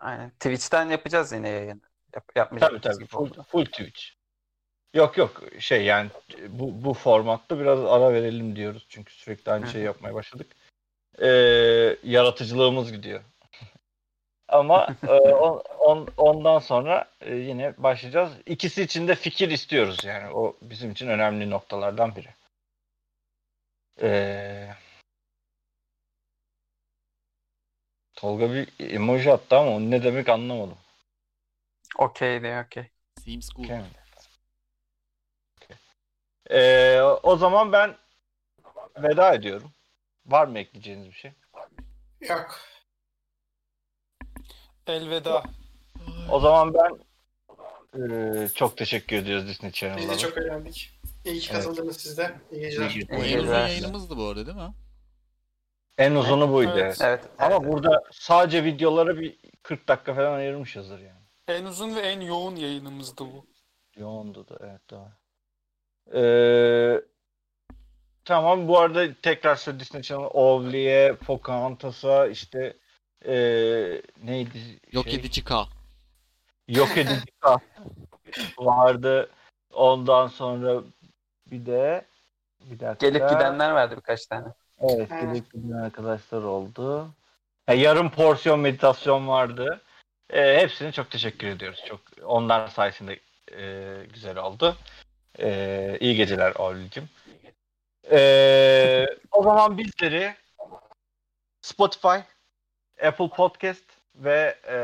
[SPEAKER 2] Aynen. Twitch'ten yapacağız yine yayını. Yap,
[SPEAKER 1] Tabii
[SPEAKER 2] yapmayacağız
[SPEAKER 1] tabii.
[SPEAKER 2] gibi
[SPEAKER 1] Full,
[SPEAKER 2] oldu.
[SPEAKER 1] full Twitch. Yok yok şey yani bu, bu formatta biraz ara verelim diyoruz. Çünkü sürekli aynı
[SPEAKER 2] Hı.
[SPEAKER 1] şeyi yapmaya başladık. Ee, yaratıcılığımız gidiyor. Ama e, on, on- ondan sonra e, yine başlayacağız. İkisi için de fikir istiyoruz yani. O bizim için önemli noktalardan biri. Ee, Tolga bir emoji attı ama onun ne demek anlamadım.
[SPEAKER 2] Okey diyor okey.
[SPEAKER 4] Seems good.
[SPEAKER 1] Okey. Ee, o zaman ben veda ediyorum. Var mı ekleyeceğiniz bir şey?
[SPEAKER 5] Yok.
[SPEAKER 3] Elveda.
[SPEAKER 1] O zaman ben ee, çok teşekkür ediyoruz Disney Channel'a.
[SPEAKER 5] Biz de çok eğlendik. İyi ki
[SPEAKER 1] Evet.
[SPEAKER 5] katıldınız siz de. İyi geceler.
[SPEAKER 1] İyi
[SPEAKER 4] Bu en
[SPEAKER 1] geceler.
[SPEAKER 4] uzun yayınımızdı bu arada değil mi?
[SPEAKER 1] En uzunu buydu.
[SPEAKER 3] Evet.
[SPEAKER 1] evet.
[SPEAKER 2] Evet.
[SPEAKER 1] Ama burada sadece videolara bir 40 dakika falan ayırmışızdır yani.
[SPEAKER 3] En uzun ve en yoğun yayınımızdı bu.
[SPEAKER 1] Yoğundu da evet daha. Ee, Tamam bu arada tekrar söyle Disney Channel Ovli'ye, Pocahontas'a işte eee neydi? Şey-
[SPEAKER 4] Yok edici K.
[SPEAKER 1] Yok edici K vardı. Ondan sonra bir de bir dakika.
[SPEAKER 2] Gelip gidenler vardı birkaç tane.
[SPEAKER 1] Evet, gelip giden arkadaşlar oldu. Ya, yarım porsiyon meditasyon vardı. Ee, hepsine çok teşekkür ediyoruz. Çok onlar sayesinde e, güzel oldu. Ee, iyi geceler Avli'cim. Ee, o zaman bizleri Spotify, Apple Podcast ve e,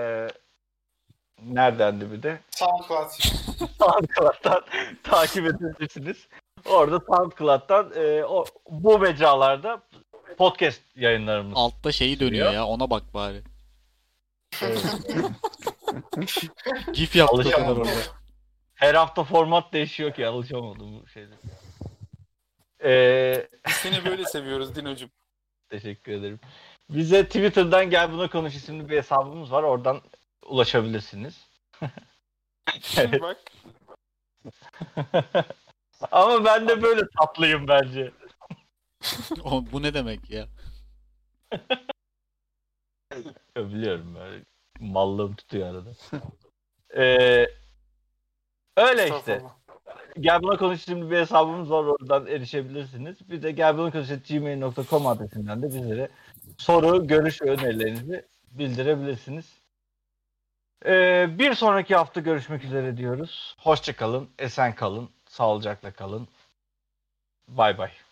[SPEAKER 1] neredendi bir de?
[SPEAKER 5] SoundCloud.
[SPEAKER 1] SoundCloud'dan takip edebilirsiniz. Orada SoundCloud'dan e, o, bu mecralarda podcast yayınlarımız.
[SPEAKER 4] Altta şeyi dönüyor ya ona bak bari. GIF yaptı o kadar
[SPEAKER 1] Alışamadım.
[SPEAKER 4] orada.
[SPEAKER 1] Her hafta format değişiyor ki alışamadım bu şeyde. Ee,
[SPEAKER 3] Seni böyle seviyoruz Dinocuğum.
[SPEAKER 1] Teşekkür ederim. Bize Twitter'dan gel buna konuş isimli bir hesabımız var. Oradan ulaşabilirsiniz.
[SPEAKER 3] Şimdi bak.
[SPEAKER 1] Ama ben de böyle tatlıyım bence.
[SPEAKER 4] O, bu ne demek ya?
[SPEAKER 1] Ya Biliyorum böyle mallığım tutuyor arada. Ee, öyle işte. Gel buna konuş isimli bir hesabımız var. Oradan erişebilirsiniz. Bir de gel buna konuş gmail.com adresinden de bizlere soru, görüş ve önerilerinizi bildirebilirsiniz. Ee, bir sonraki hafta görüşmek üzere diyoruz. Hoşça kalın, esen kalın, sağlıcakla kalın. Bay bay.